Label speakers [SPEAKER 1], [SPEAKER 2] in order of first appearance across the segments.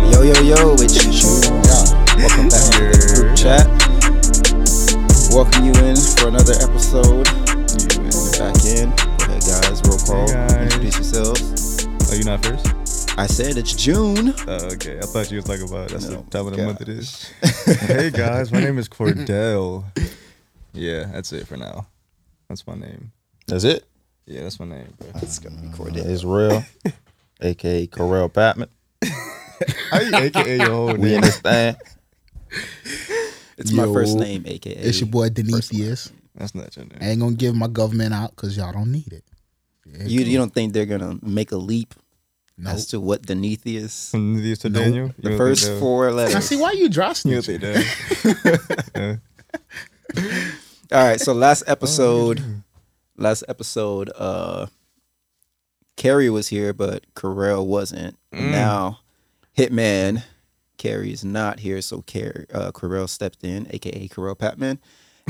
[SPEAKER 1] yo, it's you. Welcome back to the group chat. Welcome you in for another episode. We're back in. Go ahead, guys. Roll call.
[SPEAKER 2] guys.
[SPEAKER 1] Introduce yourselves.
[SPEAKER 2] Oh, you not first?
[SPEAKER 1] I said it's June.
[SPEAKER 2] Oh, okay. I thought you was talking about that's
[SPEAKER 1] No,
[SPEAKER 2] the time of the month it
[SPEAKER 1] gosh.
[SPEAKER 2] is. hey guys, my name is Cordell. Yeah, that's it for now. That's my name.
[SPEAKER 3] That's it.
[SPEAKER 2] Yeah, that's my name, bro.
[SPEAKER 1] It's gonna be
[SPEAKER 3] Yeah,
[SPEAKER 1] Cordell.
[SPEAKER 3] Israel, aka Corel Batman.
[SPEAKER 2] Are you AKA your whole
[SPEAKER 3] We in
[SPEAKER 2] name?
[SPEAKER 3] this thing.
[SPEAKER 1] It's my
[SPEAKER 4] Yo.
[SPEAKER 1] first name, aka.
[SPEAKER 4] It's your boy Demetrius.
[SPEAKER 2] That's not your name.
[SPEAKER 4] I ain't gonna give my government out because y'all don't need it. Yeah,
[SPEAKER 1] You, you don't think they're gonna make a leap
[SPEAKER 4] nope.
[SPEAKER 1] as to what Denetheus?
[SPEAKER 2] From these to
[SPEAKER 4] Nope.
[SPEAKER 2] Daniel? You
[SPEAKER 1] The
[SPEAKER 2] don't
[SPEAKER 1] first
[SPEAKER 2] think that-
[SPEAKER 1] four
[SPEAKER 4] I
[SPEAKER 1] letters.
[SPEAKER 4] see why you dry
[SPEAKER 2] You
[SPEAKER 4] snitching.
[SPEAKER 2] don't think that?
[SPEAKER 1] All right, so last
[SPEAKER 2] Oh,
[SPEAKER 1] episode, last episode, uh Carrie was here, but Carell wasn't.
[SPEAKER 2] Mm.
[SPEAKER 1] Now, Hitman Carrie is not here, so Car- uh, Carell stepped in, aka Carell Patman,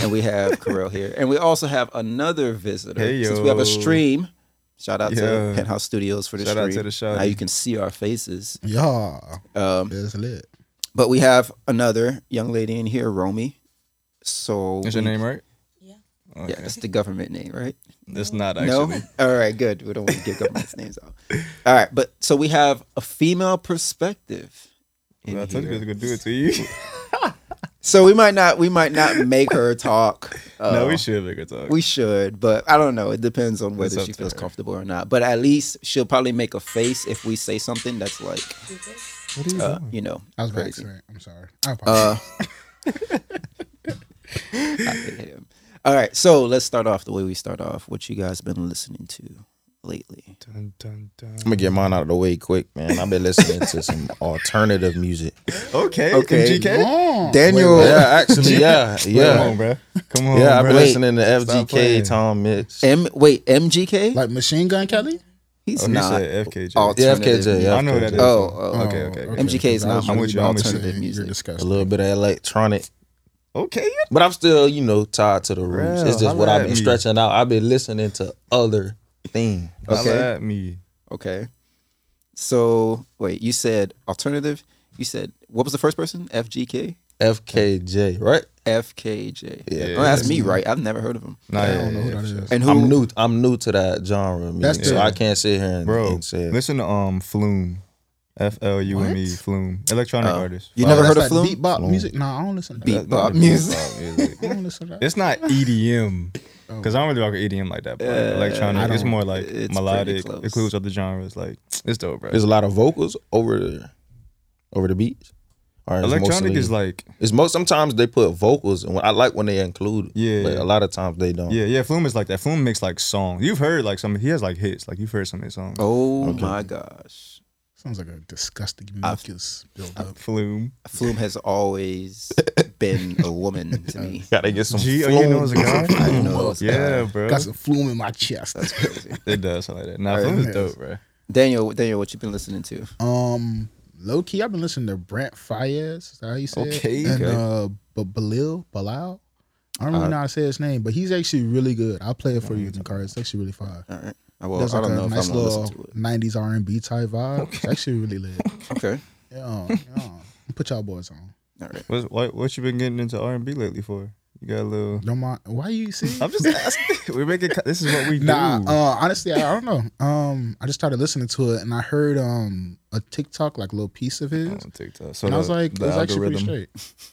[SPEAKER 1] and we have Carell here, and we also have another visitor
[SPEAKER 2] Hey,
[SPEAKER 1] since we have a
[SPEAKER 2] yo.
[SPEAKER 1] stream. Shout out to
[SPEAKER 2] Yeah.
[SPEAKER 1] Penthouse Studios for the
[SPEAKER 2] Shout out
[SPEAKER 1] stream.
[SPEAKER 2] to the shawty.
[SPEAKER 1] Now you can see our faces.
[SPEAKER 4] Yeah,
[SPEAKER 1] Um,
[SPEAKER 4] it's lit.
[SPEAKER 1] but we have another young lady in here, Romy. So
[SPEAKER 2] Is your
[SPEAKER 1] we-
[SPEAKER 2] name right?
[SPEAKER 5] Yeah.
[SPEAKER 2] Okay.
[SPEAKER 1] Yeah, that's the government name, right?
[SPEAKER 2] That's not actually.
[SPEAKER 1] No. All right, good. We don't want to give government's names out. All right, but so we have a female perspective. in
[SPEAKER 2] Well, I told you
[SPEAKER 1] here.
[SPEAKER 2] I was gonna do it to you.
[SPEAKER 1] So we might not we might not make her talk. Uh,
[SPEAKER 2] no, we should make a talk.
[SPEAKER 1] We should, but I don't know. It depends on whether
[SPEAKER 2] up
[SPEAKER 1] she
[SPEAKER 2] to
[SPEAKER 1] feels
[SPEAKER 2] her.
[SPEAKER 1] comfortable or not. But at least she'll probably make a face if we say something that's like,
[SPEAKER 2] what are you
[SPEAKER 1] uh,
[SPEAKER 2] doing?
[SPEAKER 1] you know,
[SPEAKER 4] That was by
[SPEAKER 1] crazy.
[SPEAKER 4] accident. I'm sorry. I
[SPEAKER 1] Uh,
[SPEAKER 4] apologize.
[SPEAKER 1] I hate him. All right, so let's start off the way we start off. What you guys been listening to lately?
[SPEAKER 2] Dun, dun, dun.
[SPEAKER 3] I'm gonna get mine out of the way quick, man. I've been listening to some alternative music.
[SPEAKER 2] Okay,
[SPEAKER 1] Okay.
[SPEAKER 2] MGK.
[SPEAKER 4] Oh,
[SPEAKER 1] Daniel.
[SPEAKER 3] Yeah, actually, yeah,
[SPEAKER 2] Come on,
[SPEAKER 3] yeah,
[SPEAKER 2] bro. Come on,
[SPEAKER 3] yeah. I've
[SPEAKER 2] bro. Oh,
[SPEAKER 3] been listening to
[SPEAKER 2] Stop playing.
[SPEAKER 3] FGK, Tom Mix,
[SPEAKER 1] M wait MGK?
[SPEAKER 4] like Machine Gun Kelly.
[SPEAKER 1] He's
[SPEAKER 2] Oh, he
[SPEAKER 1] not.
[SPEAKER 2] said FKJ.
[SPEAKER 1] Alt-
[SPEAKER 3] yeah,
[SPEAKER 1] alternative.
[SPEAKER 3] FKJ. Yeah,
[SPEAKER 2] I know who that
[SPEAKER 3] FKJ.
[SPEAKER 2] is.
[SPEAKER 1] Oh, oh,
[SPEAKER 2] okay, okay. okay.
[SPEAKER 1] MGK is not
[SPEAKER 2] I'm with you, I'm with you.
[SPEAKER 1] alternative music.
[SPEAKER 4] You're
[SPEAKER 3] A
[SPEAKER 4] disgusting.
[SPEAKER 3] little bit of electronic,
[SPEAKER 2] Okay, you
[SPEAKER 3] but I'm still, you know, tied to the roots.
[SPEAKER 2] Bro,
[SPEAKER 3] It's just what
[SPEAKER 2] holla
[SPEAKER 3] I've
[SPEAKER 2] at
[SPEAKER 3] been
[SPEAKER 2] me.
[SPEAKER 3] stretching out. I've been listening to other things.
[SPEAKER 2] Holla
[SPEAKER 1] Okay.
[SPEAKER 2] at me.
[SPEAKER 1] Okay. So wait, you said alternative. You said what was the first person? FGK,
[SPEAKER 3] FKJ, right?
[SPEAKER 1] FKJ.
[SPEAKER 3] Yeah.
[SPEAKER 1] Don't ask me, right? I've never heard of him.
[SPEAKER 2] Nah,
[SPEAKER 4] I
[SPEAKER 2] yeah,
[SPEAKER 4] don't know
[SPEAKER 2] yeah,
[SPEAKER 4] who
[SPEAKER 2] yeah,
[SPEAKER 4] that
[SPEAKER 2] for sure.
[SPEAKER 4] is.
[SPEAKER 1] And who?
[SPEAKER 3] I'm new. I'm new to that genre of
[SPEAKER 4] That's
[SPEAKER 3] music,
[SPEAKER 4] the-
[SPEAKER 3] so I can't sit here and,
[SPEAKER 2] Bro,
[SPEAKER 3] and say.
[SPEAKER 2] listen to um Flume, F L U M E Flume, electronic
[SPEAKER 1] Oh.
[SPEAKER 2] artist.
[SPEAKER 1] You
[SPEAKER 4] Oh,
[SPEAKER 1] never
[SPEAKER 4] that's
[SPEAKER 1] heard of
[SPEAKER 4] like
[SPEAKER 1] Flume?
[SPEAKER 4] Beat bop
[SPEAKER 3] Flume.
[SPEAKER 4] music. Nah, I don't listen to
[SPEAKER 1] Beat
[SPEAKER 2] That's
[SPEAKER 4] that.
[SPEAKER 2] not
[SPEAKER 1] bop
[SPEAKER 2] the
[SPEAKER 1] music.
[SPEAKER 2] bop music.
[SPEAKER 4] I don't listen to that.
[SPEAKER 2] It's not E EDM because I don't really rock with EDM like that. But like,
[SPEAKER 1] Uh,
[SPEAKER 2] electronic,
[SPEAKER 4] I
[SPEAKER 2] it's
[SPEAKER 4] don't-
[SPEAKER 2] more like
[SPEAKER 1] it's pretty
[SPEAKER 2] melodic.
[SPEAKER 1] close.
[SPEAKER 2] Includes other genres. Like it's dope, bro.
[SPEAKER 3] There's a lot of vocals over the over the beats. Or it's
[SPEAKER 2] electronic
[SPEAKER 3] mostly-
[SPEAKER 2] is like
[SPEAKER 3] it's most sometimes they put vocals and I like when they include.
[SPEAKER 2] Yeah.
[SPEAKER 3] but a lot of times they don't.
[SPEAKER 2] yeah, yeah. Flume is like that. Flume makes like song. You've heard like some. He has like hits. Like you've heard some of his songs.
[SPEAKER 1] Oh my gosh,
[SPEAKER 4] Sounds like a disgusting mucus buildup.
[SPEAKER 2] Flume.
[SPEAKER 1] Flume has always been a woman to me.
[SPEAKER 3] Gotta get some.
[SPEAKER 2] G. Oh, you know it's a
[SPEAKER 1] I
[SPEAKER 2] guy.
[SPEAKER 1] didn't
[SPEAKER 4] Oh,
[SPEAKER 1] know it was a
[SPEAKER 2] yeah,
[SPEAKER 1] guy.
[SPEAKER 2] bro.
[SPEAKER 4] Got some flume in my chest.
[SPEAKER 1] That's crazy.
[SPEAKER 2] It does something like that. Nah,
[SPEAKER 1] Alright,
[SPEAKER 2] Flume is
[SPEAKER 4] yes.
[SPEAKER 2] dope, bro.
[SPEAKER 1] Daniel, Daniel, what you been listening to?
[SPEAKER 4] Um, low key, I've been listening to Brent Fayez. Is that how you say it?
[SPEAKER 2] Okay,
[SPEAKER 4] And
[SPEAKER 2] okay.
[SPEAKER 4] uh, but Balil, Balal. I
[SPEAKER 1] Uh,
[SPEAKER 4] don't really know how to say his name, but he's actually really good. I'll play it for you, Nakari. It's actually really fire.
[SPEAKER 1] All right. Uh, Mm. Well,
[SPEAKER 4] There's
[SPEAKER 1] I
[SPEAKER 4] like
[SPEAKER 1] don't know
[SPEAKER 4] a
[SPEAKER 1] if
[SPEAKER 4] nice
[SPEAKER 1] I'm gonna
[SPEAKER 4] little
[SPEAKER 1] listen to it.
[SPEAKER 4] '90s R&B type vibe. It's actually really lit.
[SPEAKER 1] Okay.
[SPEAKER 4] Yeah, yeah. Put y'all boys on.
[SPEAKER 1] All right.
[SPEAKER 2] What's, what what you been getting into R and B lately for? You got a little.
[SPEAKER 4] Don't mind. Why you see?
[SPEAKER 2] I'm just asking. We're making. co- This is what we do.
[SPEAKER 4] Nah, uh, honestly, I I don't know. Um, I just started listening to it, and I heard um a TikTok like little piece of his.
[SPEAKER 2] on TikTok. So
[SPEAKER 4] and I was
[SPEAKER 2] the-
[SPEAKER 4] like, it
[SPEAKER 2] the
[SPEAKER 4] was actually pretty
[SPEAKER 2] algorithm-
[SPEAKER 4] straight.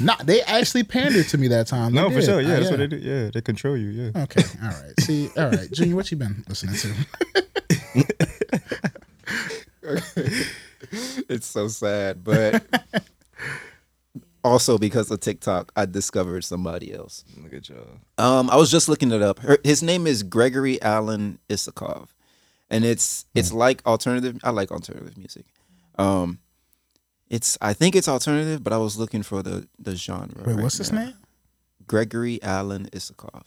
[SPEAKER 4] nah, they actually pandered to me that time. They
[SPEAKER 2] No, for
[SPEAKER 4] did.
[SPEAKER 2] sure.
[SPEAKER 4] Uh,
[SPEAKER 2] Yeah, that's what they do. Yeah, they control you. Yeah.
[SPEAKER 4] Okay, all right. See, all right, Junior, what you been listening to?
[SPEAKER 1] it's so sad, but also because of TikTok, I discovered somebody else.
[SPEAKER 4] Hmm.
[SPEAKER 2] Look at y'all.
[SPEAKER 1] Um, I was just looking it up. Her, his name is Gregory Allen Isakov, and it's
[SPEAKER 4] Hmm.
[SPEAKER 1] it's like alternative. I like alternative music. Um, it's I think it's alternative, but I was looking for the the genre.
[SPEAKER 4] Wait,
[SPEAKER 1] right
[SPEAKER 4] what's his
[SPEAKER 1] now.
[SPEAKER 4] name?
[SPEAKER 1] Gregory Allen Isakov.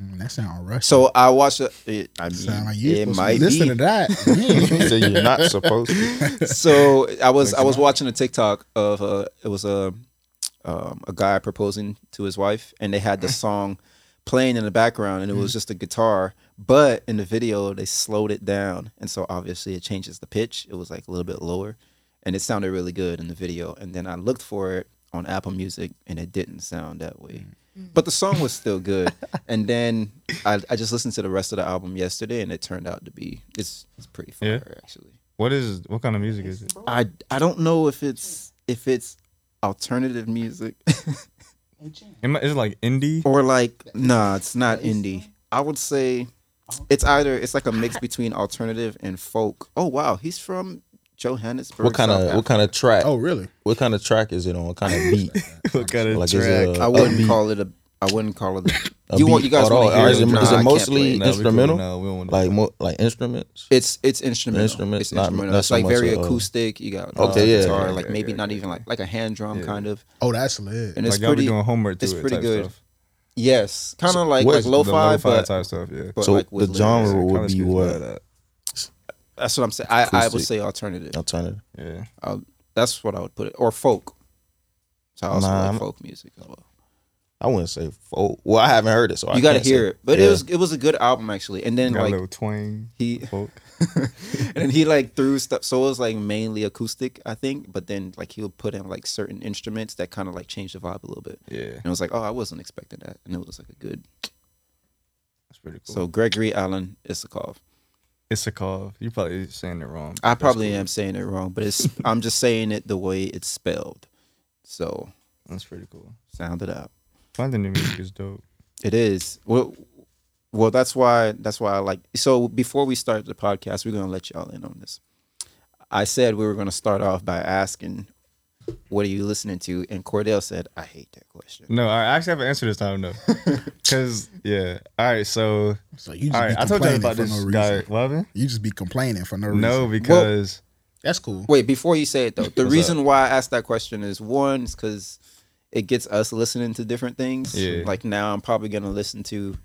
[SPEAKER 4] Mm, that sound Russian.
[SPEAKER 1] So I watched. A, it, I mean,
[SPEAKER 4] sound like you
[SPEAKER 1] it
[SPEAKER 4] supposed
[SPEAKER 1] might
[SPEAKER 4] to listen
[SPEAKER 1] be.
[SPEAKER 4] to that.
[SPEAKER 3] so you're not supposed to.
[SPEAKER 1] so I was
[SPEAKER 4] Like
[SPEAKER 1] I was
[SPEAKER 4] tonight.
[SPEAKER 1] watching a TikTok of uh it was a um, a guy proposing to his wife, and they had the song playing in the background, and it was just a guitar. But in the video, they slowed it down, and so obviously it changes the pitch. It was like a little bit lower, and it sounded really good in the video. And then I looked for it on Apple Music, and it didn't sound that way. But the song was still good. and then I, I just listened to the rest of the album yesterday, and it turned out to be it's it's pretty
[SPEAKER 2] Yeah?
[SPEAKER 1] fire actually.
[SPEAKER 2] What is what kind of music is it?
[SPEAKER 1] I I don't know if it's if it's alternative music
[SPEAKER 2] Am I- Is it like indie?
[SPEAKER 1] or like nah, it's not indie. I would say it's either it's like a mix between alternative and folk. Oh wow, he's from Johannesburg.
[SPEAKER 3] What kind of
[SPEAKER 1] South
[SPEAKER 3] what kind of track?
[SPEAKER 4] Oh, really?
[SPEAKER 3] What kind of track is it on? What kind of beat?
[SPEAKER 2] What kind of
[SPEAKER 3] Like, is
[SPEAKER 2] track?
[SPEAKER 3] it uh,
[SPEAKER 1] Africa. I wouldn't call it a. I wouldn't call it. A,
[SPEAKER 3] A
[SPEAKER 1] you want
[SPEAKER 3] beat
[SPEAKER 1] you guys
[SPEAKER 3] at
[SPEAKER 1] want
[SPEAKER 3] all?
[SPEAKER 1] to hear?
[SPEAKER 3] Or
[SPEAKER 1] it?
[SPEAKER 3] is it-
[SPEAKER 1] Nah,
[SPEAKER 3] is it
[SPEAKER 1] I can't play it.
[SPEAKER 3] mostly
[SPEAKER 2] Nah, we cool.
[SPEAKER 3] instrumental?
[SPEAKER 2] Nah, we don't wanna-
[SPEAKER 3] like mo- like instruments?
[SPEAKER 1] It's it's instrumental.
[SPEAKER 3] Instrument?
[SPEAKER 1] It's
[SPEAKER 3] Not-
[SPEAKER 1] instrumental.
[SPEAKER 3] not
[SPEAKER 1] it's
[SPEAKER 3] so
[SPEAKER 1] like
[SPEAKER 3] much
[SPEAKER 1] very
[SPEAKER 3] a- oh.
[SPEAKER 1] acoustic. You got uh,
[SPEAKER 3] Okay, yeah.
[SPEAKER 1] guitar,
[SPEAKER 2] Okay,
[SPEAKER 1] like
[SPEAKER 2] okay,
[SPEAKER 1] maybe
[SPEAKER 2] okay,
[SPEAKER 1] not
[SPEAKER 2] okay.
[SPEAKER 1] even like like a hand drum
[SPEAKER 2] Yeah.
[SPEAKER 1] kind of.
[SPEAKER 4] Oh, that's
[SPEAKER 1] And
[SPEAKER 4] lit.
[SPEAKER 2] like
[SPEAKER 1] it's
[SPEAKER 2] y'all
[SPEAKER 1] pretty.
[SPEAKER 2] be doing homework to
[SPEAKER 1] it's
[SPEAKER 2] it
[SPEAKER 1] pretty
[SPEAKER 2] type
[SPEAKER 1] good.
[SPEAKER 2] Stuff.
[SPEAKER 1] Yes, kind of like
[SPEAKER 3] what
[SPEAKER 1] like
[SPEAKER 3] is the
[SPEAKER 2] The
[SPEAKER 1] lo-fi,
[SPEAKER 2] lo-fi
[SPEAKER 1] but,
[SPEAKER 2] type stuff, yeah.
[SPEAKER 1] but
[SPEAKER 3] So
[SPEAKER 1] like with
[SPEAKER 3] the
[SPEAKER 1] lyrics.
[SPEAKER 3] genre
[SPEAKER 2] Yeah,
[SPEAKER 3] would
[SPEAKER 2] kinda
[SPEAKER 3] be
[SPEAKER 2] skewed
[SPEAKER 3] what?
[SPEAKER 2] by that,
[SPEAKER 1] That's what I'm saying. I, I would
[SPEAKER 3] Acoustic.
[SPEAKER 1] say alternative.
[SPEAKER 3] Alternative.
[SPEAKER 2] Yeah.
[SPEAKER 1] That's what I would put it. Or folk. So I also
[SPEAKER 3] Nah,
[SPEAKER 1] like
[SPEAKER 3] I'm-
[SPEAKER 1] folk music as well.
[SPEAKER 3] I wouldn't say folk. Well, I haven't heard it, so I
[SPEAKER 1] You got to
[SPEAKER 3] can't
[SPEAKER 1] hear
[SPEAKER 3] say-
[SPEAKER 1] it, but
[SPEAKER 3] Yeah.
[SPEAKER 1] it was it was a good album actually. And then
[SPEAKER 2] Got a
[SPEAKER 1] like
[SPEAKER 2] little twang.
[SPEAKER 1] he
[SPEAKER 2] folk.
[SPEAKER 1] and then he like threw stuff. So it was like mainly acoustic, I think. But then like he'll put in like certain instruments that kind of like change the vibe a little bit.
[SPEAKER 2] Yeah.
[SPEAKER 1] And I was like, oh, I wasn't expecting that. And it was like a good.
[SPEAKER 2] That's pretty cool.
[SPEAKER 1] So Gregory Allen Isakov.
[SPEAKER 2] Isakov. You probably saying it wrong. but
[SPEAKER 1] I
[SPEAKER 2] that's
[SPEAKER 1] probably
[SPEAKER 2] cool.
[SPEAKER 1] am saying it wrong, but it's I'm just saying it the way it's spelled. So
[SPEAKER 2] That's pretty cool.
[SPEAKER 1] sound it out.
[SPEAKER 2] Finding the music is dope.
[SPEAKER 1] It is. Well, well, that's why. That's why I like. So before we start the podcast, we're gonna let y'all in on this. I said we were gonna start off by asking, "What are you listening to?" And Cordell said, "I hate that question."
[SPEAKER 2] No, I actually have an answer this time though. Cause yeah. All right, so
[SPEAKER 4] So you just
[SPEAKER 2] all
[SPEAKER 4] be
[SPEAKER 2] right. I told you
[SPEAKER 4] complaining
[SPEAKER 2] about
[SPEAKER 4] for
[SPEAKER 2] this
[SPEAKER 4] no
[SPEAKER 2] guy.
[SPEAKER 4] reason.
[SPEAKER 2] What happened?
[SPEAKER 4] You just be complaining for no reason.
[SPEAKER 2] No, because
[SPEAKER 4] that's cool.
[SPEAKER 1] Wait, before you say it though, the
[SPEAKER 2] What's
[SPEAKER 1] reason why I asked that question is one, is because it gets us listening to different things.
[SPEAKER 2] Yeah.
[SPEAKER 1] Like now, I'm probably gonna listen to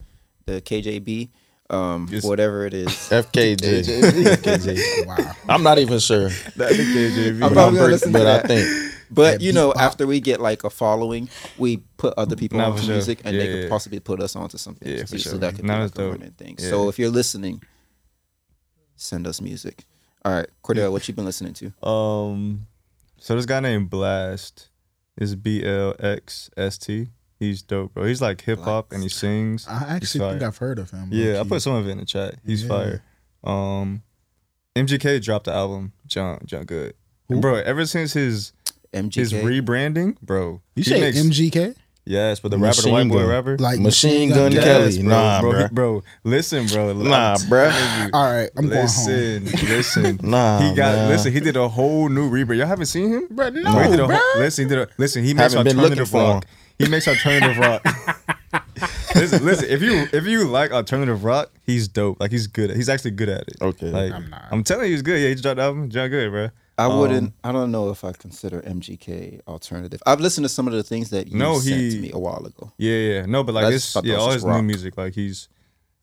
[SPEAKER 1] the KJB, um,
[SPEAKER 2] Yes.
[SPEAKER 1] whatever it is.
[SPEAKER 3] FKJ.
[SPEAKER 4] Wow.
[SPEAKER 3] I'm not even sure,
[SPEAKER 2] that the KJV.
[SPEAKER 1] I'm
[SPEAKER 3] but,
[SPEAKER 1] probably
[SPEAKER 3] I'm
[SPEAKER 1] gonna
[SPEAKER 3] pretty-
[SPEAKER 1] listen to
[SPEAKER 3] but I
[SPEAKER 1] that.
[SPEAKER 3] think
[SPEAKER 1] But
[SPEAKER 4] That
[SPEAKER 1] you know,
[SPEAKER 4] beatbox.
[SPEAKER 1] after we get like a following, we put other people
[SPEAKER 2] Nah,
[SPEAKER 1] on
[SPEAKER 2] for
[SPEAKER 1] to
[SPEAKER 2] sure.
[SPEAKER 1] music, and they
[SPEAKER 2] Yeah,
[SPEAKER 1] could
[SPEAKER 2] yeah.
[SPEAKER 1] possibly put us onto something.
[SPEAKER 2] Yeah, for
[SPEAKER 1] too,
[SPEAKER 2] sure.
[SPEAKER 1] So that could
[SPEAKER 2] Nah,
[SPEAKER 1] be
[SPEAKER 2] that's
[SPEAKER 1] like a
[SPEAKER 2] dope.
[SPEAKER 1] running thing.
[SPEAKER 2] Yeah.
[SPEAKER 1] So if you're listening, send us music. All right, Cordell, what you been listening to?
[SPEAKER 2] Um, so this guy named Blast is B L X S T. He's dope, bro. He's like hip hop and he sings.
[SPEAKER 4] I actually
[SPEAKER 2] fire.
[SPEAKER 4] think I've heard of him.
[SPEAKER 2] yeah, I
[SPEAKER 4] low-key.
[SPEAKER 2] put some of it in the chat. He's
[SPEAKER 4] Yeah.
[SPEAKER 2] fire. Um, MGK dropped the album. Junk, junk good,
[SPEAKER 4] Who?
[SPEAKER 2] bro. Ever since his his
[SPEAKER 1] MGK.
[SPEAKER 2] rebranding, bro. he
[SPEAKER 4] You say
[SPEAKER 2] makes-
[SPEAKER 4] MGK?
[SPEAKER 2] Yes, but the rapper, the
[SPEAKER 3] Machine
[SPEAKER 2] white boy
[SPEAKER 3] Gun.
[SPEAKER 2] rapper.
[SPEAKER 4] Like
[SPEAKER 3] Machine Gun
[SPEAKER 2] yes,
[SPEAKER 3] Kelly.
[SPEAKER 2] bro,
[SPEAKER 3] Nah,
[SPEAKER 2] bro, he-
[SPEAKER 3] bro.
[SPEAKER 2] bro. Listen, bro.
[SPEAKER 3] Nah, bruh.
[SPEAKER 4] All right, I'm going home.
[SPEAKER 2] Listen, listen.
[SPEAKER 3] Nah,
[SPEAKER 2] he got
[SPEAKER 3] man.
[SPEAKER 2] listen. He did a whole new rebrand. Y'all haven't seen him,
[SPEAKER 4] Bro, no,
[SPEAKER 2] Bro, he did a
[SPEAKER 4] bro.
[SPEAKER 2] whole- listen, he did a, listen. He makes
[SPEAKER 3] Haven't been looking
[SPEAKER 2] alternative
[SPEAKER 3] for
[SPEAKER 2] rock. He makes alternative rock. listen, listen. If you if you like alternative rock, he's dope. Like he's good. He's actually good at it.
[SPEAKER 3] Okay.
[SPEAKER 2] Like
[SPEAKER 4] I'm
[SPEAKER 2] I'm,
[SPEAKER 4] not.
[SPEAKER 2] telling you, he's good. Yeah, he just dropped the album. John good, bro.
[SPEAKER 1] I wouldn't.
[SPEAKER 2] um,
[SPEAKER 1] I don't know if I consider MGK alternative. I've listened to some of the things that you
[SPEAKER 2] No,
[SPEAKER 1] sent
[SPEAKER 2] he-
[SPEAKER 1] to me a while ago.
[SPEAKER 2] Yeah, yeah. No, but like
[SPEAKER 1] That's-
[SPEAKER 2] this,
[SPEAKER 1] I thought
[SPEAKER 2] yeah,
[SPEAKER 1] that was
[SPEAKER 2] all
[SPEAKER 1] just
[SPEAKER 2] his
[SPEAKER 1] rock.
[SPEAKER 2] new music. Like he's.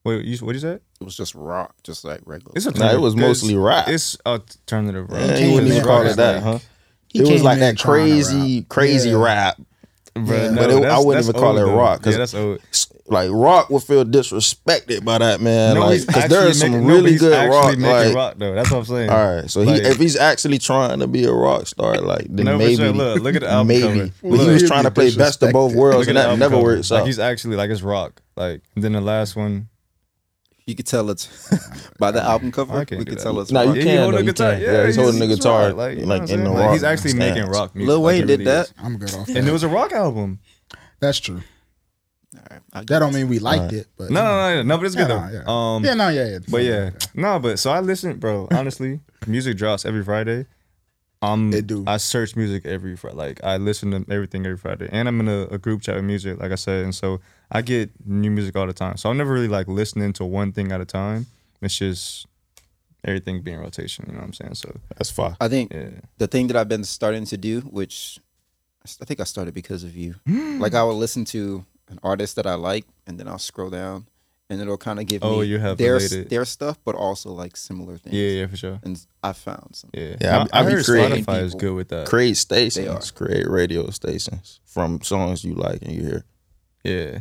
[SPEAKER 2] Wait, you, what you said?
[SPEAKER 1] It was just rock, just like regular.
[SPEAKER 2] It's
[SPEAKER 3] Nah, it was
[SPEAKER 2] alternative.
[SPEAKER 3] mostly rap.
[SPEAKER 2] It's alternative rock.
[SPEAKER 3] Yeah,
[SPEAKER 4] came
[SPEAKER 3] you
[SPEAKER 4] in
[SPEAKER 3] wouldn't even
[SPEAKER 4] and
[SPEAKER 3] call
[SPEAKER 4] rap,
[SPEAKER 3] it that,
[SPEAKER 2] like-
[SPEAKER 3] huh?
[SPEAKER 4] He
[SPEAKER 3] it was
[SPEAKER 4] came
[SPEAKER 3] like
[SPEAKER 4] in
[SPEAKER 3] that
[SPEAKER 4] trying to
[SPEAKER 3] crazy, crazy
[SPEAKER 4] Yeah.
[SPEAKER 3] rap.
[SPEAKER 2] Bruh,
[SPEAKER 4] Yeah.
[SPEAKER 2] no,
[SPEAKER 3] But it- I
[SPEAKER 2] that's-
[SPEAKER 3] wouldn't
[SPEAKER 2] that's
[SPEAKER 3] even
[SPEAKER 2] old,
[SPEAKER 3] call it
[SPEAKER 2] though.
[SPEAKER 3] rock, 'cause-
[SPEAKER 2] Yeah, that's old.
[SPEAKER 3] Like rock would feel disrespected by that man,
[SPEAKER 2] No,
[SPEAKER 3] like
[SPEAKER 2] he's
[SPEAKER 3] because there
[SPEAKER 2] actually
[SPEAKER 3] is some
[SPEAKER 2] making- no, but
[SPEAKER 3] really
[SPEAKER 2] he's
[SPEAKER 3] good
[SPEAKER 2] actually
[SPEAKER 3] rock.
[SPEAKER 2] making
[SPEAKER 3] Like,
[SPEAKER 2] rock though. That's what I'm saying.
[SPEAKER 3] all right, so
[SPEAKER 2] Like-
[SPEAKER 3] he if he's actually trying to be a rock star, like then
[SPEAKER 2] No, for
[SPEAKER 3] maybe
[SPEAKER 2] sure. Look- look at the album
[SPEAKER 3] maybe.
[SPEAKER 2] cover.
[SPEAKER 3] But
[SPEAKER 2] Look.
[SPEAKER 3] he was
[SPEAKER 4] He'd
[SPEAKER 3] trying
[SPEAKER 4] be
[SPEAKER 3] to play best of both
[SPEAKER 4] disrespected.
[SPEAKER 3] worlds, and
[SPEAKER 2] the
[SPEAKER 3] that
[SPEAKER 2] album
[SPEAKER 3] never
[SPEAKER 2] cover.
[SPEAKER 3] works
[SPEAKER 2] Like
[SPEAKER 3] out.
[SPEAKER 2] he's actually like it's rock. Like then the last one.
[SPEAKER 1] you could tell it's by the album cover.
[SPEAKER 2] I can't
[SPEAKER 1] We
[SPEAKER 2] do
[SPEAKER 1] could
[SPEAKER 2] that.
[SPEAKER 1] tell it's
[SPEAKER 3] No,
[SPEAKER 1] rock.
[SPEAKER 3] you
[SPEAKER 2] he
[SPEAKER 3] can,
[SPEAKER 2] holding
[SPEAKER 3] though,
[SPEAKER 2] a
[SPEAKER 3] you
[SPEAKER 2] guitar.
[SPEAKER 3] can. Yeah, he's holding a
[SPEAKER 2] he's
[SPEAKER 3] guitar,
[SPEAKER 2] rock, you know
[SPEAKER 3] like,
[SPEAKER 2] what
[SPEAKER 3] in
[SPEAKER 2] I'm
[SPEAKER 3] the
[SPEAKER 2] saying? Like, He's
[SPEAKER 3] rock
[SPEAKER 2] actually
[SPEAKER 3] stance.
[SPEAKER 2] making rock music.
[SPEAKER 1] Lil
[SPEAKER 2] like,
[SPEAKER 1] Wayne
[SPEAKER 2] it
[SPEAKER 1] did
[SPEAKER 2] really
[SPEAKER 1] that.
[SPEAKER 2] is.
[SPEAKER 4] I'm good off
[SPEAKER 2] and it
[SPEAKER 4] that.
[SPEAKER 2] was a rock album.
[SPEAKER 4] That's true.
[SPEAKER 1] All right, I
[SPEAKER 4] That don't mean we liked it, but
[SPEAKER 2] No, no, no, no, no but it's
[SPEAKER 4] Yeah,
[SPEAKER 2] good
[SPEAKER 4] nah, yeah.
[SPEAKER 2] though. Um,
[SPEAKER 4] yeah, no, yeah, yeah.
[SPEAKER 2] but yeah, no, but so I listen, bro. Honestly, music drops every Friday. Um,
[SPEAKER 4] It do.
[SPEAKER 2] I search music every Friday. Like I listen to everything every Friday, and I'm in a, a group chat with music, like I said, and so I get new music all the time. So I'm never really like listening to one thing at a time. It's just everything being rotation. You know what I'm saying? So
[SPEAKER 3] That's fine.
[SPEAKER 1] I think
[SPEAKER 2] yeah,
[SPEAKER 1] the thing that I've been starting to do, which I think I started because of you, like I will listen to an artist that I like, and then I'll scroll down, and it'll kind of give
[SPEAKER 2] Oh,
[SPEAKER 1] me
[SPEAKER 2] you have
[SPEAKER 1] their
[SPEAKER 2] related.
[SPEAKER 1] their stuff, but also like similar things.
[SPEAKER 2] yeah, yeah, for sure.
[SPEAKER 1] And I found some.
[SPEAKER 2] Yeah,
[SPEAKER 3] Yeah, I
[SPEAKER 2] I,
[SPEAKER 3] be-
[SPEAKER 2] I,
[SPEAKER 3] I be
[SPEAKER 2] heard
[SPEAKER 3] creating
[SPEAKER 2] Spotify is
[SPEAKER 1] people.
[SPEAKER 2] good with that.
[SPEAKER 3] Create
[SPEAKER 1] are.
[SPEAKER 3] stations, create radio stations from songs you like and you hear.
[SPEAKER 2] yeah,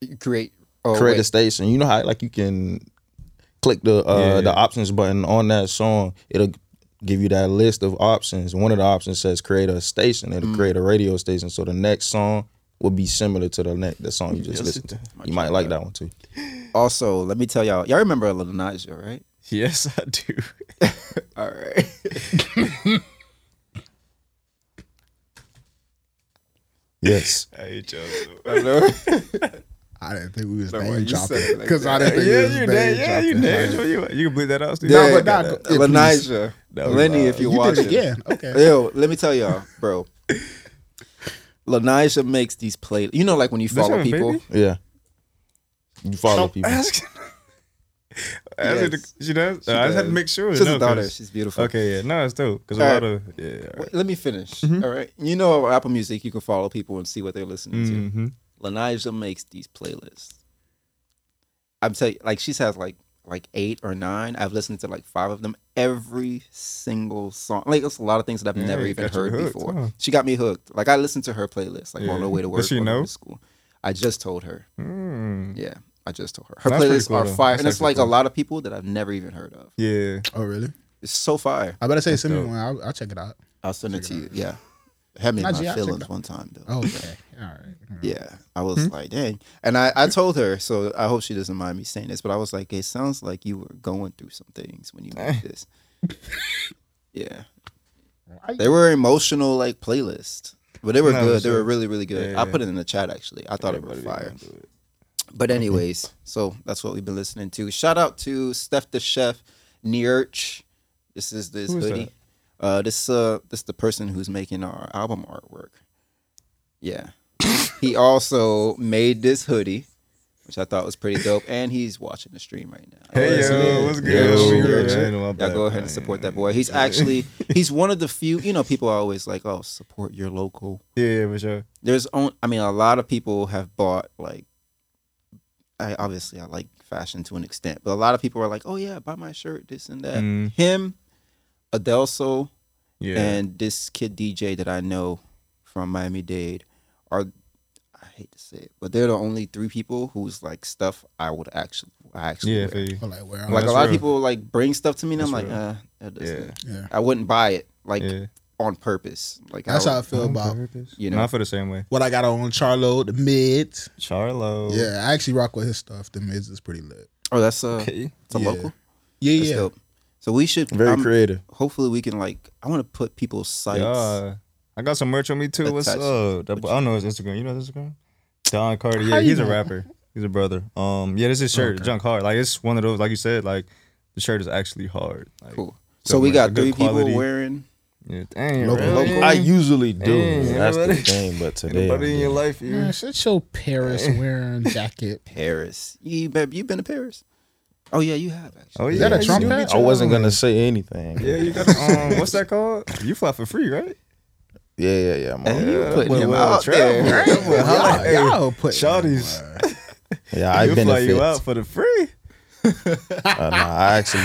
[SPEAKER 1] You create. Oh,
[SPEAKER 3] create a
[SPEAKER 1] wait.
[SPEAKER 3] station. You know how like you can click the uh
[SPEAKER 2] Yeah.
[SPEAKER 3] the options button on that song. It'll give you that list of options. One of the options says create a station.
[SPEAKER 2] Mm.
[SPEAKER 3] It'll create a radio station. So the next song will be similar to the next the song you just listened to. You might like that one too.
[SPEAKER 1] Also, let me tell y'all, y'all remember Lil Nas, X, right?
[SPEAKER 2] Yes, I do.
[SPEAKER 1] All right.
[SPEAKER 3] Yes.
[SPEAKER 2] I hate y'all.
[SPEAKER 1] I know.
[SPEAKER 4] I didn't think we was
[SPEAKER 1] Don't worry,
[SPEAKER 4] name
[SPEAKER 1] you said
[SPEAKER 4] dropping
[SPEAKER 1] it like
[SPEAKER 4] because I
[SPEAKER 1] that.
[SPEAKER 4] didn't think
[SPEAKER 2] Yeah,
[SPEAKER 4] we was
[SPEAKER 2] you
[SPEAKER 4] name
[SPEAKER 2] did. Yeah, you
[SPEAKER 4] dropping.
[SPEAKER 2] did. You, you can believe that out. Steve.
[SPEAKER 1] Yeah.
[SPEAKER 4] No, but not, yeah,
[SPEAKER 1] Lil
[SPEAKER 4] please.
[SPEAKER 1] Nas, X.
[SPEAKER 2] That was
[SPEAKER 1] Lenny,
[SPEAKER 2] wild.
[SPEAKER 1] if you're
[SPEAKER 4] You did
[SPEAKER 1] watching,
[SPEAKER 4] it again. Okay.
[SPEAKER 1] Yo, let me tell y'all, bro. Lanaya makes these play. You know, like when you
[SPEAKER 2] That's
[SPEAKER 1] follow
[SPEAKER 2] her
[SPEAKER 1] people.
[SPEAKER 2] baby?
[SPEAKER 3] Yeah. You follow people.
[SPEAKER 2] Ask. ask her
[SPEAKER 1] Yes.
[SPEAKER 2] to, she does.
[SPEAKER 1] She
[SPEAKER 2] I just had to
[SPEAKER 1] does.
[SPEAKER 2] make sure.
[SPEAKER 1] She's a
[SPEAKER 2] no,
[SPEAKER 1] daughter.
[SPEAKER 2] 'cause-
[SPEAKER 1] She's beautiful.
[SPEAKER 2] Okay, yeah, no, it's dope because a
[SPEAKER 1] All
[SPEAKER 2] lot
[SPEAKER 1] right.
[SPEAKER 2] of yeah. all right.
[SPEAKER 1] Wait, Let me finish.
[SPEAKER 2] Mm-hmm.
[SPEAKER 1] all right. You know, on Apple Music, you can follow people and see what they're listening to.
[SPEAKER 2] Mhm.
[SPEAKER 1] Lanaya makes these playlists. I'm telling you, like she's has like like eight or nine. I've listened to like five of them. Every single song, like it's a lot of things that I've
[SPEAKER 2] Yeah,
[SPEAKER 1] never
[SPEAKER 2] you
[SPEAKER 1] even
[SPEAKER 2] got you
[SPEAKER 1] heard
[SPEAKER 2] hooked,
[SPEAKER 1] before.
[SPEAKER 2] huh?
[SPEAKER 1] She got me hooked. Like I listened to her playlist, like on
[SPEAKER 2] Yeah.
[SPEAKER 1] the way to
[SPEAKER 2] Does
[SPEAKER 1] work,
[SPEAKER 2] she
[SPEAKER 1] on the way
[SPEAKER 2] know?
[SPEAKER 1] to school. I just told her.
[SPEAKER 2] Mm.
[SPEAKER 1] Yeah, I just told her. Her
[SPEAKER 2] That's pretty
[SPEAKER 1] playlists
[SPEAKER 2] cool,
[SPEAKER 1] are
[SPEAKER 2] though.
[SPEAKER 1] fire, and
[SPEAKER 2] That's
[SPEAKER 1] it's like
[SPEAKER 2] actually
[SPEAKER 1] a
[SPEAKER 2] cool.
[SPEAKER 1] lot of people that I've never even heard of.
[SPEAKER 2] Yeah,
[SPEAKER 4] Oh really?
[SPEAKER 1] It's so fire.
[SPEAKER 4] I better say send me
[SPEAKER 2] dope.
[SPEAKER 4] one. I'll, I'll check it out.
[SPEAKER 1] I'll send it to you. Yeah, had me in
[SPEAKER 4] Nah,
[SPEAKER 1] my
[SPEAKER 4] G, I'll check it
[SPEAKER 1] feelings
[SPEAKER 4] out.
[SPEAKER 1] one time though.
[SPEAKER 4] Oh, okay. All right.
[SPEAKER 1] Yeah, I was like, dang. And I, I told her, so I hope she doesn't mind me saying this, but I was like, it sounds like you were going through some things when you made this. yeah, they were emotional like playlist, but they were
[SPEAKER 2] No,
[SPEAKER 1] good. They
[SPEAKER 2] sure.
[SPEAKER 1] were really really good.
[SPEAKER 2] Yeah,
[SPEAKER 1] I
[SPEAKER 2] yeah.
[SPEAKER 1] put it in the chat actually. I thought it was
[SPEAKER 2] Everybody
[SPEAKER 1] fire.
[SPEAKER 2] gonna do it.
[SPEAKER 1] But anyways, so that's what we've been listening to. Shout out to Steph the Chef, Nierch. This is this
[SPEAKER 2] Who is
[SPEAKER 1] hoodie. Uh, this uh, this the person who's making our album artwork. Yeah, he also made this hoodie, which I thought was pretty dope, and he's watching the stream right now.
[SPEAKER 2] Hey
[SPEAKER 3] that's
[SPEAKER 2] yo,
[SPEAKER 3] it.
[SPEAKER 2] what's
[SPEAKER 1] Yeah,
[SPEAKER 2] good?
[SPEAKER 1] sure,
[SPEAKER 2] Yeah,
[SPEAKER 1] yeah,
[SPEAKER 2] man,
[SPEAKER 1] sure.
[SPEAKER 2] my
[SPEAKER 1] Y'all
[SPEAKER 2] bad,
[SPEAKER 1] go ahead
[SPEAKER 2] man.
[SPEAKER 1] and support that boy. He's actually he's one of the few. You know, people are always like, "Oh, support your local."
[SPEAKER 2] Yeah, yeah, for sure.
[SPEAKER 1] there's on I mean a lot of people have bought like I obviously I like fashion to an extent, but a lot of people are like, "Oh yeah, buy my shirt, this and that."
[SPEAKER 2] Mm,
[SPEAKER 1] Him, Adelso,
[SPEAKER 2] yeah,
[SPEAKER 1] and this kid DJ that I know from Miami Dade are I hate to say it, but they're the only three people whose like stuff I would actually I actually
[SPEAKER 2] yeah,
[SPEAKER 1] wear.
[SPEAKER 2] for you.
[SPEAKER 4] I'm like, where?
[SPEAKER 2] No,
[SPEAKER 1] Like
[SPEAKER 4] Like,
[SPEAKER 1] a
[SPEAKER 2] that's
[SPEAKER 1] lot of
[SPEAKER 2] real.
[SPEAKER 1] people like bring stuff to me and I'm
[SPEAKER 2] That's
[SPEAKER 1] like,
[SPEAKER 2] real.
[SPEAKER 1] uh, that doesn't-
[SPEAKER 2] Yeah.
[SPEAKER 4] yeah.
[SPEAKER 1] I wouldn't buy it like
[SPEAKER 2] yeah,
[SPEAKER 1] on purpose. Like
[SPEAKER 4] That's
[SPEAKER 1] I
[SPEAKER 4] how I
[SPEAKER 1] would,
[SPEAKER 4] feel about
[SPEAKER 1] you know.
[SPEAKER 2] Not for the same way.
[SPEAKER 4] what I got on Charlo, the mids.
[SPEAKER 2] Charlo.
[SPEAKER 4] Yeah, I actually rock with his stuff. The mids is pretty lit.
[SPEAKER 1] Oh, that's uh,
[SPEAKER 2] Okay.
[SPEAKER 1] it's a
[SPEAKER 4] Yeah.
[SPEAKER 1] local.
[SPEAKER 4] Yeah,
[SPEAKER 1] That's
[SPEAKER 4] yeah.
[SPEAKER 1] dope. So we should
[SPEAKER 3] Very
[SPEAKER 1] I'm-
[SPEAKER 3] creative.
[SPEAKER 1] Hopefully we can like I want to put people's sites.
[SPEAKER 2] Yeah. I got some merch on me too. What's
[SPEAKER 1] Attached.
[SPEAKER 2] up? That- I don't know his Instagram. You know his Instagram? Don Carter.
[SPEAKER 4] How
[SPEAKER 2] Yeah,
[SPEAKER 4] you
[SPEAKER 2] he's a
[SPEAKER 4] know?
[SPEAKER 2] rapper. He's a brother. Um, yeah, this is his shirt, junk hard. Like it's one of those. Like you said, like the shirt is actually hard. Like,
[SPEAKER 1] Cool.
[SPEAKER 2] So
[SPEAKER 1] So we
[SPEAKER 2] like a
[SPEAKER 1] got
[SPEAKER 2] good
[SPEAKER 1] three
[SPEAKER 2] quality.
[SPEAKER 1] people wearing.
[SPEAKER 2] Yeah, dang,
[SPEAKER 4] Local,
[SPEAKER 2] really?
[SPEAKER 4] local.
[SPEAKER 3] I usually do.
[SPEAKER 2] Dang,
[SPEAKER 3] That's the
[SPEAKER 2] anybody-
[SPEAKER 3] thing. But today, I
[SPEAKER 2] Anybody in your
[SPEAKER 3] didn't.
[SPEAKER 2] life? You
[SPEAKER 4] Man, shut your Paris wearing jacket.
[SPEAKER 1] Paris. You bet you been to Paris? Oh yeah, you have actually.
[SPEAKER 2] Oh
[SPEAKER 4] that a
[SPEAKER 2] you
[SPEAKER 4] Trump
[SPEAKER 2] do
[SPEAKER 4] hat?
[SPEAKER 2] get
[SPEAKER 3] I
[SPEAKER 2] your
[SPEAKER 3] wasn't
[SPEAKER 2] own.
[SPEAKER 3] gonna say anything.
[SPEAKER 2] Yeah, you got. Um, what's that called? You fly for free, right?
[SPEAKER 3] yeah, yeah. yeah I'm
[SPEAKER 1] Hey,
[SPEAKER 3] on-
[SPEAKER 1] you
[SPEAKER 2] Yeah,
[SPEAKER 1] putting
[SPEAKER 2] well,
[SPEAKER 1] him
[SPEAKER 2] well,
[SPEAKER 1] out
[SPEAKER 2] travel,
[SPEAKER 1] there.
[SPEAKER 2] travel. Holla,
[SPEAKER 4] Y'all,
[SPEAKER 2] hey,
[SPEAKER 4] y'all put
[SPEAKER 2] Shawty's-
[SPEAKER 3] yeah, I
[SPEAKER 2] He'll fly
[SPEAKER 3] benefit.
[SPEAKER 2] you out for the free.
[SPEAKER 3] Uh, nah, I actually.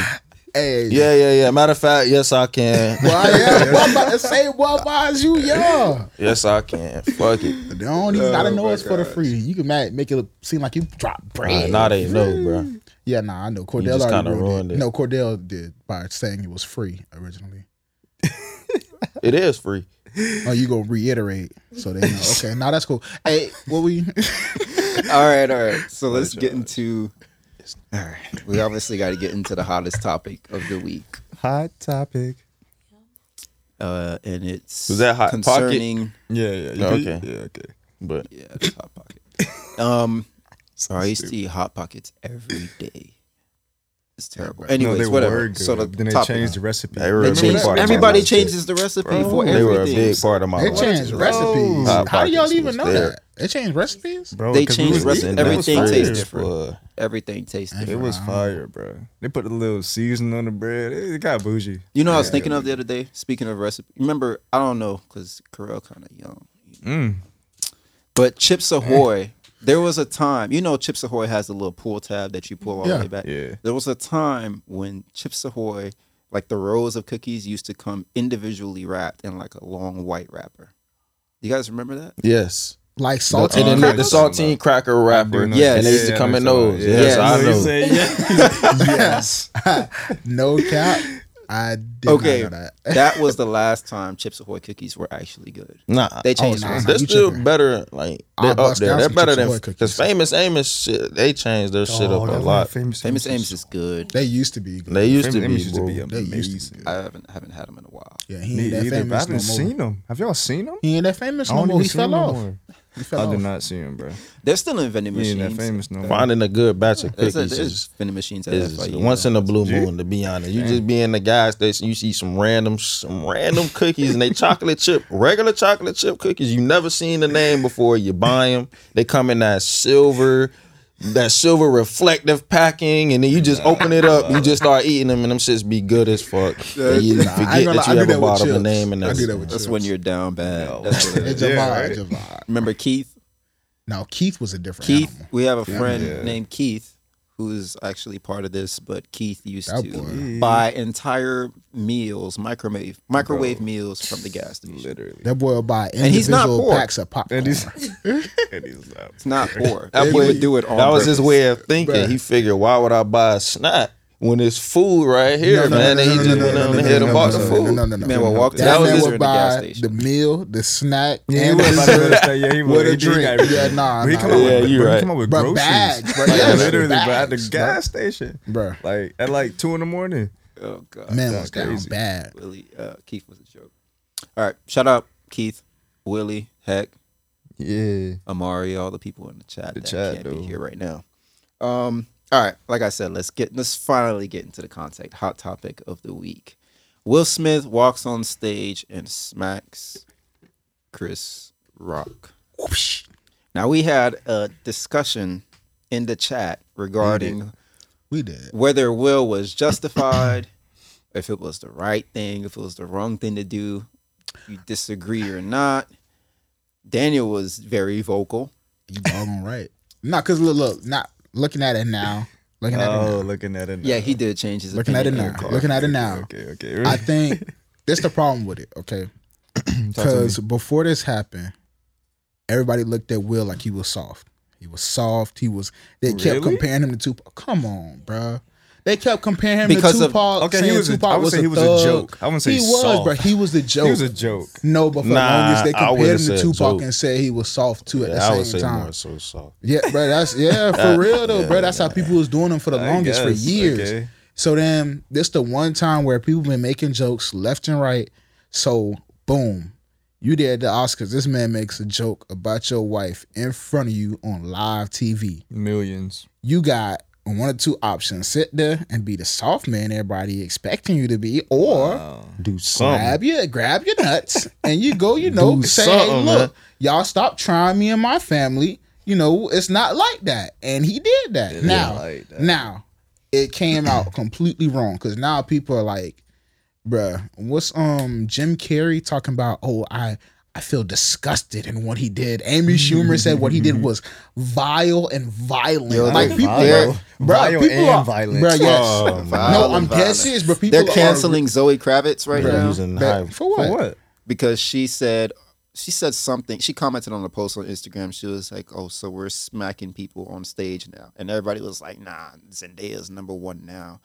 [SPEAKER 4] Hey,
[SPEAKER 3] Yeah, yeah, yeah. Matter of fact, yes, I can.
[SPEAKER 4] Well, I am. Well, I'm about to say, well, why is you young?
[SPEAKER 3] yes, I can. Fuck it.
[SPEAKER 4] They don't even gotta
[SPEAKER 1] Oh,
[SPEAKER 4] know
[SPEAKER 1] my
[SPEAKER 4] it's for the
[SPEAKER 1] gosh.
[SPEAKER 4] free. You can ma- make it look- seem like you drop
[SPEAKER 3] Nah,
[SPEAKER 4] bread.
[SPEAKER 3] nah, they know, bro.
[SPEAKER 4] yeah, nah, I know. Cordell
[SPEAKER 3] just
[SPEAKER 4] already
[SPEAKER 3] kinda
[SPEAKER 4] ruined,
[SPEAKER 3] ruined
[SPEAKER 4] it.
[SPEAKER 3] it.
[SPEAKER 4] No, Cordell did by saying it was free originally.
[SPEAKER 3] It is free.
[SPEAKER 4] Oh, you gonna reiterate so they know. Okay, now that's cool. Hey, what we?
[SPEAKER 1] all right, all right. So let's get into. All right, we obviously got to get into the hottest topic of the week,
[SPEAKER 2] Hot topic.
[SPEAKER 1] uh, and it's
[SPEAKER 3] Was that Hot Pocket?
[SPEAKER 1] concerning.
[SPEAKER 2] Yeah, yeah. you
[SPEAKER 3] Oh,
[SPEAKER 2] could-
[SPEAKER 3] okay.
[SPEAKER 2] Yeah, okay.
[SPEAKER 3] But
[SPEAKER 1] Yeah, it's hot pocket. um, sorry, I used to eat hot pockets every day. It's terrible. Anyways,
[SPEAKER 2] were
[SPEAKER 1] whatever.
[SPEAKER 2] good,
[SPEAKER 1] So the
[SPEAKER 2] then they
[SPEAKER 1] topic.
[SPEAKER 2] changed the recipe.
[SPEAKER 3] They were
[SPEAKER 1] They
[SPEAKER 3] a big
[SPEAKER 1] changed-
[SPEAKER 3] part of my
[SPEAKER 1] everybody
[SPEAKER 3] life, too.
[SPEAKER 1] changes the recipe
[SPEAKER 2] Bro,
[SPEAKER 1] for
[SPEAKER 3] they
[SPEAKER 1] everything.
[SPEAKER 3] were a big part of my
[SPEAKER 4] They
[SPEAKER 3] life.
[SPEAKER 4] changed
[SPEAKER 2] Bro.
[SPEAKER 4] recipes.
[SPEAKER 3] Hot
[SPEAKER 4] How do y'all
[SPEAKER 3] Pockets
[SPEAKER 4] even
[SPEAKER 3] was
[SPEAKER 4] know
[SPEAKER 3] there.
[SPEAKER 4] that? They changed recipes.
[SPEAKER 2] bro.
[SPEAKER 1] They
[SPEAKER 2] 'cause we
[SPEAKER 1] changed
[SPEAKER 2] was
[SPEAKER 1] recipe.
[SPEAKER 2] eating-
[SPEAKER 3] That was
[SPEAKER 1] Everything
[SPEAKER 3] fire.
[SPEAKER 1] tastes different.
[SPEAKER 3] For,
[SPEAKER 1] Everything tastes
[SPEAKER 2] It
[SPEAKER 1] different.
[SPEAKER 2] was fire, bro. They put a little season on the bread. It it got bougie.
[SPEAKER 1] You know, what I was thinking of the other day. Speaking of recipe, remember I don't know because Carell kind of young,
[SPEAKER 2] Mm.
[SPEAKER 1] but Chips Ahoy. There was a time, you know, Chips Ahoy has the little pull tab that you pull all the
[SPEAKER 4] Yeah.
[SPEAKER 1] way back.
[SPEAKER 2] Yeah.
[SPEAKER 1] There was a time when Chips Ahoy, like the rolls of cookies, used to come individually wrapped in like a long white wrapper. You guys remember that?
[SPEAKER 3] yes.
[SPEAKER 4] Like
[SPEAKER 3] And
[SPEAKER 4] salted.
[SPEAKER 3] then the, the
[SPEAKER 2] crackers.
[SPEAKER 3] saltine cracker wrapper.
[SPEAKER 2] know
[SPEAKER 1] Yes.
[SPEAKER 3] And they used
[SPEAKER 2] Yeah,
[SPEAKER 3] to come
[SPEAKER 2] I
[SPEAKER 3] in
[SPEAKER 2] know it's
[SPEAKER 3] those.
[SPEAKER 2] all
[SPEAKER 1] Yeah.
[SPEAKER 2] right.
[SPEAKER 3] Yes, I
[SPEAKER 2] You
[SPEAKER 3] know.
[SPEAKER 2] say yes.
[SPEAKER 4] no cap. I did
[SPEAKER 1] Okay.
[SPEAKER 4] not know that.
[SPEAKER 1] that was the last time Chips Ahoy cookies were actually good.
[SPEAKER 3] Nah,
[SPEAKER 1] They changed
[SPEAKER 4] nah,
[SPEAKER 1] it.
[SPEAKER 4] nah,
[SPEAKER 3] They're
[SPEAKER 4] you
[SPEAKER 3] still
[SPEAKER 4] tripping.
[SPEAKER 3] better. Like
[SPEAKER 4] I'll
[SPEAKER 3] they're up
[SPEAKER 4] bust
[SPEAKER 3] there.
[SPEAKER 4] down
[SPEAKER 3] They're
[SPEAKER 4] some
[SPEAKER 3] better
[SPEAKER 4] Chick-fil-A
[SPEAKER 3] than
[SPEAKER 4] cookies.
[SPEAKER 3] because famous Amos shit. They changed their shit up a lot.
[SPEAKER 2] Famous,
[SPEAKER 1] Famous Amos is good.
[SPEAKER 4] They used to be good.
[SPEAKER 3] They used
[SPEAKER 2] Famous
[SPEAKER 3] to be.
[SPEAKER 2] Amos used to
[SPEAKER 3] bro.
[SPEAKER 2] be
[SPEAKER 4] They used to
[SPEAKER 2] amazing.
[SPEAKER 1] I haven't haven't had them in a while.
[SPEAKER 4] yeah, he
[SPEAKER 2] Me
[SPEAKER 4] ain't that
[SPEAKER 2] either, but I
[SPEAKER 4] famous
[SPEAKER 2] haven't
[SPEAKER 4] no more.
[SPEAKER 2] seen him. Have y'all seen him?
[SPEAKER 4] He ain't that famous
[SPEAKER 2] I
[SPEAKER 4] no
[SPEAKER 2] don't
[SPEAKER 4] more.
[SPEAKER 2] even
[SPEAKER 4] He
[SPEAKER 2] see him
[SPEAKER 4] fell
[SPEAKER 2] no
[SPEAKER 4] off.
[SPEAKER 2] more.
[SPEAKER 4] He fell
[SPEAKER 2] I did
[SPEAKER 4] off.
[SPEAKER 2] not see him, bro.
[SPEAKER 1] They're still in vending
[SPEAKER 2] He ain't that
[SPEAKER 1] machines.
[SPEAKER 2] famous no more.
[SPEAKER 3] Finding a good batch of
[SPEAKER 1] There's,
[SPEAKER 3] cookies
[SPEAKER 1] a,
[SPEAKER 3] is,
[SPEAKER 1] there's vending machines at E,
[SPEAKER 3] is
[SPEAKER 1] FIU.
[SPEAKER 3] once in a blue
[SPEAKER 2] Dude.
[SPEAKER 3] moon. To be honest, you just be in the gas station, you see some random some random cookies, and they chocolate chip, regular chocolate chip cookies. You never seen the name before. You buy them. They come in that silver. That silver reflective packing, and then you just open it up, you just start eating them, and them shits be good as fuck. And you
[SPEAKER 4] Nah, I ain't
[SPEAKER 3] forget
[SPEAKER 4] gonna
[SPEAKER 3] that
[SPEAKER 4] lie, I
[SPEAKER 3] you
[SPEAKER 4] do
[SPEAKER 3] ever
[SPEAKER 4] that with
[SPEAKER 3] bought them the
[SPEAKER 4] chips.
[SPEAKER 3] name, and
[SPEAKER 4] I
[SPEAKER 3] that's
[SPEAKER 4] do that with
[SPEAKER 1] That's
[SPEAKER 4] chips.
[SPEAKER 1] when you're down bad. That's what it
[SPEAKER 4] It's
[SPEAKER 1] is.
[SPEAKER 4] a
[SPEAKER 2] Yeah,
[SPEAKER 4] vibe,
[SPEAKER 2] right.
[SPEAKER 4] it's a vibe.
[SPEAKER 1] Remember Keith?
[SPEAKER 4] No, Keith was a different
[SPEAKER 1] Keith,
[SPEAKER 4] animal.
[SPEAKER 1] we have a friend
[SPEAKER 2] Yeah.
[SPEAKER 1] named Keith who's actually part of this, but Keith used
[SPEAKER 4] That
[SPEAKER 1] to
[SPEAKER 4] boy.
[SPEAKER 1] buy entire meals, microwave microwave meals from the gas station.
[SPEAKER 2] Literally.
[SPEAKER 4] That boy will buy individual
[SPEAKER 1] And he's not poor.
[SPEAKER 4] packs of popcorn.
[SPEAKER 2] And he's, and he's loud.
[SPEAKER 1] It's not poor.
[SPEAKER 3] That
[SPEAKER 1] He
[SPEAKER 3] boy-
[SPEAKER 1] would do it on
[SPEAKER 3] That was his
[SPEAKER 1] purpose.
[SPEAKER 3] way of thinking.
[SPEAKER 4] Bruh.
[SPEAKER 3] He figured, why would I buy a snack when it's food right
[SPEAKER 4] No,
[SPEAKER 3] here,
[SPEAKER 4] no,
[SPEAKER 3] man?
[SPEAKER 4] no,
[SPEAKER 3] and he
[SPEAKER 4] no,
[SPEAKER 3] just
[SPEAKER 4] no,
[SPEAKER 3] went
[SPEAKER 4] no,
[SPEAKER 3] on
[SPEAKER 4] no,
[SPEAKER 3] and
[SPEAKER 4] no,
[SPEAKER 3] hit
[SPEAKER 4] no,
[SPEAKER 3] a box
[SPEAKER 4] no,
[SPEAKER 3] of
[SPEAKER 4] no,
[SPEAKER 3] food.
[SPEAKER 4] No, no, no.
[SPEAKER 1] Man will walk to the
[SPEAKER 4] That man
[SPEAKER 1] freezer
[SPEAKER 4] would
[SPEAKER 1] in the gas
[SPEAKER 4] buy the
[SPEAKER 1] station.
[SPEAKER 4] meal, the snack,
[SPEAKER 2] Yeah, he
[SPEAKER 4] and
[SPEAKER 2] was about to
[SPEAKER 4] dessert.
[SPEAKER 2] say, yeah, he
[SPEAKER 4] with
[SPEAKER 2] was-
[SPEAKER 4] a
[SPEAKER 2] he did
[SPEAKER 4] drink.
[SPEAKER 2] got it.
[SPEAKER 4] Yeah, nah,
[SPEAKER 2] But he
[SPEAKER 4] nah.
[SPEAKER 2] come out
[SPEAKER 3] Yeah,
[SPEAKER 2] with,
[SPEAKER 3] you
[SPEAKER 2] bro, he
[SPEAKER 3] right.
[SPEAKER 2] come out with
[SPEAKER 4] Bruh,
[SPEAKER 2] groceries.
[SPEAKER 4] bags, bruh.
[SPEAKER 2] Like,
[SPEAKER 4] Yeah,
[SPEAKER 2] literally, bro, at the
[SPEAKER 4] bags,
[SPEAKER 2] gas station,
[SPEAKER 4] Bruh.
[SPEAKER 2] Like at like two in the morning.
[SPEAKER 1] Oh god.
[SPEAKER 4] Man
[SPEAKER 2] That's
[SPEAKER 4] was down
[SPEAKER 2] crazy.
[SPEAKER 4] bad.
[SPEAKER 1] Willie, uh, Keith was a joke. All right, shout out Keith, Willie, Heck,
[SPEAKER 2] Yeah,
[SPEAKER 1] Amari, all the people in the chat
[SPEAKER 2] The
[SPEAKER 1] that
[SPEAKER 2] chat,
[SPEAKER 1] can't
[SPEAKER 2] though.
[SPEAKER 1] be here right now. Um, all right, like I said, let's get let's finally get into the contact hot topic of the week. Will Smith walks on stage and smacks Chris Rock. Now we had a discussion in the chat regarding
[SPEAKER 4] We did.
[SPEAKER 1] whether Will was justified, if it was the right thing, if it was the wrong thing to do, you disagree or not. Daniel was very vocal.
[SPEAKER 4] You doggone right. Nah, cause look, look, not looking at it now. Looking at it
[SPEAKER 2] oh,
[SPEAKER 4] now.
[SPEAKER 2] looking at it. Now.
[SPEAKER 1] Yeah, he did change his
[SPEAKER 4] Looking at it
[SPEAKER 1] opinion.
[SPEAKER 4] now. Looking at it now.
[SPEAKER 2] Okay, okay.
[SPEAKER 4] I think that's the problem with it. Okay, because before this happened, everybody looked at Will like he was soft. He was soft. He was. They kept
[SPEAKER 2] Really?
[SPEAKER 4] comparing him to Tupac. Come on, bruh. They kept comparing him
[SPEAKER 1] Because
[SPEAKER 4] to
[SPEAKER 1] of-
[SPEAKER 4] Tupac.
[SPEAKER 2] okay, he
[SPEAKER 4] saying
[SPEAKER 2] was a-
[SPEAKER 4] Tupac
[SPEAKER 2] I would
[SPEAKER 4] was
[SPEAKER 2] say he was a
[SPEAKER 4] thug.
[SPEAKER 2] joke. I wouldn't say
[SPEAKER 4] he was,
[SPEAKER 2] soft.
[SPEAKER 4] but he was a joke.
[SPEAKER 2] he was a joke.
[SPEAKER 4] no, but for
[SPEAKER 3] Nah,
[SPEAKER 4] long as they
[SPEAKER 3] I
[SPEAKER 4] compared
[SPEAKER 3] wouldn't
[SPEAKER 4] him to
[SPEAKER 3] say a
[SPEAKER 4] Tupac
[SPEAKER 3] joke.
[SPEAKER 4] and said he was soft too at the
[SPEAKER 3] Yeah, I would
[SPEAKER 4] same
[SPEAKER 3] say
[SPEAKER 4] time.
[SPEAKER 3] more so soft.
[SPEAKER 4] Yeah, bro. That's yeah for real though, bro. That's how people was doing them for the
[SPEAKER 2] I
[SPEAKER 4] longest for
[SPEAKER 2] guess,
[SPEAKER 4] years.
[SPEAKER 2] okay.
[SPEAKER 4] So then this the one time where people been making jokes left and right. So boom, you there at the Oscars. This man makes a joke about your wife in front of you on live TV.
[SPEAKER 2] Millions.
[SPEAKER 4] You got one or two options: sit there and be the soft man everybody expecting you to be, or
[SPEAKER 3] Do something.
[SPEAKER 4] grab your grab your nuts and you go, you know,
[SPEAKER 3] Do
[SPEAKER 4] say, hey,
[SPEAKER 3] something,
[SPEAKER 4] look, y'all stop trying me and my family. You know, it's not like that. And he did that.
[SPEAKER 2] It is
[SPEAKER 4] now,
[SPEAKER 2] like that.
[SPEAKER 4] now, it came out completely wrong because now people are like, bruh, what's um Jim Carrey talking about? Oh, I I feel disgusted in what he did. Amy Schumer said what he did was vile and violent. like people,
[SPEAKER 2] vile.
[SPEAKER 4] are- bruh,
[SPEAKER 2] Vile
[SPEAKER 4] people
[SPEAKER 2] and
[SPEAKER 4] are,
[SPEAKER 2] violent.
[SPEAKER 4] Bruh, yes.
[SPEAKER 3] Oh,
[SPEAKER 4] no,
[SPEAKER 1] vile
[SPEAKER 4] I'm
[SPEAKER 1] and
[SPEAKER 4] dead
[SPEAKER 1] violent.
[SPEAKER 4] serious, but people
[SPEAKER 1] They're
[SPEAKER 4] are-
[SPEAKER 1] canceling Zoe Kravitz right now
[SPEAKER 3] Using high-
[SPEAKER 4] Bruh, for what?
[SPEAKER 2] For what?
[SPEAKER 1] because she said she said something. She commented on the post on Instagram. She was like, "Oh, so we're smacking people on stage now," and everybody was like, "Nah, Zendaya's number one now."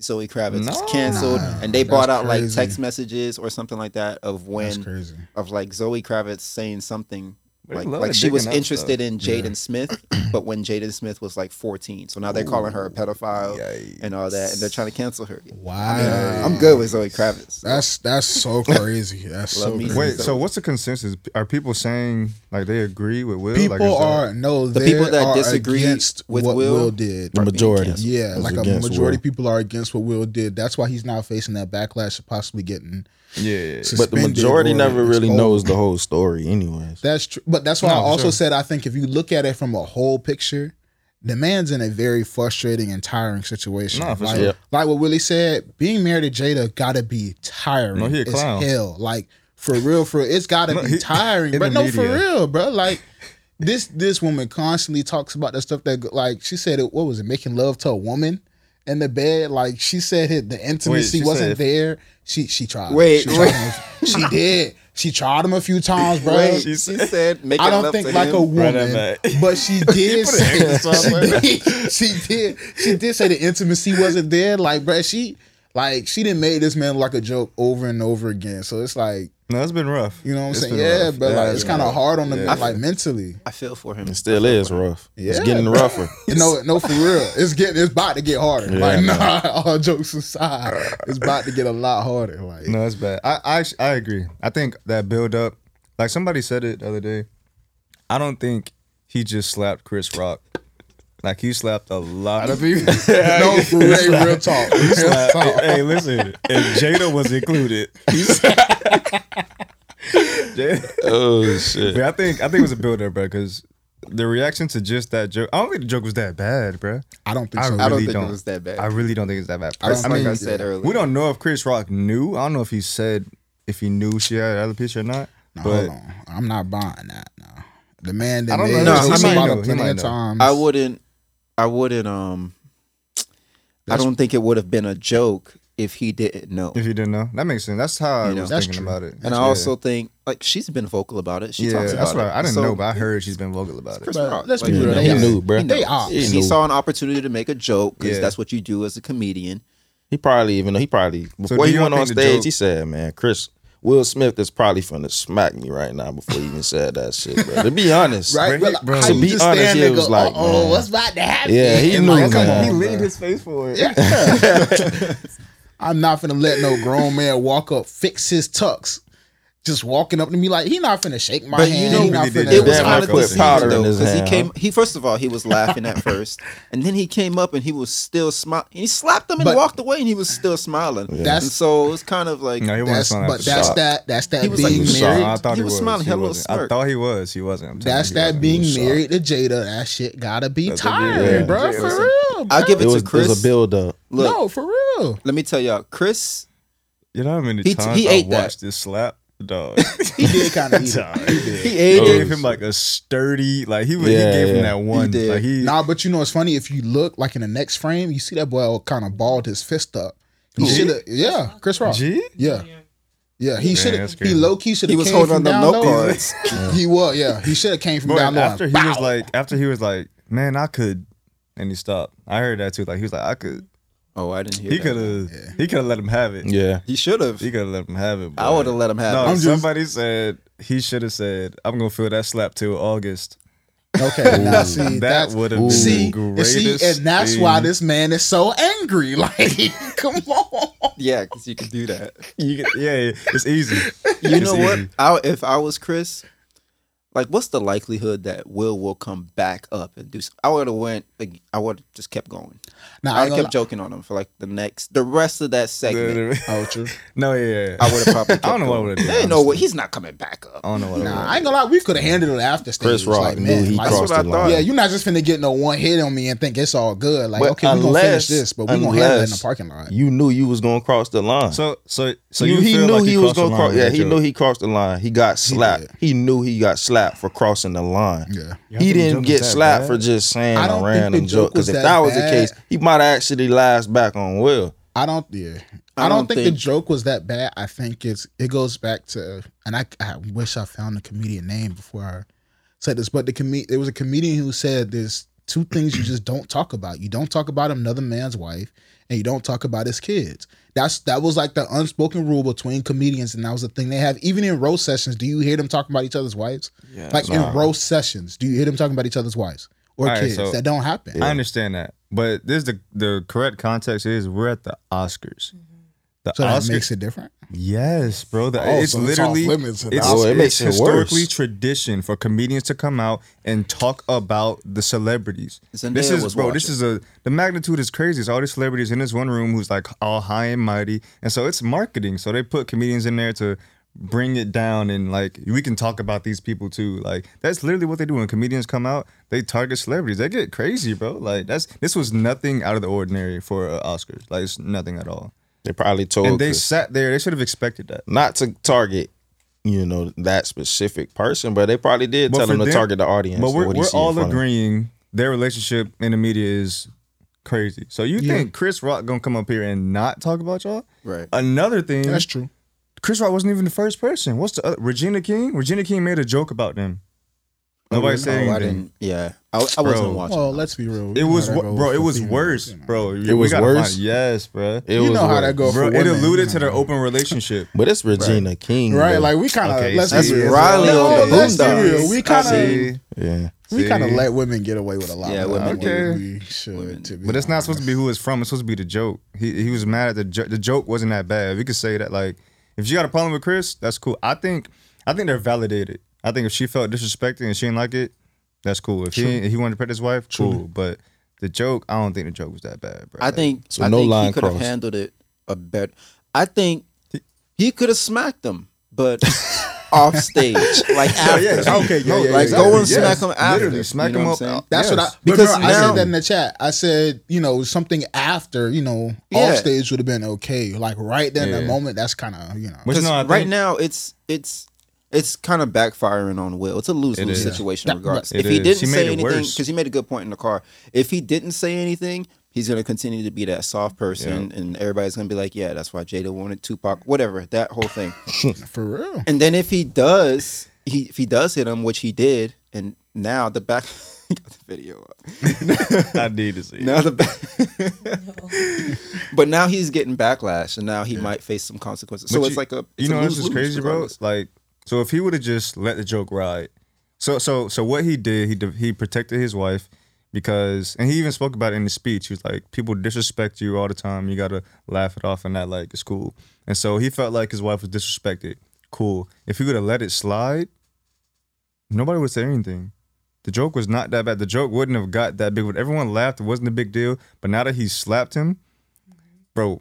[SPEAKER 1] Zoe Kravitz is
[SPEAKER 2] No.
[SPEAKER 1] canceled,
[SPEAKER 4] Nah,
[SPEAKER 1] and they brought
[SPEAKER 4] that's
[SPEAKER 1] out like
[SPEAKER 4] crazy.
[SPEAKER 1] text messages or something like that of
[SPEAKER 4] That's
[SPEAKER 1] when
[SPEAKER 4] crazy.
[SPEAKER 1] of like Zoe Kravitz saying something.
[SPEAKER 2] They
[SPEAKER 1] Like,
[SPEAKER 2] love
[SPEAKER 1] like she
[SPEAKER 2] digging
[SPEAKER 1] was
[SPEAKER 2] up stuff.
[SPEAKER 1] interested in Jaden Smith, but when Jaden Smith was like 14, so now they're calling her a pedophile and all that, and they're trying to cancel her.
[SPEAKER 4] Wow.
[SPEAKER 1] uh, I'm good with Zoe Kravitz.
[SPEAKER 4] That's that's so crazy. That's
[SPEAKER 1] Love
[SPEAKER 4] so
[SPEAKER 1] me
[SPEAKER 4] crazy.
[SPEAKER 1] some
[SPEAKER 2] Wait, so what's the consensus? Are people saying like they agree with Will? like,
[SPEAKER 4] people
[SPEAKER 2] is that-
[SPEAKER 4] are no
[SPEAKER 1] The
[SPEAKER 4] they
[SPEAKER 1] people that
[SPEAKER 4] are
[SPEAKER 1] disagree
[SPEAKER 4] against
[SPEAKER 1] with
[SPEAKER 4] what
[SPEAKER 1] Will-
[SPEAKER 4] Will, did.
[SPEAKER 3] The majority.
[SPEAKER 4] Yeah,
[SPEAKER 3] is
[SPEAKER 4] like a
[SPEAKER 3] against
[SPEAKER 4] majority
[SPEAKER 3] Will.
[SPEAKER 4] of people are against what Will did. That's why he's now facing that backlash of possibly getting.
[SPEAKER 2] yeah, yeah, yeah.
[SPEAKER 3] But the
[SPEAKER 4] suspended
[SPEAKER 3] majority
[SPEAKER 4] or
[SPEAKER 3] never really
[SPEAKER 4] exposed.
[SPEAKER 3] knows the whole story, anyways.
[SPEAKER 4] That's true. But that's why I
[SPEAKER 2] No,
[SPEAKER 4] also
[SPEAKER 2] sure.
[SPEAKER 4] said I think if you look at it from a whole picture, the man's in a very frustrating and tiring situation.
[SPEAKER 2] Nah, for
[SPEAKER 4] like,
[SPEAKER 2] sure.
[SPEAKER 4] like what Willie said, being married to Jada gotta be tiring.
[SPEAKER 2] No, he a
[SPEAKER 4] as
[SPEAKER 2] clown.
[SPEAKER 4] hell. Like for real, for real. It's gotta
[SPEAKER 2] No,
[SPEAKER 4] be
[SPEAKER 2] he-
[SPEAKER 4] tiring.
[SPEAKER 2] in
[SPEAKER 4] But
[SPEAKER 2] the
[SPEAKER 4] no, for
[SPEAKER 2] media.
[SPEAKER 4] real, bro. Like this this woman constantly talks about the stuff that like she said it, what was it, making love to a woman? In the bed, like she said, it the intimacy
[SPEAKER 2] she said-
[SPEAKER 4] wasn't there. She she tried.
[SPEAKER 1] Wait,
[SPEAKER 4] she, tried
[SPEAKER 1] wait.
[SPEAKER 4] him. she did. She tried him a few times, bro.
[SPEAKER 1] Wait, she
[SPEAKER 2] She
[SPEAKER 1] said, make
[SPEAKER 4] I
[SPEAKER 1] it
[SPEAKER 4] don't
[SPEAKER 1] love
[SPEAKER 4] think
[SPEAKER 1] to
[SPEAKER 4] like
[SPEAKER 1] him.
[SPEAKER 4] a
[SPEAKER 2] Run that
[SPEAKER 4] woman,
[SPEAKER 2] back.
[SPEAKER 4] but she did say she did, she did she did say the intimacy wasn't there. Like, bruh, she Like she didn't make this man look like a joke over and over again. So it's like
[SPEAKER 2] No, it's been rough.
[SPEAKER 4] you know what I'm
[SPEAKER 2] It's
[SPEAKER 4] saying.
[SPEAKER 2] been
[SPEAKER 4] Yeah,
[SPEAKER 2] rough.
[SPEAKER 4] but
[SPEAKER 2] Yeah,
[SPEAKER 4] like it's
[SPEAKER 2] it's
[SPEAKER 4] kind of hard on the
[SPEAKER 2] Yeah.
[SPEAKER 4] like mentally.
[SPEAKER 1] I feel for him.
[SPEAKER 3] It still is rough. It's
[SPEAKER 4] Yeah.
[SPEAKER 3] getting rougher.
[SPEAKER 4] No, no, for real. It's getting it's about to get harder.
[SPEAKER 3] Yeah,
[SPEAKER 4] like
[SPEAKER 3] man.
[SPEAKER 4] nah, all jokes aside, it's about to get a lot harder. Like
[SPEAKER 2] No, that's bad. I, I actu- I agree. I think that build up, like somebody said it the other day. I don't think he just slapped Chris Rock. Like he slapped a lot of people.
[SPEAKER 4] no, for real, real talk. Real talk.
[SPEAKER 2] hey, listen, if Jada was included, he slapped. Jada,
[SPEAKER 3] oh shit.
[SPEAKER 2] but I think I think it was a build up, bro, because the reaction to just that joke. I don't think the joke was that bad, bro.
[SPEAKER 4] I don't think
[SPEAKER 2] I
[SPEAKER 4] so.
[SPEAKER 2] really
[SPEAKER 1] I don't think
[SPEAKER 2] don't.
[SPEAKER 1] it was that bad.
[SPEAKER 2] I really don't think it's that bad.
[SPEAKER 4] I don't
[SPEAKER 1] Just
[SPEAKER 2] I
[SPEAKER 1] like
[SPEAKER 2] mean,
[SPEAKER 1] I said earlier,
[SPEAKER 2] we don't know if Chris Rock knew. I don't know if he said if he knew she had alopecia or not.
[SPEAKER 4] Nah,
[SPEAKER 2] but
[SPEAKER 4] hold on, I'm not buying that. No, the man that
[SPEAKER 2] I don't
[SPEAKER 4] made
[SPEAKER 2] know.
[SPEAKER 4] this
[SPEAKER 1] No, he
[SPEAKER 4] about
[SPEAKER 1] might
[SPEAKER 4] it
[SPEAKER 2] know. He
[SPEAKER 4] plenty
[SPEAKER 2] might
[SPEAKER 4] of
[SPEAKER 2] know.
[SPEAKER 4] times.
[SPEAKER 1] I wouldn't. I wouldn't. Um, I
[SPEAKER 4] That's-
[SPEAKER 1] don't think it would have been a joke if he didn't know.
[SPEAKER 2] If you didn't know, that makes sense. That's how I
[SPEAKER 1] You know.
[SPEAKER 2] was
[SPEAKER 4] That's
[SPEAKER 2] thinking
[SPEAKER 4] true.
[SPEAKER 2] about it.
[SPEAKER 1] and I also think like she's been vocal about it. She
[SPEAKER 2] yeah,
[SPEAKER 1] talks about
[SPEAKER 2] that's
[SPEAKER 1] it.
[SPEAKER 2] what I, I didn't
[SPEAKER 1] So,
[SPEAKER 2] know, but I heard she's been vocal about it.
[SPEAKER 1] Chris
[SPEAKER 4] But
[SPEAKER 1] Rock,
[SPEAKER 4] let's
[SPEAKER 1] like,
[SPEAKER 4] be real,
[SPEAKER 1] you know,
[SPEAKER 4] they
[SPEAKER 1] he
[SPEAKER 4] knew,
[SPEAKER 1] knows.
[SPEAKER 3] bruh.
[SPEAKER 1] He knows.
[SPEAKER 4] They ops.
[SPEAKER 3] He
[SPEAKER 1] She
[SPEAKER 3] knew.
[SPEAKER 1] saw an opportunity to make a joke because
[SPEAKER 2] Yeah.
[SPEAKER 1] that's what you do as a comedian.
[SPEAKER 3] He probably even he probably before
[SPEAKER 2] do
[SPEAKER 3] he
[SPEAKER 2] y'all
[SPEAKER 3] went
[SPEAKER 2] think
[SPEAKER 3] on
[SPEAKER 2] the
[SPEAKER 3] stage,
[SPEAKER 2] joke-
[SPEAKER 3] he said, "Man, Chris." Will Smith is probably finna smack me right now before he even said that shit, bro. To be honest,
[SPEAKER 4] right?
[SPEAKER 2] Bro,
[SPEAKER 4] But
[SPEAKER 2] bro.
[SPEAKER 4] how
[SPEAKER 2] To
[SPEAKER 4] you
[SPEAKER 3] be
[SPEAKER 4] just
[SPEAKER 3] honest,
[SPEAKER 4] stand
[SPEAKER 3] it
[SPEAKER 4] there and
[SPEAKER 3] was
[SPEAKER 4] go,
[SPEAKER 3] like,
[SPEAKER 4] oh,
[SPEAKER 3] man.
[SPEAKER 4] what's about to happen?
[SPEAKER 3] Yeah, he
[SPEAKER 4] And
[SPEAKER 3] knew,
[SPEAKER 4] like,
[SPEAKER 3] man. He
[SPEAKER 4] bro.
[SPEAKER 2] face for it.
[SPEAKER 4] I'm not finna let no grown man walk up, fix his tucks, just walking up to me like he not finna shake my
[SPEAKER 1] But you
[SPEAKER 4] hand.
[SPEAKER 1] know
[SPEAKER 4] he
[SPEAKER 2] what
[SPEAKER 4] not
[SPEAKER 2] he did
[SPEAKER 4] finna.
[SPEAKER 1] It was
[SPEAKER 3] Damn, I
[SPEAKER 1] hard to
[SPEAKER 3] put
[SPEAKER 1] see
[SPEAKER 3] powder
[SPEAKER 1] though
[SPEAKER 3] in his
[SPEAKER 1] because he
[SPEAKER 3] hand,
[SPEAKER 1] came. He first of all he was laughing at first, and then he came up and he was still smiling. He slapped him and
[SPEAKER 4] But-
[SPEAKER 1] walked away, and he was still smiling.
[SPEAKER 4] That's-
[SPEAKER 1] and so it's kind of like
[SPEAKER 2] No, he
[SPEAKER 4] that's,
[SPEAKER 2] wasn't.
[SPEAKER 4] but that's
[SPEAKER 3] Shocked.
[SPEAKER 4] that. That's that
[SPEAKER 1] He was like,
[SPEAKER 4] being
[SPEAKER 3] shocked.
[SPEAKER 4] married.
[SPEAKER 2] I thought
[SPEAKER 1] He
[SPEAKER 2] he
[SPEAKER 1] was
[SPEAKER 2] was
[SPEAKER 1] smiling,
[SPEAKER 2] He
[SPEAKER 1] had a little
[SPEAKER 2] wasn't. I
[SPEAKER 1] smirk.
[SPEAKER 2] thought he was. He wasn't. I'm telling
[SPEAKER 4] That's
[SPEAKER 2] you, he
[SPEAKER 4] that
[SPEAKER 2] wasn't.
[SPEAKER 4] being
[SPEAKER 3] shocked.
[SPEAKER 4] married to Jada. That shit gotta be
[SPEAKER 2] a big-
[SPEAKER 4] tiring,
[SPEAKER 3] yeah.
[SPEAKER 4] bro.
[SPEAKER 2] Yeah,
[SPEAKER 4] For
[SPEAKER 2] listen.
[SPEAKER 4] real, bro.
[SPEAKER 1] I give
[SPEAKER 3] It
[SPEAKER 1] it
[SPEAKER 3] was,
[SPEAKER 1] to
[SPEAKER 3] it was
[SPEAKER 1] Chris.
[SPEAKER 3] a build up.
[SPEAKER 1] Look,
[SPEAKER 4] no, for real.
[SPEAKER 1] let me tell y'all, Chris.
[SPEAKER 2] You know how many
[SPEAKER 1] He-
[SPEAKER 2] times
[SPEAKER 1] he
[SPEAKER 2] I
[SPEAKER 1] ate that.
[SPEAKER 2] watched this slap, dog.
[SPEAKER 4] He did kind of eat it.
[SPEAKER 1] He ate
[SPEAKER 2] Oh, He
[SPEAKER 1] it.
[SPEAKER 2] gave him like a sturdy, like he, was-
[SPEAKER 3] Yeah,
[SPEAKER 2] he gave
[SPEAKER 3] yeah.
[SPEAKER 2] him that one.
[SPEAKER 1] did.
[SPEAKER 2] Like he,
[SPEAKER 4] Nah, but you know it's funny if you look like in the next frame, you see that boy kind of balled his fist up. He
[SPEAKER 2] Who?
[SPEAKER 4] should have, yeah, Chris Rock.
[SPEAKER 2] G?
[SPEAKER 4] Yeah, yeah, he
[SPEAKER 2] Man,
[SPEAKER 4] should have.
[SPEAKER 2] that's
[SPEAKER 4] He
[SPEAKER 2] crazy.
[SPEAKER 4] low key should have.
[SPEAKER 1] He was holding on
[SPEAKER 4] the
[SPEAKER 1] them note cards.
[SPEAKER 4] He was, yeah. He should have came from
[SPEAKER 2] Bro,
[SPEAKER 4] down
[SPEAKER 2] and
[SPEAKER 4] low.
[SPEAKER 2] after
[SPEAKER 4] and
[SPEAKER 2] he
[SPEAKER 4] bow.
[SPEAKER 2] was like, after he was like, man, I could, and he stopped. I heard that too. Like he was like, I could.
[SPEAKER 1] Oh, I didn't hear.
[SPEAKER 2] He
[SPEAKER 1] that.
[SPEAKER 2] could have. He could have let him have it.
[SPEAKER 3] Yeah.
[SPEAKER 1] He should have.
[SPEAKER 2] He could have let him have it.
[SPEAKER 1] I
[SPEAKER 2] boy.
[SPEAKER 1] would have let him have.
[SPEAKER 2] No,
[SPEAKER 1] it.
[SPEAKER 2] somebody said he should have said, "I'm gonna feel that slap till August."
[SPEAKER 4] okay, now see
[SPEAKER 2] that
[SPEAKER 4] that's-
[SPEAKER 2] would've been
[SPEAKER 4] see,
[SPEAKER 2] the
[SPEAKER 4] and see,
[SPEAKER 2] greatest
[SPEAKER 4] and that's why
[SPEAKER 2] thing.
[SPEAKER 4] this man is so angry. Like, come on,
[SPEAKER 1] Yeah, because you could do that.
[SPEAKER 2] You get, yeah, yeah, it's easy.
[SPEAKER 1] You
[SPEAKER 2] It's
[SPEAKER 1] know what?
[SPEAKER 2] easy.
[SPEAKER 1] I, if I was Chris, like, what's the likelihood that Will will come back up and do? Something? I would have went. Like, I would have just kept going.
[SPEAKER 4] nah,
[SPEAKER 1] I would
[SPEAKER 4] I ain't
[SPEAKER 1] have
[SPEAKER 4] gonna
[SPEAKER 1] kept joking on him for like the next, the rest of that segment.
[SPEAKER 4] lie. Oh, true.
[SPEAKER 2] no, yeah, yeah.
[SPEAKER 1] I would have probably. Kept
[SPEAKER 2] I don't know what I
[SPEAKER 1] going.
[SPEAKER 2] would've done,
[SPEAKER 1] They know what
[SPEAKER 2] honestly.
[SPEAKER 1] he's not coming back
[SPEAKER 2] I
[SPEAKER 1] up.
[SPEAKER 2] don't know what. I
[SPEAKER 4] Nah,
[SPEAKER 2] would've
[SPEAKER 4] I ain't gonna lie. We could have handled it after stage.
[SPEAKER 3] Chris Rock
[SPEAKER 4] like,
[SPEAKER 3] knew
[SPEAKER 4] man,
[SPEAKER 3] he
[SPEAKER 4] like,
[SPEAKER 1] that's what
[SPEAKER 3] crossed
[SPEAKER 1] I
[SPEAKER 3] the line.
[SPEAKER 1] thought.
[SPEAKER 4] Yeah, you're not just finna get no one hit on me and think it's all good. Like,
[SPEAKER 3] But
[SPEAKER 4] okay, we're gonna finish
[SPEAKER 3] unless-
[SPEAKER 4] this, but we're gonna handle it in the
[SPEAKER 3] unless
[SPEAKER 4] parking lot.
[SPEAKER 3] You knew you was gonna cross the line.
[SPEAKER 2] So, so, so
[SPEAKER 3] you,
[SPEAKER 2] you,
[SPEAKER 3] he
[SPEAKER 2] feel
[SPEAKER 3] knew
[SPEAKER 2] like
[SPEAKER 3] he, was
[SPEAKER 2] crossed the
[SPEAKER 3] gonna
[SPEAKER 2] line
[SPEAKER 3] cross.
[SPEAKER 2] with
[SPEAKER 3] Yeah,
[SPEAKER 2] that
[SPEAKER 3] he
[SPEAKER 2] joke.
[SPEAKER 3] knew he crossed the line. He got slapped.
[SPEAKER 4] did.
[SPEAKER 3] He, knew he got slapped for crossing the line.
[SPEAKER 4] Yeah.
[SPEAKER 2] Y'all
[SPEAKER 3] He
[SPEAKER 2] think the
[SPEAKER 3] didn't
[SPEAKER 2] joke was
[SPEAKER 3] get
[SPEAKER 2] that
[SPEAKER 3] slapped
[SPEAKER 2] bad?
[SPEAKER 3] for just saying
[SPEAKER 4] I don't think
[SPEAKER 3] a
[SPEAKER 4] the
[SPEAKER 3] random
[SPEAKER 4] joke
[SPEAKER 3] joke. Because
[SPEAKER 4] was
[SPEAKER 3] if
[SPEAKER 4] that
[SPEAKER 3] that, was the
[SPEAKER 4] bad.
[SPEAKER 3] case, he might have actually lies back on Will.
[SPEAKER 4] I don't. Yeah, I, don't, think, the joke was that bad. I think it's it goes back to, and I, I wish I found the comedian name before I said this, but the com there was a comedian who said there's two things you just don't talk about. You don't talk about another man's wife, and you don't talk about his kids. That's that was like the unspoken rule between comedians, and that was the thing they have. Even in row sessions, do you hear them talking about each other's wives?
[SPEAKER 1] Yeah,
[SPEAKER 4] like
[SPEAKER 3] nah.
[SPEAKER 4] in row sessions, do you hear them talking about each other's wives or
[SPEAKER 2] All right,
[SPEAKER 4] kids?
[SPEAKER 2] so-
[SPEAKER 4] that don't happen.
[SPEAKER 2] I understand that, but this the the correct context is we're at the Oscars. The
[SPEAKER 4] So that
[SPEAKER 2] Oscars,
[SPEAKER 4] makes it different.
[SPEAKER 2] yes, bro. The,
[SPEAKER 4] Oh,
[SPEAKER 2] it's
[SPEAKER 4] so it's off
[SPEAKER 2] literally
[SPEAKER 4] limits at the
[SPEAKER 2] it's,
[SPEAKER 3] Oscars. Oh, it makes
[SPEAKER 2] it's
[SPEAKER 3] it
[SPEAKER 2] historically
[SPEAKER 3] worse.
[SPEAKER 2] tradition for comedians to come out and talk about the celebrities.
[SPEAKER 1] Zendaya
[SPEAKER 2] this is
[SPEAKER 1] was
[SPEAKER 2] bro.
[SPEAKER 1] watching.
[SPEAKER 2] This is a the magnitude is crazy. It's all these celebrities in this one room who's like all high and mighty, and so it's marketing. So they put comedians in there to bring it down and like we can talk about these people too. Like that's literally what they do when comedians come out. They target celebrities. They get crazy, bro. Like that's this was nothing out of the ordinary for uh, Oscars. Like it's nothing at all.
[SPEAKER 3] They probably told
[SPEAKER 2] And they
[SPEAKER 3] Chris
[SPEAKER 2] sat there. They should have expected that.
[SPEAKER 3] not to target, you know, that specific person, but they probably did
[SPEAKER 2] But
[SPEAKER 3] tell
[SPEAKER 2] for
[SPEAKER 3] him to
[SPEAKER 2] them-
[SPEAKER 3] target the audience.
[SPEAKER 2] But
[SPEAKER 3] and
[SPEAKER 2] we're,
[SPEAKER 3] what he
[SPEAKER 2] we're
[SPEAKER 3] see in
[SPEAKER 2] all
[SPEAKER 3] front of him.
[SPEAKER 2] agreeing their relationship in the media is crazy. So you
[SPEAKER 4] Yeah.
[SPEAKER 2] think Chris Rock gonna come up here and not talk about y'all?
[SPEAKER 1] Right.
[SPEAKER 2] Another thing,
[SPEAKER 4] That's true.
[SPEAKER 2] Chris Rock wasn't even the first person. What's the other, Regina King? Regina King made a joke about them. Nobody said
[SPEAKER 1] Oh, I
[SPEAKER 2] anything.
[SPEAKER 1] didn't. Yeah, I, I wasn't
[SPEAKER 2] Bro.
[SPEAKER 1] watching.
[SPEAKER 4] Well, Oh, let's be real.
[SPEAKER 2] It was
[SPEAKER 4] You know how that
[SPEAKER 2] wo- bro.
[SPEAKER 4] goes
[SPEAKER 2] It
[SPEAKER 4] for
[SPEAKER 2] was
[SPEAKER 4] females,
[SPEAKER 2] worse,
[SPEAKER 4] you know.
[SPEAKER 2] bro. It
[SPEAKER 3] was worse?
[SPEAKER 2] yes, bro.
[SPEAKER 3] It
[SPEAKER 4] You
[SPEAKER 3] was
[SPEAKER 4] know how
[SPEAKER 3] worse.
[SPEAKER 4] that goes.
[SPEAKER 2] bro,
[SPEAKER 4] for
[SPEAKER 2] it
[SPEAKER 4] women,
[SPEAKER 2] alluded
[SPEAKER 4] you
[SPEAKER 2] to
[SPEAKER 4] know.
[SPEAKER 2] their open relationship.
[SPEAKER 3] But it's Regina King,
[SPEAKER 4] Right,
[SPEAKER 3] though.
[SPEAKER 4] like we kind of
[SPEAKER 2] Okay,
[SPEAKER 4] let's
[SPEAKER 1] That's
[SPEAKER 4] be real.
[SPEAKER 1] Riley
[SPEAKER 4] No,
[SPEAKER 1] on the
[SPEAKER 4] let's be
[SPEAKER 1] Boondocks.
[SPEAKER 4] real. We kind of
[SPEAKER 2] See?
[SPEAKER 3] yeah.
[SPEAKER 4] we kind of
[SPEAKER 2] See?
[SPEAKER 4] let women get away with a lot.
[SPEAKER 1] Yeah,
[SPEAKER 4] more
[SPEAKER 1] women
[SPEAKER 4] than
[SPEAKER 2] do.
[SPEAKER 4] We should,
[SPEAKER 1] Women.
[SPEAKER 4] to be
[SPEAKER 2] But it's not
[SPEAKER 4] honest.
[SPEAKER 2] supposed to be who it's from. It's supposed to be the joke. He he was mad at the joke. The joke wasn't that bad. We could say that like if she got a problem with Chris, that's cool. I think I think they're validated. I think if she felt disrespected and she didn't like it, that's cool. If he if he wanted to pet his wife, cool. But the joke, I don't think the joke was that bad, bro.
[SPEAKER 1] I think
[SPEAKER 3] So
[SPEAKER 1] I
[SPEAKER 3] no
[SPEAKER 1] think he
[SPEAKER 3] line
[SPEAKER 1] could have
[SPEAKER 3] crossed.
[SPEAKER 1] handled it a better. I think he could have smacked him, but off stage, like after.
[SPEAKER 2] yes, okay, yeah,
[SPEAKER 1] No,
[SPEAKER 2] yeah,
[SPEAKER 1] like
[SPEAKER 2] yeah,
[SPEAKER 1] go and
[SPEAKER 2] exactly,
[SPEAKER 1] smack
[SPEAKER 2] yes.
[SPEAKER 1] him after.
[SPEAKER 2] Literally, smack
[SPEAKER 1] you know
[SPEAKER 2] him
[SPEAKER 1] what I'm
[SPEAKER 2] up.
[SPEAKER 1] saying?
[SPEAKER 4] That's
[SPEAKER 2] Yes.
[SPEAKER 4] what I
[SPEAKER 1] Because
[SPEAKER 4] because I
[SPEAKER 1] now-
[SPEAKER 4] said that in the chat. I said, you know, something after, you know,
[SPEAKER 1] Yeah.
[SPEAKER 4] off stage would have been okay. Like right then, the
[SPEAKER 2] Yeah.
[SPEAKER 4] moment, that's kind of you know.
[SPEAKER 2] Which
[SPEAKER 1] 'Cause
[SPEAKER 2] no, I
[SPEAKER 1] right
[SPEAKER 2] think-
[SPEAKER 1] now it's it's it's kind of backfiring on Will. It's a lose
[SPEAKER 2] It
[SPEAKER 1] lose
[SPEAKER 2] is.
[SPEAKER 1] situation,
[SPEAKER 4] That-
[SPEAKER 1] regardless.
[SPEAKER 2] it
[SPEAKER 1] if he
[SPEAKER 2] is.
[SPEAKER 1] didn't
[SPEAKER 2] He made
[SPEAKER 1] say
[SPEAKER 2] it
[SPEAKER 1] anything,
[SPEAKER 2] worse.
[SPEAKER 1] because he made a good point in the car. If he didn't say anything, he's gonna continue to be that soft person, and everybody's gonna be like, "Yeah, that's why Jada wanted Tupac, whatever." That whole thing.
[SPEAKER 4] For real,
[SPEAKER 1] And then if he does, he if he does hit him, which he did, and now the back got the video up.
[SPEAKER 2] I need to see.
[SPEAKER 1] Now the back But now he's getting backlash and now he might face some consequences. So
[SPEAKER 2] But
[SPEAKER 1] it's
[SPEAKER 2] you-
[SPEAKER 1] like a it's
[SPEAKER 2] you know
[SPEAKER 1] a
[SPEAKER 2] this is
[SPEAKER 1] lose-lose
[SPEAKER 2] crazy, bro.
[SPEAKER 1] regardless.
[SPEAKER 2] Like, so if he would have just let the joke ride, so so so what he did, he de- he protected his wife because, and he even spoke about it in his speech. He was like, people disrespect you all the time. You gotta laugh it off and not like it's cool. And so he felt like his wife was disrespected. Cool. If he would have let it slide, nobody would say anything. The joke was not that bad. The joke wouldn't have got that big. But everyone laughed. It wasn't a big deal. But now that he slapped him, bro,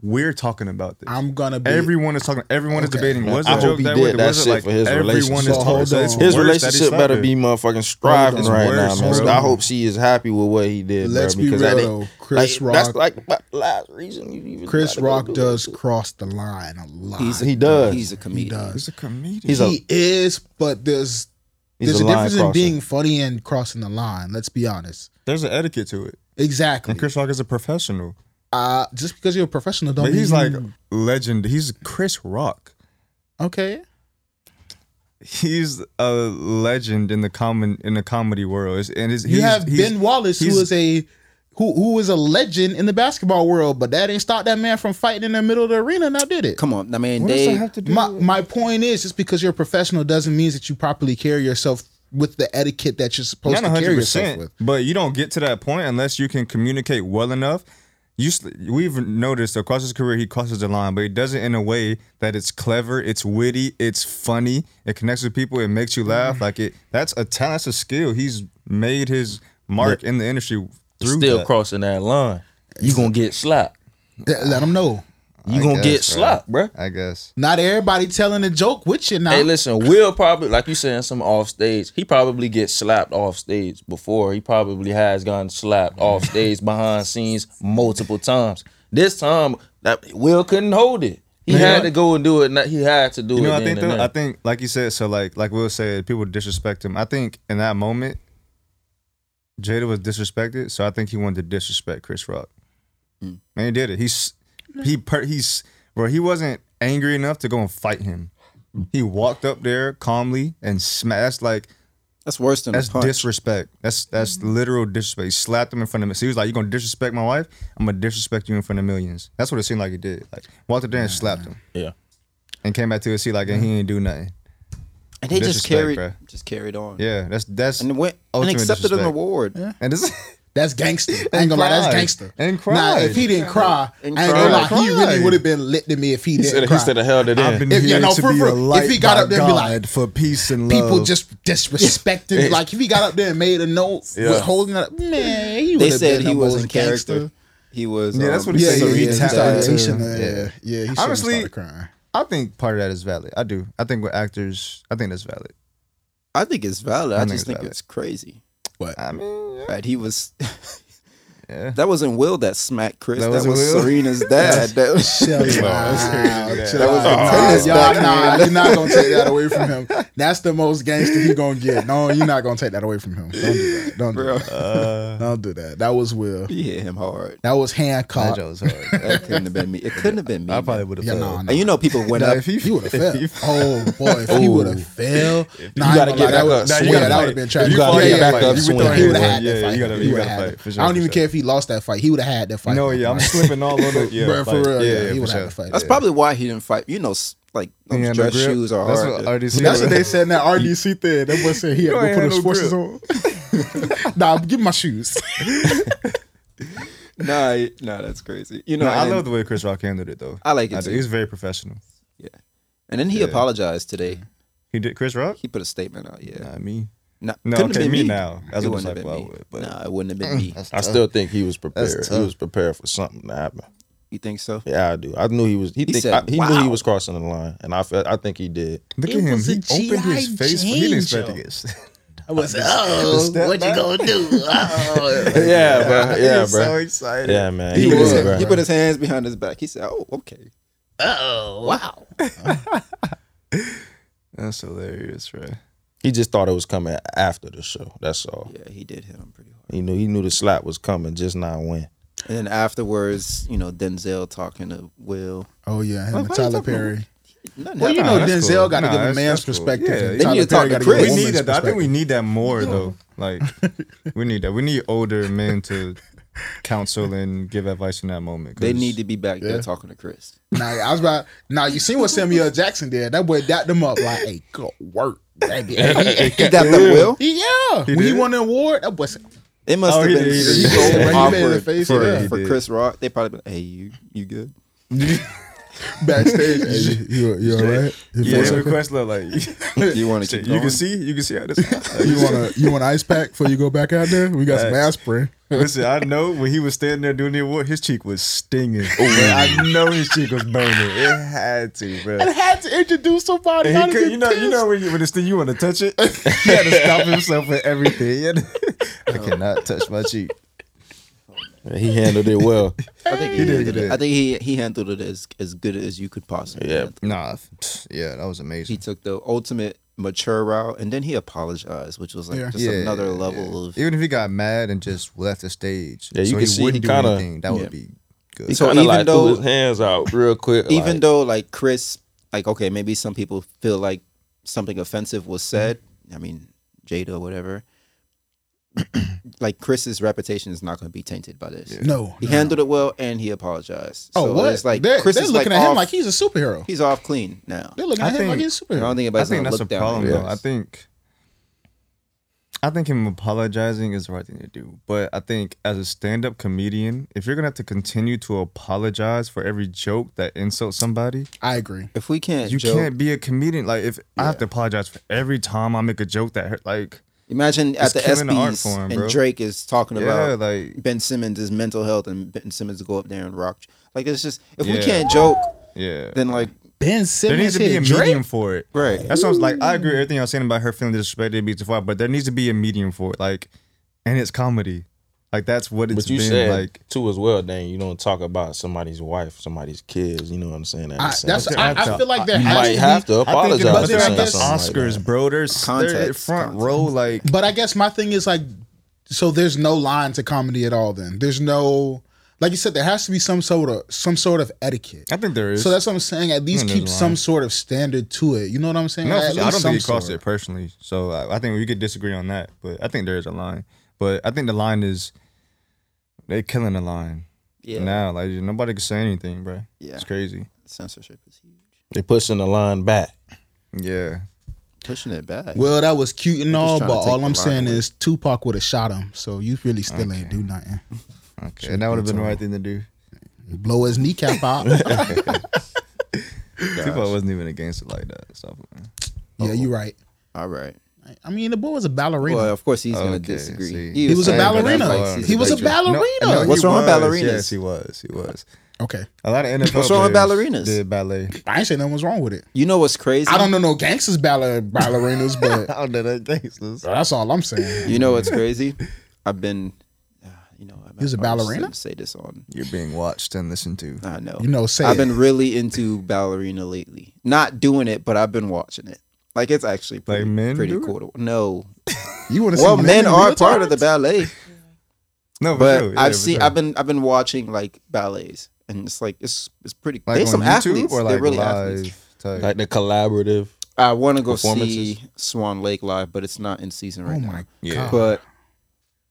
[SPEAKER 2] we're talking about this.
[SPEAKER 4] I'm gonna be.
[SPEAKER 2] Everyone is talking. Everyone
[SPEAKER 4] Okay.
[SPEAKER 2] is debating. Was
[SPEAKER 3] I
[SPEAKER 2] the
[SPEAKER 3] hope
[SPEAKER 2] joke
[SPEAKER 3] he
[SPEAKER 2] that
[SPEAKER 3] did
[SPEAKER 2] way?
[SPEAKER 3] that
[SPEAKER 2] Was it
[SPEAKER 3] shit
[SPEAKER 2] like
[SPEAKER 3] for his
[SPEAKER 2] everyone is
[SPEAKER 4] relationship.
[SPEAKER 2] talking? So it's
[SPEAKER 4] Hold on.
[SPEAKER 3] His
[SPEAKER 2] worse that he
[SPEAKER 3] relationship
[SPEAKER 2] slapped
[SPEAKER 3] better
[SPEAKER 2] her.
[SPEAKER 3] be motherfucking striving
[SPEAKER 2] It's
[SPEAKER 3] right
[SPEAKER 2] worse,
[SPEAKER 3] now, man.
[SPEAKER 2] bro.
[SPEAKER 3] I hope she is happy with what he did,
[SPEAKER 4] let's
[SPEAKER 3] bro.
[SPEAKER 4] be real
[SPEAKER 3] Because that ain't-
[SPEAKER 4] though. Chris
[SPEAKER 3] like,
[SPEAKER 4] Rock,
[SPEAKER 3] That's like my last reason you even
[SPEAKER 4] Chris
[SPEAKER 3] gotta go
[SPEAKER 4] Rock
[SPEAKER 3] do
[SPEAKER 4] does
[SPEAKER 3] it.
[SPEAKER 4] cross the line a lot.
[SPEAKER 1] he's
[SPEAKER 2] Ah,
[SPEAKER 1] a,
[SPEAKER 3] He does.
[SPEAKER 1] He's a
[SPEAKER 4] he
[SPEAKER 1] comedian.
[SPEAKER 4] does.
[SPEAKER 2] He's a comedian.
[SPEAKER 3] He's a-
[SPEAKER 4] he is, but there's
[SPEAKER 3] He's
[SPEAKER 4] there's a,
[SPEAKER 3] line
[SPEAKER 4] difference in
[SPEAKER 3] crosser.
[SPEAKER 4] being funny and crossing the line. Let's be honest.
[SPEAKER 2] There's an etiquette to it.
[SPEAKER 4] Exactly.
[SPEAKER 2] And Chris Rock is a professional,
[SPEAKER 4] Uh, just because you're a professional, don't
[SPEAKER 2] but
[SPEAKER 4] mean
[SPEAKER 2] he's
[SPEAKER 4] you-
[SPEAKER 2] like legend. He's Chris Rock.
[SPEAKER 4] okay.
[SPEAKER 2] He's a legend in the common in the comedy world. It's- And his,
[SPEAKER 4] You
[SPEAKER 2] he's-
[SPEAKER 4] have
[SPEAKER 2] he's-
[SPEAKER 4] Ben Wallace, who
[SPEAKER 2] he's-
[SPEAKER 4] is a who who is a legend in the basketball world, but that didn't stop that man from fighting in the middle of the arena. Now did it?
[SPEAKER 1] Come on, I mean
[SPEAKER 2] What does that
[SPEAKER 1] they
[SPEAKER 2] have to do?
[SPEAKER 4] My
[SPEAKER 2] with-
[SPEAKER 4] my point is, just because you're a professional doesn't mean that you properly carry yourself with the etiquette that you're supposed
[SPEAKER 2] Not
[SPEAKER 4] to carry
[SPEAKER 2] hundred
[SPEAKER 4] yourself
[SPEAKER 2] percent,
[SPEAKER 4] with.
[SPEAKER 2] but you don't get to that point unless you can communicate well enough. You, s- we've noticed across his career he crosses the line, but he does it in a way that it's clever, it's witty, it's funny, it connects with people, it makes you laugh.
[SPEAKER 4] Mm-hmm.
[SPEAKER 2] Like it, that's a talent, that's a skill. He's made his mark in the industry through
[SPEAKER 3] Still
[SPEAKER 2] that.
[SPEAKER 3] crossing that line. You gonna get slapped.
[SPEAKER 4] Let, them know.
[SPEAKER 3] You
[SPEAKER 2] guess,
[SPEAKER 3] gonna get
[SPEAKER 2] bro.
[SPEAKER 3] slapped, bro.
[SPEAKER 2] I guess.
[SPEAKER 4] Not everybody telling a joke with you now.
[SPEAKER 3] Hey, listen, Will probably like you saying some off stage. He probably gets slapped off stage before. He probably has gotten slapped off stage behind scenes multiple times. This time, that Will couldn't hold it. He had to go and do it. and He had to do
[SPEAKER 2] You
[SPEAKER 3] it.
[SPEAKER 2] know, I
[SPEAKER 3] then
[SPEAKER 2] think
[SPEAKER 3] and
[SPEAKER 2] though, I
[SPEAKER 3] there.
[SPEAKER 2] think like you said, so like like Will said, people disrespect him. I think in that moment, Jada was disrespected, so I think he wanted to disrespect Chris Rock, and he did it. He's he per, he's bro. He wasn't angry enough to go and fight him. He walked up there calmly and smashed like
[SPEAKER 1] that's worse than
[SPEAKER 2] that's
[SPEAKER 1] a punch.
[SPEAKER 2] disrespect. That's that's literal disrespect. He slapped him in front of me. So he was like, "You gonna disrespect my wife? I'm gonna disrespect you in front of millions. That's what it seemed like he did. Like walked up there and slapped him.
[SPEAKER 3] Yeah.
[SPEAKER 2] and came back to his seat like, and he didn't do nothing.
[SPEAKER 1] and they just
[SPEAKER 2] disrespect,
[SPEAKER 1] carried
[SPEAKER 2] bruh.
[SPEAKER 1] just carried on.
[SPEAKER 2] Yeah, that's that's
[SPEAKER 1] And went and
[SPEAKER 2] Ultimate
[SPEAKER 1] accepted an
[SPEAKER 2] disrespect.
[SPEAKER 1] award.
[SPEAKER 2] and this
[SPEAKER 4] That's gangster. I ain't gonna lie, that's
[SPEAKER 2] cried.
[SPEAKER 4] gangster.
[SPEAKER 2] And
[SPEAKER 4] Nah,
[SPEAKER 2] cried.
[SPEAKER 4] if he didn't cry,
[SPEAKER 1] And
[SPEAKER 4] I ain't gonna lie,
[SPEAKER 1] cried.
[SPEAKER 4] he really
[SPEAKER 2] Cried.
[SPEAKER 4] would have been lit to me if he,
[SPEAKER 3] He
[SPEAKER 4] didn't
[SPEAKER 3] said,
[SPEAKER 4] cry.
[SPEAKER 3] he said, "Held it
[SPEAKER 2] I've
[SPEAKER 3] in."
[SPEAKER 2] been
[SPEAKER 4] If-
[SPEAKER 2] if,
[SPEAKER 4] yeah,
[SPEAKER 2] here
[SPEAKER 4] no,
[SPEAKER 2] to
[SPEAKER 4] for-
[SPEAKER 2] be
[SPEAKER 4] for-
[SPEAKER 2] a light
[SPEAKER 4] if he got
[SPEAKER 2] by
[SPEAKER 4] up there and be
[SPEAKER 2] God
[SPEAKER 4] like,
[SPEAKER 2] for peace and love.
[SPEAKER 4] people just disrespected him. Like if he got up there and made a note,
[SPEAKER 3] Yeah.
[SPEAKER 4] with holding that, man, he
[SPEAKER 1] They
[SPEAKER 4] would've
[SPEAKER 1] said
[SPEAKER 4] been
[SPEAKER 1] he
[SPEAKER 4] the
[SPEAKER 1] was
[SPEAKER 4] most
[SPEAKER 1] in
[SPEAKER 4] gangster.
[SPEAKER 1] character. He was
[SPEAKER 2] Yeah,
[SPEAKER 1] um,
[SPEAKER 2] that's what he
[SPEAKER 4] Yeah,
[SPEAKER 2] said.
[SPEAKER 4] yeah,
[SPEAKER 2] So
[SPEAKER 4] yeah.
[SPEAKER 2] he
[SPEAKER 4] He
[SPEAKER 2] tapped
[SPEAKER 4] started, he
[SPEAKER 2] into-
[SPEAKER 4] shouldn't have-
[SPEAKER 2] Yeah.
[SPEAKER 4] yeah, yeah. He shouldn't have
[SPEAKER 2] Honestly-
[SPEAKER 4] started crying.
[SPEAKER 2] I think part of that is valid. I do. I think with actors, I think that's valid.
[SPEAKER 1] I think it's valid.
[SPEAKER 2] I
[SPEAKER 1] I,
[SPEAKER 2] think
[SPEAKER 1] just
[SPEAKER 2] it's
[SPEAKER 1] think
[SPEAKER 2] valid.
[SPEAKER 1] it's crazy.
[SPEAKER 2] I mean, yeah.
[SPEAKER 1] Right? He was
[SPEAKER 2] Yeah.
[SPEAKER 1] That wasn't Will that smacked Chris. That,
[SPEAKER 2] That
[SPEAKER 1] was
[SPEAKER 2] wasn't Will?
[SPEAKER 1] Serena's dad. that was,
[SPEAKER 4] Chill out.
[SPEAKER 2] serious.
[SPEAKER 4] Chill
[SPEAKER 1] That was
[SPEAKER 4] out.
[SPEAKER 1] the
[SPEAKER 4] Nah,
[SPEAKER 1] tennis
[SPEAKER 4] y'all,
[SPEAKER 1] back
[SPEAKER 4] nah,
[SPEAKER 1] then.
[SPEAKER 4] you're not gonna take that away from him. That's the most gangster he gonna get. No, you're not gonna take that away from him. Don't do that. Don't do
[SPEAKER 1] bro.
[SPEAKER 4] that.
[SPEAKER 2] Uh,
[SPEAKER 4] Don't do that. That was Will.
[SPEAKER 1] He hit him hard.
[SPEAKER 4] That was
[SPEAKER 2] that
[SPEAKER 4] handcuffed.
[SPEAKER 2] joke was hard.
[SPEAKER 1] That couldn't have been me. It couldn't have been me.
[SPEAKER 2] I probably would have.
[SPEAKER 4] Yeah, nah, nah.
[SPEAKER 1] And you know, people went
[SPEAKER 2] Nah,
[SPEAKER 1] up.
[SPEAKER 2] if he,
[SPEAKER 4] You would have
[SPEAKER 2] if
[SPEAKER 4] failed.
[SPEAKER 2] he-
[SPEAKER 4] Oh boy, if he would have failed, nah,
[SPEAKER 3] you
[SPEAKER 4] I ain't
[SPEAKER 3] gotta
[SPEAKER 4] gonna
[SPEAKER 3] get
[SPEAKER 4] lie,
[SPEAKER 3] back
[SPEAKER 4] that would-
[SPEAKER 3] up
[SPEAKER 4] I swear,
[SPEAKER 3] swinging.
[SPEAKER 4] that would have been
[SPEAKER 2] If
[SPEAKER 4] tragic.
[SPEAKER 2] you gotta
[SPEAKER 4] Yeah,
[SPEAKER 2] get
[SPEAKER 4] yeah,
[SPEAKER 2] back
[SPEAKER 4] yeah.
[SPEAKER 2] up
[SPEAKER 4] You
[SPEAKER 2] swinging.
[SPEAKER 4] would've- He would have had
[SPEAKER 2] Yeah,
[SPEAKER 4] that
[SPEAKER 2] you
[SPEAKER 4] fight.
[SPEAKER 2] gotta-
[SPEAKER 4] He
[SPEAKER 2] you
[SPEAKER 4] would've
[SPEAKER 2] gotta
[SPEAKER 4] had
[SPEAKER 2] fight,
[SPEAKER 4] it.
[SPEAKER 2] for
[SPEAKER 4] I don't
[SPEAKER 2] sure.
[SPEAKER 4] even care if he lost that fight. He would have had that fight.
[SPEAKER 2] No, yeah, I'm slipping all over. Yeah,
[SPEAKER 4] Bro, for
[SPEAKER 2] like,
[SPEAKER 4] real, yeah, he
[SPEAKER 2] for
[SPEAKER 4] would
[SPEAKER 2] sure.
[SPEAKER 4] have to fight.
[SPEAKER 1] That's probably why he didn't fight. You know, s- like those
[SPEAKER 2] Yeah, no
[SPEAKER 1] dress
[SPEAKER 2] grip.
[SPEAKER 1] shoes are
[SPEAKER 2] That's
[SPEAKER 1] hard.
[SPEAKER 2] what
[SPEAKER 1] to-
[SPEAKER 2] RDC
[SPEAKER 4] That's what
[SPEAKER 2] was.
[SPEAKER 4] they said in that RDC thing. That boy said he had
[SPEAKER 2] You
[SPEAKER 4] to
[SPEAKER 2] ain't
[SPEAKER 4] go put
[SPEAKER 2] had
[SPEAKER 4] his
[SPEAKER 2] no
[SPEAKER 4] forces on. nah, give me my shoes.
[SPEAKER 1] nah, y- nah, that's crazy. You know,
[SPEAKER 2] No, I
[SPEAKER 1] and then,
[SPEAKER 2] love the way Chris Rock handled it though.
[SPEAKER 1] I like it
[SPEAKER 2] do.
[SPEAKER 1] too.
[SPEAKER 2] He's very professional.
[SPEAKER 1] and then he
[SPEAKER 2] yeah.
[SPEAKER 1] apologized today.
[SPEAKER 2] He did Chris Rock?
[SPEAKER 1] He put a statement out. Yeah,
[SPEAKER 2] Not me.
[SPEAKER 1] nah,
[SPEAKER 2] No,
[SPEAKER 1] couldn't
[SPEAKER 2] okay,
[SPEAKER 1] have been
[SPEAKER 2] me
[SPEAKER 1] me
[SPEAKER 2] now. That's
[SPEAKER 1] it
[SPEAKER 2] what
[SPEAKER 1] wouldn't
[SPEAKER 2] I
[SPEAKER 1] have
[SPEAKER 2] was
[SPEAKER 1] been me.
[SPEAKER 2] like, well, I would, but- Mm,
[SPEAKER 1] Nah, it wouldn't have been me.
[SPEAKER 3] I still think he was prepared. He
[SPEAKER 2] tough.
[SPEAKER 3] was prepared for something to happen.
[SPEAKER 1] You think so?
[SPEAKER 3] Yeah, I do. I knew he was. He,
[SPEAKER 1] He
[SPEAKER 3] think,
[SPEAKER 1] said,
[SPEAKER 3] I, he knew
[SPEAKER 1] "Wow."
[SPEAKER 3] he was crossing the line, and I felt, I think he did.
[SPEAKER 2] Look
[SPEAKER 4] It
[SPEAKER 2] at him.
[SPEAKER 4] was
[SPEAKER 2] He
[SPEAKER 4] a
[SPEAKER 2] opened
[SPEAKER 4] G.I.
[SPEAKER 2] his face. He didn't expect to
[SPEAKER 4] Jane
[SPEAKER 2] get.
[SPEAKER 4] I was oh,
[SPEAKER 2] step
[SPEAKER 4] what you
[SPEAKER 2] back.
[SPEAKER 4] gonna do? Oh.
[SPEAKER 3] yeah, bro.
[SPEAKER 2] He
[SPEAKER 3] Uh, Yeah,
[SPEAKER 2] was so
[SPEAKER 3] bro.
[SPEAKER 2] excited.
[SPEAKER 3] Yeah, man.
[SPEAKER 1] He,
[SPEAKER 3] He,
[SPEAKER 1] put
[SPEAKER 3] was,
[SPEAKER 1] his, hand-
[SPEAKER 3] bro.
[SPEAKER 1] he put his hands behind his back. He said, "Oh, okay."
[SPEAKER 4] oh, wow.
[SPEAKER 2] That's hilarious, bro.
[SPEAKER 3] He just thought it was coming after the show. That's all.
[SPEAKER 1] Yeah, he did hit him pretty hard.
[SPEAKER 3] He knew he knew the slap was coming, just not when.
[SPEAKER 1] And then afterwards, you know, Denzel talking to Will.
[SPEAKER 4] Oh yeah, him
[SPEAKER 1] Why-
[SPEAKER 4] and
[SPEAKER 1] why you
[SPEAKER 4] Tyler
[SPEAKER 1] talking
[SPEAKER 4] Perry.
[SPEAKER 1] Nothing
[SPEAKER 4] Well, you
[SPEAKER 1] happened.
[SPEAKER 4] know,
[SPEAKER 2] Nah, that's
[SPEAKER 4] Denzel
[SPEAKER 2] cool.
[SPEAKER 4] got to
[SPEAKER 2] Nah,
[SPEAKER 4] give a
[SPEAKER 2] that's-
[SPEAKER 4] man's
[SPEAKER 2] that's cool.
[SPEAKER 4] perspective.
[SPEAKER 2] Yeah,
[SPEAKER 4] and
[SPEAKER 2] they
[SPEAKER 4] Tyler
[SPEAKER 1] need to
[SPEAKER 4] Perry
[SPEAKER 1] talk
[SPEAKER 4] gotta
[SPEAKER 1] to
[SPEAKER 4] give a
[SPEAKER 1] Chris.
[SPEAKER 2] We
[SPEAKER 1] Woman's
[SPEAKER 2] need
[SPEAKER 4] woman's
[SPEAKER 2] that. though. I think we
[SPEAKER 4] perspective.
[SPEAKER 2] need that more though. Like we need that. We need older men to counsel and give advice in that moment. 'cause-
[SPEAKER 1] They need to be back
[SPEAKER 4] Yeah.
[SPEAKER 1] there talking to Chris.
[SPEAKER 4] Nah, I was about. Nah, you seen what Samuel Jackson did? That boy dapped him up like, "Hey, go work, baby." And he-
[SPEAKER 1] He dapped up Will.
[SPEAKER 4] he- yeah,
[SPEAKER 2] He
[SPEAKER 4] when he
[SPEAKER 2] did?
[SPEAKER 4] won the award, that boy said,
[SPEAKER 1] It must
[SPEAKER 2] Oh,
[SPEAKER 1] have
[SPEAKER 2] he
[SPEAKER 1] been
[SPEAKER 2] did, he did.
[SPEAKER 1] so
[SPEAKER 4] Yeah, he made it a
[SPEAKER 1] awkward
[SPEAKER 4] face,
[SPEAKER 1] for,
[SPEAKER 4] yeah.
[SPEAKER 1] for
[SPEAKER 2] He did.
[SPEAKER 1] Chris Rock. They probably been, hey, you you good?
[SPEAKER 4] backstage, "Hey, "You, you all right? You
[SPEAKER 2] Yeah,
[SPEAKER 4] feel okay?
[SPEAKER 2] request love like
[SPEAKER 1] You want to
[SPEAKER 2] Shit,
[SPEAKER 1] keep
[SPEAKER 2] you
[SPEAKER 1] going?
[SPEAKER 2] can see, you can see how this.
[SPEAKER 4] You want a you want an ice pack before you go back out there? We got some
[SPEAKER 2] Facts.
[SPEAKER 4] aspirin.
[SPEAKER 2] Listen, I know when he was standing there doing the award, his cheek was stinging. Man, I know his cheek was burning. It had to, bro.
[SPEAKER 4] I had to introduce somebody.
[SPEAKER 2] And he could, you know, you know when you, when it's thing you want to touch it, he had to stop himself with everything. He had to- I cannot touch my cheek.
[SPEAKER 3] He handled it well.
[SPEAKER 1] I think he,
[SPEAKER 2] did,
[SPEAKER 1] handled
[SPEAKER 2] he
[SPEAKER 1] it.
[SPEAKER 2] did.
[SPEAKER 1] I think he he handled it as as good as you could possibly.
[SPEAKER 3] Yeah.
[SPEAKER 1] handle.
[SPEAKER 2] Nah, pfft, yeah, that was
[SPEAKER 1] He
[SPEAKER 2] amazing.
[SPEAKER 1] took the ultimate mature route, and then he apologized, which was like
[SPEAKER 4] Yeah.
[SPEAKER 1] just
[SPEAKER 2] Yeah,
[SPEAKER 1] another
[SPEAKER 2] yeah.
[SPEAKER 1] level of.
[SPEAKER 2] Even if he got mad and just left the stage,
[SPEAKER 3] Yeah, you
[SPEAKER 2] so
[SPEAKER 3] can
[SPEAKER 2] he
[SPEAKER 3] see he
[SPEAKER 2] wouldn't do
[SPEAKER 3] kinda-
[SPEAKER 2] anything. That
[SPEAKER 1] Yeah.
[SPEAKER 2] would be
[SPEAKER 3] He
[SPEAKER 2] good.
[SPEAKER 1] So
[SPEAKER 3] kind of
[SPEAKER 1] even
[SPEAKER 3] like
[SPEAKER 1] though-
[SPEAKER 3] threw his hands out real quick.
[SPEAKER 1] Even
[SPEAKER 3] like,
[SPEAKER 1] though like Chris, like okay, maybe some people feel like something offensive
[SPEAKER 4] Mm-hmm.
[SPEAKER 1] was said. I mean, Jada, whatever. like Chris's reputation is not going to be tainted by this.
[SPEAKER 4] No,
[SPEAKER 1] He
[SPEAKER 4] no.
[SPEAKER 1] handled it well, and he apologized.
[SPEAKER 4] Oh,
[SPEAKER 1] So
[SPEAKER 4] what?
[SPEAKER 1] It's like
[SPEAKER 4] they're,
[SPEAKER 1] Chris
[SPEAKER 4] they're
[SPEAKER 1] is
[SPEAKER 4] looking
[SPEAKER 1] like
[SPEAKER 4] at him
[SPEAKER 1] off-
[SPEAKER 4] like he's a superhero.
[SPEAKER 1] he's off clean now.
[SPEAKER 4] They're looking
[SPEAKER 2] I
[SPEAKER 4] at him like
[SPEAKER 2] think-
[SPEAKER 4] he's
[SPEAKER 1] I
[SPEAKER 4] a superhero.
[SPEAKER 1] don't think
[SPEAKER 2] I
[SPEAKER 1] anybody's
[SPEAKER 2] think
[SPEAKER 1] gonna
[SPEAKER 2] that's
[SPEAKER 1] uh,
[SPEAKER 2] a
[SPEAKER 1] look down. on
[SPEAKER 2] problem,
[SPEAKER 1] him.
[SPEAKER 2] though. I think, I think him apologizing is the right thing to do. But I think as a stand-up comedian, if you're gonna have to continue to apologize for every joke that insults somebody,
[SPEAKER 4] I agree.
[SPEAKER 1] if we can't,
[SPEAKER 2] you
[SPEAKER 1] joke-
[SPEAKER 2] can't be a comedian. Like if I have to apologize for every time I make a joke that hurt, like
[SPEAKER 1] imagine at
[SPEAKER 2] It's
[SPEAKER 1] the
[SPEAKER 2] killing the art
[SPEAKER 1] ESPYS
[SPEAKER 2] form,
[SPEAKER 1] and
[SPEAKER 2] bro.
[SPEAKER 1] Drake is talking
[SPEAKER 2] yeah,
[SPEAKER 1] about
[SPEAKER 2] like
[SPEAKER 1] Ben Simmons' mental health, and Ben Simmons go up there and rock. Like it's just if we
[SPEAKER 2] Yeah.
[SPEAKER 1] can't joke,
[SPEAKER 2] yeah.
[SPEAKER 1] then like
[SPEAKER 4] Ben
[SPEAKER 2] there
[SPEAKER 4] Simmons
[SPEAKER 2] needs to be a
[SPEAKER 4] hit Drake.
[SPEAKER 2] medium for it.
[SPEAKER 1] right,
[SPEAKER 2] That's what I was like. I agree with everything I was saying about her feeling disrespected beats before, but there needs to be a medium for it. Like, and it's comedy. Like that's what it's
[SPEAKER 3] but you
[SPEAKER 2] been.
[SPEAKER 3] said
[SPEAKER 2] like
[SPEAKER 3] too as well. Then you don't talk about somebody's wife, somebody's kids. You know what I'm saying? At the
[SPEAKER 4] I,
[SPEAKER 3] same
[SPEAKER 4] that's
[SPEAKER 3] time.
[SPEAKER 4] I, I feel like there
[SPEAKER 3] you
[SPEAKER 4] has
[SPEAKER 3] might
[SPEAKER 4] to be,
[SPEAKER 3] have to
[SPEAKER 2] I think about
[SPEAKER 3] apologize.
[SPEAKER 4] there
[SPEAKER 3] for
[SPEAKER 4] are
[SPEAKER 3] saying
[SPEAKER 4] just
[SPEAKER 3] something like
[SPEAKER 2] Oscars,
[SPEAKER 3] that.
[SPEAKER 2] bro. They're, s- they're
[SPEAKER 1] Context,
[SPEAKER 2] front
[SPEAKER 1] context.
[SPEAKER 2] row, like
[SPEAKER 4] But I guess my thing is like, so there's no line to comedy at all. Then there's no, like you said, there has to be some sort of some sort of etiquette.
[SPEAKER 2] I think there is.
[SPEAKER 4] So that's what I'm saying. At least
[SPEAKER 2] Mm,
[SPEAKER 4] keep
[SPEAKER 2] there's a
[SPEAKER 4] some
[SPEAKER 2] line.
[SPEAKER 4] sort of standard to it. You know what I'm saying?
[SPEAKER 2] No,
[SPEAKER 4] At
[SPEAKER 2] for
[SPEAKER 4] least
[SPEAKER 2] sure. I don't
[SPEAKER 4] some
[SPEAKER 2] think he crossed
[SPEAKER 4] sort.
[SPEAKER 2] it personally. So I, I think we could disagree on that. But I think there is a line. But I think the line is they're killing the line
[SPEAKER 1] yeah,
[SPEAKER 2] now. Like nobody can say anything, bro.
[SPEAKER 1] Yeah.
[SPEAKER 2] it's crazy.
[SPEAKER 1] censorship is huge,
[SPEAKER 3] They're pushing the line back.
[SPEAKER 2] Yeah,
[SPEAKER 1] pushing it back.
[SPEAKER 4] Well, that was cute and all,
[SPEAKER 1] trying to
[SPEAKER 4] but
[SPEAKER 1] take
[SPEAKER 4] all
[SPEAKER 1] the
[SPEAKER 4] I'm
[SPEAKER 1] line
[SPEAKER 4] saying
[SPEAKER 1] away.
[SPEAKER 4] is Tupac would have shot him. So you really still ain't do nothing.
[SPEAKER 2] okay. and that would have been the right thing to do.
[SPEAKER 4] Blow his kneecap out.
[SPEAKER 2] Tupac wasn't even against it like that. Stop. it.
[SPEAKER 4] yeah, you're right.
[SPEAKER 1] All right.
[SPEAKER 4] I mean, the boy was a ballerina.
[SPEAKER 1] Well, of course he's gonna
[SPEAKER 2] Okay,
[SPEAKER 1] disagree.
[SPEAKER 2] see.
[SPEAKER 4] he was a
[SPEAKER 2] I ain't gonna
[SPEAKER 4] ballerina.
[SPEAKER 2] lie.
[SPEAKER 4] He was a ballerina.
[SPEAKER 2] he
[SPEAKER 1] What's wrong with
[SPEAKER 2] was.
[SPEAKER 1] ballerinas?
[SPEAKER 2] Yes, he was. He was.
[SPEAKER 4] okay,
[SPEAKER 2] A lot of NFL.
[SPEAKER 1] What's wrong with
[SPEAKER 2] players
[SPEAKER 1] ballerinas?
[SPEAKER 2] Did ballet.
[SPEAKER 4] I ain't saying nothing was wrong with it.
[SPEAKER 1] You know what's crazy?
[SPEAKER 4] I don't know no gangsters baller ballerinas, but
[SPEAKER 2] I don't know that gangsters.
[SPEAKER 4] that's all I'm saying.
[SPEAKER 1] You know what's crazy? I've been, you you know, I'm
[SPEAKER 4] He was a
[SPEAKER 1] I always
[SPEAKER 4] ballerina?
[SPEAKER 1] Say this on.
[SPEAKER 2] You're being watched and listened to.
[SPEAKER 1] I know.
[SPEAKER 4] You know, say
[SPEAKER 1] I've
[SPEAKER 4] it.
[SPEAKER 1] been really into ballerina lately. Not doing it, but I'i've been watching it. Like it's actually pretty,
[SPEAKER 2] men
[SPEAKER 1] pretty
[SPEAKER 2] do it?
[SPEAKER 1] cool. To, no,
[SPEAKER 4] You want to
[SPEAKER 1] well,
[SPEAKER 4] see
[SPEAKER 1] men
[SPEAKER 4] in
[SPEAKER 1] are
[SPEAKER 4] real
[SPEAKER 1] part of the
[SPEAKER 4] times?
[SPEAKER 1] ballet,
[SPEAKER 2] No, for
[SPEAKER 1] but
[SPEAKER 2] sure. Yeah,
[SPEAKER 1] I've
[SPEAKER 2] for
[SPEAKER 1] seen.
[SPEAKER 2] sure.
[SPEAKER 1] I've been. I've been watching like ballets, and it's like it's it's pretty.
[SPEAKER 2] like
[SPEAKER 1] they some
[SPEAKER 2] on YouTube
[SPEAKER 1] athletes.
[SPEAKER 2] or like
[SPEAKER 1] They're really
[SPEAKER 2] live
[SPEAKER 1] athletes.
[SPEAKER 2] type.
[SPEAKER 3] Like the collaborative.
[SPEAKER 1] I want to go
[SPEAKER 3] performances.
[SPEAKER 1] see Swan Lake live, but it's not in season right
[SPEAKER 4] Oh
[SPEAKER 1] now.
[SPEAKER 4] my
[SPEAKER 3] Yeah.
[SPEAKER 4] god!
[SPEAKER 1] But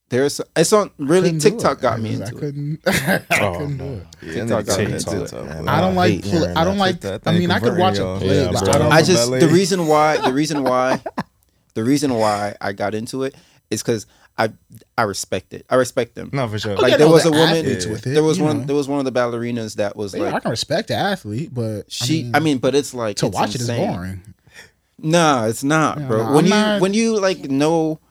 [SPEAKER 1] there's it's on. Really,
[SPEAKER 4] Couldn't do
[SPEAKER 1] TikTok
[SPEAKER 4] it.
[SPEAKER 1] got
[SPEAKER 4] I
[SPEAKER 1] me into
[SPEAKER 4] just- I
[SPEAKER 1] it.
[SPEAKER 4] couldn't.
[SPEAKER 3] Oh,
[SPEAKER 4] I couldn't do it.
[SPEAKER 2] Yeah,
[SPEAKER 1] TikTok
[SPEAKER 2] that nigga
[SPEAKER 1] got me
[SPEAKER 2] TikTok,
[SPEAKER 1] into it.
[SPEAKER 2] man.
[SPEAKER 3] Nah,
[SPEAKER 4] I don't
[SPEAKER 3] I
[SPEAKER 4] like.
[SPEAKER 3] hate
[SPEAKER 4] Pl-
[SPEAKER 3] hearing
[SPEAKER 4] I don't
[SPEAKER 3] that.
[SPEAKER 4] like.
[SPEAKER 2] That
[SPEAKER 4] I
[SPEAKER 2] thing
[SPEAKER 4] mean, I could
[SPEAKER 2] converting
[SPEAKER 4] watch a
[SPEAKER 2] y'all.
[SPEAKER 4] play,
[SPEAKER 3] Yeah,
[SPEAKER 4] but
[SPEAKER 3] bro.
[SPEAKER 4] I don't.
[SPEAKER 1] I
[SPEAKER 2] the
[SPEAKER 1] just the
[SPEAKER 2] ballet.
[SPEAKER 1] reason why the reason why the reason why I got into it is because I I respect it. I respect them.
[SPEAKER 2] No, for sure.
[SPEAKER 1] Like
[SPEAKER 4] get
[SPEAKER 1] there
[SPEAKER 4] all
[SPEAKER 1] was
[SPEAKER 4] the
[SPEAKER 1] a woman.
[SPEAKER 4] athletes with it,
[SPEAKER 1] there was
[SPEAKER 4] you
[SPEAKER 1] one.
[SPEAKER 4] know.
[SPEAKER 1] There was one of the ballerinas that was
[SPEAKER 4] Yeah,
[SPEAKER 1] like
[SPEAKER 4] I can respect the athlete, but
[SPEAKER 1] she. I mean, but it's like
[SPEAKER 4] to
[SPEAKER 1] it's
[SPEAKER 4] watch it is
[SPEAKER 1] insane.
[SPEAKER 4] boring.
[SPEAKER 1] Nah, it's not,
[SPEAKER 4] Yeah,
[SPEAKER 1] bro.
[SPEAKER 4] nah,
[SPEAKER 1] when
[SPEAKER 4] I'm
[SPEAKER 1] you
[SPEAKER 4] not-
[SPEAKER 1] when you like know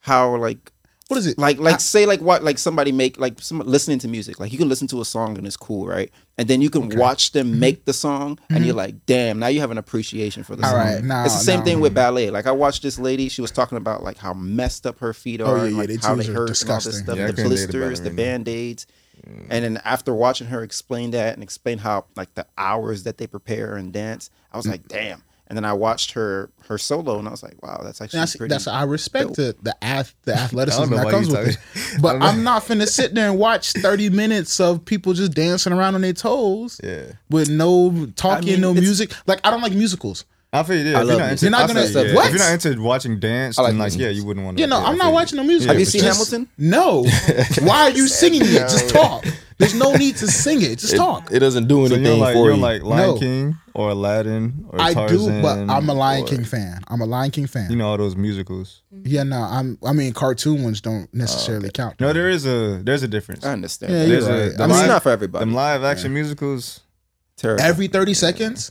[SPEAKER 1] how like
[SPEAKER 4] What is it?
[SPEAKER 1] like like
[SPEAKER 4] I-
[SPEAKER 1] say like what like somebody make like some listening to music like you can listen to a song and it's cool right and then you can watch them
[SPEAKER 4] Mm-hmm.
[SPEAKER 1] make the song and you're like damn now you have an appreciation for the
[SPEAKER 4] All
[SPEAKER 1] song
[SPEAKER 4] right, nah,
[SPEAKER 1] it's the same
[SPEAKER 4] nah.
[SPEAKER 1] thing with ballet like i watched this lady she was talking about like how messed up her feet are
[SPEAKER 4] Oh, yeah,
[SPEAKER 1] and,
[SPEAKER 4] yeah,
[SPEAKER 1] like,
[SPEAKER 4] they
[SPEAKER 1] how
[SPEAKER 4] too
[SPEAKER 1] they
[SPEAKER 4] are
[SPEAKER 1] hurt
[SPEAKER 4] disgusting.
[SPEAKER 1] and all this stuff
[SPEAKER 2] Yeah, I
[SPEAKER 1] the
[SPEAKER 2] couldn't date a
[SPEAKER 1] blisters the
[SPEAKER 2] ballerina.
[SPEAKER 1] band-aids
[SPEAKER 4] Mm.
[SPEAKER 1] and then after watching her explain that and explain how like the hours that they prepare and dance i
[SPEAKER 4] Mm.
[SPEAKER 1] was like damn and then i watched her her solo and i was like wow that's actually
[SPEAKER 4] That's,
[SPEAKER 1] pretty
[SPEAKER 4] that's I respect the the, ath, the
[SPEAKER 2] I don't
[SPEAKER 4] athleticism
[SPEAKER 2] know
[SPEAKER 4] that
[SPEAKER 2] why
[SPEAKER 4] comes
[SPEAKER 2] you
[SPEAKER 4] with it.
[SPEAKER 2] talking- I
[SPEAKER 4] But
[SPEAKER 2] don't
[SPEAKER 4] I'm not finna sit there and watch 30 minutes of people just dancing around on their toes
[SPEAKER 2] Yeah.
[SPEAKER 4] with no talking,
[SPEAKER 1] I mean,
[SPEAKER 4] no
[SPEAKER 1] it's-
[SPEAKER 4] music. Like I don't like musicals.
[SPEAKER 2] I feel you. Yeah,
[SPEAKER 1] I love
[SPEAKER 2] if you're not
[SPEAKER 1] music.
[SPEAKER 2] into,
[SPEAKER 4] You're not
[SPEAKER 2] I feel
[SPEAKER 4] gonna-
[SPEAKER 2] you, yeah.
[SPEAKER 4] what?
[SPEAKER 2] If you're not into watching dance,
[SPEAKER 1] like
[SPEAKER 2] then like,
[SPEAKER 1] music.
[SPEAKER 2] yeah, you wouldn't want to.
[SPEAKER 4] Yeah, no, I'm not watching no music.
[SPEAKER 1] Have you seen
[SPEAKER 4] Just-
[SPEAKER 1] Hamilton?
[SPEAKER 4] No. Why are you singing it? Just talk. There's no need to sing it. Just talk.
[SPEAKER 3] It doesn't do
[SPEAKER 2] So
[SPEAKER 3] anything
[SPEAKER 2] you're like
[SPEAKER 3] for
[SPEAKER 2] you're
[SPEAKER 3] you.
[SPEAKER 2] like Lion
[SPEAKER 4] No.
[SPEAKER 2] King or Aladdin or
[SPEAKER 4] I
[SPEAKER 2] Tarzan.
[SPEAKER 4] do, but I'm a Lion
[SPEAKER 2] or,
[SPEAKER 4] King fan. I'm a Lion King fan.
[SPEAKER 2] You know all those musicals.
[SPEAKER 4] yeah, no, I'm. I mean, cartoon ones don't necessarily count.
[SPEAKER 2] No, there is a there's a difference.
[SPEAKER 1] I understand.
[SPEAKER 4] Yeah,
[SPEAKER 1] that.
[SPEAKER 4] you're
[SPEAKER 2] There's
[SPEAKER 4] right.
[SPEAKER 2] a, the
[SPEAKER 1] I mean, it's
[SPEAKER 2] live,
[SPEAKER 1] not for everybody.
[SPEAKER 2] them live action musicals.
[SPEAKER 1] Terrible.
[SPEAKER 4] every 30 seconds.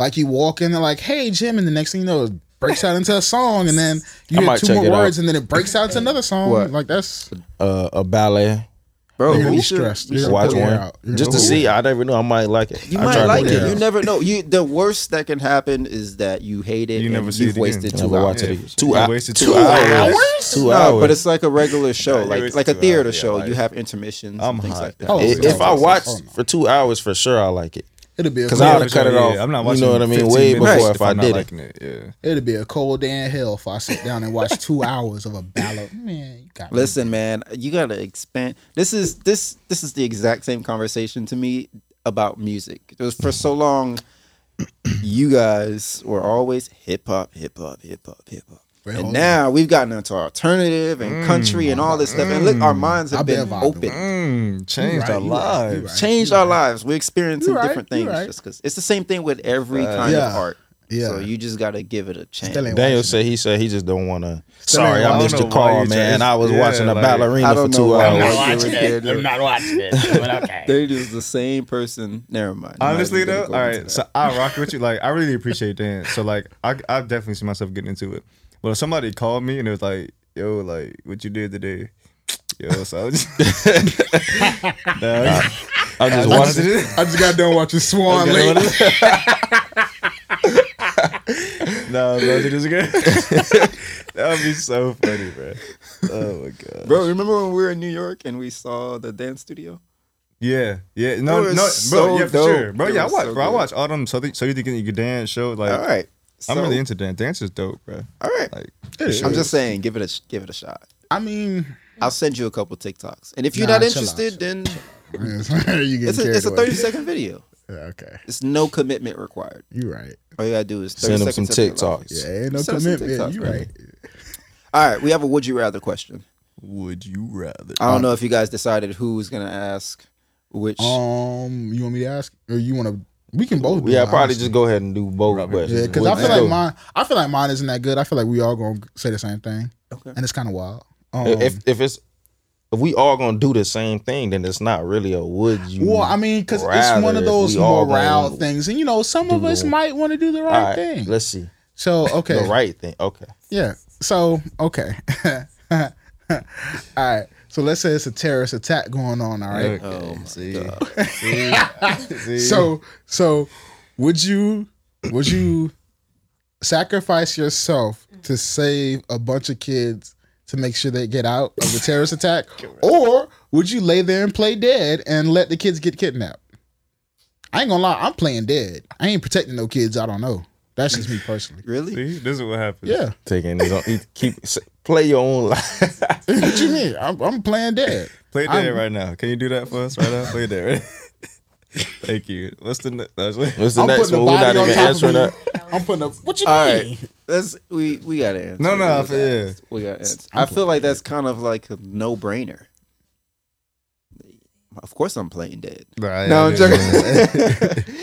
[SPEAKER 4] Like you walk in, they're like, hey, Jim. And the next thing you know, it breaks out into a song. And then you
[SPEAKER 3] I
[SPEAKER 4] hear
[SPEAKER 3] might
[SPEAKER 4] two
[SPEAKER 3] check
[SPEAKER 4] more
[SPEAKER 3] it out.
[SPEAKER 4] words, and then it breaks out into another song.
[SPEAKER 1] What?
[SPEAKER 4] Like that's
[SPEAKER 3] uh, a ballet.
[SPEAKER 1] bro.
[SPEAKER 4] you're gonna be
[SPEAKER 1] who should-
[SPEAKER 4] stressed. You're
[SPEAKER 1] you
[SPEAKER 4] gonna
[SPEAKER 3] Watch
[SPEAKER 4] put it
[SPEAKER 3] one
[SPEAKER 4] out. You're
[SPEAKER 3] just
[SPEAKER 4] gonna
[SPEAKER 3] to
[SPEAKER 4] put it
[SPEAKER 3] see.
[SPEAKER 4] out.
[SPEAKER 3] I never know. I might like it. I
[SPEAKER 1] might
[SPEAKER 3] tried
[SPEAKER 1] like
[SPEAKER 3] to
[SPEAKER 1] it.
[SPEAKER 3] look
[SPEAKER 1] You
[SPEAKER 3] up.
[SPEAKER 1] never know. You the worst that can happen is that you hate it.
[SPEAKER 2] You
[SPEAKER 1] and
[SPEAKER 2] never see
[SPEAKER 1] you've
[SPEAKER 2] it again.
[SPEAKER 1] wasted two
[SPEAKER 3] Never
[SPEAKER 1] hours.
[SPEAKER 3] watch it.
[SPEAKER 2] Yeah.
[SPEAKER 3] again. Two
[SPEAKER 2] I
[SPEAKER 3] hours.
[SPEAKER 2] wasted
[SPEAKER 3] two
[SPEAKER 2] two
[SPEAKER 3] hours.
[SPEAKER 2] hours?
[SPEAKER 3] Two
[SPEAKER 1] No,
[SPEAKER 3] hours.
[SPEAKER 1] but it's like a regular show,
[SPEAKER 2] Yeah, you
[SPEAKER 1] like
[SPEAKER 2] waste
[SPEAKER 1] like a
[SPEAKER 2] two
[SPEAKER 1] theater
[SPEAKER 2] hours, yeah,
[SPEAKER 1] show.
[SPEAKER 2] like-
[SPEAKER 1] you have intermissions.
[SPEAKER 2] I'm
[SPEAKER 1] and things
[SPEAKER 2] hot.
[SPEAKER 1] like that.
[SPEAKER 4] Oh,
[SPEAKER 3] I- if I
[SPEAKER 4] Oh,
[SPEAKER 3] watch
[SPEAKER 4] oh, no.
[SPEAKER 3] for two hours for sure, I like it.
[SPEAKER 4] It'll be a
[SPEAKER 3] Cause
[SPEAKER 4] cold,
[SPEAKER 3] I would have
[SPEAKER 2] for
[SPEAKER 3] cut it
[SPEAKER 2] sure,
[SPEAKER 3] off.
[SPEAKER 2] yeah. I'm not
[SPEAKER 3] you
[SPEAKER 2] watching.
[SPEAKER 3] know what I mean?
[SPEAKER 2] 15
[SPEAKER 3] Way
[SPEAKER 2] minutes
[SPEAKER 3] before if I
[SPEAKER 2] I'm not
[SPEAKER 3] did it.
[SPEAKER 2] liking it. Yeah.
[SPEAKER 4] it'll be a cold day in hell if I sit down and watch two hours of a ballad. Man, you got me.
[SPEAKER 1] Listen, man, you gotta expand. This is this this is the exact same conversation to me about music. It was for so long. You guys were always hip hop, hip hop, hip hop, hip hop.
[SPEAKER 4] Wait,
[SPEAKER 1] and
[SPEAKER 4] hold
[SPEAKER 1] now we've gotten into alternative and country and all this stuff. And look, our minds have
[SPEAKER 4] I've been
[SPEAKER 1] been
[SPEAKER 4] vibing.
[SPEAKER 1] open.
[SPEAKER 2] Mm, changed
[SPEAKER 4] right,
[SPEAKER 2] our
[SPEAKER 4] you right, you
[SPEAKER 2] lives.
[SPEAKER 4] right.
[SPEAKER 1] changed our lives. We're experiencing
[SPEAKER 4] You right,
[SPEAKER 1] different
[SPEAKER 4] you
[SPEAKER 1] things
[SPEAKER 4] right.
[SPEAKER 1] just because it's the same thing with every kind of
[SPEAKER 4] Yeah,
[SPEAKER 1] art.
[SPEAKER 4] yeah.
[SPEAKER 1] So you just gotta give it a chance.
[SPEAKER 4] Still ain't
[SPEAKER 3] Daniel
[SPEAKER 4] watching
[SPEAKER 3] said he said he just don't want to.
[SPEAKER 4] Still ain't
[SPEAKER 3] Sorry, I
[SPEAKER 4] watching
[SPEAKER 3] missed
[SPEAKER 2] it.
[SPEAKER 3] your
[SPEAKER 2] I don't know why
[SPEAKER 3] call,
[SPEAKER 2] you
[SPEAKER 3] man.
[SPEAKER 2] just-
[SPEAKER 3] I was
[SPEAKER 2] yeah,
[SPEAKER 3] watching a
[SPEAKER 2] like-
[SPEAKER 1] I
[SPEAKER 3] ballerina for
[SPEAKER 1] don't
[SPEAKER 3] two
[SPEAKER 1] know why
[SPEAKER 5] I'm
[SPEAKER 1] you
[SPEAKER 5] not
[SPEAKER 3] hours.
[SPEAKER 1] do
[SPEAKER 5] watching
[SPEAKER 1] it
[SPEAKER 5] it.
[SPEAKER 1] there.
[SPEAKER 5] I'm not watching it. But okay.
[SPEAKER 1] They're just the same person. Never mind. I'm not
[SPEAKER 2] Honestly
[SPEAKER 1] even
[SPEAKER 2] though,
[SPEAKER 1] gonna
[SPEAKER 2] all
[SPEAKER 1] go into
[SPEAKER 2] right.
[SPEAKER 1] that.
[SPEAKER 2] So I rock with you. Like I really appreciate dance. So like I I definitely see myself getting into it. But if somebody called me and it was like, yo, like what you did today, yo, so I was just, Nah,
[SPEAKER 3] I
[SPEAKER 2] I
[SPEAKER 3] just watched
[SPEAKER 2] just-
[SPEAKER 3] it.
[SPEAKER 4] I just got done watching Swan Lake.
[SPEAKER 2] No, bro, it is again. that would be so funny, bro. Oh my god.
[SPEAKER 1] bro, remember when we were in New York and we saw the dance studio?
[SPEAKER 2] Yeah, yeah. No,
[SPEAKER 1] It was
[SPEAKER 2] no, bro.
[SPEAKER 1] so
[SPEAKER 2] yeah, for
[SPEAKER 1] dope.
[SPEAKER 2] sure, bro.
[SPEAKER 1] It
[SPEAKER 2] yeah, I
[SPEAKER 1] was
[SPEAKER 2] watch,
[SPEAKER 1] so
[SPEAKER 2] bro. I
[SPEAKER 1] good.
[SPEAKER 2] watch all them. So, th- so you think you could dance show? Like,
[SPEAKER 1] All right. So,
[SPEAKER 2] I'm really into dance. Dance is dope, bro.
[SPEAKER 1] all right.
[SPEAKER 2] Like,
[SPEAKER 1] I'm just saying, give it a sh- give it a shot.
[SPEAKER 4] I mean,
[SPEAKER 1] I'll send you a couple TikToks, and if you're
[SPEAKER 4] Nah,
[SPEAKER 1] not
[SPEAKER 4] chill out,
[SPEAKER 1] interested, then
[SPEAKER 4] you getting
[SPEAKER 1] it's a,
[SPEAKER 4] carried
[SPEAKER 1] it's a
[SPEAKER 4] away.
[SPEAKER 1] 30 second video.
[SPEAKER 4] Yeah, okay,
[SPEAKER 1] It's no commitment required.
[SPEAKER 4] you right.
[SPEAKER 1] All you gotta do is 30
[SPEAKER 3] Send him some
[SPEAKER 1] seconds of your life.
[SPEAKER 3] TikToks.
[SPEAKER 4] Yeah, ain't
[SPEAKER 1] Send
[SPEAKER 4] no
[SPEAKER 1] us some
[SPEAKER 4] commitment.
[SPEAKER 1] TikToks,
[SPEAKER 4] You
[SPEAKER 1] man.
[SPEAKER 4] right.
[SPEAKER 1] All right, we have a would you rather question.
[SPEAKER 2] would you rather?
[SPEAKER 1] I don't know if you guys decided who was gonna ask which.
[SPEAKER 4] Um, you want me to ask, or you want to? We can both. do it,
[SPEAKER 3] Yeah, probably
[SPEAKER 4] honestly.
[SPEAKER 3] just go ahead and do both. But
[SPEAKER 4] Yeah, because I
[SPEAKER 3] let's
[SPEAKER 4] feel like
[SPEAKER 3] go.
[SPEAKER 4] mine. I feel like mine isn't that good. I feel like we all gonna say the same thing,
[SPEAKER 1] okay.
[SPEAKER 4] and it's kind of wild. Um,
[SPEAKER 3] if if it's if we all gonna do the same thing, then it's not really a would you.
[SPEAKER 4] well, I mean, because it's one
[SPEAKER 3] rather
[SPEAKER 4] of
[SPEAKER 3] if
[SPEAKER 4] those
[SPEAKER 3] we all
[SPEAKER 4] morale
[SPEAKER 3] gonna
[SPEAKER 4] things, and you know, some of
[SPEAKER 3] do
[SPEAKER 4] us
[SPEAKER 3] the-
[SPEAKER 4] might want to do the right,
[SPEAKER 3] All right,
[SPEAKER 4] thing.
[SPEAKER 3] Let's see
[SPEAKER 4] So okay,
[SPEAKER 3] the right thing. Okay,
[SPEAKER 4] yeah. So okay, all right. So let's say it's a terrorist attack going on. All right.
[SPEAKER 1] Oh my
[SPEAKER 2] see,
[SPEAKER 1] God.
[SPEAKER 2] see, see.
[SPEAKER 4] So so would you would you sacrifice yourself to save a bunch of kids to make sure they get out of the terrorist attack? Or Would you lay there and play dead and let the kids get kidnapped? I ain't gonna lie, I'm playing dead. I ain't protecting no kids. I don't know. That's just me personally.
[SPEAKER 1] Really?
[SPEAKER 2] See, this is what happens.
[SPEAKER 4] Yeah.
[SPEAKER 3] Taking his own, he keep s- play your own life.
[SPEAKER 4] what you mean? I'm, I'm playing dead.
[SPEAKER 2] Play
[SPEAKER 4] I'm-
[SPEAKER 2] dead right now. Can you do that for us right now? Play dead. right? Thank you. What's the? ne- That's what-
[SPEAKER 3] What's the
[SPEAKER 4] I'm
[SPEAKER 3] next
[SPEAKER 4] putting
[SPEAKER 3] one?
[SPEAKER 4] the
[SPEAKER 3] We're not
[SPEAKER 4] body on
[SPEAKER 3] even
[SPEAKER 4] top of
[SPEAKER 3] answering
[SPEAKER 4] you.
[SPEAKER 3] that.
[SPEAKER 4] I'm putting up. What you
[SPEAKER 1] All
[SPEAKER 4] mean?
[SPEAKER 1] right. That's we we gotta answer.
[SPEAKER 2] No,
[SPEAKER 1] We
[SPEAKER 2] no, I
[SPEAKER 1] gotta
[SPEAKER 2] feel- yeah.
[SPEAKER 1] answer. We gotta answer. I feel like that's kind of like a no brainer. Of course, I'm playing dead. No, I'm joking.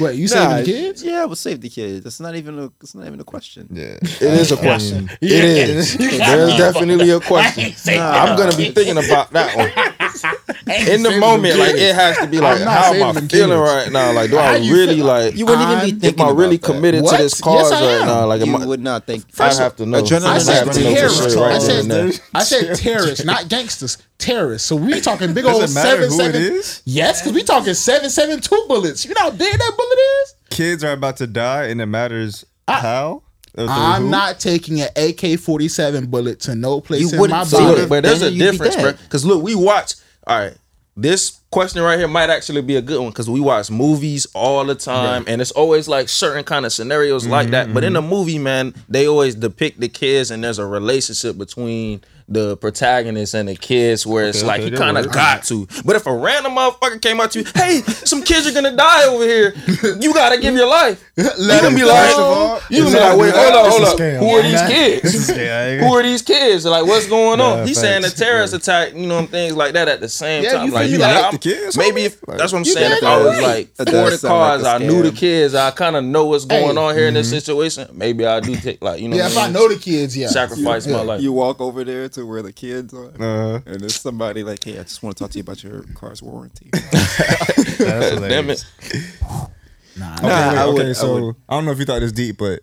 [SPEAKER 4] Wait, you
[SPEAKER 1] Nah,
[SPEAKER 4] saving the kids?
[SPEAKER 1] Yeah, I would save the kids. That's not even a. It's not even a question.
[SPEAKER 2] yeah,
[SPEAKER 3] It is a question. It is. There's definitely a question. I'm gonna be thinking about that one. in the moment, like it has to be like,
[SPEAKER 4] I'm not
[SPEAKER 3] how
[SPEAKER 4] saving
[SPEAKER 3] am I
[SPEAKER 4] them
[SPEAKER 3] feeling
[SPEAKER 4] kids.
[SPEAKER 3] right now? Like, do
[SPEAKER 4] How
[SPEAKER 3] I
[SPEAKER 4] you
[SPEAKER 3] really
[SPEAKER 4] feel?
[SPEAKER 3] like?
[SPEAKER 1] You wouldn't even
[SPEAKER 4] I'm-
[SPEAKER 1] be
[SPEAKER 3] Am
[SPEAKER 1] thinking.
[SPEAKER 3] I really
[SPEAKER 1] about that.
[SPEAKER 3] committed
[SPEAKER 4] What?
[SPEAKER 3] to this
[SPEAKER 4] Yes,
[SPEAKER 3] cause
[SPEAKER 4] I
[SPEAKER 3] right
[SPEAKER 4] am.
[SPEAKER 3] now? Like, am
[SPEAKER 1] You
[SPEAKER 3] I,
[SPEAKER 1] would not think.
[SPEAKER 3] I have to know.
[SPEAKER 1] Adrenaline
[SPEAKER 4] I
[SPEAKER 3] I
[SPEAKER 4] said
[SPEAKER 3] have to know for
[SPEAKER 4] terrorists.
[SPEAKER 3] sure
[SPEAKER 4] I
[SPEAKER 3] right then
[SPEAKER 4] said
[SPEAKER 3] and there.
[SPEAKER 4] I said terrorists, not gangsters. Terrorists. So we talking big
[SPEAKER 2] Does
[SPEAKER 4] old
[SPEAKER 2] it matter
[SPEAKER 4] seven
[SPEAKER 2] who
[SPEAKER 4] seven.
[SPEAKER 2] it is?
[SPEAKER 4] Yes, because we talking seven seven two bullets. You know how big that bullet is.
[SPEAKER 2] Kids are about to die, and it matters how. or through
[SPEAKER 4] I'm
[SPEAKER 2] who?
[SPEAKER 4] not taking an AK forty seven bullet to no place
[SPEAKER 1] You
[SPEAKER 4] in
[SPEAKER 1] wouldn't
[SPEAKER 4] my
[SPEAKER 1] say
[SPEAKER 3] See,
[SPEAKER 4] body.
[SPEAKER 1] that.
[SPEAKER 3] look, but there's
[SPEAKER 1] then
[SPEAKER 3] a
[SPEAKER 1] you'd be
[SPEAKER 3] difference, bro.
[SPEAKER 1] dead.
[SPEAKER 3] Because look, we watch. All right, this question right here might actually be a good one because we watch movies all the time, and it's always like certain kind of scenarios like that. But in a movie, man, they always depict the kids, and there's a relationship between the protagonist and the kids where it's
[SPEAKER 2] Okay,
[SPEAKER 3] like
[SPEAKER 2] okay,
[SPEAKER 3] he
[SPEAKER 2] that
[SPEAKER 3] kind of
[SPEAKER 2] works.
[SPEAKER 3] got to. But if a random motherfucker came out to you, hey, some kids are gonna die over here, you gotta give your life. you
[SPEAKER 4] him
[SPEAKER 3] gonna be
[SPEAKER 4] go.
[SPEAKER 3] like,
[SPEAKER 4] First of all,
[SPEAKER 3] you gonna be
[SPEAKER 2] Exactly.
[SPEAKER 3] like, wait, hold
[SPEAKER 2] This
[SPEAKER 3] up, hold
[SPEAKER 2] is
[SPEAKER 3] up,
[SPEAKER 2] scam.
[SPEAKER 3] who are these
[SPEAKER 2] Nah.
[SPEAKER 3] kids?
[SPEAKER 2] This is scam.
[SPEAKER 3] who are these kids? Like, what's going on?
[SPEAKER 2] Nah,
[SPEAKER 3] He's saying a
[SPEAKER 2] facts.
[SPEAKER 3] terrorist attack, you know, and things like that at the same
[SPEAKER 4] Yeah,
[SPEAKER 3] time.
[SPEAKER 4] you
[SPEAKER 3] like,
[SPEAKER 4] feel
[SPEAKER 3] you
[SPEAKER 4] me?
[SPEAKER 3] like,
[SPEAKER 4] Like
[SPEAKER 3] I'm-
[SPEAKER 2] the kids,
[SPEAKER 3] maybe
[SPEAKER 2] homie?
[SPEAKER 3] if that's what I'm
[SPEAKER 4] You
[SPEAKER 3] saying. If
[SPEAKER 4] damn
[SPEAKER 3] I was
[SPEAKER 4] right.
[SPEAKER 1] That
[SPEAKER 3] like for the
[SPEAKER 1] does sound like
[SPEAKER 3] cars,
[SPEAKER 1] a
[SPEAKER 3] I knew the
[SPEAKER 1] scam.
[SPEAKER 3] kids, I kind of know what's going
[SPEAKER 4] Hey.
[SPEAKER 3] on here in this situation. Maybe I do take, like, you know,
[SPEAKER 4] Yeah,
[SPEAKER 3] what
[SPEAKER 4] if I
[SPEAKER 3] mean?
[SPEAKER 4] know the kids, yeah.
[SPEAKER 3] sacrifice my life.
[SPEAKER 1] You walk over there to where the kids are,
[SPEAKER 2] Uh,
[SPEAKER 1] and there's somebody like, "Hey, I just want to talk to you about your car's warranty."
[SPEAKER 2] that's
[SPEAKER 3] Damn
[SPEAKER 2] hilarious.
[SPEAKER 3] it.
[SPEAKER 4] Nah,
[SPEAKER 2] Okay,
[SPEAKER 1] Nah,
[SPEAKER 2] wait,
[SPEAKER 1] I would-
[SPEAKER 2] okay,
[SPEAKER 1] I
[SPEAKER 2] so I,
[SPEAKER 1] would-
[SPEAKER 2] don't know if you thought this deep, but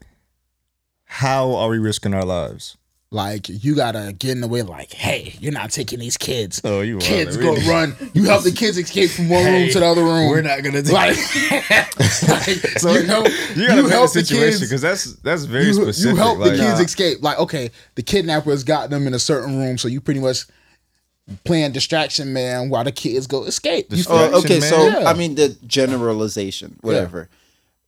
[SPEAKER 2] how are we risking our lives?
[SPEAKER 4] like you gotta get in the way. Like, hey, you're not taking these kids.
[SPEAKER 2] Oh, you
[SPEAKER 4] kids go run. You help the kids escape from one room to the other room.
[SPEAKER 2] We're not gonna do.
[SPEAKER 4] like, like, you know,
[SPEAKER 2] you
[SPEAKER 4] you,
[SPEAKER 2] gotta make a
[SPEAKER 4] help the
[SPEAKER 2] situation
[SPEAKER 4] kids.
[SPEAKER 2] because that's that's very
[SPEAKER 4] You, you
[SPEAKER 2] specific.
[SPEAKER 4] help the
[SPEAKER 2] like-
[SPEAKER 4] kids escape. Like, okay, the kidnappers got them in a certain room, so you pretty much playing distraction man while the kids go escape. You
[SPEAKER 2] Distraction.
[SPEAKER 4] feel-
[SPEAKER 1] Oh, okay,
[SPEAKER 2] man.
[SPEAKER 1] so
[SPEAKER 4] Yeah.
[SPEAKER 1] I mean the generalization, whatever.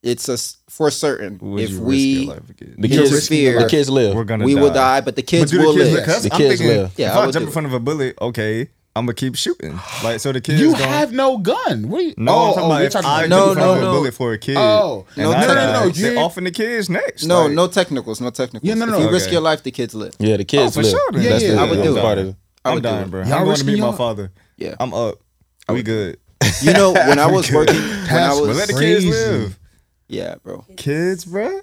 [SPEAKER 1] It's a s- for certain.
[SPEAKER 2] Would
[SPEAKER 1] if
[SPEAKER 2] you
[SPEAKER 1] we
[SPEAKER 2] risk your life again?
[SPEAKER 3] The
[SPEAKER 1] You're
[SPEAKER 3] kids,
[SPEAKER 1] risking your
[SPEAKER 3] the
[SPEAKER 1] life.
[SPEAKER 3] kids live.
[SPEAKER 2] we're gonna
[SPEAKER 1] we
[SPEAKER 2] die.
[SPEAKER 1] will die, but the kids
[SPEAKER 2] do the
[SPEAKER 1] will
[SPEAKER 2] kids
[SPEAKER 1] live.
[SPEAKER 2] live? 'Cause
[SPEAKER 3] The
[SPEAKER 2] I'm
[SPEAKER 3] kids
[SPEAKER 2] thinking,
[SPEAKER 3] live.
[SPEAKER 1] Yeah,
[SPEAKER 2] if
[SPEAKER 1] I
[SPEAKER 2] I,
[SPEAKER 1] would
[SPEAKER 2] jump
[SPEAKER 1] do
[SPEAKER 2] in front of a bullet, okay, I'm gonna keep shooting. Like so, the kids.
[SPEAKER 4] You
[SPEAKER 2] gonna,
[SPEAKER 4] have no gun. What are you?
[SPEAKER 2] No,
[SPEAKER 4] oh,
[SPEAKER 2] I'm talking
[SPEAKER 4] oh,
[SPEAKER 2] about
[SPEAKER 4] you're
[SPEAKER 2] if I
[SPEAKER 1] No,
[SPEAKER 2] jump in front
[SPEAKER 1] no,
[SPEAKER 2] of
[SPEAKER 1] no.
[SPEAKER 2] a bullet for a kid.
[SPEAKER 4] Oh,
[SPEAKER 2] and
[SPEAKER 4] no,
[SPEAKER 2] I
[SPEAKER 4] no, no,
[SPEAKER 2] die,
[SPEAKER 4] no,
[SPEAKER 2] They're
[SPEAKER 4] you-
[SPEAKER 2] offing the kids next.
[SPEAKER 1] No,
[SPEAKER 2] like,
[SPEAKER 1] no technicals, no technicals.
[SPEAKER 4] Yeah, no, no.
[SPEAKER 1] If you
[SPEAKER 2] Okay.
[SPEAKER 1] risk your life, the kids live.
[SPEAKER 3] Yeah, the
[SPEAKER 2] Oh,
[SPEAKER 3] kids
[SPEAKER 2] for
[SPEAKER 3] live.
[SPEAKER 2] sure. Then.
[SPEAKER 4] Yeah,
[SPEAKER 3] That's
[SPEAKER 4] yeah,
[SPEAKER 3] the,
[SPEAKER 4] I would
[SPEAKER 3] that's
[SPEAKER 1] do it.
[SPEAKER 3] part of it.
[SPEAKER 1] I
[SPEAKER 2] I'm
[SPEAKER 1] would do
[SPEAKER 2] dying,
[SPEAKER 1] it.
[SPEAKER 2] bro.
[SPEAKER 4] Y'all
[SPEAKER 2] I'm going to meet
[SPEAKER 4] risking
[SPEAKER 2] my
[SPEAKER 4] your-
[SPEAKER 2] father.
[SPEAKER 1] Yeah.
[SPEAKER 2] I'm up. We good.
[SPEAKER 1] You know, when I was working, when I
[SPEAKER 4] That's
[SPEAKER 2] But let the
[SPEAKER 1] was
[SPEAKER 2] kids
[SPEAKER 4] Crazy.
[SPEAKER 2] live.
[SPEAKER 1] yeah, bro.
[SPEAKER 2] Kids, bro.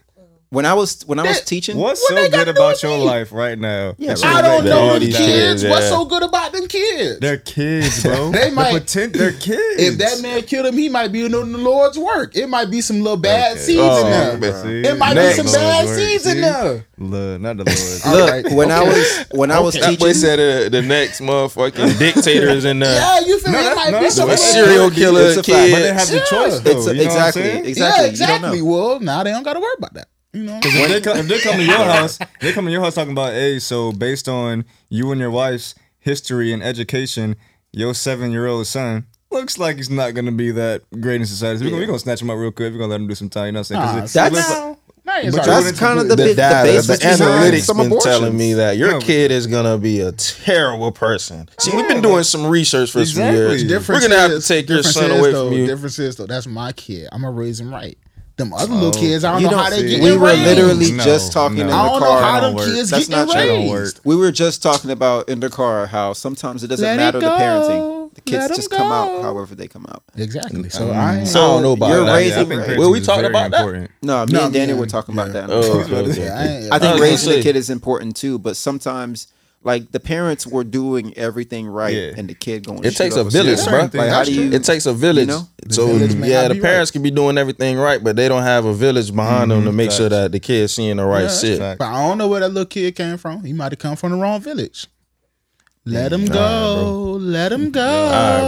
[SPEAKER 1] When I was when I was teaching,
[SPEAKER 2] What's
[SPEAKER 4] What
[SPEAKER 2] so
[SPEAKER 4] they got
[SPEAKER 2] good
[SPEAKER 4] to do
[SPEAKER 2] about
[SPEAKER 4] with
[SPEAKER 2] your
[SPEAKER 4] me?
[SPEAKER 2] life right now?
[SPEAKER 1] Yeah,
[SPEAKER 2] That's
[SPEAKER 1] bro.
[SPEAKER 2] what
[SPEAKER 4] I don't
[SPEAKER 2] they-
[SPEAKER 4] know
[SPEAKER 3] all
[SPEAKER 4] the
[SPEAKER 3] these
[SPEAKER 4] kids.
[SPEAKER 3] kids,
[SPEAKER 4] What's
[SPEAKER 3] yeah.
[SPEAKER 4] so good about them kids?
[SPEAKER 2] They're kids, bro.
[SPEAKER 4] They might-
[SPEAKER 2] They're, pretend, they're kids.
[SPEAKER 4] if that man killed him, he might be doing the Lord's work. It might be some little bad
[SPEAKER 2] Okay.
[SPEAKER 4] seeds
[SPEAKER 3] Oh,
[SPEAKER 4] in there.
[SPEAKER 2] See?
[SPEAKER 4] It might
[SPEAKER 3] Next.
[SPEAKER 4] be some
[SPEAKER 2] Lord's
[SPEAKER 4] bad
[SPEAKER 2] work,
[SPEAKER 4] seeds
[SPEAKER 2] see?
[SPEAKER 4] in there.
[SPEAKER 2] Look, not the Lord.
[SPEAKER 1] look,
[SPEAKER 4] Alright,
[SPEAKER 1] when I
[SPEAKER 4] okay.
[SPEAKER 1] was when I was
[SPEAKER 3] That boy
[SPEAKER 1] teaching,
[SPEAKER 3] said uh, the next motherfucking dictator is in there.
[SPEAKER 4] Yeah, you feel
[SPEAKER 2] No,
[SPEAKER 4] me? It
[SPEAKER 2] that's-
[SPEAKER 4] might
[SPEAKER 2] no,
[SPEAKER 4] be
[SPEAKER 2] that's
[SPEAKER 4] some
[SPEAKER 2] what
[SPEAKER 3] The
[SPEAKER 4] little-
[SPEAKER 2] it's
[SPEAKER 3] serial
[SPEAKER 1] But
[SPEAKER 3] killer
[SPEAKER 1] it's a fact.
[SPEAKER 2] but they
[SPEAKER 3] kids.
[SPEAKER 2] have the
[SPEAKER 4] Yeah.
[SPEAKER 2] choice, though.
[SPEAKER 1] it's a,
[SPEAKER 2] you know
[SPEAKER 1] exactly,
[SPEAKER 2] What I'm saying?
[SPEAKER 1] exactly,
[SPEAKER 4] Yeah, exactly.
[SPEAKER 1] You don't know.
[SPEAKER 4] Well, now they don't gotta worry about that. You know,
[SPEAKER 2] Because if, they come- if they come to your house, they come to your house talking about, hey, so based on you and your wife's history and education, your seven year old son looks like he's not going to be that great in society. We're going to snatch him up real quick. We're going to let him do some time. You know what I'm saying? 'Cause
[SPEAKER 1] Nah,
[SPEAKER 2] it-
[SPEAKER 1] that's-
[SPEAKER 2] it looks
[SPEAKER 4] Now you're
[SPEAKER 2] But
[SPEAKER 4] sorry.
[SPEAKER 1] That's kind of the,
[SPEAKER 3] the
[SPEAKER 1] big
[SPEAKER 3] data,
[SPEAKER 1] the
[SPEAKER 3] the,
[SPEAKER 1] basis behind
[SPEAKER 3] analytics
[SPEAKER 1] some
[SPEAKER 3] been
[SPEAKER 1] abortions.
[SPEAKER 3] telling me that your
[SPEAKER 2] Yeah.
[SPEAKER 3] kid is gonna be a terrible person. See, we've been doing some research for
[SPEAKER 2] Exactly.
[SPEAKER 3] some years.
[SPEAKER 4] Difference
[SPEAKER 3] We're gonna have to
[SPEAKER 4] is-
[SPEAKER 3] take your
[SPEAKER 4] difference
[SPEAKER 3] son
[SPEAKER 4] is,
[SPEAKER 3] away
[SPEAKER 4] though,
[SPEAKER 3] from you.
[SPEAKER 4] Difference is though, that's my kid. I'm gonna raise him right. Them other little kids, I don't
[SPEAKER 1] You
[SPEAKER 4] know
[SPEAKER 1] don't
[SPEAKER 4] how they
[SPEAKER 1] see.
[SPEAKER 4] get
[SPEAKER 1] We were
[SPEAKER 4] raised.
[SPEAKER 1] literally
[SPEAKER 2] No,
[SPEAKER 1] just talking
[SPEAKER 2] no.
[SPEAKER 1] in the
[SPEAKER 4] I
[SPEAKER 1] car.
[SPEAKER 4] don't know how
[SPEAKER 2] don't
[SPEAKER 4] them
[SPEAKER 2] work.
[SPEAKER 4] kids
[SPEAKER 1] That's
[SPEAKER 4] get
[SPEAKER 1] not true.
[SPEAKER 2] Don't work.
[SPEAKER 4] raised.
[SPEAKER 1] We were just talking about in the car how sometimes it doesn't
[SPEAKER 4] Let it
[SPEAKER 1] matter the
[SPEAKER 4] go.
[SPEAKER 1] parenting. The kids
[SPEAKER 4] Let 'em
[SPEAKER 1] just come out
[SPEAKER 4] go.
[SPEAKER 1] however they come out.
[SPEAKER 4] Exactly. So I ain't-
[SPEAKER 3] So I don't know about
[SPEAKER 1] you're
[SPEAKER 3] that.
[SPEAKER 2] Yeah, I
[SPEAKER 1] raising.
[SPEAKER 2] think
[SPEAKER 1] ra-
[SPEAKER 2] parenting
[SPEAKER 3] Well, we
[SPEAKER 2] is
[SPEAKER 3] talked
[SPEAKER 2] very
[SPEAKER 3] about that.
[SPEAKER 2] important.
[SPEAKER 1] no, me
[SPEAKER 4] No,
[SPEAKER 1] and Danny
[SPEAKER 4] yeah, Oh,
[SPEAKER 1] were talking about that.
[SPEAKER 3] Oh,
[SPEAKER 1] Oh,
[SPEAKER 3] okay, okay.
[SPEAKER 4] yeah, I, ain't-
[SPEAKER 1] I
[SPEAKER 3] I
[SPEAKER 1] think
[SPEAKER 3] was gonna
[SPEAKER 1] raising the
[SPEAKER 3] say-
[SPEAKER 1] kid is important too, but sometimes like the parents were doing everything right,
[SPEAKER 2] Yeah.
[SPEAKER 1] and the kid going.
[SPEAKER 3] It takes a
[SPEAKER 1] village,
[SPEAKER 3] village,
[SPEAKER 2] Yeah.
[SPEAKER 3] bro.
[SPEAKER 2] Certain things
[SPEAKER 1] Like, how
[SPEAKER 2] that's
[SPEAKER 1] do you?
[SPEAKER 2] true.
[SPEAKER 3] It takes a village.
[SPEAKER 1] know?
[SPEAKER 3] so
[SPEAKER 4] village may
[SPEAKER 3] yeah,
[SPEAKER 4] not
[SPEAKER 3] the
[SPEAKER 4] be
[SPEAKER 3] parents could be doing everything right, but they don't have a village behind them to make sure that the kids seeing the right shit.
[SPEAKER 2] Fact.
[SPEAKER 4] But I don't know where that little kid came from. He might have come from the wrong village. Let him go. Let him go.
[SPEAKER 3] All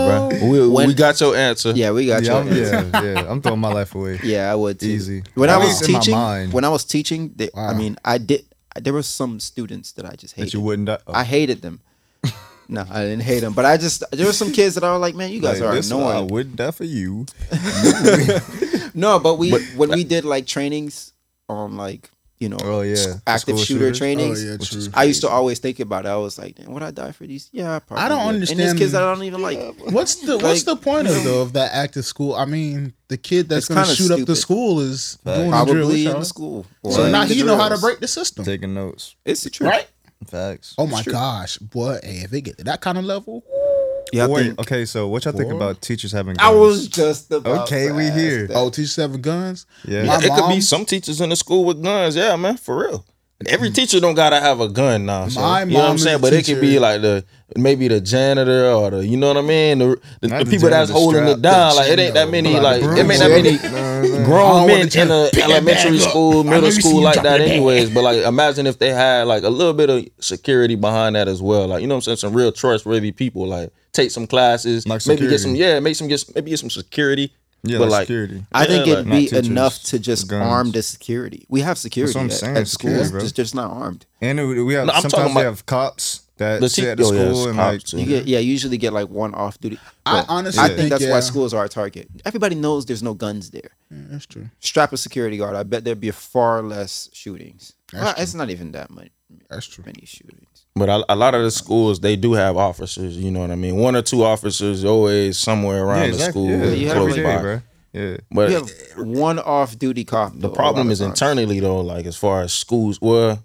[SPEAKER 3] right, bro. We,
[SPEAKER 1] When-
[SPEAKER 3] we got your answer.
[SPEAKER 1] yeah, we got
[SPEAKER 2] Yeah,
[SPEAKER 1] yeah,
[SPEAKER 2] I'm, yeah, yeah. I'm throwing my life away.
[SPEAKER 1] Yeah, I would too.
[SPEAKER 2] Easy.
[SPEAKER 1] When
[SPEAKER 2] At
[SPEAKER 1] I was
[SPEAKER 2] least in my
[SPEAKER 1] teaching,
[SPEAKER 2] mind.
[SPEAKER 1] when I was teaching, they, I
[SPEAKER 4] Wow.
[SPEAKER 1] mean, I did. There were some students that I just hated.
[SPEAKER 2] That you wouldn't die.
[SPEAKER 1] I hated them. No, I didn't hate them, but I just there were some kids that I was like, man, you guys
[SPEAKER 2] Like,
[SPEAKER 1] are
[SPEAKER 2] this is why I
[SPEAKER 1] annoying.
[SPEAKER 2] would die for you.
[SPEAKER 1] No, but we when we did like trainings on like you know
[SPEAKER 2] Oh, yeah.
[SPEAKER 1] s-
[SPEAKER 2] The
[SPEAKER 1] active
[SPEAKER 2] school
[SPEAKER 1] shooter
[SPEAKER 2] shooters?
[SPEAKER 1] trainings.
[SPEAKER 4] Oh, yeah, Which is true.
[SPEAKER 1] I used to always think about it. I was like, Damn, would I die for these? Yeah, I probably.
[SPEAKER 4] I don't
[SPEAKER 1] would. And
[SPEAKER 4] understand-
[SPEAKER 1] there's kids that I don't even like.
[SPEAKER 4] What's the what's the point of though of that active school? I mean, the kid that's
[SPEAKER 1] It's
[SPEAKER 4] going to
[SPEAKER 1] kinda
[SPEAKER 4] shoot up the
[SPEAKER 1] stupid.
[SPEAKER 4] school is doing the drill
[SPEAKER 1] Probably
[SPEAKER 4] with
[SPEAKER 1] in
[SPEAKER 4] y'all.
[SPEAKER 1] the school.
[SPEAKER 4] So
[SPEAKER 1] or
[SPEAKER 4] now
[SPEAKER 1] in the
[SPEAKER 4] he know how to
[SPEAKER 1] drills.
[SPEAKER 4] break the system,
[SPEAKER 2] Taking notes.
[SPEAKER 1] It's the truth,
[SPEAKER 4] right?
[SPEAKER 2] Facts.
[SPEAKER 4] Oh my gosh, boy! Hey, if it get to that kind of level, oh,
[SPEAKER 1] Yeah, I,
[SPEAKER 2] Wait,
[SPEAKER 1] think-
[SPEAKER 2] okay, so what y'all think
[SPEAKER 4] Or-
[SPEAKER 2] about teachers having
[SPEAKER 1] I
[SPEAKER 2] guns?
[SPEAKER 1] was just about.
[SPEAKER 2] Okay,
[SPEAKER 1] to
[SPEAKER 2] we
[SPEAKER 1] ask
[SPEAKER 2] here.
[SPEAKER 1] that.
[SPEAKER 4] oh, teach seven guns.
[SPEAKER 2] Yeah.
[SPEAKER 4] My
[SPEAKER 3] it could
[SPEAKER 4] mom-
[SPEAKER 3] be some teachers in the school with guns. Yeah, man, for real. Every teacher don't gotta have a gun now. So,
[SPEAKER 4] Mm. My
[SPEAKER 3] you know what
[SPEAKER 4] mom
[SPEAKER 3] I'm
[SPEAKER 4] is
[SPEAKER 3] saying?
[SPEAKER 4] a
[SPEAKER 3] But it could be
[SPEAKER 4] teacher.
[SPEAKER 3] like the maybe the janitor or the you know what I mean? The the,
[SPEAKER 2] Not
[SPEAKER 3] the
[SPEAKER 2] the
[SPEAKER 3] people that's
[SPEAKER 2] janitor,
[SPEAKER 3] holding
[SPEAKER 2] strap,
[SPEAKER 3] it down.
[SPEAKER 4] the
[SPEAKER 3] Like it ain't that
[SPEAKER 4] janitor,
[SPEAKER 3] many
[SPEAKER 4] like
[SPEAKER 3] like
[SPEAKER 4] the
[SPEAKER 3] it ain't that many
[SPEAKER 4] I
[SPEAKER 3] grown men
[SPEAKER 4] wanna
[SPEAKER 3] in a
[SPEAKER 4] pick that
[SPEAKER 3] elementary
[SPEAKER 4] bag up.
[SPEAKER 3] school,
[SPEAKER 4] I
[SPEAKER 3] middle
[SPEAKER 4] never seen
[SPEAKER 3] school
[SPEAKER 4] you
[SPEAKER 3] like
[SPEAKER 4] drop
[SPEAKER 3] that
[SPEAKER 4] that bag.
[SPEAKER 3] anyways. But like imagine if they had like a little bit of security behind that as well. Like, you know what I'm saying? Some real trustworthy people. Like take some classes,
[SPEAKER 2] Like
[SPEAKER 3] maybe
[SPEAKER 2] security.
[SPEAKER 3] get some yeah, make some get maybe get some security.
[SPEAKER 2] yeah,
[SPEAKER 3] but
[SPEAKER 2] like,
[SPEAKER 3] like
[SPEAKER 2] security.
[SPEAKER 1] I think
[SPEAKER 3] Yeah,
[SPEAKER 1] it'd
[SPEAKER 2] like-
[SPEAKER 1] be
[SPEAKER 2] Not teachers,
[SPEAKER 1] enough to just
[SPEAKER 2] guns.
[SPEAKER 1] arm the security. We have security
[SPEAKER 2] what I'm
[SPEAKER 1] at,
[SPEAKER 2] saying,
[SPEAKER 1] at
[SPEAKER 2] security,
[SPEAKER 1] schools.
[SPEAKER 2] bro.
[SPEAKER 1] It's just not armed.
[SPEAKER 2] And it- we have
[SPEAKER 3] No, I'm talking
[SPEAKER 2] sometimes we
[SPEAKER 3] about-
[SPEAKER 2] have cops that
[SPEAKER 3] The
[SPEAKER 2] sit
[SPEAKER 3] te-
[SPEAKER 2] at the
[SPEAKER 3] oh,
[SPEAKER 2] school
[SPEAKER 3] yeah, it's
[SPEAKER 2] and like
[SPEAKER 3] cops,
[SPEAKER 1] You get yeah, you usually get like one off duty.
[SPEAKER 4] I
[SPEAKER 1] But
[SPEAKER 4] honestly
[SPEAKER 1] I
[SPEAKER 4] think,
[SPEAKER 1] think, that's why
[SPEAKER 4] yeah.
[SPEAKER 1] schools are a target. Everybody knows there's no guns there.
[SPEAKER 4] Yeah, that's true.
[SPEAKER 1] Strap a security guard. I bet there'd be far less shootings.
[SPEAKER 4] That's
[SPEAKER 1] Well,
[SPEAKER 4] true.
[SPEAKER 1] it's not even that much
[SPEAKER 4] That's true.
[SPEAKER 1] many shootings.
[SPEAKER 3] But a, a lot of the schools they do have officers. You know what I mean. One or two officers always somewhere around
[SPEAKER 2] yeah, exactly.
[SPEAKER 3] the school
[SPEAKER 2] yeah,
[SPEAKER 1] you have
[SPEAKER 3] close
[SPEAKER 1] every
[SPEAKER 3] by.
[SPEAKER 2] day, bro. Yeah.
[SPEAKER 3] But
[SPEAKER 1] You have one off duty cop.
[SPEAKER 3] the problem is internally though. Like as far as schools, well,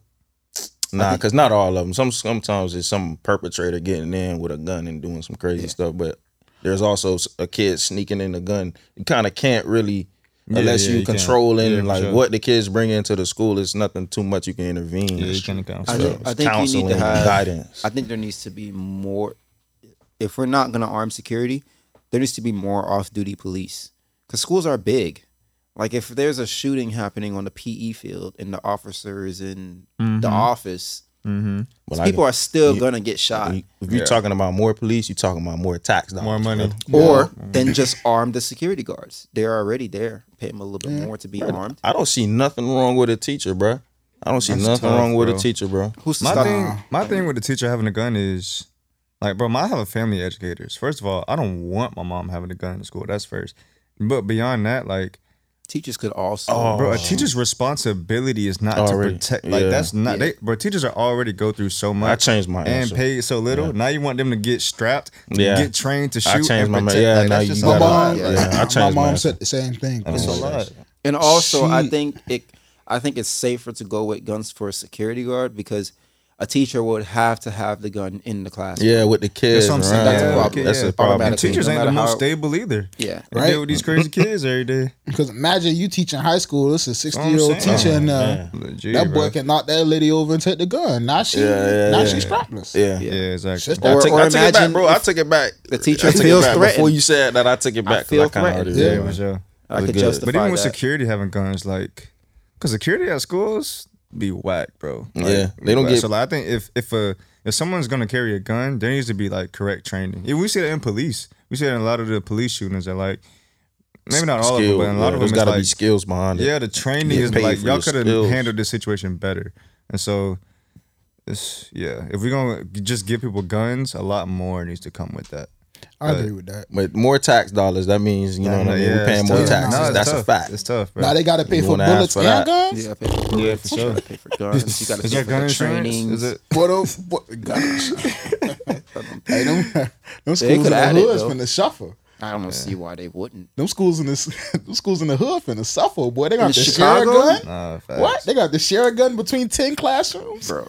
[SPEAKER 3] nah, because not all of them. Some sometimes it's some perpetrator getting in with a gun and doing some crazy stuff. But there's also s- a kid sneaking in a gun. You kind of can't really.
[SPEAKER 2] Yeah,
[SPEAKER 3] Unless
[SPEAKER 2] yeah,
[SPEAKER 3] you
[SPEAKER 2] you can't.
[SPEAKER 3] controlling
[SPEAKER 2] Yeah, for
[SPEAKER 3] like
[SPEAKER 2] sure.
[SPEAKER 3] what the kids bring into the school, it's nothing too much you can intervene.
[SPEAKER 2] Yeah, you
[SPEAKER 3] It's
[SPEAKER 2] can account.
[SPEAKER 1] I
[SPEAKER 2] for
[SPEAKER 1] think-
[SPEAKER 2] that.
[SPEAKER 1] I think you need to
[SPEAKER 3] counseling and
[SPEAKER 1] have-
[SPEAKER 3] guidance.
[SPEAKER 1] I think there needs to be more. If we're not gonna arm security, there needs to be more off duty police because schools are big. Like if there's a shooting happening on the PE field and the officer is in Mm-hmm. the
[SPEAKER 3] Mm-hmm.
[SPEAKER 4] Mm-hmm.
[SPEAKER 1] office,
[SPEAKER 2] Mm-hmm.
[SPEAKER 3] But
[SPEAKER 1] people are still
[SPEAKER 3] you-
[SPEAKER 1] gonna get shot.
[SPEAKER 3] If you're talking about more police, you're talking about more tax dollars.
[SPEAKER 2] More money.
[SPEAKER 1] Or
[SPEAKER 2] Mm-hmm.
[SPEAKER 1] then just arm the security guards. They're already there. Pay them a little bit more to be armed.
[SPEAKER 3] I don't see nothing wrong with a teacher, bro. I don't see nothing
[SPEAKER 2] tough,
[SPEAKER 3] wrong with
[SPEAKER 2] bro.
[SPEAKER 3] a teacher, bro.
[SPEAKER 1] Who's to
[SPEAKER 2] My
[SPEAKER 1] stop
[SPEAKER 2] thing, my thing with the teacher having a gun is, like, bro, my, I have a family of educators. First of all, I don't want my mom having a gun in school. That's first. But beyond that, like,
[SPEAKER 1] teachers could also
[SPEAKER 2] Oh, bro, a teacher's responsibility is not
[SPEAKER 3] Oh. Already.
[SPEAKER 2] to protect. Like,
[SPEAKER 3] Yeah.
[SPEAKER 2] that's not. They, bro, teachers are already go through so much.
[SPEAKER 3] I changed my
[SPEAKER 2] and
[SPEAKER 3] answer.
[SPEAKER 2] paid so little. Now you want them to get strapped, to
[SPEAKER 3] Yeah.
[SPEAKER 2] get trained to shoot.
[SPEAKER 3] I changed
[SPEAKER 2] and
[SPEAKER 3] my mind.
[SPEAKER 2] protect.
[SPEAKER 3] Yeah,
[SPEAKER 2] Like,
[SPEAKER 3] now
[SPEAKER 2] that's
[SPEAKER 3] you
[SPEAKER 2] just a
[SPEAKER 4] My
[SPEAKER 3] gotta-
[SPEAKER 2] lot.
[SPEAKER 4] mom,
[SPEAKER 3] Yeah, I changed
[SPEAKER 4] my
[SPEAKER 3] my
[SPEAKER 4] mom
[SPEAKER 3] answer.
[SPEAKER 4] said the same thing.
[SPEAKER 3] It's
[SPEAKER 2] It's a
[SPEAKER 3] Yeah.
[SPEAKER 2] lot.
[SPEAKER 1] And also, I
[SPEAKER 4] She-
[SPEAKER 1] think it. I think it's safer to go with guns for a security guard because a teacher would have to have the gun in the class.
[SPEAKER 3] Yeah, with the kids.
[SPEAKER 2] That's what I'm saying.
[SPEAKER 3] around.
[SPEAKER 2] That's
[SPEAKER 3] That's,
[SPEAKER 2] a problem.
[SPEAKER 3] a problem. That's
[SPEAKER 2] Yeah.
[SPEAKER 3] a problem.
[SPEAKER 1] Automatic.
[SPEAKER 2] And teachers
[SPEAKER 1] No
[SPEAKER 2] ain't the
[SPEAKER 1] matter
[SPEAKER 2] most
[SPEAKER 1] how-
[SPEAKER 2] stable either.
[SPEAKER 1] Yeah.
[SPEAKER 2] They deal with these crazy kids every day.
[SPEAKER 4] Because imagine you teaching high school. This is a
[SPEAKER 2] what I'm
[SPEAKER 4] sixty-year-old
[SPEAKER 2] saying.
[SPEAKER 4] teacher, and uh,
[SPEAKER 2] Gee,
[SPEAKER 4] that boy
[SPEAKER 2] bro.
[SPEAKER 4] can knock that lady over and take the gun. Now she,
[SPEAKER 3] Yeah, yeah,
[SPEAKER 4] now
[SPEAKER 3] yeah.
[SPEAKER 4] she's strapless.
[SPEAKER 3] Yeah.
[SPEAKER 2] Yeah, exactly.
[SPEAKER 4] Shit.
[SPEAKER 3] I
[SPEAKER 1] Or-
[SPEAKER 3] took,
[SPEAKER 1] or
[SPEAKER 3] I took it back,
[SPEAKER 1] imagine
[SPEAKER 3] bro.
[SPEAKER 1] if
[SPEAKER 3] I took it back.
[SPEAKER 1] the teacher
[SPEAKER 3] I took
[SPEAKER 1] feels
[SPEAKER 3] it back. Before
[SPEAKER 1] threatened.
[SPEAKER 3] you said that, I took it back. 'cause
[SPEAKER 1] feel
[SPEAKER 3] kinda already
[SPEAKER 1] threatened.
[SPEAKER 3] did.
[SPEAKER 2] Yeah, for sure.
[SPEAKER 1] I could
[SPEAKER 3] good.
[SPEAKER 1] justify
[SPEAKER 2] But even with
[SPEAKER 1] that.
[SPEAKER 2] security having guns, like, because security at schools be whack, bro. Like,
[SPEAKER 3] Yeah, they don't
[SPEAKER 2] whack.
[SPEAKER 3] get-
[SPEAKER 2] So like, I think if if a if someone's gonna carry a gun, there needs to be like correct training. Yeah, we see that in police. We see that in a lot of the police shootings. That like, maybe not all
[SPEAKER 3] Skill,
[SPEAKER 2] of them, but in a lot
[SPEAKER 3] yeah,
[SPEAKER 2] of
[SPEAKER 3] There's
[SPEAKER 2] them,
[SPEAKER 3] got to be
[SPEAKER 2] it's like,
[SPEAKER 3] skills behind it.
[SPEAKER 2] yeah, the training
[SPEAKER 3] Get
[SPEAKER 2] is
[SPEAKER 3] paid
[SPEAKER 2] like
[SPEAKER 3] for
[SPEAKER 2] y'all
[SPEAKER 3] your
[SPEAKER 2] could have
[SPEAKER 3] skills.
[SPEAKER 2] handled this situation better. And so, it's yeah, if we're gonna just give people guns, a lot more needs to come with that.
[SPEAKER 4] I agree with that.
[SPEAKER 3] But more tax dollars. That means you know what I mean. We're paying
[SPEAKER 2] it's
[SPEAKER 3] more
[SPEAKER 2] tough.
[SPEAKER 3] taxes.
[SPEAKER 2] No, it's
[SPEAKER 3] That's a
[SPEAKER 2] tough.
[SPEAKER 3] fact.
[SPEAKER 2] It's tough, bro.
[SPEAKER 4] Now they got to pay
[SPEAKER 3] You
[SPEAKER 4] for
[SPEAKER 3] wanna
[SPEAKER 4] bullets
[SPEAKER 3] ask for
[SPEAKER 4] and
[SPEAKER 3] that?
[SPEAKER 4] guns.
[SPEAKER 1] yeah, I pay for
[SPEAKER 2] Yeah, for
[SPEAKER 1] You
[SPEAKER 2] sure.
[SPEAKER 1] gotta pay for guns. You gotta
[SPEAKER 2] Is
[SPEAKER 1] pay
[SPEAKER 2] that
[SPEAKER 1] for
[SPEAKER 2] gun
[SPEAKER 1] the
[SPEAKER 2] insurance?
[SPEAKER 1] training.
[SPEAKER 2] Is it?
[SPEAKER 4] What a what, gosh. hey, them, them schools in
[SPEAKER 1] coulda
[SPEAKER 4] the
[SPEAKER 1] had it,
[SPEAKER 4] hood
[SPEAKER 1] though.
[SPEAKER 4] finna suffer.
[SPEAKER 1] I don't see why they wouldn't.
[SPEAKER 4] Them schools in this, them schools in the hood finna suffer. Boy, they got
[SPEAKER 1] In
[SPEAKER 4] to share a
[SPEAKER 1] Chicago?
[SPEAKER 4] gun.
[SPEAKER 2] Nah, facts.
[SPEAKER 4] What? They got to share a gun between ten classrooms.
[SPEAKER 1] Bro.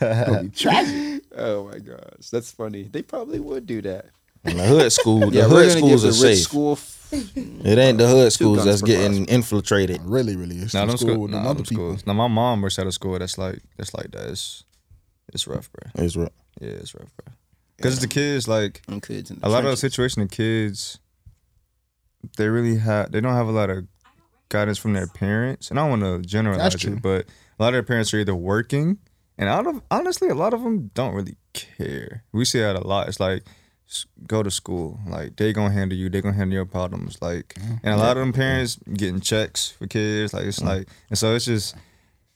[SPEAKER 4] That'll be tragic.
[SPEAKER 1] Oh my gosh. That's funny. They probably would do that.
[SPEAKER 3] And the hood school, the
[SPEAKER 1] Yeah, we're
[SPEAKER 3] hood
[SPEAKER 1] gonna give
[SPEAKER 3] schools
[SPEAKER 1] the
[SPEAKER 3] are
[SPEAKER 1] rich
[SPEAKER 3] safe.
[SPEAKER 1] school f-
[SPEAKER 3] It ain't the hood schools
[SPEAKER 1] guns
[SPEAKER 3] that's
[SPEAKER 1] per
[SPEAKER 3] getting infiltrated.
[SPEAKER 4] Really, really. It's
[SPEAKER 2] Nah,
[SPEAKER 4] them
[SPEAKER 2] them
[SPEAKER 4] school,
[SPEAKER 2] school,
[SPEAKER 4] with
[SPEAKER 2] nah,
[SPEAKER 4] them
[SPEAKER 2] them
[SPEAKER 4] other people.
[SPEAKER 2] schools. Now my mom works at a school that's like that's like that. It's, it's rough, bro.
[SPEAKER 3] It's real.
[SPEAKER 2] Yeah, it's rough, bro. Because the kids, like
[SPEAKER 1] and kids in the
[SPEAKER 2] a lot of the
[SPEAKER 1] trenches.
[SPEAKER 2] situation, the kids, they really have they don't have a lot of guidance from their parents. And I don't want to generalize
[SPEAKER 4] That's true.
[SPEAKER 2] it, but a lot of their parents are either working, and out of honestly, a lot of them don't really care. We see that a lot. It's like s- go to school, like they gonna handle you, they gonna handle your problems. Like,
[SPEAKER 4] Mm-hmm.
[SPEAKER 2] and a lot of them parents getting checks for kids.
[SPEAKER 4] Mm.
[SPEAKER 2] Like it's like, and so it's just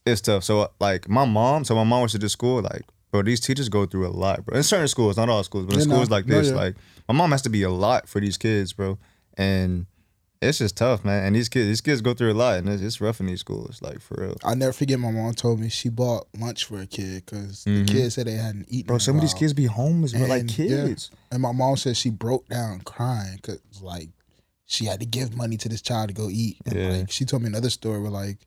[SPEAKER 2] it's tough. So like my mom, so my mom was to the school. Like Bro, these teachers go through a lot, bro. In certain schools, not all schools, but in
[SPEAKER 4] Yeah, no.
[SPEAKER 2] schools like
[SPEAKER 4] No,
[SPEAKER 2] this,
[SPEAKER 4] yeah.
[SPEAKER 2] like my mom has to be a lot for these kids, bro. And it's just tough, man. And these kids, these kids go through a lot, and it's, it's rough in these schools, like for real.
[SPEAKER 4] I never forget. My mom told me she bought lunch for a kid because
[SPEAKER 2] Mhm.
[SPEAKER 4] the kid said they hadn't eaten.
[SPEAKER 2] Bro,
[SPEAKER 4] in a
[SPEAKER 2] some of these
[SPEAKER 4] while.
[SPEAKER 2] kids be homeless, bro. Like
[SPEAKER 4] And, yeah.
[SPEAKER 2] kids.
[SPEAKER 4] And my mom said she broke down crying because like she had to give money to this child to go eat. And
[SPEAKER 2] Yeah.
[SPEAKER 4] like she told me another story where like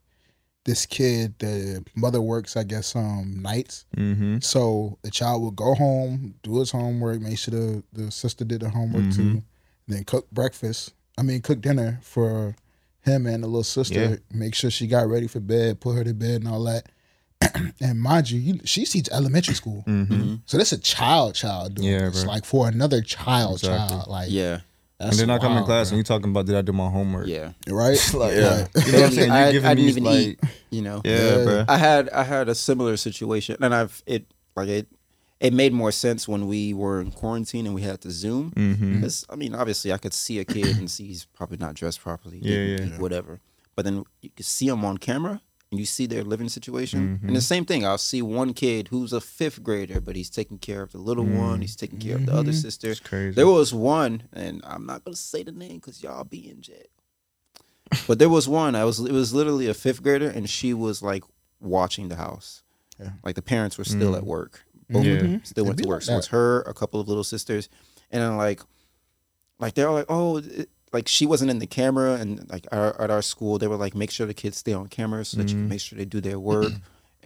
[SPEAKER 4] this kid, the mother works, I guess, um, nights.
[SPEAKER 2] Mm-hmm.
[SPEAKER 4] So the child would go home, do his homework, make sure the, the sister did the homework
[SPEAKER 2] Mm-hmm.
[SPEAKER 4] too, then cook breakfast. I mean, cook dinner for him and the little sister.
[SPEAKER 2] Yeah.
[SPEAKER 4] Make sure she got ready for bed, put her to bed, and all that. and mind you, you, she teaches elementary school.
[SPEAKER 2] Mm-hmm.
[SPEAKER 4] So that's a child, child doing
[SPEAKER 2] Yeah,
[SPEAKER 4] this,
[SPEAKER 2] bro.
[SPEAKER 4] like for another child,
[SPEAKER 2] Exactly.
[SPEAKER 4] child, like
[SPEAKER 1] Yeah,
[SPEAKER 4] that's
[SPEAKER 2] And then I come in
[SPEAKER 4] wild,
[SPEAKER 2] class
[SPEAKER 4] bro.
[SPEAKER 2] and you talking about did I do my homework?
[SPEAKER 1] yeah.
[SPEAKER 4] right?
[SPEAKER 2] Like,
[SPEAKER 3] Yeah.
[SPEAKER 2] You know what I'm
[SPEAKER 1] Barely-
[SPEAKER 2] saying?
[SPEAKER 1] I-
[SPEAKER 2] You giving
[SPEAKER 1] I
[SPEAKER 2] me
[SPEAKER 1] didn't even
[SPEAKER 2] like,
[SPEAKER 1] eat. You know.
[SPEAKER 2] yeah,
[SPEAKER 4] Yeah.
[SPEAKER 2] bro.
[SPEAKER 1] I had I had a similar situation, and I've it like it it made more sense when we were in quarantine and we had to Zoom.
[SPEAKER 2] Mm-hmm.
[SPEAKER 1] 'Cause, I mean, obviously, I could see a kid and see he's probably not dressed properly.
[SPEAKER 2] Yeah,
[SPEAKER 1] didn't
[SPEAKER 2] yeah.
[SPEAKER 1] eat, Whatever. But then you can see him on camera and you see their living situation.
[SPEAKER 2] Mm-hmm.
[SPEAKER 1] And the same thing, I'll see one kid who's a fifth grader, but he's taking care of the little
[SPEAKER 2] Mm-hmm.
[SPEAKER 1] one, he's taking care of the other sister.
[SPEAKER 2] It's crazy.
[SPEAKER 1] There was one, and I'm not gonna say the name because y'all be in jail. But there was one. I was it was literally a fifth grader, and she was like watching the house.
[SPEAKER 4] Yeah.
[SPEAKER 1] Like the parents were still at work. Both
[SPEAKER 2] Yeah.
[SPEAKER 1] still went
[SPEAKER 4] It'd
[SPEAKER 1] to
[SPEAKER 4] be
[SPEAKER 1] work.
[SPEAKER 4] like
[SPEAKER 1] so it's her, a couple of little sisters, and then like, like they're all like, oh, it, like she wasn't in the camera, and like our, at our school they were like, make sure the kids stay on camera so that
[SPEAKER 2] Mm-hmm.
[SPEAKER 1] you can make sure they do their work.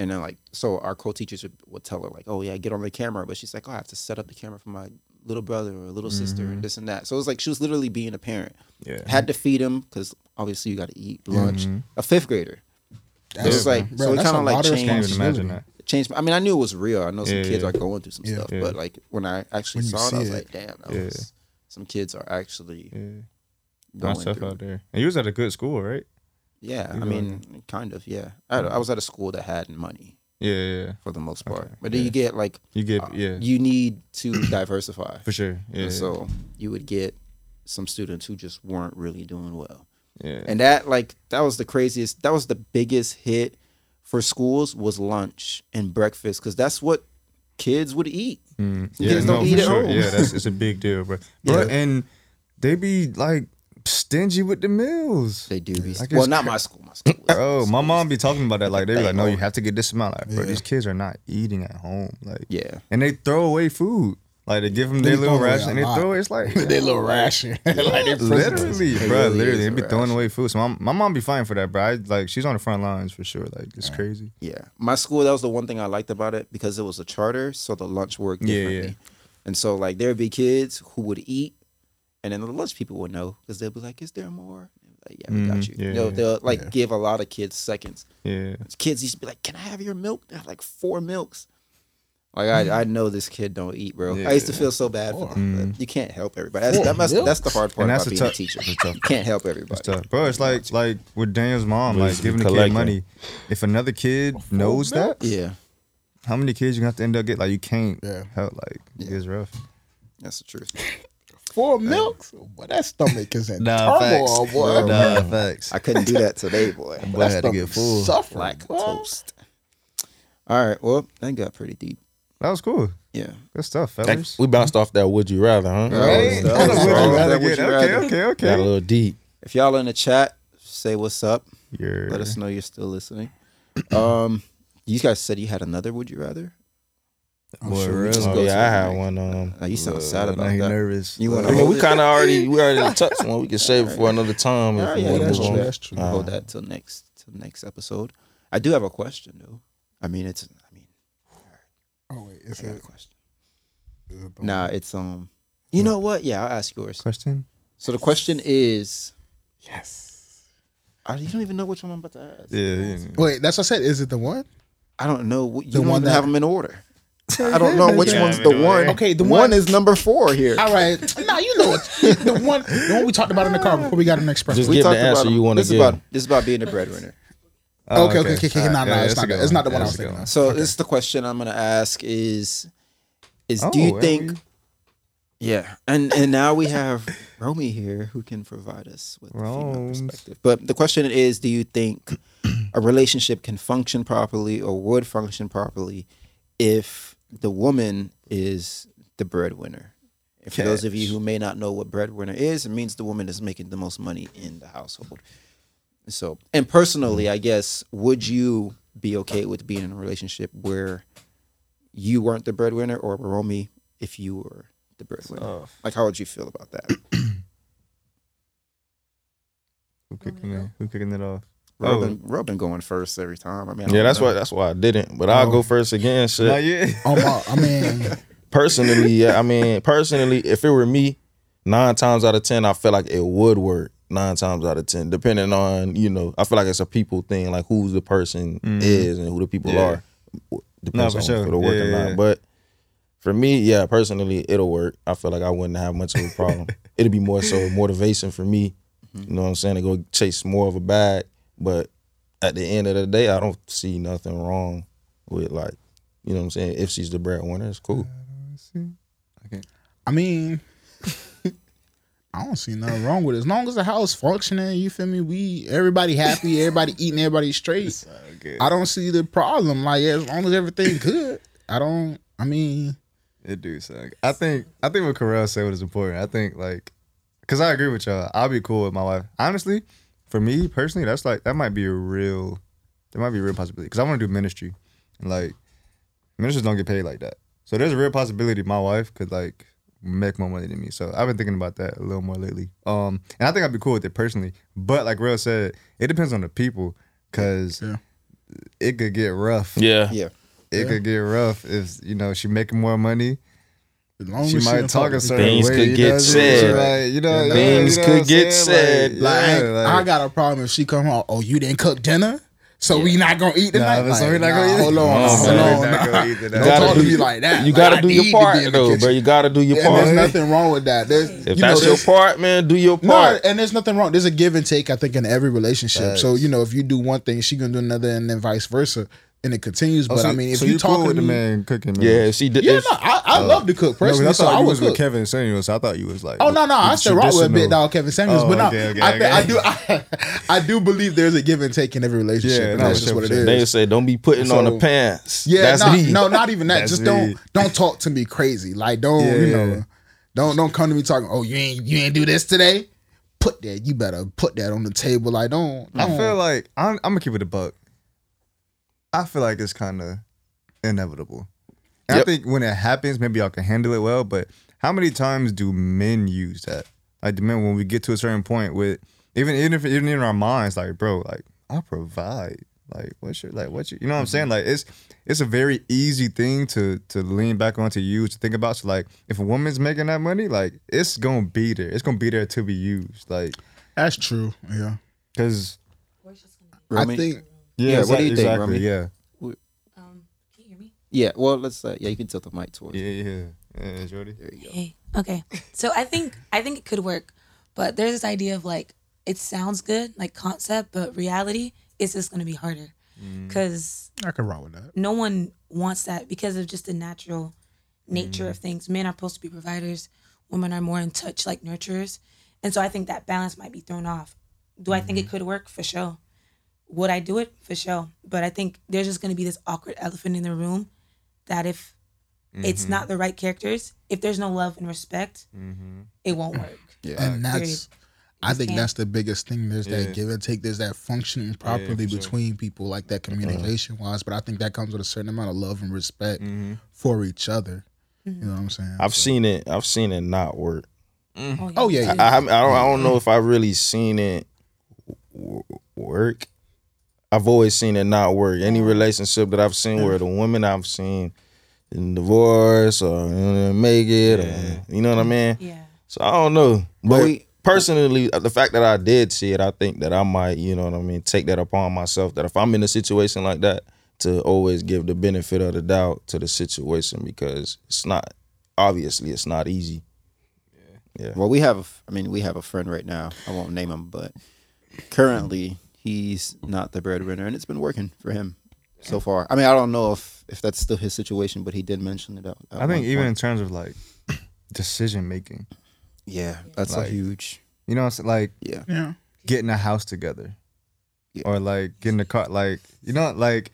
[SPEAKER 1] And then, like, so our co-teachers would, would tell her, like, "Oh yeah, get on the camera," but she's like, "Oh, I have to set up the camera for my little brother or little sister and this and that." So it was like she was literally being a parent.
[SPEAKER 2] Mm-hmm. Yeah. Mm-hmm.
[SPEAKER 1] Had to feed him because obviously you got to eat lunch. A fifth grader. So
[SPEAKER 4] That's-
[SPEAKER 1] it's like
[SPEAKER 4] bro,
[SPEAKER 1] so it
[SPEAKER 4] that's
[SPEAKER 1] kind
[SPEAKER 4] a
[SPEAKER 1] of like
[SPEAKER 4] lot of
[SPEAKER 2] Can't
[SPEAKER 1] changed.
[SPEAKER 2] even
[SPEAKER 4] Responsibility.
[SPEAKER 2] imagine that.
[SPEAKER 1] Changed. I mean, I knew it was real. I know some
[SPEAKER 2] Yeah,
[SPEAKER 1] kids
[SPEAKER 2] yeah.
[SPEAKER 1] are going through some
[SPEAKER 4] Yeah.
[SPEAKER 1] stuff,
[SPEAKER 2] Yeah.
[SPEAKER 1] but like when I actually
[SPEAKER 4] When you
[SPEAKER 1] saw it, I
[SPEAKER 4] see
[SPEAKER 1] was
[SPEAKER 4] it.
[SPEAKER 1] like, "Damn, that
[SPEAKER 2] Yeah.
[SPEAKER 1] was, some kids are actually
[SPEAKER 2] Yeah.
[SPEAKER 1] going
[SPEAKER 2] Nice stuff
[SPEAKER 1] through."
[SPEAKER 2] out there. And you was at a good school, right?
[SPEAKER 1] Yeah,
[SPEAKER 2] You're
[SPEAKER 1] I
[SPEAKER 2] going-
[SPEAKER 1] mean, kind of. Yeah, I, had- I was at a school that had money
[SPEAKER 2] Yeah, yeah. yeah.
[SPEAKER 1] for the most part,
[SPEAKER 2] Okay,
[SPEAKER 1] but then
[SPEAKER 2] yeah.
[SPEAKER 1] you get like
[SPEAKER 2] You get
[SPEAKER 1] uh,
[SPEAKER 2] yeah
[SPEAKER 1] you need to diversify.
[SPEAKER 2] for sure. Yeah,
[SPEAKER 1] And so you would get some students who just weren't really doing well.
[SPEAKER 2] yeah.
[SPEAKER 1] And that like that was the craziest that was the biggest hit for schools was lunch and breakfast cuz that's what kids would eat.
[SPEAKER 2] Mm,
[SPEAKER 1] You guys don't
[SPEAKER 2] for
[SPEAKER 1] eat at
[SPEAKER 2] sure.
[SPEAKER 1] home.
[SPEAKER 2] Yeah, that's it's a big deal, bro. Bro, and they be like stingy with the meals.
[SPEAKER 1] They do be
[SPEAKER 2] Like,
[SPEAKER 1] Well,
[SPEAKER 2] it's
[SPEAKER 1] not
[SPEAKER 2] cra-
[SPEAKER 1] my school, my school. was-
[SPEAKER 2] Bro, my mom be talking about that. Like they be like, no, you have to get this amount. Like, bro,
[SPEAKER 4] Yeah.
[SPEAKER 2] these kids are not eating at home. Like,
[SPEAKER 1] Yeah.
[SPEAKER 2] and they throw away food. Like they give them
[SPEAKER 4] They
[SPEAKER 2] their little
[SPEAKER 4] throw away
[SPEAKER 2] ration.
[SPEAKER 4] a
[SPEAKER 2] And they
[SPEAKER 4] lot.
[SPEAKER 2] throw it's like
[SPEAKER 4] They little ration, like they
[SPEAKER 2] literally,
[SPEAKER 1] It
[SPEAKER 2] bro.
[SPEAKER 1] really is
[SPEAKER 2] literally, they
[SPEAKER 1] a
[SPEAKER 2] be throwing
[SPEAKER 1] ration.
[SPEAKER 2] away food. So my, my mom be fighting for that, bro. I, like she's on the front lines for sure. Like it's crazy.
[SPEAKER 1] Yeah. My school, that was the one thing I liked about it because it was a charter, so the lunch worked
[SPEAKER 2] Yeah, yeah.
[SPEAKER 1] differently. And so like there'd be kids who would eat and then the lunch people would know because they'd be like, Is there more? Like, yeah, we
[SPEAKER 2] Mhm.
[SPEAKER 1] got you.
[SPEAKER 2] Yeah,
[SPEAKER 1] they'll,
[SPEAKER 2] yeah.
[SPEAKER 1] they'll like give a lot of kids seconds.
[SPEAKER 2] Yeah,
[SPEAKER 1] Kids used to be like, "Can I have your milk?" I have like four milks. Like I, I know this kid don't eat, bro. I used to feel so bad for them. but You can't help everybody. That's, that must, that's the hard part
[SPEAKER 2] Mm. And that's
[SPEAKER 1] about
[SPEAKER 2] the
[SPEAKER 1] being
[SPEAKER 2] tough-
[SPEAKER 1] a teacher.
[SPEAKER 2] that's tough.
[SPEAKER 1] You can't help everybody.
[SPEAKER 2] it's tough, bro. It's like like with Daniel's mom,
[SPEAKER 3] We
[SPEAKER 2] like
[SPEAKER 3] used to be
[SPEAKER 2] giving the kid
[SPEAKER 3] collecting.
[SPEAKER 2] money. If another kid knows that,
[SPEAKER 1] Yeah,
[SPEAKER 2] how many kids you gonna have to end up getting? Like you can't.
[SPEAKER 4] Yeah.
[SPEAKER 2] help, like it's rough.
[SPEAKER 1] that's the truth.
[SPEAKER 4] four milks. Boy, that stomach is in turmoil, boy.
[SPEAKER 2] facts.
[SPEAKER 1] I couldn't do that today, boy.
[SPEAKER 4] Boy, that
[SPEAKER 2] had to get
[SPEAKER 4] stomach
[SPEAKER 2] full.
[SPEAKER 4] suffering,
[SPEAKER 1] Like
[SPEAKER 4] boy.
[SPEAKER 1] toast. All right. Well, that got pretty deep.
[SPEAKER 2] That was cool.
[SPEAKER 1] Yeah.
[SPEAKER 2] Good stuff,
[SPEAKER 3] Like,
[SPEAKER 2] fellas.
[SPEAKER 3] we bounced off that would you rather, huh?
[SPEAKER 1] Right?
[SPEAKER 2] Hold on,
[SPEAKER 1] That was
[SPEAKER 2] would you
[SPEAKER 1] wrong.
[SPEAKER 2] rather
[SPEAKER 1] That would
[SPEAKER 2] get-
[SPEAKER 1] you
[SPEAKER 2] okay,
[SPEAKER 1] rather.
[SPEAKER 2] okay, okay,
[SPEAKER 3] Got a little deep.
[SPEAKER 1] If y'all in the chat, say what's up.
[SPEAKER 2] You're,
[SPEAKER 1] Let us know you're still listening. Um, you guys said you had another. Would you rather?
[SPEAKER 2] boy,
[SPEAKER 1] sure we
[SPEAKER 2] really?
[SPEAKER 1] just
[SPEAKER 3] Oh,
[SPEAKER 1] go to
[SPEAKER 3] yeah, I
[SPEAKER 1] the
[SPEAKER 3] had
[SPEAKER 1] mic.
[SPEAKER 3] one. Um,
[SPEAKER 1] Uh, you sound sad about
[SPEAKER 2] now he
[SPEAKER 1] that.
[SPEAKER 2] nervous.
[SPEAKER 1] You wanna-
[SPEAKER 3] I mean, we kind of already we already touched one. We can save it for another time.
[SPEAKER 1] Yeah,
[SPEAKER 3] If we
[SPEAKER 1] yeah,
[SPEAKER 3] wanna
[SPEAKER 1] that's
[SPEAKER 3] move on.
[SPEAKER 1] true.
[SPEAKER 4] Oh, That's true.
[SPEAKER 1] We'll hold that till next till next episode. I do have a question though. I mean, it's I mean,
[SPEAKER 4] Oh wait, is
[SPEAKER 1] I got a
[SPEAKER 4] it?
[SPEAKER 1] question.
[SPEAKER 4] Is it the-
[SPEAKER 1] Nah, it's um. You know what? Yeah, I'll ask yours.
[SPEAKER 2] question?
[SPEAKER 1] So the question is,
[SPEAKER 4] Yes.
[SPEAKER 1] I, you don't even know which one I'm about to ask.
[SPEAKER 2] Yeah, yeah.
[SPEAKER 4] Wait, that's what I said. Is it the one?
[SPEAKER 1] I don't know. what- You
[SPEAKER 4] The
[SPEAKER 1] don't
[SPEAKER 4] one
[SPEAKER 1] even
[SPEAKER 4] that-
[SPEAKER 1] have them in order. I don't know which
[SPEAKER 2] Yeah,
[SPEAKER 1] one's
[SPEAKER 2] we
[SPEAKER 1] the
[SPEAKER 2] don't.
[SPEAKER 1] one.
[SPEAKER 4] Okay, the
[SPEAKER 1] one
[SPEAKER 4] one-
[SPEAKER 1] is number four here.
[SPEAKER 4] All right. Nah, you know it. The one, the one we talked about in the car before we got an express.
[SPEAKER 3] Just- give the answer you wanna
[SPEAKER 1] this is
[SPEAKER 3] give.
[SPEAKER 1] about this is about being a breadwinner.
[SPEAKER 2] Oh,
[SPEAKER 4] okay, okay, okay, okay.
[SPEAKER 2] Alright,
[SPEAKER 4] Nah, nah,
[SPEAKER 2] yeah,
[SPEAKER 4] it's
[SPEAKER 2] that's a
[SPEAKER 4] not.
[SPEAKER 2] good
[SPEAKER 4] that- It's not the
[SPEAKER 2] one.
[SPEAKER 4] one I
[SPEAKER 2] That's
[SPEAKER 4] was
[SPEAKER 2] a good
[SPEAKER 4] thinking.
[SPEAKER 2] one.
[SPEAKER 4] of.
[SPEAKER 1] So this is the question I'm gonna ask is is do
[SPEAKER 2] Oh,
[SPEAKER 1] you
[SPEAKER 2] are
[SPEAKER 1] think
[SPEAKER 2] we?
[SPEAKER 1] Yeah. And and now we have Romy here who can provide us with a female
[SPEAKER 2] Rome's.
[SPEAKER 1] perspective. But the question is do you think a relationship can function properly or would function properly if the woman is the breadwinner. And for those of you who may not know what breadwinner is, it means the woman is making the most money in the household. So, and
[SPEAKER 2] Mm.
[SPEAKER 1] personally, I guess, would you be okay with being in a relationship where you weren't the breadwinner, or Romy, if you were the breadwinner?
[SPEAKER 2] Oh.
[SPEAKER 1] Like, how would you feel about that?
[SPEAKER 2] Who kicking it? Who kicking it off? Oh.
[SPEAKER 1] Robin, Robin going first every time. I mean, I
[SPEAKER 3] Yeah,
[SPEAKER 1] don't
[SPEAKER 3] that's
[SPEAKER 1] know.
[SPEAKER 3] why that's why I didn't. But
[SPEAKER 1] Oh.
[SPEAKER 3] I'll go first again. Shit.
[SPEAKER 2] Not yet.
[SPEAKER 4] Oh my! I mean,
[SPEAKER 3] personally, yeah, I mean, personally, if it were me, nine times out of ten, I feel like it would work. Nine times out of ten, depending on you know, I feel like it's a people thing, like who the person is and who the people
[SPEAKER 2] Mm-hmm. Yeah.
[SPEAKER 3] are. Depends
[SPEAKER 2] for
[SPEAKER 3] on
[SPEAKER 2] sure.
[SPEAKER 3] if it'll work
[SPEAKER 2] Yeah,
[SPEAKER 3] or
[SPEAKER 2] yeah,
[SPEAKER 3] not.
[SPEAKER 2] yeah.
[SPEAKER 3] But for me, yeah, personally, it'll work. I feel like I wouldn't have much of a problem. It'll be more so motivation for me. You know what I'm saying? To go chase more of a bag, but at the end of the day, I don't see nothing wrong with like, you know what I'm saying. If she's the breadwinner, it's cool.
[SPEAKER 4] I mean, I don't see nothing wrong with it. As long as the house functioning, you feel me? We everybody happy, everybody eating, everybody straight.
[SPEAKER 2] Okay.
[SPEAKER 4] I don't see the problem. Like as long as everything good, I don't. I mean,
[SPEAKER 2] It do suck. I think I think what Corell said was important. I think like, cause I agree with y'all. I'll be cool with my wife. Honestly, for me personally, that's like that might be a real, that might be a real possibility. Cause I want to do ministry, and like, ministers don't get paid like that. So there's a real possibility my wife could like make more money than me. So I've been thinking about that a little more lately. Um, and I think I'd be cool with it personally. But like Real said, it depends on the people, cause
[SPEAKER 4] Yeah.
[SPEAKER 2] it could get rough.
[SPEAKER 3] Yeah.
[SPEAKER 1] Yeah.
[SPEAKER 2] It could get rough if you know she making more money
[SPEAKER 4] as long
[SPEAKER 2] she
[SPEAKER 4] as
[SPEAKER 2] might
[SPEAKER 4] she
[SPEAKER 2] talk a
[SPEAKER 4] fuck-
[SPEAKER 2] certain
[SPEAKER 3] Things
[SPEAKER 2] way.
[SPEAKER 3] could
[SPEAKER 2] you
[SPEAKER 3] get
[SPEAKER 2] know what I'm saying?
[SPEAKER 3] said.
[SPEAKER 2] Like, you know,
[SPEAKER 3] Things
[SPEAKER 2] you know
[SPEAKER 3] could
[SPEAKER 2] what I'm saying?
[SPEAKER 3] get said.
[SPEAKER 4] Like,
[SPEAKER 2] Like, yeah, like,
[SPEAKER 4] I got a problem if she come home. Oh, you didn't cook dinner, so we not gonna eat tonight.
[SPEAKER 2] but so
[SPEAKER 4] Like,
[SPEAKER 2] we not
[SPEAKER 4] nah,
[SPEAKER 2] gonna eat-
[SPEAKER 4] Hold on,
[SPEAKER 2] Oh,
[SPEAKER 4] hold
[SPEAKER 2] man, we
[SPEAKER 4] on.
[SPEAKER 2] not
[SPEAKER 4] nah.
[SPEAKER 2] gonna eat tonight.
[SPEAKER 4] Don't
[SPEAKER 3] Gotta
[SPEAKER 4] talk to
[SPEAKER 3] do-
[SPEAKER 4] me like that.
[SPEAKER 3] You
[SPEAKER 4] Like,
[SPEAKER 3] gotta
[SPEAKER 4] I
[SPEAKER 3] do your
[SPEAKER 4] need to be
[SPEAKER 3] part
[SPEAKER 4] in the
[SPEAKER 3] though,
[SPEAKER 4] kitchen.
[SPEAKER 3] bro. You gotta do your
[SPEAKER 4] Yeah, there's
[SPEAKER 3] part.
[SPEAKER 4] nothing wrong with that. There's,
[SPEAKER 3] if
[SPEAKER 4] you
[SPEAKER 3] that's
[SPEAKER 4] know,
[SPEAKER 3] your
[SPEAKER 4] there's-
[SPEAKER 3] part, man, do your
[SPEAKER 4] No,
[SPEAKER 3] part.
[SPEAKER 4] and there's nothing wrong. There's a give and take, I think, in every relationship. So you know, if you do one thing, she gonna do another, and then vice versa, and it continues.
[SPEAKER 2] Oh,
[SPEAKER 4] But
[SPEAKER 2] so-
[SPEAKER 4] I mean, if
[SPEAKER 2] so
[SPEAKER 4] you
[SPEAKER 2] you
[SPEAKER 4] talking
[SPEAKER 2] cool with
[SPEAKER 4] to
[SPEAKER 2] the
[SPEAKER 4] me,
[SPEAKER 2] man cooking, man.
[SPEAKER 3] yeah, if she did.
[SPEAKER 4] yeah, no,
[SPEAKER 3] if-
[SPEAKER 4] I, I love to cook
[SPEAKER 2] No, 'cause
[SPEAKER 4] personally,
[SPEAKER 2] I
[SPEAKER 4] so
[SPEAKER 2] thought
[SPEAKER 4] I
[SPEAKER 2] you
[SPEAKER 4] would
[SPEAKER 2] was
[SPEAKER 4] cook.
[SPEAKER 2] with Kevin Samuels. I thought you was like,
[SPEAKER 4] Oh no, no, I still rock with Big
[SPEAKER 2] traditional-
[SPEAKER 4] Dog Kevin Samuels,
[SPEAKER 2] Oh,
[SPEAKER 4] but no,
[SPEAKER 2] okay, okay,
[SPEAKER 4] I, thi- I
[SPEAKER 2] okay.
[SPEAKER 4] do, I, I do believe there's a give and take in every relationship.
[SPEAKER 2] Yeah,
[SPEAKER 4] and
[SPEAKER 2] no,
[SPEAKER 4] that's just
[SPEAKER 2] sure,
[SPEAKER 4] what it
[SPEAKER 2] sure.
[SPEAKER 4] is.
[SPEAKER 3] They say don't be putting on the
[SPEAKER 4] So-
[SPEAKER 3] pants.
[SPEAKER 4] Yeah,
[SPEAKER 3] that's
[SPEAKER 4] nah,
[SPEAKER 3] me.
[SPEAKER 4] no, not even that.
[SPEAKER 2] That's
[SPEAKER 4] Just
[SPEAKER 2] me.
[SPEAKER 4] don't don't talk to me crazy. Like don't
[SPEAKER 2] Yeah,
[SPEAKER 4] you
[SPEAKER 2] yeah.
[SPEAKER 4] know? Don't don't come to me talking. Oh, you ain't you ain't do this today. Put that. You better put that on the table. Like don't.
[SPEAKER 2] I
[SPEAKER 4] don't-
[SPEAKER 2] feel like I'm, I'm gonna keep it a buck. I feel like it's kind of inevitable. And I
[SPEAKER 3] Yep.
[SPEAKER 2] think when it happens, maybe y'all can handle it well. But how many times do men use that? Like, the men, when we get to a certain point with even even if even in our minds, like, bro, like I provide. Like, what's your like, what you, you know what I'm saying? Like, it's it's a very easy thing to to lean back onto you to think about. So, like, if a woman's making that money, like, it's gonna be there. It's gonna be there to be used. Like,
[SPEAKER 4] that's true. Yeah.
[SPEAKER 2] cause
[SPEAKER 1] Romy?
[SPEAKER 4] I think
[SPEAKER 2] yeah,
[SPEAKER 1] Yeah, what do you think,
[SPEAKER 2] exactly,
[SPEAKER 1] Rami?
[SPEAKER 2] Yeah.
[SPEAKER 5] Um, can you hear me?
[SPEAKER 1] Yeah. Well, let's. Uh, yeah, you can tilt the mic towards.
[SPEAKER 2] Yeah, yeah, yeah, Jordy.
[SPEAKER 1] There you go.
[SPEAKER 5] Hey. Okay. So I think I think it could work, but there's this idea of like it sounds good, like concept, but reality is just going to be harder because
[SPEAKER 4] I can rock with that.
[SPEAKER 5] no one wants that because of just the natural nature of things. Men are supposed to be providers. Women are more in touch, like nurturers, and so I think that balance might be thrown off. Do I think it could work for sure? Would I do it for sure? But I think there's just going to be this awkward elephant in the room that if it's not the right characters, if there's no love and respect,
[SPEAKER 2] Mm-hmm.
[SPEAKER 5] it won't work.
[SPEAKER 4] And that's. I think
[SPEAKER 5] can't-
[SPEAKER 4] that's the biggest thing. There's
[SPEAKER 2] Yeah.
[SPEAKER 4] that give and take. There's that functioning properly
[SPEAKER 2] for sure. Uh-huh.
[SPEAKER 4] between people, like that communication wise. But I think that comes with a certain amount of love and respect
[SPEAKER 2] Mm-hmm.
[SPEAKER 4] for each other.
[SPEAKER 5] Mm-hmm.
[SPEAKER 4] You know what I'm saying?
[SPEAKER 3] I've seen it. I've seen it not work.
[SPEAKER 4] Oh, yeah,
[SPEAKER 3] I, I, haven't- I don't. I don't know if I've really seen it w- work. I've always seen it not work. Any relationship that I've seen where the women I've seen in divorce or you know, they make it, or, you know what I mean.
[SPEAKER 5] yeah.
[SPEAKER 3] So I don't know. But
[SPEAKER 1] we-
[SPEAKER 3] personally, uh, the fact that I did see it, I think that I might, you know what I mean, take that upon myself that if I'm in a situation like that, to always give the benefit of the doubt to the situation because it's not obviously it's not easy.
[SPEAKER 1] Well, we have. I mean, we have a friend right now. I won't name him, but currently he's not the breadwinner, and it's been working for him so far. I mean, I don't know if if that's still his situation, but he did mention it. Out,
[SPEAKER 2] I think even in terms of like decision making,
[SPEAKER 1] yeah, that's
[SPEAKER 2] Like-
[SPEAKER 1] a huge.
[SPEAKER 2] you know, what I'm saying? like
[SPEAKER 1] Yeah,
[SPEAKER 4] Yeah.
[SPEAKER 2] getting a house together,
[SPEAKER 1] Yeah.
[SPEAKER 2] or like getting a car, like you know, like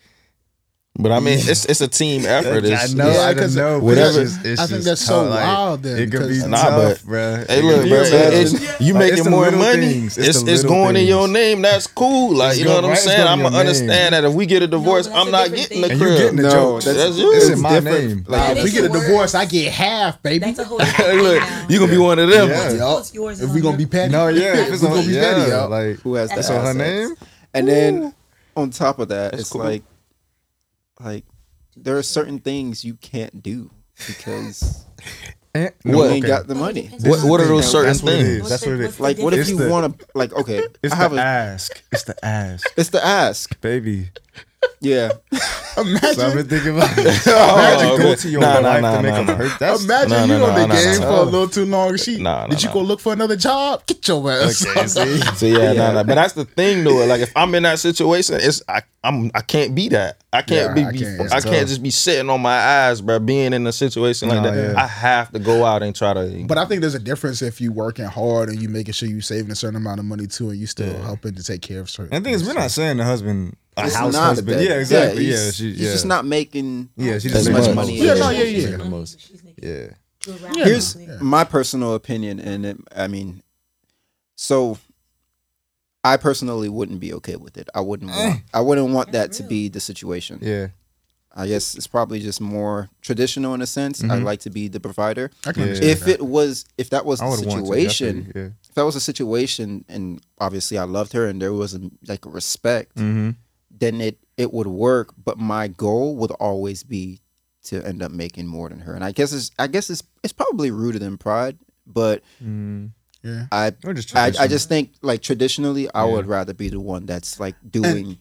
[SPEAKER 3] But I mean, it's it's a team effort. It's,
[SPEAKER 2] I know,
[SPEAKER 4] Yeah,
[SPEAKER 2] I
[SPEAKER 4] because
[SPEAKER 2] don't know. but
[SPEAKER 3] whatever-
[SPEAKER 2] it's just- it's
[SPEAKER 4] I think
[SPEAKER 2] just
[SPEAKER 4] that's so
[SPEAKER 2] tough, like,
[SPEAKER 4] wild then,
[SPEAKER 2] It could be
[SPEAKER 4] because-
[SPEAKER 3] Nah,
[SPEAKER 2] tough,
[SPEAKER 3] but-
[SPEAKER 2] bruh.
[SPEAKER 3] Hey,
[SPEAKER 2] It
[SPEAKER 3] look,
[SPEAKER 2] could
[SPEAKER 3] bro.
[SPEAKER 2] be tough.
[SPEAKER 3] It's, you
[SPEAKER 2] Like, it's
[SPEAKER 3] making
[SPEAKER 2] the
[SPEAKER 3] more
[SPEAKER 2] little
[SPEAKER 3] money.
[SPEAKER 2] things. It's
[SPEAKER 3] It's,
[SPEAKER 2] the
[SPEAKER 3] it's
[SPEAKER 2] little
[SPEAKER 3] going in your
[SPEAKER 2] things.
[SPEAKER 3] name. That's cool. Like
[SPEAKER 2] It's
[SPEAKER 3] you know
[SPEAKER 2] going-
[SPEAKER 3] what I'm
[SPEAKER 2] right, it's
[SPEAKER 3] saying.
[SPEAKER 2] gonna be
[SPEAKER 3] I'm
[SPEAKER 2] your
[SPEAKER 3] gonna
[SPEAKER 2] name.
[SPEAKER 3] understand that if we get a divorce,
[SPEAKER 5] that's
[SPEAKER 3] I'm
[SPEAKER 5] a
[SPEAKER 3] not
[SPEAKER 5] different
[SPEAKER 3] getting
[SPEAKER 5] thing.
[SPEAKER 3] the
[SPEAKER 2] and
[SPEAKER 3] crib.
[SPEAKER 2] you're getting the
[SPEAKER 1] No,
[SPEAKER 2] jokes.
[SPEAKER 1] that's-
[SPEAKER 3] That's
[SPEAKER 2] It's
[SPEAKER 3] you.
[SPEAKER 2] in my
[SPEAKER 1] different.
[SPEAKER 2] name.
[SPEAKER 1] Like,
[SPEAKER 4] Nah,
[SPEAKER 5] That
[SPEAKER 4] Uh, if we
[SPEAKER 5] is
[SPEAKER 4] get a
[SPEAKER 5] the word.
[SPEAKER 4] divorce, I get half, baby.
[SPEAKER 5] That's a whole different thing
[SPEAKER 3] Look,
[SPEAKER 5] now.
[SPEAKER 3] you gonna be one of them.
[SPEAKER 2] Yeah.
[SPEAKER 4] Yup.
[SPEAKER 5] It's yours,
[SPEAKER 4] If we gonna be petty,
[SPEAKER 2] No, yeah, if
[SPEAKER 4] we
[SPEAKER 2] it's
[SPEAKER 4] gonna
[SPEAKER 2] on,
[SPEAKER 4] be
[SPEAKER 2] yeah,
[SPEAKER 4] petty, yo.
[SPEAKER 2] like
[SPEAKER 1] who has
[SPEAKER 5] That's
[SPEAKER 1] the
[SPEAKER 2] on her
[SPEAKER 1] assets.
[SPEAKER 2] name?
[SPEAKER 1] And then on top of that,
[SPEAKER 3] That's
[SPEAKER 1] it's
[SPEAKER 3] cool.
[SPEAKER 1] like like there are certain things you can't do because
[SPEAKER 2] eh,
[SPEAKER 1] you
[SPEAKER 2] no,
[SPEAKER 3] What?
[SPEAKER 1] ain't
[SPEAKER 2] okay.
[SPEAKER 1] got the money.
[SPEAKER 5] What-
[SPEAKER 3] what are those
[SPEAKER 2] That's
[SPEAKER 3] certain
[SPEAKER 2] what it is.
[SPEAKER 3] things?
[SPEAKER 2] That's what it is.
[SPEAKER 1] Like what if
[SPEAKER 2] It's
[SPEAKER 1] you
[SPEAKER 2] the-
[SPEAKER 1] want to like okay,
[SPEAKER 2] It's
[SPEAKER 1] I have
[SPEAKER 2] the
[SPEAKER 1] a
[SPEAKER 2] ask. It's the ask,
[SPEAKER 1] it's the ask.
[SPEAKER 2] baby.
[SPEAKER 1] Yeah.
[SPEAKER 4] Imagine,
[SPEAKER 2] So I've been thinking about it.
[SPEAKER 3] Oh,
[SPEAKER 2] Imagine
[SPEAKER 3] okay.
[SPEAKER 2] go to your
[SPEAKER 3] Nah, nah,
[SPEAKER 2] wife
[SPEAKER 3] nah,
[SPEAKER 2] to make
[SPEAKER 3] nah,
[SPEAKER 2] them
[SPEAKER 3] nah.
[SPEAKER 2] hurt. That's
[SPEAKER 4] imagine
[SPEAKER 3] No,
[SPEAKER 4] you
[SPEAKER 3] no,
[SPEAKER 4] on
[SPEAKER 3] no,
[SPEAKER 4] the
[SPEAKER 3] no,
[SPEAKER 4] game
[SPEAKER 3] no.
[SPEAKER 4] for a little too long. She,
[SPEAKER 3] Nah, nah,
[SPEAKER 4] did you
[SPEAKER 3] nah.
[SPEAKER 4] go look for another job? Get your ass.
[SPEAKER 2] okay. See,
[SPEAKER 3] So yeah,
[SPEAKER 1] Yeah.
[SPEAKER 3] nah, nah. But that's the thing though. Like if I'm in that situation, it's I I'm I can't be that. I can't
[SPEAKER 4] Yeah, I
[SPEAKER 3] be,
[SPEAKER 4] can't.
[SPEAKER 3] be
[SPEAKER 4] It's
[SPEAKER 3] I can't
[SPEAKER 2] tough.
[SPEAKER 3] just be sitting on my ass, bro, being in a situation like
[SPEAKER 2] Nah,
[SPEAKER 3] that.
[SPEAKER 2] yeah.
[SPEAKER 3] I have to go out and try to
[SPEAKER 4] But I think there's a difference if you working hard and you making sure you saving a certain amount of money too, and you still helping to take care of certain.
[SPEAKER 2] and the thing is, we're not saying the husband a
[SPEAKER 1] It's
[SPEAKER 2] house
[SPEAKER 1] not
[SPEAKER 2] husband.
[SPEAKER 1] that-
[SPEAKER 2] Yeah, exactly. Yeah,
[SPEAKER 1] he's,
[SPEAKER 2] she,
[SPEAKER 1] he's
[SPEAKER 2] yeah.
[SPEAKER 1] just not making
[SPEAKER 2] Yeah, she
[SPEAKER 1] as
[SPEAKER 2] just
[SPEAKER 1] much
[SPEAKER 2] making
[SPEAKER 1] money.
[SPEAKER 2] the
[SPEAKER 4] Yeah,
[SPEAKER 2] most.
[SPEAKER 4] no, yeah,
[SPEAKER 2] She's
[SPEAKER 4] yeah.
[SPEAKER 2] making the most. Yeah.
[SPEAKER 1] Here's my personal opinion, and it, I mean, so I personally wouldn't be okay with it. I
[SPEAKER 2] Eh.
[SPEAKER 1] wouldn't want. I wouldn't want that to be the situation.
[SPEAKER 2] Yeah.
[SPEAKER 1] I guess it's probably just more traditional in a sense. I like to be the provider.
[SPEAKER 4] I
[SPEAKER 2] Mm-hmm.
[SPEAKER 4] can
[SPEAKER 2] Yeah.
[SPEAKER 4] understand.
[SPEAKER 1] If it was, if that was
[SPEAKER 2] I
[SPEAKER 1] the
[SPEAKER 2] would want to.
[SPEAKER 1] situation,
[SPEAKER 2] definitely,
[SPEAKER 1] if that was a situation, and obviously I loved her, and there was a, like respect,
[SPEAKER 2] Yeah. Mhm.
[SPEAKER 1] then it it would work. But my goal would always be to end up making more than her. And I guess it's I guess it's it's probably rooted in pride, but
[SPEAKER 2] Mm.
[SPEAKER 4] Yeah.
[SPEAKER 1] I
[SPEAKER 2] Or just
[SPEAKER 1] I, I
[SPEAKER 2] traditional.
[SPEAKER 1] just think like traditionally, I would rather be the one that's like doing.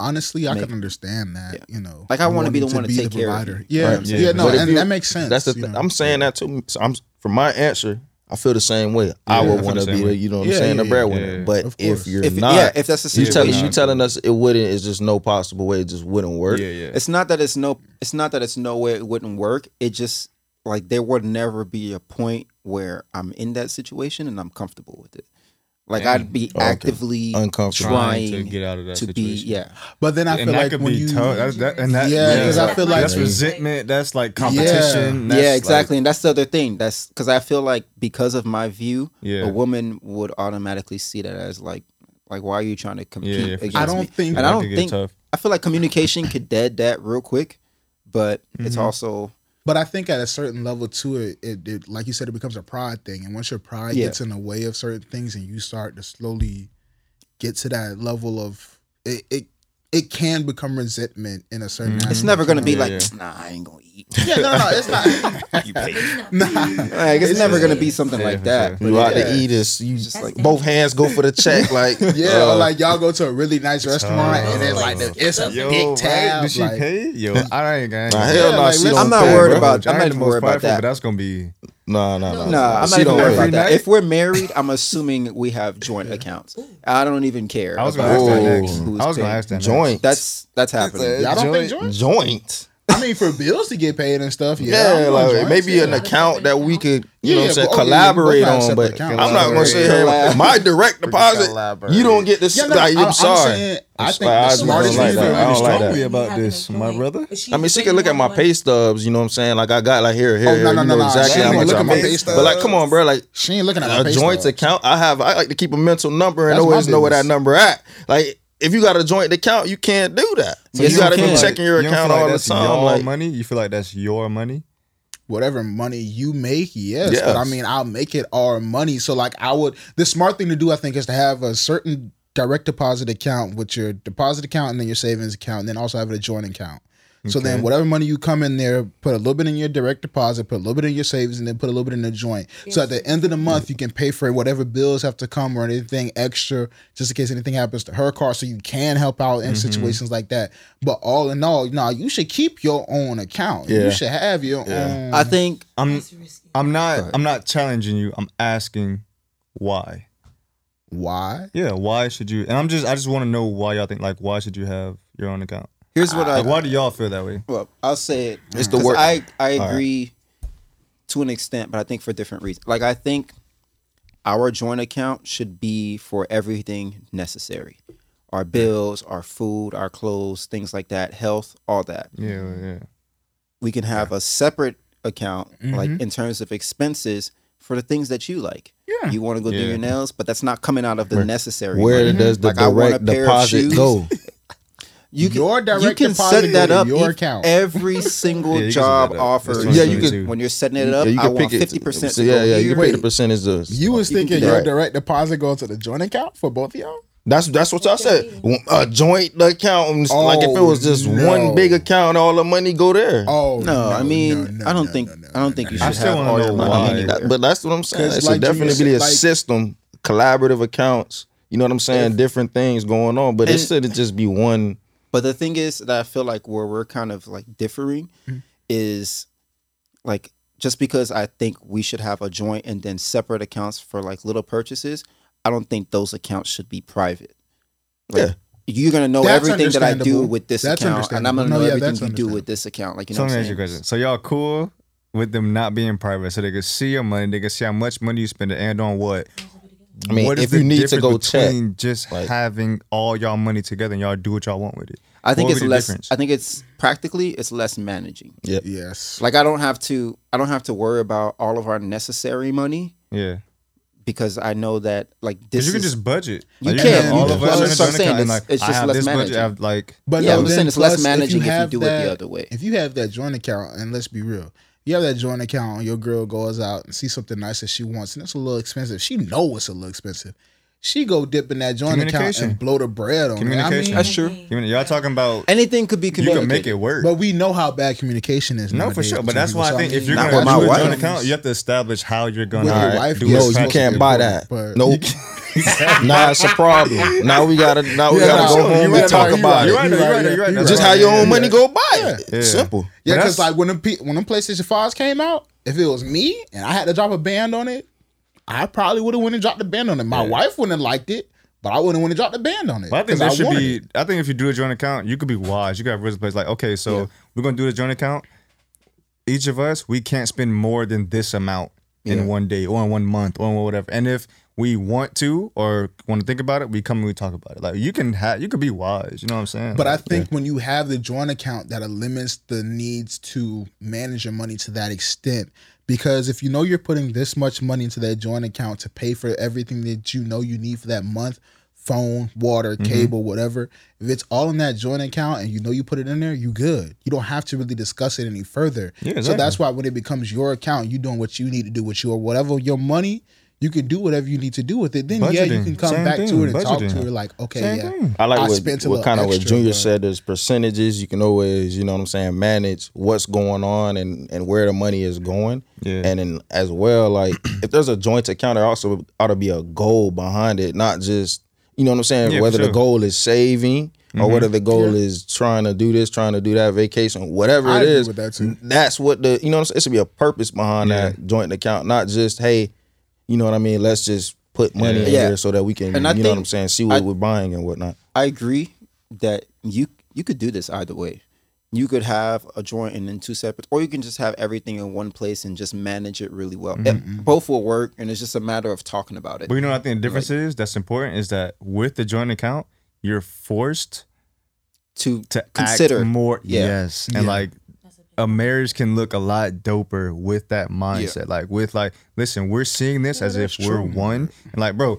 [SPEAKER 4] Honestly, I
[SPEAKER 1] Make-
[SPEAKER 4] can understand that. You know,
[SPEAKER 1] Like, I wanna be the
[SPEAKER 4] wanting
[SPEAKER 1] one to take care of you.
[SPEAKER 4] Yeah,
[SPEAKER 1] Right.
[SPEAKER 4] yeah,
[SPEAKER 2] Yeah.
[SPEAKER 4] no,
[SPEAKER 3] But if
[SPEAKER 4] and
[SPEAKER 3] you-
[SPEAKER 4] that makes sense.
[SPEAKER 3] That's the
[SPEAKER 4] you
[SPEAKER 3] thing.
[SPEAKER 4] know.
[SPEAKER 3] I'm saying that too. So I'm for my answer. I feel the same way. I
[SPEAKER 2] Yeah, I
[SPEAKER 3] would
[SPEAKER 2] feel
[SPEAKER 3] want
[SPEAKER 2] the
[SPEAKER 3] to
[SPEAKER 2] same
[SPEAKER 3] be
[SPEAKER 2] way.
[SPEAKER 3] the, you know what
[SPEAKER 4] Yeah,
[SPEAKER 3] I'm saying,
[SPEAKER 4] yeah,
[SPEAKER 3] the
[SPEAKER 4] yeah.
[SPEAKER 3] breadwinner.
[SPEAKER 2] Yeah.
[SPEAKER 3] But
[SPEAKER 4] Of
[SPEAKER 3] if
[SPEAKER 4] course.
[SPEAKER 3] you're
[SPEAKER 1] If
[SPEAKER 3] not,
[SPEAKER 1] yeah, if that's the
[SPEAKER 3] you
[SPEAKER 1] situation,
[SPEAKER 3] telling you telling us it wouldn't is just no possible way. It just wouldn't work.
[SPEAKER 2] Yeah, yeah.
[SPEAKER 1] it's not that it's no, it's not that it's no way it wouldn't work. It just like there would never be a point where I'm in that situation and I'm comfortable with it. Like I'd be
[SPEAKER 2] Oh,
[SPEAKER 3] Okay.
[SPEAKER 1] actively
[SPEAKER 3] Uncomfortable.
[SPEAKER 1] trying,
[SPEAKER 2] to get out of that
[SPEAKER 1] to be
[SPEAKER 2] situation.
[SPEAKER 1] yeah.
[SPEAKER 4] But then I
[SPEAKER 2] and
[SPEAKER 4] feel
[SPEAKER 2] that
[SPEAKER 4] like
[SPEAKER 2] could
[SPEAKER 4] when
[SPEAKER 2] be
[SPEAKER 4] you,
[SPEAKER 2] tough. That's, that, and that,
[SPEAKER 4] Yeah, 'cause I
[SPEAKER 2] that-
[SPEAKER 4] feel like-
[SPEAKER 2] that's resentment. That's like competition. That's
[SPEAKER 1] yeah,
[SPEAKER 2] like-
[SPEAKER 1] exactly, and that's the other thing. That's because I feel like because of my view,
[SPEAKER 2] Yeah.
[SPEAKER 1] a woman would automatically see that as like, like why are you trying to compete
[SPEAKER 2] yeah, for
[SPEAKER 1] against
[SPEAKER 2] sure.
[SPEAKER 4] I don't
[SPEAKER 1] me?
[SPEAKER 4] think.
[SPEAKER 1] and I
[SPEAKER 2] That
[SPEAKER 1] don't
[SPEAKER 2] could get
[SPEAKER 1] think
[SPEAKER 2] tough.
[SPEAKER 1] I feel like communication could dead that real quick, but it's
[SPEAKER 2] Mm-hmm.
[SPEAKER 1] also
[SPEAKER 4] But I think at a certain level too, it, it, it like you said, it becomes a pride thing. And once your pride
[SPEAKER 1] Yeah.
[SPEAKER 4] gets in the way of certain things, and you start to slowly get to that level of it, it, it can become resentment in a certain.
[SPEAKER 3] Mm.
[SPEAKER 1] it's
[SPEAKER 4] aspect,
[SPEAKER 1] never gonna
[SPEAKER 4] you
[SPEAKER 1] be
[SPEAKER 4] know?
[SPEAKER 1] like
[SPEAKER 2] yeah.
[SPEAKER 1] nah, I ain't gonna eat.
[SPEAKER 4] Yeah, no, no, it's not.
[SPEAKER 1] you pay.
[SPEAKER 4] nah.
[SPEAKER 1] Like, it's,
[SPEAKER 4] It's
[SPEAKER 1] never
[SPEAKER 4] just-
[SPEAKER 1] gonna be something
[SPEAKER 2] Yeah,
[SPEAKER 1] like
[SPEAKER 2] for
[SPEAKER 1] that.
[SPEAKER 3] You out
[SPEAKER 4] Yeah.
[SPEAKER 3] to eat is you just
[SPEAKER 5] That's
[SPEAKER 3] like
[SPEAKER 5] it.
[SPEAKER 3] both hands go for the check. Like
[SPEAKER 4] Yeah,
[SPEAKER 3] uh,
[SPEAKER 4] or like y'all go to a really nice restaurant and it's like
[SPEAKER 5] tough.
[SPEAKER 4] the, it's a
[SPEAKER 5] Yo,
[SPEAKER 4] big
[SPEAKER 2] Oh, right?
[SPEAKER 4] tab.
[SPEAKER 2] Did she
[SPEAKER 4] like,
[SPEAKER 2] pay? Yo, I ain't gonna.
[SPEAKER 3] Nah, hell
[SPEAKER 4] Yeah,
[SPEAKER 3] no,
[SPEAKER 4] like,
[SPEAKER 3] she
[SPEAKER 4] listen,
[SPEAKER 3] don't
[SPEAKER 1] I'm not
[SPEAKER 3] pay,
[SPEAKER 1] worried
[SPEAKER 3] bro.
[SPEAKER 1] about- I'm
[SPEAKER 2] I
[SPEAKER 1] not
[SPEAKER 2] ain't the
[SPEAKER 1] even
[SPEAKER 2] most
[SPEAKER 1] worried about
[SPEAKER 2] prideful,
[SPEAKER 1] that.
[SPEAKER 2] But that's gonna be.
[SPEAKER 3] No, no, no.
[SPEAKER 1] No, I'm not
[SPEAKER 3] she
[SPEAKER 1] even
[SPEAKER 3] don't
[SPEAKER 1] worried
[SPEAKER 3] worry
[SPEAKER 1] about
[SPEAKER 2] Every
[SPEAKER 1] that.
[SPEAKER 2] night?
[SPEAKER 1] If we're married, I'm assuming we have joint accounts. I don't even care.
[SPEAKER 2] I was gonna
[SPEAKER 1] about
[SPEAKER 2] ask that
[SPEAKER 3] Whoa.
[SPEAKER 2] next.
[SPEAKER 1] who's
[SPEAKER 2] I was gonna
[SPEAKER 1] paying.
[SPEAKER 2] ask that next.
[SPEAKER 3] Joint.
[SPEAKER 1] That's that's happening.
[SPEAKER 4] y'all don't pay
[SPEAKER 2] Joint-
[SPEAKER 4] joints?
[SPEAKER 3] joint.
[SPEAKER 4] I mean, for bills to get paid and stuff. Yeah,
[SPEAKER 3] Yeah,
[SPEAKER 4] I'm
[SPEAKER 3] like
[SPEAKER 4] on joints,
[SPEAKER 3] maybe
[SPEAKER 4] yeah.
[SPEAKER 3] an account that we could,
[SPEAKER 4] Yeah,
[SPEAKER 3] you know what
[SPEAKER 4] yeah,
[SPEAKER 3] I'm saying,
[SPEAKER 4] but- oh, yeah,
[SPEAKER 3] collaborate
[SPEAKER 4] we both have
[SPEAKER 3] on.
[SPEAKER 4] separate
[SPEAKER 3] But
[SPEAKER 4] accounts.
[SPEAKER 3] I'm not gonna say hey,
[SPEAKER 1] Collab.
[SPEAKER 3] my direct deposit.
[SPEAKER 2] collaborate.
[SPEAKER 3] You don't get this.
[SPEAKER 4] Yeah, no,
[SPEAKER 3] like, I'm,
[SPEAKER 4] I'm
[SPEAKER 3] sorry.
[SPEAKER 4] saying, I
[SPEAKER 3] It's
[SPEAKER 4] think the
[SPEAKER 3] I
[SPEAKER 4] smartest
[SPEAKER 3] don't like
[SPEAKER 4] thing
[SPEAKER 3] that.
[SPEAKER 4] for
[SPEAKER 3] I
[SPEAKER 4] you
[SPEAKER 3] don't
[SPEAKER 4] to
[SPEAKER 3] like
[SPEAKER 2] talk
[SPEAKER 3] that.
[SPEAKER 2] to about this, my brother.
[SPEAKER 3] I mean, she can look at my pay stubs. You know what I'm saying? Like I got like here, here,
[SPEAKER 4] Oh,
[SPEAKER 3] here.
[SPEAKER 4] no, no,
[SPEAKER 3] you
[SPEAKER 4] no,
[SPEAKER 3] know
[SPEAKER 4] no.
[SPEAKER 3] exactly
[SPEAKER 4] She
[SPEAKER 3] how
[SPEAKER 4] ain't
[SPEAKER 3] much
[SPEAKER 4] looking
[SPEAKER 3] I
[SPEAKER 4] at my
[SPEAKER 3] make.
[SPEAKER 4] pay
[SPEAKER 3] But like, come on, bro. Like
[SPEAKER 4] She ain't looking at my
[SPEAKER 3] a
[SPEAKER 4] pay
[SPEAKER 3] joint
[SPEAKER 4] stubs.
[SPEAKER 3] account. I have. I like to keep a mental number and
[SPEAKER 4] That's my
[SPEAKER 3] always know where that
[SPEAKER 4] business.
[SPEAKER 3] number at. Like if you got a joint account, you can't do that.
[SPEAKER 1] Yes,
[SPEAKER 3] you
[SPEAKER 1] you
[SPEAKER 3] got to
[SPEAKER 1] can.
[SPEAKER 3] be checking your
[SPEAKER 2] You don't feel
[SPEAKER 3] account
[SPEAKER 2] like
[SPEAKER 3] all the
[SPEAKER 2] that's
[SPEAKER 3] time.
[SPEAKER 2] Your
[SPEAKER 3] Like
[SPEAKER 2] money. You feel like that's your money.
[SPEAKER 4] whatever money you make, yes.
[SPEAKER 3] Yes.
[SPEAKER 4] But I mean, I'll make it our money. So like, I would. The smart thing to do, I think, is to have a certain direct deposit account with your deposit account and then your savings account, and then also have a joint account. So then, whatever money you come in there, put a little bit in your direct deposit, put a little bit in your savings, and then put a little bit in the joint. So at the end of the month, you can pay for whatever bills have to come or anything extra, just in case anything happens to her car. So you can help out in
[SPEAKER 3] Mm-hmm.
[SPEAKER 4] situations like that. But all in all, no, you should keep your own account.
[SPEAKER 3] Yeah.
[SPEAKER 4] You should have your own.
[SPEAKER 1] I think
[SPEAKER 2] I'm. I'm not. I'm not challenging you. I'm asking why.
[SPEAKER 4] Why?
[SPEAKER 2] Yeah, why should you? And I'm just. I just want to know why y'all think. Like, why should you have your own account?
[SPEAKER 1] here's what I
[SPEAKER 2] Like, why do y'all feel that way?
[SPEAKER 1] Well, I'll say it.
[SPEAKER 3] It's the
[SPEAKER 1] 'cause
[SPEAKER 3] work.
[SPEAKER 1] I I agree to an extent, but I think for different reasons. Like I think our joint account should be for everything necessary. our bills, our food, our clothes, things like that, health, all that.
[SPEAKER 2] Yeah, yeah.
[SPEAKER 1] We can have a separate account, like
[SPEAKER 4] Mhm.
[SPEAKER 1] in terms of expenses for the things that you like.
[SPEAKER 4] Yeah.
[SPEAKER 1] You want to go do
[SPEAKER 2] Yeah.
[SPEAKER 1] your nails, but that's not coming out of the
[SPEAKER 3] Where-
[SPEAKER 1] necessary.
[SPEAKER 3] Where
[SPEAKER 1] money.
[SPEAKER 3] does the
[SPEAKER 1] Like, I want a
[SPEAKER 3] direct
[SPEAKER 1] pair of
[SPEAKER 3] deposit
[SPEAKER 1] shoes.
[SPEAKER 3] go?
[SPEAKER 1] you can,
[SPEAKER 4] Your direct
[SPEAKER 1] you can
[SPEAKER 4] deposit
[SPEAKER 1] set that
[SPEAKER 4] in
[SPEAKER 1] up
[SPEAKER 4] your
[SPEAKER 1] e-
[SPEAKER 4] account.
[SPEAKER 1] Every single
[SPEAKER 2] Yeah, you can set
[SPEAKER 1] job
[SPEAKER 2] that up.
[SPEAKER 1] offer.
[SPEAKER 2] That's
[SPEAKER 3] Yeah, you
[SPEAKER 2] can-
[SPEAKER 1] when you're setting it up.
[SPEAKER 3] yeah, you
[SPEAKER 1] I
[SPEAKER 3] can
[SPEAKER 1] want
[SPEAKER 3] pick it.
[SPEAKER 1] fifty percent.
[SPEAKER 3] So, yeah, yeah, you can pick the
[SPEAKER 1] percent.
[SPEAKER 3] percentage. Of,
[SPEAKER 4] You was thinking
[SPEAKER 1] do
[SPEAKER 4] your
[SPEAKER 3] that.
[SPEAKER 4] direct deposit goes to the joint account for both of y'all?
[SPEAKER 3] That's that's what I said. A joint account,
[SPEAKER 4] Oh,
[SPEAKER 3] like if it was just
[SPEAKER 4] no.
[SPEAKER 3] one big account, all the money go there.
[SPEAKER 4] Oh
[SPEAKER 1] No, I mean,
[SPEAKER 4] no, no,
[SPEAKER 1] I don't
[SPEAKER 4] no,
[SPEAKER 1] think
[SPEAKER 4] no, no,
[SPEAKER 1] I don't
[SPEAKER 4] no,
[SPEAKER 1] think you
[SPEAKER 4] no.
[SPEAKER 1] should
[SPEAKER 2] I still
[SPEAKER 1] have
[SPEAKER 2] wanna
[SPEAKER 1] all
[SPEAKER 2] know
[SPEAKER 1] your
[SPEAKER 2] why.
[SPEAKER 1] money.
[SPEAKER 3] That- but that's what I'm saying.
[SPEAKER 4] 'Cause
[SPEAKER 3] It
[SPEAKER 4] like
[SPEAKER 3] should
[SPEAKER 4] you
[SPEAKER 3] definitely
[SPEAKER 4] said,
[SPEAKER 3] be a
[SPEAKER 4] like-
[SPEAKER 3] system, collaborative accounts. You know what I'm saying? Different things going on, but it
[SPEAKER 1] And-
[SPEAKER 3] shouldn't just be one.
[SPEAKER 1] But the thing is that I feel like where we're kind of like differing
[SPEAKER 2] Mm-hmm.
[SPEAKER 1] is like just because I think we should have a joint and then separate accounts for like little purchases, I don't think those accounts should be private. Like,
[SPEAKER 3] Yeah.
[SPEAKER 1] You're gonna know
[SPEAKER 4] That's
[SPEAKER 1] everything that I do
[SPEAKER 4] understandable.
[SPEAKER 1] with this
[SPEAKER 4] That's
[SPEAKER 1] account, and I'm gonna
[SPEAKER 4] understandable. No,
[SPEAKER 1] know
[SPEAKER 4] yeah, that's
[SPEAKER 1] everything you do
[SPEAKER 4] understandable.
[SPEAKER 1] with this account. Like you know,
[SPEAKER 2] so
[SPEAKER 1] what
[SPEAKER 2] let me
[SPEAKER 1] I'm
[SPEAKER 2] ask you a
[SPEAKER 1] saying?
[SPEAKER 2] question. So y'all cool with them not being private, so they could see your money, they could see how much money you spend and on what.
[SPEAKER 3] I mean,
[SPEAKER 2] What is
[SPEAKER 3] if you
[SPEAKER 2] the
[SPEAKER 3] need to
[SPEAKER 2] difference
[SPEAKER 3] go check,
[SPEAKER 2] between just
[SPEAKER 3] like-
[SPEAKER 2] having all y'all money together and y'all do what y'all want with it.
[SPEAKER 1] I think
[SPEAKER 2] What
[SPEAKER 1] it's
[SPEAKER 2] would be the
[SPEAKER 1] less.
[SPEAKER 2] difference?
[SPEAKER 1] I think it's practically it's less managing.
[SPEAKER 4] Yes.
[SPEAKER 1] Like I don't have to. I don't have to worry about all of our necessary money
[SPEAKER 2] Yeah,
[SPEAKER 1] because I know that like this.
[SPEAKER 2] because you can
[SPEAKER 1] is,
[SPEAKER 2] just budget.
[SPEAKER 1] You
[SPEAKER 2] Like,
[SPEAKER 1] can,
[SPEAKER 2] have all
[SPEAKER 1] you
[SPEAKER 2] of
[SPEAKER 1] can.
[SPEAKER 2] us
[SPEAKER 1] That's
[SPEAKER 2] in a
[SPEAKER 1] what I'm
[SPEAKER 2] joint
[SPEAKER 1] saying,
[SPEAKER 2] account and,
[SPEAKER 1] it's-
[SPEAKER 2] like
[SPEAKER 1] it's
[SPEAKER 2] I
[SPEAKER 1] just
[SPEAKER 2] have
[SPEAKER 1] less
[SPEAKER 2] this budget. I
[SPEAKER 1] managing.
[SPEAKER 2] have like
[SPEAKER 4] But
[SPEAKER 1] Yeah,
[SPEAKER 4] no,
[SPEAKER 1] I'm just
[SPEAKER 4] then
[SPEAKER 1] saying it's less
[SPEAKER 4] plus,
[SPEAKER 1] managing if you do it the
[SPEAKER 4] that-
[SPEAKER 1] other way.
[SPEAKER 4] If you have that joint account, and let's be real, you have that joint account, and your girl goes out and sees something nice that she wants, and it's a little expensive. She know it's a little expensive. She go dip in that joint account
[SPEAKER 2] Communication.
[SPEAKER 4] and blow the bread on it. I mean,
[SPEAKER 2] Communication.
[SPEAKER 1] That's true.
[SPEAKER 2] You mean, y'all talking about
[SPEAKER 1] anything could be
[SPEAKER 2] you
[SPEAKER 1] communicated.
[SPEAKER 2] can make it work.
[SPEAKER 4] but we know how bad communication is.
[SPEAKER 2] No, for
[SPEAKER 4] nowadays
[SPEAKER 2] sure. But
[SPEAKER 4] between
[SPEAKER 2] that's
[SPEAKER 4] people.
[SPEAKER 2] why
[SPEAKER 4] So,
[SPEAKER 2] I think if
[SPEAKER 4] mean,
[SPEAKER 2] you're
[SPEAKER 1] Not
[SPEAKER 2] gonna
[SPEAKER 1] with my
[SPEAKER 2] do a
[SPEAKER 1] wife.
[SPEAKER 2] joint account, you have to establish how you're gonna
[SPEAKER 4] With your
[SPEAKER 2] all right,
[SPEAKER 4] wife,
[SPEAKER 2] do
[SPEAKER 4] yes,
[SPEAKER 3] no,
[SPEAKER 2] what's
[SPEAKER 3] you
[SPEAKER 4] supposed to
[SPEAKER 3] can't
[SPEAKER 4] be
[SPEAKER 2] practical.
[SPEAKER 3] buy
[SPEAKER 4] important,
[SPEAKER 3] that.
[SPEAKER 4] but-
[SPEAKER 3] Nope. nah, it's a problem. Now we gotta. Now we
[SPEAKER 4] Yeah,
[SPEAKER 3] gotta
[SPEAKER 4] nah,
[SPEAKER 3] go
[SPEAKER 4] sure,
[SPEAKER 3] home
[SPEAKER 4] you're
[SPEAKER 3] and
[SPEAKER 4] right,
[SPEAKER 3] talk
[SPEAKER 4] you're
[SPEAKER 3] about
[SPEAKER 4] right,
[SPEAKER 2] You're
[SPEAKER 3] it.
[SPEAKER 2] right, you're right, you're right.
[SPEAKER 4] You're
[SPEAKER 3] Just
[SPEAKER 4] right.
[SPEAKER 3] how your
[SPEAKER 4] Yeah.
[SPEAKER 3] own money go buy it.
[SPEAKER 2] Yeah.
[SPEAKER 3] Simple.
[SPEAKER 4] Yeah,
[SPEAKER 2] But
[SPEAKER 4] because
[SPEAKER 2] that's-
[SPEAKER 4] like when them P- when them PlayStation Fives came out, if it was me and I had to drop a band on it, I probably would have went and dropped the band on it. My wife wouldn't have liked it, but I wouldn't want to drop the band on it.
[SPEAKER 2] But I think there
[SPEAKER 4] 'cause
[SPEAKER 2] should
[SPEAKER 4] wanted
[SPEAKER 2] be.
[SPEAKER 4] it.
[SPEAKER 2] I think if you do a joint account, you could be wise. You could have rules in place. Like, okay, so we're gonna do the joint account. Each of us, we can't spend more than this amount in one day or in one month or in whatever. And if we want to or want to think about it, we come and we talk about it. Like you can have, you could be wise. You know what I'm saying?
[SPEAKER 4] But I
[SPEAKER 2] Like,
[SPEAKER 4] think when you have the joint account, that limits the needs to manage your money to that extent. Because if you know you're putting this much money into that joint account to pay for everything that you know you need for that month phone, water,
[SPEAKER 2] Mm-hmm.
[SPEAKER 4] cable, whatever if it's all in that joint account and you know you put it in there, you good. You don't have to really discuss it any further.
[SPEAKER 2] Yeah,
[SPEAKER 4] So
[SPEAKER 2] exactly.
[SPEAKER 4] that's why when it becomes your account, you doing what you need to do with your whatever your money. You can do whatever you need to do with it. Then yeah, you
[SPEAKER 2] Budgeting.
[SPEAKER 4] can come
[SPEAKER 2] Same
[SPEAKER 4] back
[SPEAKER 2] thing,
[SPEAKER 4] to it and talk
[SPEAKER 2] budgeting.
[SPEAKER 4] to her like, okay,
[SPEAKER 2] Same
[SPEAKER 4] yeah,
[SPEAKER 2] thing.
[SPEAKER 3] I like
[SPEAKER 4] I
[SPEAKER 3] what,
[SPEAKER 4] spent a
[SPEAKER 3] what
[SPEAKER 4] little
[SPEAKER 3] kind of what
[SPEAKER 4] extra,
[SPEAKER 3] Junior
[SPEAKER 4] but-
[SPEAKER 3] said. There's percentages. You can always, you know what I'm saying, manage what's going on and and where the money is going.
[SPEAKER 2] Yeah.
[SPEAKER 3] And then as well, like if there's a joint account, there also ought to be a goal behind it, not just you know what I'm saying.
[SPEAKER 2] Yeah, for
[SPEAKER 3] whether the
[SPEAKER 2] sure. Mm-hmm.
[SPEAKER 3] goal is saving or whether the goal is trying to do this, trying to do that, vacation, whatever
[SPEAKER 4] I
[SPEAKER 3] it
[SPEAKER 4] agree
[SPEAKER 3] is.
[SPEAKER 4] with that too.
[SPEAKER 3] That's what the you know what I'm saying. It should be a purpose behind
[SPEAKER 2] Yeah.
[SPEAKER 3] that joint account, not just hey, you know what I mean. Let's just put money in
[SPEAKER 1] Yeah.
[SPEAKER 3] here so that we can,
[SPEAKER 1] And
[SPEAKER 3] you
[SPEAKER 1] I
[SPEAKER 3] know what
[SPEAKER 1] think-
[SPEAKER 3] I'm saying, see what
[SPEAKER 1] I-
[SPEAKER 3] we're buying and whatnot.
[SPEAKER 1] I agree that you you could do this either way. You could have a joint and then two separate, or you can just have everything in one place and just manage it really well. It-
[SPEAKER 2] Mm-hmm.
[SPEAKER 1] both will work, and it's just a matter of talking about it.
[SPEAKER 2] But you know what I think the difference is that's important is that with the joint account, you're forced
[SPEAKER 1] to
[SPEAKER 2] to
[SPEAKER 1] consider
[SPEAKER 2] act more.
[SPEAKER 1] Yeah.
[SPEAKER 2] Yes, and like a marriage can look a lot doper with that mindset. Like with like, listen, we're seeing this as if we're one, and like, bro.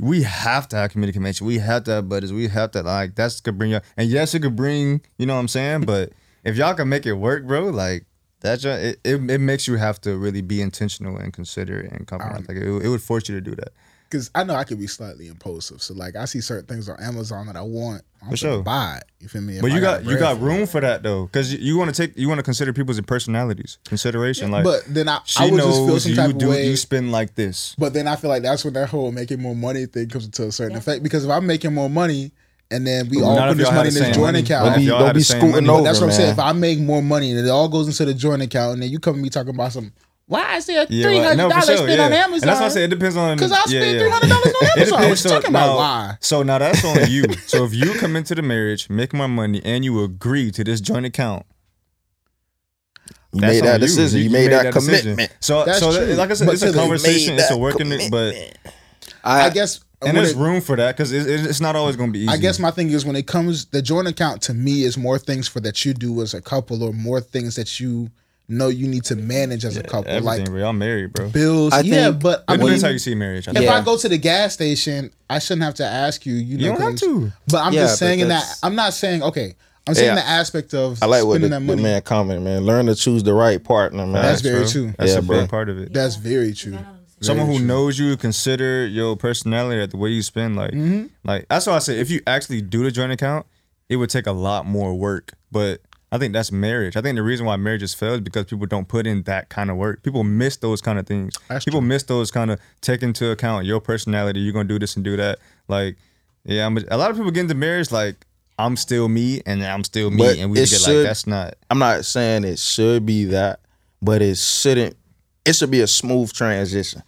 [SPEAKER 2] We have to have communication. We have to have buddies. We have to like that's could bring y'all. And yes, it could bring. You know what I'm saying? But if y'all can make it work, bro, like that's just, it, it. It makes you have to really be intentional and considerate and compromise. Like it, it would force you to do that.
[SPEAKER 4] because I know I could be slightly impulsive. So like I see certain things on Amazon that I want, I'm
[SPEAKER 2] For
[SPEAKER 4] gonna
[SPEAKER 2] sure.
[SPEAKER 4] buy it. You feel me? If
[SPEAKER 2] But
[SPEAKER 4] I
[SPEAKER 2] you got you
[SPEAKER 4] bread
[SPEAKER 2] got
[SPEAKER 4] for
[SPEAKER 2] room for that though, because you, want to take you want to consider people's personalities, consideration.
[SPEAKER 4] it.
[SPEAKER 2] Like,
[SPEAKER 4] but then I,
[SPEAKER 2] she
[SPEAKER 4] I would just
[SPEAKER 2] knows
[SPEAKER 4] feel some
[SPEAKER 2] you
[SPEAKER 4] type of
[SPEAKER 2] do
[SPEAKER 4] way.
[SPEAKER 2] you spend like this.
[SPEAKER 4] but then I feel like that's when that whole making more money thing comes to a certain effect. Because if I'm making more money and then we all
[SPEAKER 2] Not
[SPEAKER 4] put
[SPEAKER 2] if
[SPEAKER 4] this
[SPEAKER 2] y'all
[SPEAKER 4] money
[SPEAKER 2] had
[SPEAKER 4] in
[SPEAKER 2] the
[SPEAKER 4] this
[SPEAKER 2] same
[SPEAKER 4] joint
[SPEAKER 2] money.
[SPEAKER 4] account,
[SPEAKER 2] Not if y'all
[SPEAKER 3] Don't
[SPEAKER 2] had
[SPEAKER 3] be
[SPEAKER 2] the same
[SPEAKER 3] scooting
[SPEAKER 2] money.
[SPEAKER 3] over.
[SPEAKER 4] that's what I'm saying. If
[SPEAKER 3] man.
[SPEAKER 4] I make more money and it all goes into the joint account, and then you come to me talking about some, why is there
[SPEAKER 2] Yeah,
[SPEAKER 4] three
[SPEAKER 2] like-
[SPEAKER 4] hundred
[SPEAKER 2] no, for
[SPEAKER 4] dollars
[SPEAKER 2] sure,
[SPEAKER 4] spent
[SPEAKER 2] yeah.
[SPEAKER 4] on Amazon?
[SPEAKER 2] And that's why I said it depends on
[SPEAKER 4] Because I
[SPEAKER 2] yeah,
[SPEAKER 4] spent
[SPEAKER 2] yeah.
[SPEAKER 4] three hundred dollars on
[SPEAKER 2] It
[SPEAKER 4] Amazon. What you
[SPEAKER 2] depends. So
[SPEAKER 4] talking about?
[SPEAKER 2] now-
[SPEAKER 4] Why?
[SPEAKER 2] So now that's on you. so if you come into the marriage, make my money, and you agree to this joint account,
[SPEAKER 3] You
[SPEAKER 2] that's
[SPEAKER 3] made that
[SPEAKER 2] on you.
[SPEAKER 3] decision. You, made, that,
[SPEAKER 2] decision.
[SPEAKER 3] commitment.
[SPEAKER 2] So
[SPEAKER 4] That's
[SPEAKER 2] so that-
[SPEAKER 4] true.
[SPEAKER 2] like I said,
[SPEAKER 4] But
[SPEAKER 2] it's a
[SPEAKER 4] to the-
[SPEAKER 2] conversation.
[SPEAKER 3] made
[SPEAKER 2] It's a
[SPEAKER 3] that
[SPEAKER 2] working, but
[SPEAKER 3] commitment.
[SPEAKER 1] I,
[SPEAKER 4] I guess
[SPEAKER 2] and
[SPEAKER 4] when
[SPEAKER 2] there's
[SPEAKER 4] it-
[SPEAKER 2] room for that because it, it- it's not always going to be easy.
[SPEAKER 4] I guess my thing is when it comes the joint account to me is more things for that you do as a couple or more things that you know you need to manage as a couple
[SPEAKER 2] everything.
[SPEAKER 4] like
[SPEAKER 2] bro. I'm married, bro. It
[SPEAKER 4] bills.
[SPEAKER 1] I
[SPEAKER 4] yeah,
[SPEAKER 1] think-
[SPEAKER 4] but I
[SPEAKER 2] depends
[SPEAKER 4] mean,
[SPEAKER 2] how you see marriage. I
[SPEAKER 4] if
[SPEAKER 2] think.
[SPEAKER 1] Yeah.
[SPEAKER 4] I go to the gas station, I shouldn't have to ask you. You, know,
[SPEAKER 2] You don't have
[SPEAKER 4] 'cause-
[SPEAKER 2] to.
[SPEAKER 4] But I'm
[SPEAKER 1] Yeah,
[SPEAKER 4] just saying
[SPEAKER 1] but
[SPEAKER 4] in that
[SPEAKER 1] that's-
[SPEAKER 4] I'm not saying okay. I'm saying
[SPEAKER 3] Yeah.
[SPEAKER 4] the aspect of
[SPEAKER 3] I like what the,
[SPEAKER 4] spending
[SPEAKER 3] the
[SPEAKER 4] that money.
[SPEAKER 3] man comment, man. Learn to choose the right partner, man.
[SPEAKER 4] That's very
[SPEAKER 2] bro.
[SPEAKER 4] true.
[SPEAKER 2] That's
[SPEAKER 3] Yeah,
[SPEAKER 2] a big
[SPEAKER 3] bro.
[SPEAKER 2] part of it.
[SPEAKER 4] That's very true.
[SPEAKER 2] Someone who
[SPEAKER 4] true.
[SPEAKER 2] knows you, consider your personality, like the way you spend. Like,
[SPEAKER 4] Mm-hmm.
[SPEAKER 2] like that's why I say if you actually do the joint account, it would take a lot more work. But I think that's marriage. I think the reason why marriages fail is because people don't put in that kind of work. People miss those kind of things.
[SPEAKER 4] That's
[SPEAKER 2] people miss those kind of take into account your personality. You're gonna do this and do that. Like, yeah, I'm, a lot of people get into marriage like I'm still me and I'm still me,
[SPEAKER 3] But
[SPEAKER 2] and we
[SPEAKER 3] it
[SPEAKER 2] get
[SPEAKER 3] should-
[SPEAKER 2] like that's not.
[SPEAKER 3] I'm not saying it should be that, but it shouldn't. It should be a smooth transition.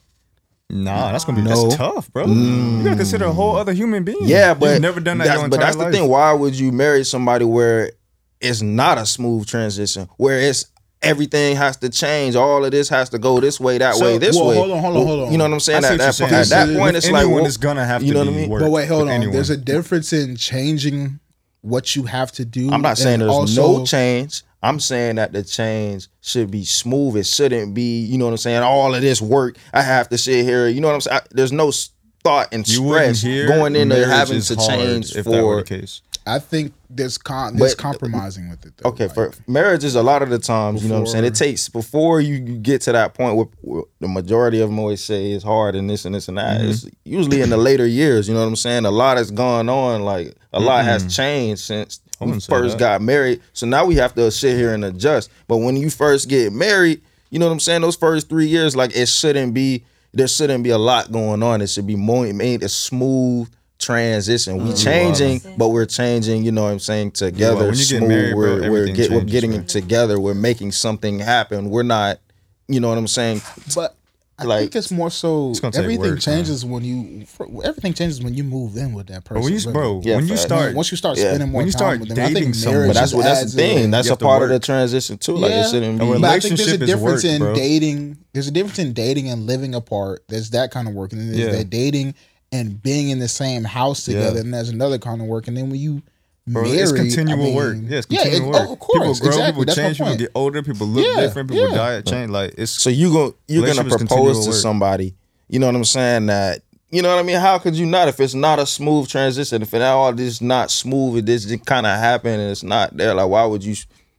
[SPEAKER 2] Nah, that's gonna be
[SPEAKER 3] No.
[SPEAKER 2] that's tough, bro. You gotta consider a whole other human being.
[SPEAKER 3] Yeah, but
[SPEAKER 2] You've never done that.
[SPEAKER 3] That's,
[SPEAKER 2] your
[SPEAKER 3] but
[SPEAKER 2] entire
[SPEAKER 3] that's the
[SPEAKER 2] life.
[SPEAKER 3] thing. Why would you marry somebody where it's not a smooth transition? Where it's everything has to change. All of this has to go this way, that
[SPEAKER 2] So-
[SPEAKER 3] way, this
[SPEAKER 4] well,
[SPEAKER 3] way.
[SPEAKER 4] hold on, hold on, hold on.
[SPEAKER 3] You know what I'm saying?
[SPEAKER 2] I
[SPEAKER 3] At
[SPEAKER 2] see
[SPEAKER 3] that,
[SPEAKER 2] what
[SPEAKER 3] point,
[SPEAKER 2] you're
[SPEAKER 3] at
[SPEAKER 2] saying.
[SPEAKER 3] that
[SPEAKER 2] With
[SPEAKER 3] point, it's like
[SPEAKER 2] anyone
[SPEAKER 3] well,
[SPEAKER 2] is gonna have
[SPEAKER 3] you
[SPEAKER 2] to
[SPEAKER 3] know what I
[SPEAKER 2] be
[SPEAKER 3] mean?
[SPEAKER 2] work
[SPEAKER 4] But wait, hold
[SPEAKER 2] with
[SPEAKER 4] on.
[SPEAKER 2] anyone.
[SPEAKER 4] There's a difference in changing what you have to do.
[SPEAKER 3] I'm not saying
[SPEAKER 4] and
[SPEAKER 3] there's
[SPEAKER 4] also-
[SPEAKER 3] no change. I'm saying that the change should be smooth. It shouldn't be, you know what I'm saying, all of this work. I have to sit here. You know what I'm saying? I- there's no s- thought and
[SPEAKER 2] you wouldn't
[SPEAKER 3] stress
[SPEAKER 2] hear
[SPEAKER 3] going into
[SPEAKER 2] marriage
[SPEAKER 3] having
[SPEAKER 2] is
[SPEAKER 3] to
[SPEAKER 2] hard
[SPEAKER 3] change
[SPEAKER 2] if that were
[SPEAKER 3] for.
[SPEAKER 2] the case.
[SPEAKER 4] I think there's con there's
[SPEAKER 3] But-
[SPEAKER 4] compromising with it. Though.
[SPEAKER 3] Okay,
[SPEAKER 4] Like,
[SPEAKER 3] for marriage is a lot of the times, you know what I'm saying? It
[SPEAKER 4] Before-
[SPEAKER 3] takes before you you get to that point where, where the majority of them always say it's hard and this and this and that.
[SPEAKER 2] Mm-hmm.
[SPEAKER 3] It's usually in the later years, you know what I'm saying? A lot has gone on, like a lot has changed since
[SPEAKER 2] I
[SPEAKER 3] we
[SPEAKER 2] wouldn't say that.
[SPEAKER 3] first got married. So now we have to sit here and adjust. But when you first get married, you know what I'm saying? Those first three years, like it shouldn't be there shouldn't be a lot going on. It should be more made a smooth transition. We
[SPEAKER 2] Mm-hmm.
[SPEAKER 3] changing, but we're changing, you know what I'm saying, together.
[SPEAKER 2] when you get
[SPEAKER 3] smooth,
[SPEAKER 2] married, bro,
[SPEAKER 3] we're, we're,
[SPEAKER 2] everything
[SPEAKER 3] get, we're
[SPEAKER 2] changes,
[SPEAKER 3] getting
[SPEAKER 2] bro.
[SPEAKER 3] it together. We're making something happen. We're not, you know what I'm saying?
[SPEAKER 4] but I
[SPEAKER 3] Like-
[SPEAKER 4] think it's more so
[SPEAKER 2] gonna take
[SPEAKER 4] everything
[SPEAKER 2] work,
[SPEAKER 4] changes when you for, everything changes when you move in with that person.
[SPEAKER 2] But when you,
[SPEAKER 4] really.
[SPEAKER 2] bro,
[SPEAKER 3] Yeah,
[SPEAKER 2] when you
[SPEAKER 3] facts.
[SPEAKER 2] start,
[SPEAKER 4] once you start
[SPEAKER 3] yeah.
[SPEAKER 4] spending more
[SPEAKER 2] When you
[SPEAKER 4] time
[SPEAKER 2] start
[SPEAKER 4] with them, I
[SPEAKER 2] dating
[SPEAKER 4] think
[SPEAKER 2] someone-
[SPEAKER 4] marriage
[SPEAKER 3] But that's
[SPEAKER 4] just
[SPEAKER 3] what that's
[SPEAKER 4] adds
[SPEAKER 3] the
[SPEAKER 4] a-
[SPEAKER 3] thing. That's
[SPEAKER 2] You
[SPEAKER 3] a
[SPEAKER 2] have to
[SPEAKER 3] part of the
[SPEAKER 2] work.
[SPEAKER 3] transition too. Like
[SPEAKER 4] Yeah.
[SPEAKER 3] it shouldn't
[SPEAKER 2] And
[SPEAKER 3] be.
[SPEAKER 2] we're
[SPEAKER 4] But I think there's a
[SPEAKER 2] Relationship is
[SPEAKER 4] difference
[SPEAKER 2] work,
[SPEAKER 4] in
[SPEAKER 2] bro.
[SPEAKER 4] dating. There's a difference in dating and living apart. There's that kind of work, and then there's
[SPEAKER 2] Yeah.
[SPEAKER 4] that dating and being in the same house together, and there's another kind of work. And then when you
[SPEAKER 2] bro,
[SPEAKER 4] marry,
[SPEAKER 2] it's
[SPEAKER 4] I
[SPEAKER 2] continual
[SPEAKER 4] mean,
[SPEAKER 2] work. Yeah, it's
[SPEAKER 4] yeah,
[SPEAKER 2] continual
[SPEAKER 4] it-
[SPEAKER 2] work.
[SPEAKER 4] oh, of course,
[SPEAKER 2] people grow,
[SPEAKER 4] exactly.
[SPEAKER 2] people
[SPEAKER 4] That's my
[SPEAKER 2] change, people
[SPEAKER 4] point.
[SPEAKER 2] get older, people look
[SPEAKER 4] Yeah,
[SPEAKER 2] different, people
[SPEAKER 4] yeah.
[SPEAKER 2] diet change. Like it's
[SPEAKER 3] So you go you're gonna
[SPEAKER 2] Relationship is
[SPEAKER 3] propose
[SPEAKER 2] continual
[SPEAKER 3] to
[SPEAKER 2] work.
[SPEAKER 3] somebody. You know what I'm saying? That you know what I mean? How could you not if it's not a smooth transition? If it all this not smooth, if this just kind of happened and it's not there. Like why would you?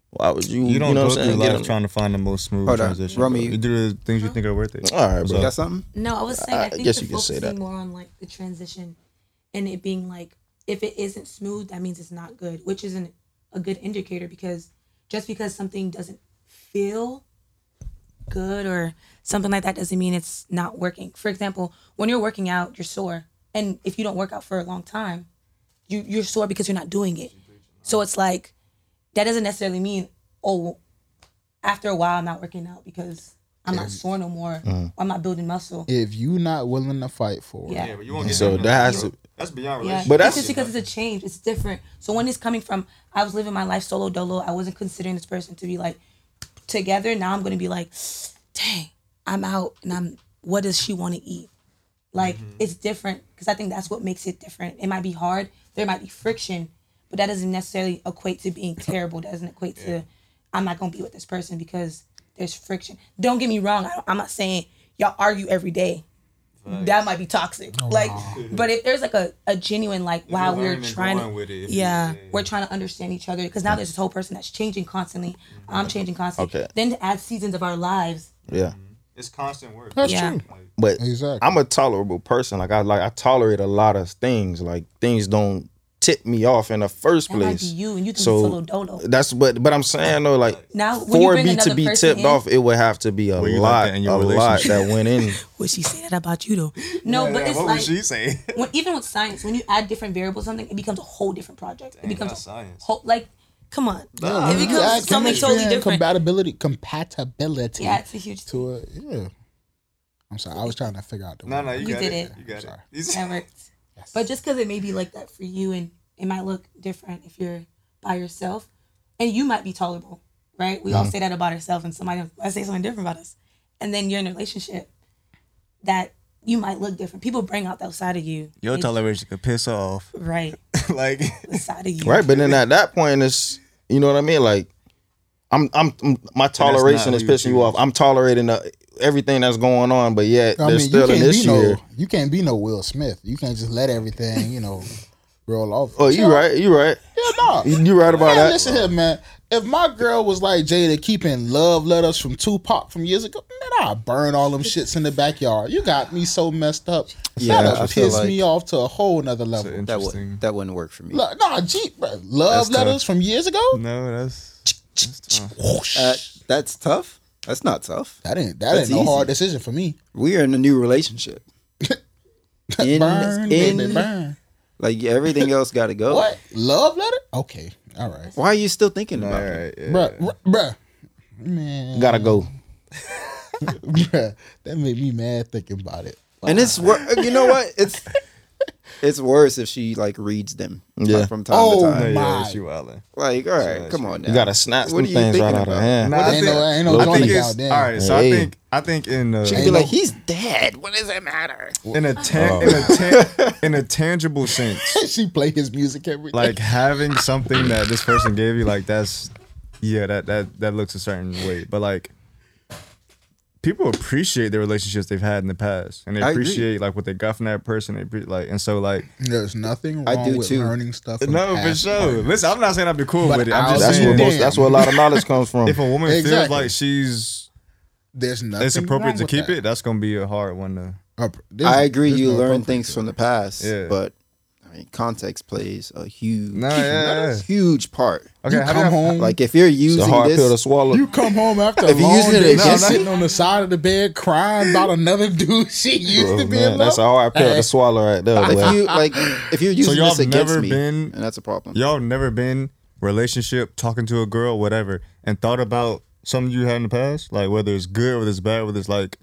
[SPEAKER 3] Why would you?
[SPEAKER 2] you don't go
[SPEAKER 3] know what I'm
[SPEAKER 2] through
[SPEAKER 3] saying? Get
[SPEAKER 2] life
[SPEAKER 3] them-
[SPEAKER 2] trying to find the most smooth
[SPEAKER 1] Hold on,
[SPEAKER 2] transition.
[SPEAKER 1] Romy,
[SPEAKER 2] bro. you do the things you think are worth it.
[SPEAKER 3] All right, bro.
[SPEAKER 1] got something?
[SPEAKER 5] No, I was saying
[SPEAKER 3] I
[SPEAKER 5] I think
[SPEAKER 3] guess
[SPEAKER 5] they're
[SPEAKER 3] you could say
[SPEAKER 5] focusing
[SPEAKER 3] that.
[SPEAKER 5] more on like the transition and it being like if it isn't smooth, that means it's not good, which isn't a good indicator because just because something doesn't feel good or something like that doesn't mean it's not working. For example, when you're working out, you're sore. And if you don't work out for a long time, you, you're sore because you're not doing it. So it's like that doesn't necessarily mean, oh, after a while I'm not working out because I'm not sore no more.
[SPEAKER 3] Mm.
[SPEAKER 5] I'm not building muscle.
[SPEAKER 4] If you're not willing to fight for it,
[SPEAKER 5] Yeah.
[SPEAKER 2] but you won't get
[SPEAKER 3] So that has to-
[SPEAKER 2] That's beyond
[SPEAKER 5] Yeah,
[SPEAKER 2] relationship.
[SPEAKER 3] But
[SPEAKER 5] but
[SPEAKER 3] that's-
[SPEAKER 5] that's just because it's a change. It's different. So when it's coming from, I was living my life solo dolo. I wasn't considering this person to be like together. Now I'm gonna be like, dang, I'm out, and I'm. What does she want to eat? Like
[SPEAKER 2] Mm-hmm.
[SPEAKER 5] it's different because I think that's what makes it different. It might be hard. There might be friction, but that doesn't necessarily equate to being terrible. That doesn't equate to I'm not gonna be with this person because there's friction. Don't get me wrong. I don't, I'm not saying y'all argue every day. That might be toxic. like, but if there's like a, a genuine like, wow,
[SPEAKER 2] you're
[SPEAKER 5] we're
[SPEAKER 2] learning and
[SPEAKER 5] trying to,
[SPEAKER 2] growing with it, if you-
[SPEAKER 5] yeah,
[SPEAKER 2] yeah,
[SPEAKER 5] we're trying to understand each other because now there's this whole person that's changing constantly.
[SPEAKER 2] Mm-hmm.
[SPEAKER 5] I'm changing constantly.
[SPEAKER 3] Okay.
[SPEAKER 5] Then to add seasons of our lives,
[SPEAKER 3] Yeah.
[SPEAKER 2] It's constant work.
[SPEAKER 4] that's
[SPEAKER 5] Yeah.
[SPEAKER 4] true.
[SPEAKER 3] But
[SPEAKER 4] Exactly.
[SPEAKER 3] I'm a tolerable person. Like I like I tolerate a lot of things. Like things don't tip me off in the first
[SPEAKER 5] that might
[SPEAKER 3] place.
[SPEAKER 5] be you, and you can
[SPEAKER 3] So-
[SPEAKER 5] be solo dolo.
[SPEAKER 3] That's but but I'm saying though, like
[SPEAKER 5] Now, when you
[SPEAKER 3] for
[SPEAKER 5] bring
[SPEAKER 3] me to
[SPEAKER 5] another
[SPEAKER 3] be
[SPEAKER 5] person
[SPEAKER 3] tipped
[SPEAKER 5] in-
[SPEAKER 3] off, it would have to be a
[SPEAKER 2] you like
[SPEAKER 3] lot,
[SPEAKER 2] that
[SPEAKER 3] a
[SPEAKER 2] in your
[SPEAKER 3] lot that went in.
[SPEAKER 5] Would she say that about you though? No, but it's
[SPEAKER 2] what
[SPEAKER 5] like
[SPEAKER 2] was she saying?
[SPEAKER 5] when, even with science, when you add different variables, to something it becomes a whole different project. it becomes
[SPEAKER 2] that's
[SPEAKER 5] a
[SPEAKER 2] science.
[SPEAKER 5] whole like, come on,
[SPEAKER 4] Yeah,
[SPEAKER 5] it
[SPEAKER 4] when you add
[SPEAKER 5] becomes something
[SPEAKER 4] chemistry
[SPEAKER 5] totally
[SPEAKER 4] and
[SPEAKER 5] different.
[SPEAKER 4] Compatibility, compatibility.
[SPEAKER 5] yeah, it's a huge thing.
[SPEAKER 4] to it. Yeah. I'm sorry. I was trying to figure out the
[SPEAKER 2] No, no,
[SPEAKER 4] word.
[SPEAKER 2] you,
[SPEAKER 5] You
[SPEAKER 2] got
[SPEAKER 5] did
[SPEAKER 2] it.
[SPEAKER 5] it.
[SPEAKER 2] You got
[SPEAKER 4] Sorry.
[SPEAKER 2] it.
[SPEAKER 5] That works. But just because it may be like that for you, and it might look different if you're by yourself, and you might be tolerable, right? We
[SPEAKER 4] Mm-hmm.
[SPEAKER 5] all say that about ourselves, and somebody might say something different about us, and then you're in a relationship that you might look different. People bring out that side of you.
[SPEAKER 6] Your
[SPEAKER 5] They-
[SPEAKER 6] toleration could piss off.
[SPEAKER 5] right,
[SPEAKER 6] like
[SPEAKER 5] the side of you.
[SPEAKER 3] Right, but then at that point, it's you know what I mean. Like, I'm, I'm, I'm- my toleration
[SPEAKER 2] who
[SPEAKER 3] is
[SPEAKER 2] you
[SPEAKER 3] pissing you off. I'm tolerating the, everything that's going on, but yet
[SPEAKER 4] I
[SPEAKER 3] there's
[SPEAKER 4] mean, you
[SPEAKER 3] still an
[SPEAKER 4] can't be
[SPEAKER 3] issue
[SPEAKER 4] no,
[SPEAKER 3] here.
[SPEAKER 4] you can't be no Will Smith. You can't just let everything, you know, roll off.
[SPEAKER 3] Oh, you right, you right,
[SPEAKER 4] Yeah, no.
[SPEAKER 3] you right about
[SPEAKER 4] Man,
[SPEAKER 3] that.
[SPEAKER 4] listen here, man. If my girl was like Jada keeping love letters from Tupac from years ago, man, I'd burn all them shits in the backyard. You got me so messed up.
[SPEAKER 1] Yeah,
[SPEAKER 4] That'll
[SPEAKER 1] I feel
[SPEAKER 4] piss
[SPEAKER 1] like-
[SPEAKER 4] me off to a whole nother level.
[SPEAKER 2] It's
[SPEAKER 1] That
[SPEAKER 2] interesting.
[SPEAKER 1] would that wouldn't work for me.
[SPEAKER 4] Look, nah, Jeep, bro. Love
[SPEAKER 2] That's
[SPEAKER 4] letters
[SPEAKER 2] tough.
[SPEAKER 4] from years ago?
[SPEAKER 3] Mm.
[SPEAKER 2] No, that's. that's tough.
[SPEAKER 4] Whoosh.
[SPEAKER 1] Uh, that's tough. That's not tough.
[SPEAKER 4] that ain't that
[SPEAKER 1] that's
[SPEAKER 4] ain't no hard
[SPEAKER 1] easy.
[SPEAKER 4] decision for me.
[SPEAKER 1] We are in a new relationship. in,
[SPEAKER 4] Burn,
[SPEAKER 1] in-
[SPEAKER 4] baby, burn.
[SPEAKER 1] like everything else got to go.
[SPEAKER 4] What? Love letter? Okay. All right.
[SPEAKER 1] Why are you still thinking
[SPEAKER 2] All
[SPEAKER 1] about it?
[SPEAKER 2] right, yeah.
[SPEAKER 4] Bruh, bruh, bruh. Man.
[SPEAKER 3] Gotta go.
[SPEAKER 4] bruh. That made me mad thinking about it.
[SPEAKER 1] And it's wor- you know what? It's it's worse if she like reads them like,
[SPEAKER 3] Yeah.
[SPEAKER 1] from time
[SPEAKER 4] Oh,
[SPEAKER 1] to
[SPEAKER 2] No,
[SPEAKER 1] time.
[SPEAKER 2] yeah,
[SPEAKER 4] My.
[SPEAKER 2] it's you, Allen.
[SPEAKER 1] Like, all right, come on now.
[SPEAKER 3] You gotta snatch
[SPEAKER 1] What
[SPEAKER 3] some
[SPEAKER 1] are you
[SPEAKER 3] things right
[SPEAKER 1] thinking
[SPEAKER 3] out of
[SPEAKER 1] about?
[SPEAKER 3] hand.
[SPEAKER 4] Nah, I Ain't no- think- ain't no
[SPEAKER 2] I
[SPEAKER 4] joint
[SPEAKER 2] think
[SPEAKER 4] about
[SPEAKER 2] it's,
[SPEAKER 4] that.
[SPEAKER 2] all right. So
[SPEAKER 3] Hey.
[SPEAKER 2] I think I think in uh,
[SPEAKER 1] She'd be
[SPEAKER 4] Ain't
[SPEAKER 1] like,
[SPEAKER 4] no-
[SPEAKER 1] he's dead. What does that matter?
[SPEAKER 2] in a tan- in a tan- in a tangible sense,
[SPEAKER 4] she play his music every day.
[SPEAKER 2] like having something that this person gave you, like that's yeah, that that that looks a certain way. But like people appreciate the relationships they've had in the past, and they
[SPEAKER 1] I agree.
[SPEAKER 2] appreciate like what they got from that person. They pre- like, and so like
[SPEAKER 4] There's nothing wrong
[SPEAKER 1] I do
[SPEAKER 4] with
[SPEAKER 1] too.
[SPEAKER 4] learning stuff. from
[SPEAKER 2] no, for
[SPEAKER 4] past
[SPEAKER 2] sure.
[SPEAKER 4] partners.
[SPEAKER 2] Listen, I'm not saying I'd be cool
[SPEAKER 4] But
[SPEAKER 2] with it. I'm
[SPEAKER 4] I'll-
[SPEAKER 2] just
[SPEAKER 3] That's where
[SPEAKER 2] saying
[SPEAKER 3] most. That's where a lot of knowledge comes from.
[SPEAKER 2] if a woman feels
[SPEAKER 4] Exactly.
[SPEAKER 2] like she's
[SPEAKER 4] There's nothing.
[SPEAKER 2] it's appropriate to keep it, that's gonna be a hard one to.
[SPEAKER 4] Uh,
[SPEAKER 1] I agree. You learn things from the past,
[SPEAKER 2] Yeah.
[SPEAKER 1] but I mean, context plays a huge,
[SPEAKER 2] No, yeah, yeah.
[SPEAKER 1] huge part.
[SPEAKER 2] Okay, how do
[SPEAKER 4] come
[SPEAKER 2] I-
[SPEAKER 4] home.
[SPEAKER 1] Like, if you're
[SPEAKER 3] It's a
[SPEAKER 1] using
[SPEAKER 3] hard pill to
[SPEAKER 1] this,
[SPEAKER 3] swallow.
[SPEAKER 4] you come home after a
[SPEAKER 1] If you
[SPEAKER 4] long
[SPEAKER 1] using it
[SPEAKER 4] day,
[SPEAKER 1] against
[SPEAKER 4] she's
[SPEAKER 1] it-
[SPEAKER 4] sitting on the side of the bed crying about another dude she used
[SPEAKER 3] Oh,
[SPEAKER 4] to be
[SPEAKER 3] man,
[SPEAKER 4] in love.
[SPEAKER 3] that's a hard pill
[SPEAKER 4] Hey.
[SPEAKER 3] to swallow right there.
[SPEAKER 1] if
[SPEAKER 3] boy.
[SPEAKER 1] you like, if you're using
[SPEAKER 2] y'all
[SPEAKER 1] this against
[SPEAKER 2] never
[SPEAKER 1] me,
[SPEAKER 2] been-
[SPEAKER 1] and that's a problem.
[SPEAKER 2] y'all never been relationship talking to a girl whatever and thought about something you had in the past like whether it's good whether it's bad whether it's like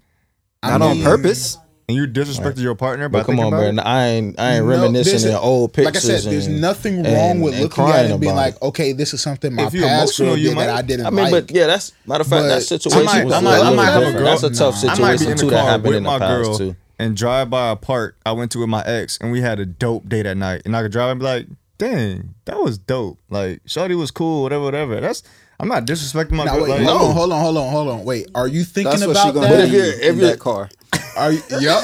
[SPEAKER 1] Not on purpose.
[SPEAKER 2] and you disrespected your partner by
[SPEAKER 3] But come
[SPEAKER 2] thinking
[SPEAKER 3] on,
[SPEAKER 2] about
[SPEAKER 3] bro.
[SPEAKER 2] it?
[SPEAKER 3] I ain't, I ain't
[SPEAKER 4] No, there's
[SPEAKER 3] reminiscing
[SPEAKER 4] a-
[SPEAKER 3] in old
[SPEAKER 4] Like I
[SPEAKER 3] pictures.
[SPEAKER 4] said, there's
[SPEAKER 3] and-
[SPEAKER 4] nothing wrong
[SPEAKER 3] and-
[SPEAKER 4] with
[SPEAKER 3] and
[SPEAKER 4] looking at
[SPEAKER 3] crying
[SPEAKER 4] it and being
[SPEAKER 3] about
[SPEAKER 4] like,
[SPEAKER 3] it.
[SPEAKER 4] okay, this is something my
[SPEAKER 2] If you're
[SPEAKER 4] past girl
[SPEAKER 2] emotional, you
[SPEAKER 4] did that
[SPEAKER 2] might-
[SPEAKER 4] I didn't
[SPEAKER 3] I mean,
[SPEAKER 4] like.
[SPEAKER 3] but yeah, that's matter of fact,
[SPEAKER 4] But-
[SPEAKER 3] that situation
[SPEAKER 2] I might-
[SPEAKER 3] was
[SPEAKER 2] I
[SPEAKER 3] a
[SPEAKER 2] might- I
[SPEAKER 3] little
[SPEAKER 2] might have a
[SPEAKER 3] different.
[SPEAKER 2] girl-
[SPEAKER 3] That's a tough
[SPEAKER 4] Nah.
[SPEAKER 2] I might be
[SPEAKER 3] situation
[SPEAKER 2] in the
[SPEAKER 3] too that
[SPEAKER 2] car
[SPEAKER 3] happened
[SPEAKER 2] with
[SPEAKER 3] in the
[SPEAKER 2] my
[SPEAKER 3] past
[SPEAKER 2] girl
[SPEAKER 3] too.
[SPEAKER 2] and drive by a park I went to with my ex and we had a dope date at night and I could drive and be like dang that was dope like Shawty was cool whatever whatever that's I'm not disrespecting my
[SPEAKER 4] now,
[SPEAKER 2] girl
[SPEAKER 4] wait,
[SPEAKER 2] like,
[SPEAKER 4] hold on, hold on, hold on, hold on. Wait, are you thinking
[SPEAKER 1] That's what
[SPEAKER 4] about
[SPEAKER 1] she's gonna
[SPEAKER 4] that?
[SPEAKER 1] be
[SPEAKER 3] But if you're- if
[SPEAKER 1] in
[SPEAKER 3] you're-
[SPEAKER 1] that car.
[SPEAKER 4] Are you, yep.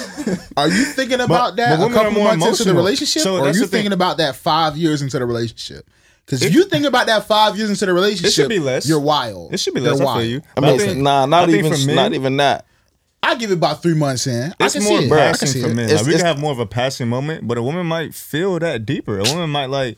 [SPEAKER 4] Are you thinking about that
[SPEAKER 2] but
[SPEAKER 4] a
[SPEAKER 2] women are
[SPEAKER 4] couple
[SPEAKER 2] more
[SPEAKER 4] months into the
[SPEAKER 2] emotional.
[SPEAKER 4] relationship,
[SPEAKER 2] So
[SPEAKER 4] or are
[SPEAKER 2] that's
[SPEAKER 4] you
[SPEAKER 2] the thing.
[SPEAKER 4] thinking about that five years into the relationship? Because if you think about that five years into the relationship,
[SPEAKER 2] be less.
[SPEAKER 4] You're wild.
[SPEAKER 2] it should be
[SPEAKER 4] You're
[SPEAKER 2] less I feel
[SPEAKER 4] wild.
[SPEAKER 2] you
[SPEAKER 3] I
[SPEAKER 2] But
[SPEAKER 3] mean, nah,
[SPEAKER 2] I
[SPEAKER 3] not
[SPEAKER 2] think
[SPEAKER 3] even,
[SPEAKER 2] for men,
[SPEAKER 3] not even that.
[SPEAKER 4] I give it about three months in. I
[SPEAKER 2] It's
[SPEAKER 4] can
[SPEAKER 2] more
[SPEAKER 4] see it. I can
[SPEAKER 2] passing
[SPEAKER 4] see
[SPEAKER 2] for
[SPEAKER 4] it.
[SPEAKER 2] men.
[SPEAKER 3] It's-
[SPEAKER 2] like we can
[SPEAKER 3] it's-
[SPEAKER 2] have more of a passing moment, but a woman might feel that deeper. A woman might like,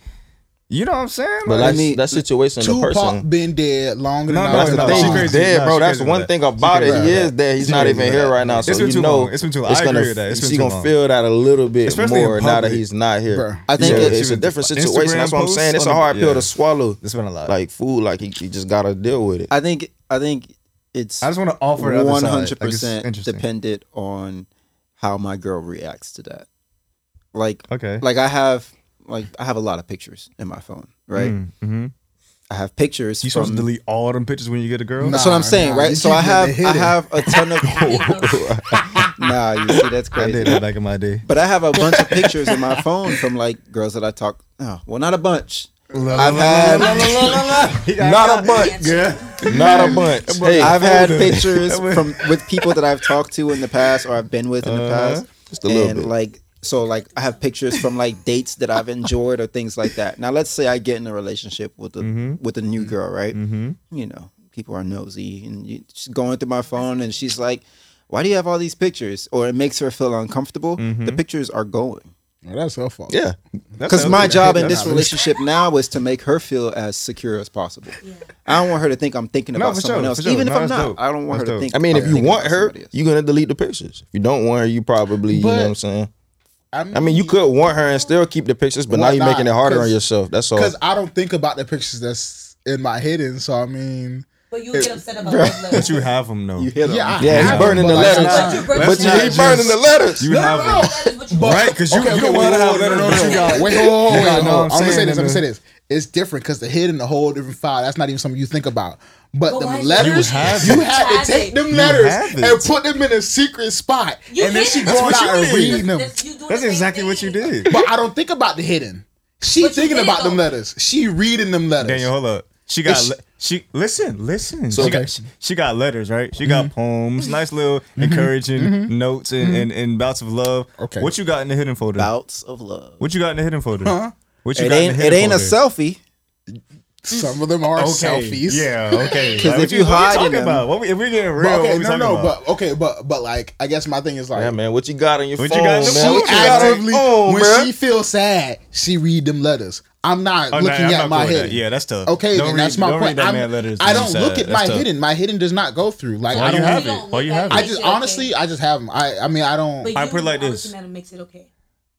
[SPEAKER 2] you know what I'm saying?
[SPEAKER 3] But
[SPEAKER 2] Like,
[SPEAKER 3] that's, that situation, the
[SPEAKER 4] Tupac
[SPEAKER 3] person.
[SPEAKER 4] been dead longer
[SPEAKER 2] No,
[SPEAKER 4] than
[SPEAKER 2] no,
[SPEAKER 4] I
[SPEAKER 3] That's
[SPEAKER 4] was
[SPEAKER 3] the
[SPEAKER 2] no,
[SPEAKER 4] alive.
[SPEAKER 3] thing.
[SPEAKER 2] she
[SPEAKER 3] He's
[SPEAKER 2] crazy.
[SPEAKER 3] dead,
[SPEAKER 2] Nah,
[SPEAKER 3] bro.
[SPEAKER 2] she
[SPEAKER 3] That's
[SPEAKER 2] crazy
[SPEAKER 3] the
[SPEAKER 2] with
[SPEAKER 3] one
[SPEAKER 2] that.
[SPEAKER 3] thing
[SPEAKER 2] She
[SPEAKER 3] about
[SPEAKER 2] crazy
[SPEAKER 3] it.
[SPEAKER 2] with
[SPEAKER 3] He is
[SPEAKER 2] that.
[SPEAKER 3] dead. He's
[SPEAKER 2] She
[SPEAKER 3] not
[SPEAKER 2] crazy
[SPEAKER 3] even
[SPEAKER 2] with
[SPEAKER 3] here
[SPEAKER 2] that.
[SPEAKER 3] right now.
[SPEAKER 2] It's
[SPEAKER 3] So
[SPEAKER 2] been
[SPEAKER 3] you
[SPEAKER 2] too
[SPEAKER 3] know,
[SPEAKER 2] long. It's been too-
[SPEAKER 3] it's
[SPEAKER 2] I
[SPEAKER 3] gonna,
[SPEAKER 2] agree with that. It's
[SPEAKER 3] she
[SPEAKER 2] been too
[SPEAKER 3] gonna
[SPEAKER 2] long.
[SPEAKER 3] feel that a little bit
[SPEAKER 2] Especially in
[SPEAKER 3] more now that
[SPEAKER 2] public.
[SPEAKER 3] he's not
[SPEAKER 4] Bruh.
[SPEAKER 3] here.
[SPEAKER 1] I think
[SPEAKER 3] So
[SPEAKER 1] it-
[SPEAKER 3] it's a different
[SPEAKER 2] Instagram
[SPEAKER 3] situation. That's what I'm
[SPEAKER 2] posts
[SPEAKER 3] saying. It's
[SPEAKER 2] on
[SPEAKER 3] a
[SPEAKER 2] the-
[SPEAKER 3] hard pill
[SPEAKER 2] yeah.
[SPEAKER 3] to swallow.
[SPEAKER 2] It's been a lot.
[SPEAKER 3] Like food, like he, he just gotta deal with it.
[SPEAKER 1] I think. I think it's
[SPEAKER 2] I just want to offer the other
[SPEAKER 1] one
[SPEAKER 2] side.
[SPEAKER 1] hundred
[SPEAKER 2] Like, it's
[SPEAKER 1] percent
[SPEAKER 2] interesting.
[SPEAKER 1] dependent on how my girl reacts to that. Like,
[SPEAKER 2] Okay. Hmm,
[SPEAKER 1] like I have, like I have a lot of pictures in my phone, right?
[SPEAKER 2] Mm-hmm.
[SPEAKER 1] I have pictures.
[SPEAKER 2] You
[SPEAKER 1] from,
[SPEAKER 2] supposed to delete all them pictures when you get a girl?
[SPEAKER 4] Nah.
[SPEAKER 1] That's what I'm saying,
[SPEAKER 4] nah, you
[SPEAKER 1] right? So
[SPEAKER 4] keep
[SPEAKER 1] I have,
[SPEAKER 4] getting
[SPEAKER 1] I
[SPEAKER 4] hit.
[SPEAKER 1] have a ton of. nah, you see, that's
[SPEAKER 2] I
[SPEAKER 1] crazy.
[SPEAKER 2] did that back in my day.
[SPEAKER 1] But I have a bunch of pictures in my phone from like girls that I talk. Oh, well, not a bunch. I've had
[SPEAKER 3] Not a bunch.
[SPEAKER 2] Yeah.
[SPEAKER 3] Not a bunch. Hey,
[SPEAKER 1] I've had pictures from with people that I've talked to in the past or I've been with in the past.
[SPEAKER 3] Uh-huh. Just a little
[SPEAKER 1] and
[SPEAKER 3] bit.
[SPEAKER 1] like so like I have pictures from like dates that I've enjoyed or things like that. Now let's say I get in a relationship with a
[SPEAKER 3] Mm-hmm.
[SPEAKER 1] with a new girl, right? You know, people are nosy and you, she's going through my phone and she's like, "Why do you have all these pictures?" or it makes her feel uncomfortable.
[SPEAKER 3] Mm-hmm.
[SPEAKER 1] The pictures are going.
[SPEAKER 4] Well, that's her fault.
[SPEAKER 3] yeah.
[SPEAKER 1] Because my job in this relationship now is to make her feel as secure as possible. I don't want her to think I'm thinking
[SPEAKER 2] No,
[SPEAKER 1] about
[SPEAKER 2] for
[SPEAKER 1] someone
[SPEAKER 2] sure,
[SPEAKER 1] else,
[SPEAKER 2] for sure.
[SPEAKER 1] even
[SPEAKER 2] No,
[SPEAKER 1] if I'm
[SPEAKER 2] that's
[SPEAKER 1] not.
[SPEAKER 2] dope.
[SPEAKER 1] I don't want
[SPEAKER 2] That's
[SPEAKER 1] her to
[SPEAKER 2] dope.
[SPEAKER 1] think.
[SPEAKER 3] I mean,
[SPEAKER 1] I'm
[SPEAKER 3] if you
[SPEAKER 1] thinking
[SPEAKER 3] want
[SPEAKER 1] about
[SPEAKER 3] her,
[SPEAKER 1] somebody else.
[SPEAKER 3] you're gonna delete the pictures. If you don't want her, you probably, you know
[SPEAKER 4] But-
[SPEAKER 3] what I'm saying? I mean, you could want her and still keep the pictures, but now
[SPEAKER 4] Why
[SPEAKER 3] you're making it
[SPEAKER 4] not?
[SPEAKER 3] harder on
[SPEAKER 4] 'Cause-
[SPEAKER 3] yourself. That's all.
[SPEAKER 4] because I don't think about the pictures that's in my hidden. So I mean,
[SPEAKER 5] But you would get upset about love letters.
[SPEAKER 2] But you have them though.
[SPEAKER 1] you hit her.
[SPEAKER 4] yeah, I
[SPEAKER 3] Yeah, he's
[SPEAKER 4] have
[SPEAKER 3] burning
[SPEAKER 4] them,
[SPEAKER 3] the
[SPEAKER 4] but
[SPEAKER 3] letters.
[SPEAKER 4] like,
[SPEAKER 5] But you
[SPEAKER 3] But
[SPEAKER 5] burning
[SPEAKER 3] you, he
[SPEAKER 5] the
[SPEAKER 3] burning the letters.
[SPEAKER 2] You
[SPEAKER 4] No,
[SPEAKER 2] have
[SPEAKER 4] no,
[SPEAKER 2] them.
[SPEAKER 4] no.
[SPEAKER 5] Love letters, but
[SPEAKER 2] Right, 'cause you-
[SPEAKER 4] okay,
[SPEAKER 2] you
[SPEAKER 4] okay,
[SPEAKER 2] got
[SPEAKER 4] wait,
[SPEAKER 2] one
[SPEAKER 4] wait,
[SPEAKER 2] out,
[SPEAKER 4] wait,
[SPEAKER 2] no, no, no,
[SPEAKER 4] no, no,
[SPEAKER 2] you got-
[SPEAKER 4] Wait, hold on,
[SPEAKER 2] you got
[SPEAKER 4] hold on,
[SPEAKER 2] what
[SPEAKER 4] hold
[SPEAKER 2] I'm
[SPEAKER 4] on. I'm gonna say
[SPEAKER 2] saying,
[SPEAKER 4] this. I'm gonna
[SPEAKER 2] and
[SPEAKER 4] say this. It's different because the hidden a whole different file. That's not even something you think about. But
[SPEAKER 5] But
[SPEAKER 4] the
[SPEAKER 5] why is it
[SPEAKER 4] letters, you,
[SPEAKER 2] You have
[SPEAKER 5] it.
[SPEAKER 4] had to take them
[SPEAKER 2] You
[SPEAKER 4] letters
[SPEAKER 2] have it.
[SPEAKER 4] and put them in a secret spot,
[SPEAKER 5] You
[SPEAKER 4] and then
[SPEAKER 5] hid
[SPEAKER 4] she
[SPEAKER 5] it.
[SPEAKER 4] go
[SPEAKER 2] what
[SPEAKER 4] out
[SPEAKER 5] That's
[SPEAKER 2] you
[SPEAKER 4] and
[SPEAKER 2] did.
[SPEAKER 4] reading them.
[SPEAKER 5] That's, you doing
[SPEAKER 2] That's
[SPEAKER 5] the same
[SPEAKER 2] exactly what
[SPEAKER 5] thing.
[SPEAKER 2] you did.
[SPEAKER 4] But I don't think about the hidden. She
[SPEAKER 5] But you
[SPEAKER 4] thinking
[SPEAKER 5] did,
[SPEAKER 4] about them
[SPEAKER 5] though.
[SPEAKER 4] letters. She reading them letters.
[SPEAKER 2] Daniel, hold up. She got
[SPEAKER 4] It's-
[SPEAKER 2] le- she listen, listen.
[SPEAKER 3] So-
[SPEAKER 2] she
[SPEAKER 3] Okay.
[SPEAKER 2] got she, she got letters, right? She got poems, nice little encouraging notes and, and, and bouts of love.
[SPEAKER 4] Okay.
[SPEAKER 2] What you got in the hidden folder?
[SPEAKER 1] Bouts of love.
[SPEAKER 2] What you got in the hidden folder? What you
[SPEAKER 1] It
[SPEAKER 2] got in
[SPEAKER 1] ain't
[SPEAKER 2] the
[SPEAKER 1] it
[SPEAKER 2] hidden
[SPEAKER 1] ain't a
[SPEAKER 2] folder?
[SPEAKER 1] selfie.
[SPEAKER 4] Some of them are selfies.
[SPEAKER 2] Yeah, okay.
[SPEAKER 1] 'Cause
[SPEAKER 2] what
[SPEAKER 1] if you
[SPEAKER 2] what
[SPEAKER 1] hiding
[SPEAKER 2] talking
[SPEAKER 1] them-
[SPEAKER 2] about? What we, if we getting real,
[SPEAKER 4] But okay,
[SPEAKER 2] what we
[SPEAKER 4] no,
[SPEAKER 2] talking
[SPEAKER 4] no,
[SPEAKER 2] about?
[SPEAKER 4] but okay, but but like, I guess my thing is like,
[SPEAKER 3] Yeah, man, what you got on your
[SPEAKER 2] What you
[SPEAKER 3] phone,
[SPEAKER 2] got on the
[SPEAKER 3] man?
[SPEAKER 2] phone?
[SPEAKER 4] she
[SPEAKER 3] What you got on
[SPEAKER 4] actively
[SPEAKER 3] your phone,
[SPEAKER 4] when
[SPEAKER 3] bruh?
[SPEAKER 4] she feels sad, she read them letters. I'm not
[SPEAKER 2] Oh, no,
[SPEAKER 4] looking
[SPEAKER 2] I'm
[SPEAKER 4] at
[SPEAKER 2] not
[SPEAKER 4] my
[SPEAKER 2] cool with that.
[SPEAKER 4] hidden.
[SPEAKER 2] Yeah, that's tough.
[SPEAKER 4] Okay,
[SPEAKER 2] Don't
[SPEAKER 4] then
[SPEAKER 2] read-
[SPEAKER 4] that's my
[SPEAKER 2] don't read
[SPEAKER 4] point.
[SPEAKER 2] that
[SPEAKER 4] I'm-
[SPEAKER 2] man letters
[SPEAKER 4] I
[SPEAKER 2] when
[SPEAKER 4] don't
[SPEAKER 2] he's
[SPEAKER 4] look
[SPEAKER 2] sad.
[SPEAKER 4] at my
[SPEAKER 2] That's tough.
[SPEAKER 4] hidden. My hidden does not go through. Like
[SPEAKER 2] Why
[SPEAKER 4] I
[SPEAKER 2] you
[SPEAKER 4] don't.
[SPEAKER 2] have
[SPEAKER 5] You
[SPEAKER 2] it?
[SPEAKER 5] don't
[SPEAKER 2] Why
[SPEAKER 5] look
[SPEAKER 2] you
[SPEAKER 5] at
[SPEAKER 2] have
[SPEAKER 5] it.
[SPEAKER 4] I
[SPEAKER 2] it?
[SPEAKER 5] Makes
[SPEAKER 4] just
[SPEAKER 5] it okay.
[SPEAKER 4] honestly, I just have them. I I mean, I don't.
[SPEAKER 5] But
[SPEAKER 2] I
[SPEAKER 5] you
[SPEAKER 2] put it like
[SPEAKER 5] are
[SPEAKER 2] this.
[SPEAKER 5] looking at him makes it okay.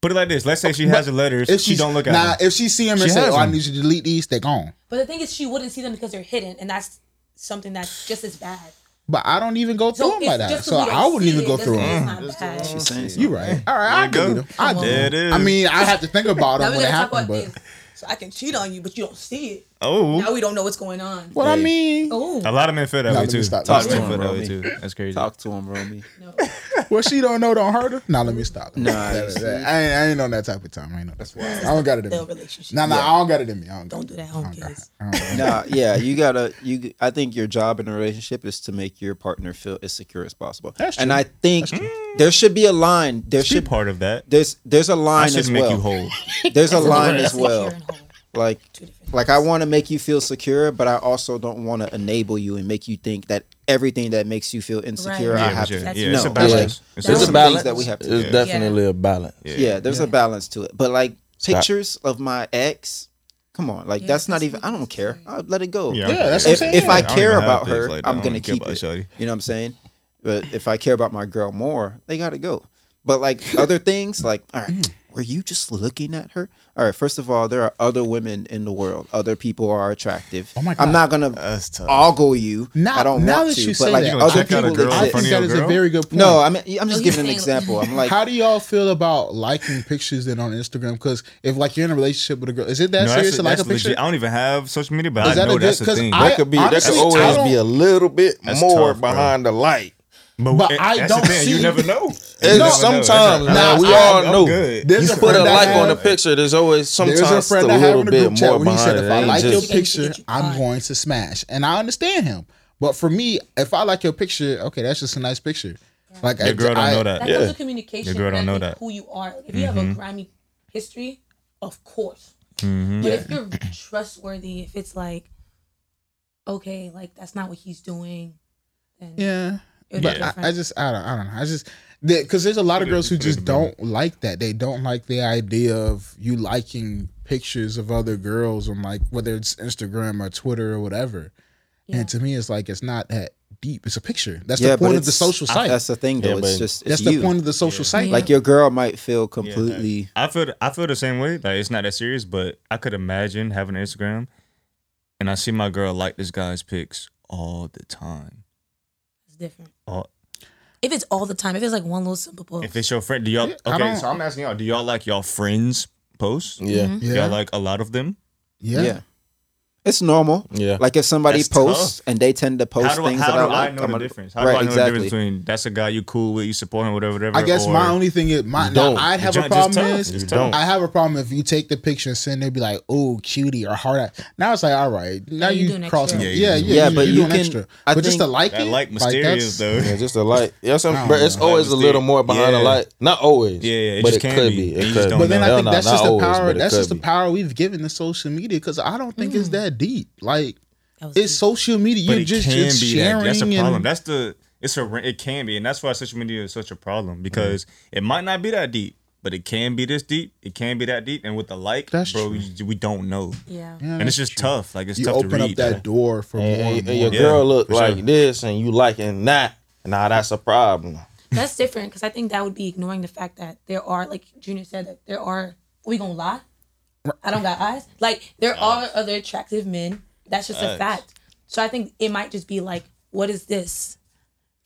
[SPEAKER 2] Put it like this. Let's say she has the letters. She
[SPEAKER 4] she's-
[SPEAKER 2] don't look at
[SPEAKER 4] nah,
[SPEAKER 2] them.
[SPEAKER 4] if she see them
[SPEAKER 2] She
[SPEAKER 4] and say,
[SPEAKER 2] has
[SPEAKER 4] "Oh, I
[SPEAKER 2] them.
[SPEAKER 4] need you to delete these," they're gone.
[SPEAKER 5] But the thing is, she wouldn't see them because they're hidden, and that's something that's just as bad.
[SPEAKER 4] But I don't even go through
[SPEAKER 5] So
[SPEAKER 4] them by
[SPEAKER 5] it's
[SPEAKER 4] that.
[SPEAKER 5] just
[SPEAKER 4] So
[SPEAKER 5] 'cause we don't
[SPEAKER 4] I wouldn't
[SPEAKER 5] see
[SPEAKER 4] even
[SPEAKER 5] it
[SPEAKER 4] go through
[SPEAKER 5] doesn't mean
[SPEAKER 4] them.
[SPEAKER 5] It's not bad.
[SPEAKER 1] She's saying
[SPEAKER 4] You
[SPEAKER 1] something.
[SPEAKER 4] right? All right, I
[SPEAKER 2] There you
[SPEAKER 4] do.
[SPEAKER 2] go.
[SPEAKER 4] I
[SPEAKER 2] There it
[SPEAKER 4] do.
[SPEAKER 2] is.
[SPEAKER 4] I mean, I have to think about
[SPEAKER 5] Now
[SPEAKER 4] them
[SPEAKER 5] we
[SPEAKER 4] when it
[SPEAKER 5] gotta talk
[SPEAKER 4] happened,
[SPEAKER 5] about
[SPEAKER 4] but.
[SPEAKER 5] this. So I can cheat on you, but you don't see it.
[SPEAKER 2] Oh,
[SPEAKER 5] Now we don't know what's going on.
[SPEAKER 4] What I mean,
[SPEAKER 5] Oh
[SPEAKER 2] a lot of men feel that
[SPEAKER 4] Nah,
[SPEAKER 2] way
[SPEAKER 4] let me
[SPEAKER 2] too.
[SPEAKER 4] stop.
[SPEAKER 2] A lot of
[SPEAKER 1] Talk to
[SPEAKER 2] men feel
[SPEAKER 1] him,
[SPEAKER 2] that way
[SPEAKER 1] Romy.
[SPEAKER 2] too. That's crazy.
[SPEAKER 1] Talk to him, Romy.
[SPEAKER 5] no!
[SPEAKER 4] what she don't know don't hurt her. Now let me stop.
[SPEAKER 1] Nah,
[SPEAKER 4] That-
[SPEAKER 1] it's-
[SPEAKER 4] that- I ain't, I ain't on that type of time. I ain't on that. I don't got it in
[SPEAKER 5] The
[SPEAKER 4] me.
[SPEAKER 5] relationship.
[SPEAKER 4] Nah, nah, I don't got it in me. I don't, got
[SPEAKER 5] Don't
[SPEAKER 4] it.
[SPEAKER 5] do that,
[SPEAKER 2] Oh,
[SPEAKER 5] home
[SPEAKER 4] I don't got
[SPEAKER 5] kids.
[SPEAKER 4] it. I don't-
[SPEAKER 1] nah, yeah, you gotta. You, I think your job in a relationship is to make your partner feel as secure as possible.
[SPEAKER 4] That's
[SPEAKER 1] And
[SPEAKER 4] true.
[SPEAKER 1] I think there should be a line. There
[SPEAKER 2] She
[SPEAKER 1] should
[SPEAKER 2] part of that.
[SPEAKER 1] there's there's a
[SPEAKER 2] I
[SPEAKER 1] line
[SPEAKER 2] should
[SPEAKER 1] as
[SPEAKER 2] make you
[SPEAKER 1] well.
[SPEAKER 2] whole.
[SPEAKER 1] There's a line
[SPEAKER 5] Secure
[SPEAKER 1] as well.
[SPEAKER 5] and whole.
[SPEAKER 1] Like
[SPEAKER 5] Two different
[SPEAKER 1] like I want to make you feel secure, but I also don't want to enable you and make you think that everything that makes you feel insecure
[SPEAKER 5] Right.
[SPEAKER 1] I
[SPEAKER 2] Yeah,
[SPEAKER 1] have
[SPEAKER 2] but yeah,
[SPEAKER 1] to.
[SPEAKER 5] That's
[SPEAKER 2] yeah,
[SPEAKER 5] no.
[SPEAKER 2] it's a
[SPEAKER 5] Yeah.
[SPEAKER 2] balance.
[SPEAKER 1] There's
[SPEAKER 2] It's
[SPEAKER 3] It's
[SPEAKER 1] some
[SPEAKER 3] a
[SPEAKER 1] things
[SPEAKER 3] balance.
[SPEAKER 1] that we have to
[SPEAKER 3] It's
[SPEAKER 1] do.
[SPEAKER 3] definitely a balance.
[SPEAKER 2] Yeah.
[SPEAKER 1] Yeah, there's a balance to it. But like pictures of my ex, come on, like
[SPEAKER 5] Yeah,
[SPEAKER 1] that's not
[SPEAKER 5] that's
[SPEAKER 1] even.
[SPEAKER 5] what
[SPEAKER 1] I
[SPEAKER 5] it
[SPEAKER 1] don't
[SPEAKER 5] is.
[SPEAKER 1] care. I'll let it go.
[SPEAKER 2] Yeah.
[SPEAKER 4] Yeah, that's what I'm
[SPEAKER 1] if,
[SPEAKER 4] saying.
[SPEAKER 1] if I
[SPEAKER 2] don't
[SPEAKER 1] care
[SPEAKER 2] even have
[SPEAKER 1] about
[SPEAKER 2] things
[SPEAKER 1] her,
[SPEAKER 2] like that. I
[SPEAKER 1] I'm
[SPEAKER 2] don't
[SPEAKER 1] gonna
[SPEAKER 2] care
[SPEAKER 1] keep
[SPEAKER 2] about
[SPEAKER 1] it.
[SPEAKER 2] Shawty.
[SPEAKER 1] You know what I'm saying? But if I care about my girl more, they gotta go. But like other things, like all
[SPEAKER 4] Mm.
[SPEAKER 1] right, were you just looking at her? All right, first of all, there are other women in the world. Other people are attractive.
[SPEAKER 4] Oh my
[SPEAKER 1] I'm
[SPEAKER 4] God.
[SPEAKER 1] not gonna
[SPEAKER 2] That's tough.
[SPEAKER 1] ogle you.
[SPEAKER 4] Now-
[SPEAKER 1] I don't
[SPEAKER 4] now
[SPEAKER 1] want
[SPEAKER 4] that
[SPEAKER 1] to.
[SPEAKER 4] you
[SPEAKER 1] but
[SPEAKER 4] say
[SPEAKER 1] like
[SPEAKER 4] that, Oh,
[SPEAKER 2] I
[SPEAKER 1] other
[SPEAKER 2] think that a
[SPEAKER 1] people,
[SPEAKER 2] girl
[SPEAKER 4] I
[SPEAKER 1] exist.
[SPEAKER 4] think
[SPEAKER 2] funny
[SPEAKER 4] that
[SPEAKER 2] old
[SPEAKER 4] is a
[SPEAKER 2] girl?
[SPEAKER 4] very good point.
[SPEAKER 1] no, I mean, I'm just
[SPEAKER 5] you
[SPEAKER 1] giving an
[SPEAKER 5] saying-
[SPEAKER 1] example. I'm like,
[SPEAKER 4] How do y'all feel about liking pictures then on Instagram? Because if like you're in a relationship with a girl, is it that
[SPEAKER 2] No,
[SPEAKER 4] serious
[SPEAKER 2] that's,
[SPEAKER 4] to like a
[SPEAKER 2] that's
[SPEAKER 4] picture?
[SPEAKER 2] legit. I don't even have social media,
[SPEAKER 4] Is
[SPEAKER 2] but I
[SPEAKER 4] that a
[SPEAKER 2] know
[SPEAKER 4] good-
[SPEAKER 2] that's a
[SPEAKER 4] 'cause
[SPEAKER 2] thing.
[SPEAKER 4] I-
[SPEAKER 3] That could be. that
[SPEAKER 4] honestly,
[SPEAKER 3] could
[SPEAKER 4] I
[SPEAKER 3] always be
[SPEAKER 4] don't-
[SPEAKER 3] a little bit
[SPEAKER 2] That's
[SPEAKER 3] more
[SPEAKER 2] tough, bro.
[SPEAKER 3] behind the light.
[SPEAKER 4] but
[SPEAKER 2] it-
[SPEAKER 4] I
[SPEAKER 2] eh, that's
[SPEAKER 4] don't
[SPEAKER 2] the thing.
[SPEAKER 4] see-
[SPEAKER 2] You never know.
[SPEAKER 3] And sometimes,
[SPEAKER 4] Nah,
[SPEAKER 3] man, we
[SPEAKER 4] I-
[SPEAKER 3] all
[SPEAKER 2] I'm
[SPEAKER 3] know.
[SPEAKER 2] good.
[SPEAKER 4] There's
[SPEAKER 3] you
[SPEAKER 4] a
[SPEAKER 3] put a
[SPEAKER 4] friend I
[SPEAKER 3] like on a
[SPEAKER 4] have-
[SPEAKER 3] picture. There's always sometimes
[SPEAKER 4] There's a
[SPEAKER 3] just a
[SPEAKER 4] friend I have
[SPEAKER 3] little
[SPEAKER 4] in the group
[SPEAKER 3] bit
[SPEAKER 4] chat
[SPEAKER 3] more
[SPEAKER 4] when he
[SPEAKER 3] behind
[SPEAKER 4] said,
[SPEAKER 3] it.
[SPEAKER 4] "If I
[SPEAKER 3] It ain't
[SPEAKER 4] like your
[SPEAKER 3] just-
[SPEAKER 4] picture, I'm going to smash," and I understand him. But for me, if I like your picture, okay, that's just a nice picture. Like I,
[SPEAKER 2] Your girl
[SPEAKER 4] I-
[SPEAKER 2] don't know that.
[SPEAKER 5] That
[SPEAKER 2] Yeah.
[SPEAKER 5] comes with communication.
[SPEAKER 2] Your girl
[SPEAKER 5] and I
[SPEAKER 2] don't know
[SPEAKER 5] think
[SPEAKER 2] that. Mm-hmm.
[SPEAKER 5] Who you are. Like, if you have a grimy history, of course.
[SPEAKER 2] Mm-hmm.
[SPEAKER 5] But if you're trustworthy, if it's like, okay, like that's not what he's doing, then
[SPEAKER 4] Yeah,
[SPEAKER 5] it'll
[SPEAKER 4] but
[SPEAKER 5] be different.
[SPEAKER 4] I, I just I don't I don't know. I just because there's a lot of girls who just don't like that. They don't like the idea of you liking pictures of other girls on like whether it's Instagram or Twitter or whatever.
[SPEAKER 5] Yeah.
[SPEAKER 4] And to me, it's like it's not that deep. It's a picture. That's
[SPEAKER 1] yeah,
[SPEAKER 4] the
[SPEAKER 1] but
[SPEAKER 4] point of the
[SPEAKER 1] it's-
[SPEAKER 4] social site.
[SPEAKER 1] That's
[SPEAKER 4] That's,
[SPEAKER 1] the thing, though.
[SPEAKER 3] Yeah,
[SPEAKER 1] it's
[SPEAKER 3] but-
[SPEAKER 1] just it's
[SPEAKER 4] the
[SPEAKER 1] you.
[SPEAKER 4] point of the social site.
[SPEAKER 1] Like your girl might feel completely.
[SPEAKER 2] I feel I feel the same way. Like it's not that serious, but I could imagine having an Instagram, and I see my girl like this guy's pics all the time.
[SPEAKER 5] it's different.
[SPEAKER 2] All,
[SPEAKER 5] If it's all the time, if it's like one little simple post,
[SPEAKER 2] if it's your friend, do y'all?
[SPEAKER 4] I
[SPEAKER 2] Okay,
[SPEAKER 4] don't-
[SPEAKER 2] so I'm asking y'all, do y'all like y'all friends' posts?
[SPEAKER 3] Yeah,
[SPEAKER 2] Do Y'all like a lot of them.
[SPEAKER 4] yeah.
[SPEAKER 1] Yeah. It's normal.
[SPEAKER 3] yeah.
[SPEAKER 1] Like if somebody
[SPEAKER 2] That's
[SPEAKER 1] posts and they tend to post
[SPEAKER 2] How do, I-
[SPEAKER 1] things
[SPEAKER 2] how
[SPEAKER 1] that I
[SPEAKER 2] do I
[SPEAKER 1] like,
[SPEAKER 2] know
[SPEAKER 1] I'm
[SPEAKER 2] the
[SPEAKER 1] gonna-
[SPEAKER 2] difference? How
[SPEAKER 1] right,
[SPEAKER 2] do I know
[SPEAKER 1] exactly.
[SPEAKER 2] the difference between that's a guy you cool with, you support him, whatever, whatever?
[SPEAKER 4] I guess
[SPEAKER 2] or-
[SPEAKER 4] my only thing is my
[SPEAKER 3] You
[SPEAKER 4] now,
[SPEAKER 3] don't.
[SPEAKER 4] I'd have
[SPEAKER 2] It's
[SPEAKER 4] a
[SPEAKER 2] just
[SPEAKER 4] problem
[SPEAKER 2] tough.
[SPEAKER 4] is
[SPEAKER 2] It's tough.
[SPEAKER 4] I have a problem if you take the picture and send it be like oh cutie or hard eye. Now it's like all right now
[SPEAKER 5] you
[SPEAKER 4] you
[SPEAKER 5] doing
[SPEAKER 4] cross yeah
[SPEAKER 5] extra.
[SPEAKER 2] Yeah,
[SPEAKER 4] yeah yeah,
[SPEAKER 2] you-
[SPEAKER 1] Yeah,
[SPEAKER 4] but
[SPEAKER 1] but
[SPEAKER 4] you
[SPEAKER 1] you
[SPEAKER 4] doing
[SPEAKER 1] can-
[SPEAKER 4] extra
[SPEAKER 1] I
[SPEAKER 4] but just to
[SPEAKER 1] think-
[SPEAKER 4] like
[SPEAKER 2] That
[SPEAKER 4] it
[SPEAKER 2] like mysterious
[SPEAKER 4] that's-
[SPEAKER 2] though.
[SPEAKER 3] Yeah, just a light. Yeah, some, but it's
[SPEAKER 4] I
[SPEAKER 2] don't
[SPEAKER 3] always a
[SPEAKER 2] know.
[SPEAKER 3] little more behind the
[SPEAKER 2] Yeah.
[SPEAKER 3] light. Not always.
[SPEAKER 2] Yeah, yeah, it
[SPEAKER 3] but
[SPEAKER 2] just
[SPEAKER 3] it
[SPEAKER 2] can
[SPEAKER 3] could
[SPEAKER 2] be.
[SPEAKER 3] be.
[SPEAKER 2] You
[SPEAKER 3] It
[SPEAKER 2] just
[SPEAKER 3] could.
[SPEAKER 2] don't
[SPEAKER 3] be.
[SPEAKER 4] But then
[SPEAKER 2] know.
[SPEAKER 4] I
[SPEAKER 3] Hell
[SPEAKER 4] think
[SPEAKER 3] no,
[SPEAKER 4] that's
[SPEAKER 3] not
[SPEAKER 4] just the
[SPEAKER 3] always,
[SPEAKER 4] power.
[SPEAKER 3] but it
[SPEAKER 4] that's
[SPEAKER 3] could
[SPEAKER 4] just the
[SPEAKER 3] be.
[SPEAKER 4] power we've given to social media because I don't think it's that deep. Like
[SPEAKER 5] Mm. that was
[SPEAKER 4] it's
[SPEAKER 5] deep.
[SPEAKER 4] social media.
[SPEAKER 2] But
[SPEAKER 4] You're
[SPEAKER 2] it
[SPEAKER 4] just,
[SPEAKER 2] can
[SPEAKER 4] just
[SPEAKER 2] be
[SPEAKER 4] sharing.
[SPEAKER 2] that. That's a problem.
[SPEAKER 4] And,
[SPEAKER 2] That's the it's a it can be, and that's why social media is such a problem because it might not be that deep, but it can be this deep. It can be that deep, and with the like,
[SPEAKER 4] That's
[SPEAKER 2] bro,
[SPEAKER 4] true.
[SPEAKER 2] we, we don't know,
[SPEAKER 5] yeah.
[SPEAKER 4] Yeah,
[SPEAKER 2] and it's
[SPEAKER 4] that's
[SPEAKER 2] just
[SPEAKER 4] true.
[SPEAKER 2] tough. Like it's
[SPEAKER 4] You
[SPEAKER 2] tough
[SPEAKER 4] open
[SPEAKER 2] to
[SPEAKER 4] up
[SPEAKER 2] read.
[SPEAKER 4] that door for more
[SPEAKER 3] And,
[SPEAKER 4] and
[SPEAKER 3] and-
[SPEAKER 4] more.
[SPEAKER 3] and your
[SPEAKER 2] Yeah,
[SPEAKER 3] girl look
[SPEAKER 2] for sure.
[SPEAKER 3] like this, and you liking that. Nah, that's a problem.
[SPEAKER 5] That's different because I think that would be ignoring the fact that there are, like Junior said, that there are. We gonna lie? I don't got eyes. Like there are other attractive men. That's just a fact. So I think it might just be like, what does this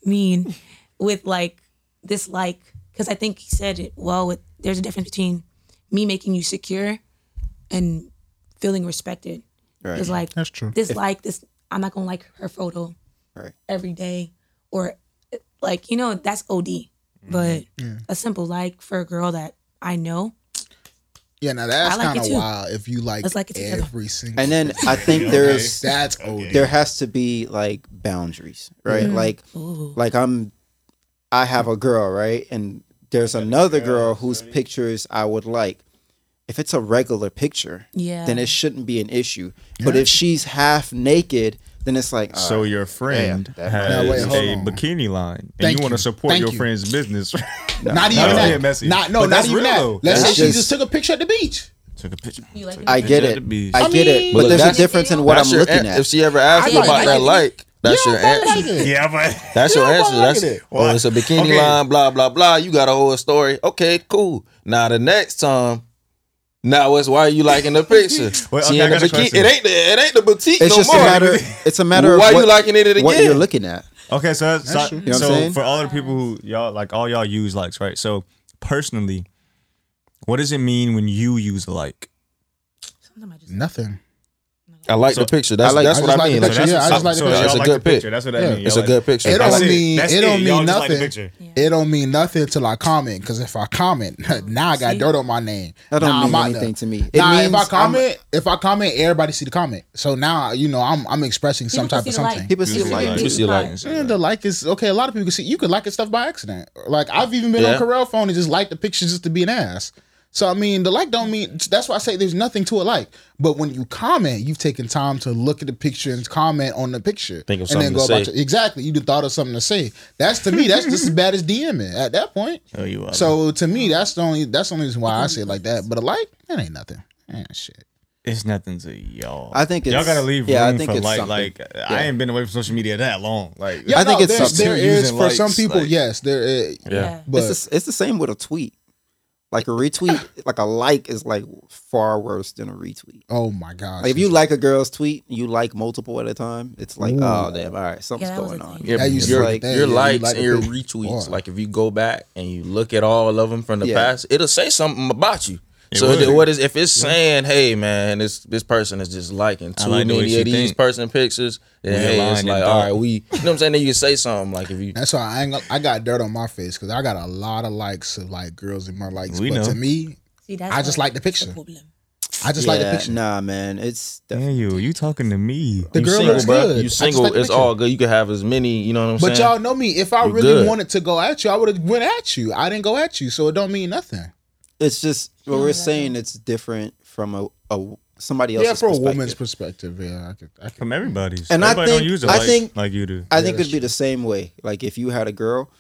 [SPEAKER 5] mean with like this like? Because I think he said it well with there's a difference between me making you secure and feeling respected.
[SPEAKER 1] Right.
[SPEAKER 5] It's like
[SPEAKER 4] That's true.
[SPEAKER 5] this like this I'm not gonna like her photo
[SPEAKER 1] Right.
[SPEAKER 5] every day or uh, like you know that's OD. But a simple like for a girl that I know,
[SPEAKER 4] Yeah, now that's
[SPEAKER 5] I like it
[SPEAKER 4] kind of
[SPEAKER 5] too.
[SPEAKER 4] wild. If you like,
[SPEAKER 5] Let's like it together.
[SPEAKER 4] every single,
[SPEAKER 1] And then I think there's
[SPEAKER 4] that's OD.
[SPEAKER 1] there has to be like boundaries, right?
[SPEAKER 5] Mm-hmm.
[SPEAKER 1] Like
[SPEAKER 5] ooh,
[SPEAKER 1] like I'm I have a girl, right? And there's another girl whose pictures I would like. If it's a regular picture,
[SPEAKER 5] yeah.
[SPEAKER 1] then it shouldn't be an issue. But if she's half naked, then it's like
[SPEAKER 2] So
[SPEAKER 1] alright,
[SPEAKER 2] your friend
[SPEAKER 1] Damn, that-
[SPEAKER 2] has
[SPEAKER 4] Now, wait, hold
[SPEAKER 2] a
[SPEAKER 4] on.
[SPEAKER 2] bikini line, and
[SPEAKER 4] Thank
[SPEAKER 2] you want
[SPEAKER 4] you.
[SPEAKER 2] to support
[SPEAKER 4] Thank
[SPEAKER 2] your
[SPEAKER 4] you.
[SPEAKER 2] friend's business.
[SPEAKER 4] not
[SPEAKER 2] That
[SPEAKER 4] even
[SPEAKER 2] was
[SPEAKER 4] that.
[SPEAKER 2] getting messy.
[SPEAKER 4] Not no,
[SPEAKER 2] But
[SPEAKER 4] not
[SPEAKER 2] that's
[SPEAKER 4] even
[SPEAKER 2] real,
[SPEAKER 4] that.
[SPEAKER 2] though.
[SPEAKER 4] Let's say
[SPEAKER 1] That's
[SPEAKER 4] she
[SPEAKER 1] just-
[SPEAKER 4] just took a picture at the beach.
[SPEAKER 2] Took a picture.
[SPEAKER 5] You like it?
[SPEAKER 1] I get it. I get it. But
[SPEAKER 3] Look,
[SPEAKER 1] there's a
[SPEAKER 3] that's-
[SPEAKER 1] difference in what I'm
[SPEAKER 3] That's your
[SPEAKER 1] looking
[SPEAKER 3] an-
[SPEAKER 1] at.
[SPEAKER 3] If she ever asks you
[SPEAKER 5] like
[SPEAKER 3] about
[SPEAKER 5] it.
[SPEAKER 3] that, like, that's
[SPEAKER 4] You
[SPEAKER 3] your
[SPEAKER 4] don't fucking
[SPEAKER 3] answer.
[SPEAKER 4] like it.
[SPEAKER 2] Yeah, but
[SPEAKER 3] That's
[SPEAKER 4] You
[SPEAKER 3] your
[SPEAKER 4] don't
[SPEAKER 3] answer.
[SPEAKER 4] fucking like
[SPEAKER 3] That's
[SPEAKER 4] it.
[SPEAKER 3] oh, it's a bikini
[SPEAKER 2] Okay.
[SPEAKER 3] line. Blah blah blah. You got a whole story. Okay, cool. Now the next time. Now it's why you liking the picture?
[SPEAKER 2] Wait,
[SPEAKER 3] she
[SPEAKER 2] okay,
[SPEAKER 3] in
[SPEAKER 2] I
[SPEAKER 3] the
[SPEAKER 2] got a
[SPEAKER 3] bikini.
[SPEAKER 2] question.
[SPEAKER 3] It ain't the it ain't the boutique
[SPEAKER 1] It's
[SPEAKER 3] no
[SPEAKER 1] just
[SPEAKER 3] more.
[SPEAKER 1] a matter it's a matter of
[SPEAKER 3] why
[SPEAKER 1] what,
[SPEAKER 3] you liking it again?
[SPEAKER 1] what you're looking at.
[SPEAKER 2] okay, so that's, so,
[SPEAKER 4] true. You
[SPEAKER 1] know what I'm
[SPEAKER 2] so
[SPEAKER 1] saying?
[SPEAKER 2] for all the people who y'all like, all y'all use likes, right? So personally, what does it mean when you use a like?
[SPEAKER 5] Sometimes I just
[SPEAKER 4] Nothing.
[SPEAKER 3] I like
[SPEAKER 2] So-
[SPEAKER 3] the picture. That's
[SPEAKER 1] I like-
[SPEAKER 3] that's
[SPEAKER 1] I
[SPEAKER 3] what
[SPEAKER 4] just
[SPEAKER 3] I
[SPEAKER 4] like
[SPEAKER 3] mean.
[SPEAKER 4] the
[SPEAKER 3] Like,
[SPEAKER 4] picture. Yeah, I just like the
[SPEAKER 2] so
[SPEAKER 4] picture.
[SPEAKER 2] It's a good picture. That's what that
[SPEAKER 4] Yeah.
[SPEAKER 2] means.
[SPEAKER 3] it's
[SPEAKER 2] Y'all
[SPEAKER 3] a
[SPEAKER 2] like-
[SPEAKER 3] good picture.
[SPEAKER 4] It don't
[SPEAKER 2] That's
[SPEAKER 4] mean-
[SPEAKER 2] That's
[SPEAKER 4] it don't
[SPEAKER 2] Y'all
[SPEAKER 4] mean
[SPEAKER 2] just like the
[SPEAKER 4] nothing.
[SPEAKER 2] picture.
[SPEAKER 4] It don't mean nothing till I comment. Because if I comment, now I got
[SPEAKER 5] See?
[SPEAKER 4] dirt on my name.
[SPEAKER 1] That don't
[SPEAKER 4] Now
[SPEAKER 1] mean
[SPEAKER 4] I'm out
[SPEAKER 1] anything
[SPEAKER 4] there.
[SPEAKER 1] to me. It
[SPEAKER 4] Nah,
[SPEAKER 1] means
[SPEAKER 4] if I
[SPEAKER 1] I'm-
[SPEAKER 4] comment, if I comment, everybody see the comment. So now you know I'm I'm expressing some
[SPEAKER 5] People
[SPEAKER 4] type
[SPEAKER 5] can
[SPEAKER 4] of
[SPEAKER 5] see the light.
[SPEAKER 4] something.
[SPEAKER 1] People see
[SPEAKER 5] People
[SPEAKER 1] the
[SPEAKER 5] can
[SPEAKER 1] light.
[SPEAKER 5] see
[SPEAKER 3] see the
[SPEAKER 5] light.
[SPEAKER 3] light.
[SPEAKER 4] Yeah, the like is okay. A lot of people can see. You can like it stuff by accident. Like I've even been
[SPEAKER 3] Yeah.
[SPEAKER 4] on Corel phone and just liked the picture just to be an ass. So I mean, the like don't mean. That's why I say there's nothing to a like. But when you comment, you've taken time to look at the picture and comment on the picture.
[SPEAKER 3] Think
[SPEAKER 4] and
[SPEAKER 3] of something to say.
[SPEAKER 4] your- exactly. You done thought of something to say. That's to me. That's just as bad as DMing at that point.
[SPEAKER 2] Oh, you are.
[SPEAKER 4] So to me,
[SPEAKER 3] uh,
[SPEAKER 4] that's the only. That's the only reason why I say it like that. But a like, that ain't nothing. Eh, shit.
[SPEAKER 2] It's nothing to y'all.
[SPEAKER 1] I think
[SPEAKER 2] y'all
[SPEAKER 1] it's-
[SPEAKER 2] gotta leave room
[SPEAKER 1] yeah, I think
[SPEAKER 2] for
[SPEAKER 1] it's
[SPEAKER 2] like,
[SPEAKER 1] something.
[SPEAKER 2] like I ain't been away from social media that long. Like,
[SPEAKER 4] Yeah,
[SPEAKER 1] I think
[SPEAKER 4] no,
[SPEAKER 1] it's
[SPEAKER 4] there's-
[SPEAKER 1] something.
[SPEAKER 4] there is
[SPEAKER 2] Using
[SPEAKER 4] for some
[SPEAKER 2] likes,
[SPEAKER 4] people.
[SPEAKER 2] like-
[SPEAKER 4] yes, there is.
[SPEAKER 5] yeah.
[SPEAKER 4] But
[SPEAKER 1] it's, the, it's the same with a tweet. Like a retweet, like a like is like far worse than a retweet.
[SPEAKER 4] oh my god,
[SPEAKER 1] Like if you like a girl's tweet, you like multiple at a time. It's like,
[SPEAKER 4] Ooh.
[SPEAKER 1] oh damn, all right, something's
[SPEAKER 5] Yeah, that was
[SPEAKER 1] going
[SPEAKER 5] a
[SPEAKER 1] on.
[SPEAKER 5] thing.
[SPEAKER 3] Yeah,
[SPEAKER 4] How you
[SPEAKER 3] but
[SPEAKER 4] see
[SPEAKER 3] your,
[SPEAKER 1] like-
[SPEAKER 4] that,
[SPEAKER 3] your
[SPEAKER 4] yeah, you
[SPEAKER 3] likes
[SPEAKER 4] like
[SPEAKER 3] and
[SPEAKER 4] the
[SPEAKER 3] your
[SPEAKER 4] picture.
[SPEAKER 3] retweets.
[SPEAKER 4] Or-
[SPEAKER 3] Like if you go back and you look at all of them from the
[SPEAKER 1] Yeah.
[SPEAKER 3] past, it'll say something about you. so
[SPEAKER 2] would.
[SPEAKER 3] it- what is if it's saying, "Hey man, this this person is just liking
[SPEAKER 2] I
[SPEAKER 3] too
[SPEAKER 2] like the way
[SPEAKER 3] many
[SPEAKER 2] she
[SPEAKER 3] of these
[SPEAKER 2] think.
[SPEAKER 3] person pictures," then
[SPEAKER 2] We
[SPEAKER 3] hey, it's
[SPEAKER 2] aligned
[SPEAKER 3] like,
[SPEAKER 2] and
[SPEAKER 3] "All
[SPEAKER 2] thought.
[SPEAKER 3] right, we." You know what I'm saying? Then you can say something like if you.
[SPEAKER 4] That's why I ain't, gonna- I got dirt on my face because I got a lot of likes of like girls in my likes.
[SPEAKER 2] We
[SPEAKER 4] but
[SPEAKER 2] know.
[SPEAKER 4] to me,
[SPEAKER 5] See, that's
[SPEAKER 4] I just
[SPEAKER 5] why
[SPEAKER 4] like the
[SPEAKER 5] that's
[SPEAKER 4] picture.
[SPEAKER 5] problem.
[SPEAKER 4] I just like the
[SPEAKER 1] Yeah,
[SPEAKER 4] picture.
[SPEAKER 1] Nah, man, it's
[SPEAKER 2] Damn you, you talking to me?
[SPEAKER 4] The
[SPEAKER 3] you
[SPEAKER 4] girl
[SPEAKER 3] single,
[SPEAKER 4] looks
[SPEAKER 3] bruh.
[SPEAKER 4] good. I
[SPEAKER 3] You
[SPEAKER 4] just
[SPEAKER 3] single,
[SPEAKER 4] like the
[SPEAKER 3] it's
[SPEAKER 4] picture.
[SPEAKER 3] all good. You can have as many. You know what I'm
[SPEAKER 4] But
[SPEAKER 3] saying?
[SPEAKER 4] y'all know me. If I
[SPEAKER 3] You
[SPEAKER 4] really
[SPEAKER 3] good.
[SPEAKER 4] wanted to go at you, I would have went at you. I didn't go at you, so it don't mean nothing.
[SPEAKER 1] it's just what we're
[SPEAKER 5] Yeah.
[SPEAKER 1] saying. It's different from a, a somebody else's
[SPEAKER 4] Yeah, for a woman's
[SPEAKER 1] perspective.
[SPEAKER 4] perspective, yeah, I could, I could.
[SPEAKER 2] From everybody's.
[SPEAKER 1] And I
[SPEAKER 2] Everybody
[SPEAKER 1] think-
[SPEAKER 2] don't use it
[SPEAKER 1] I
[SPEAKER 2] like,
[SPEAKER 1] think-
[SPEAKER 2] like you do.
[SPEAKER 1] I think it'd be the same way. Like if you had a girl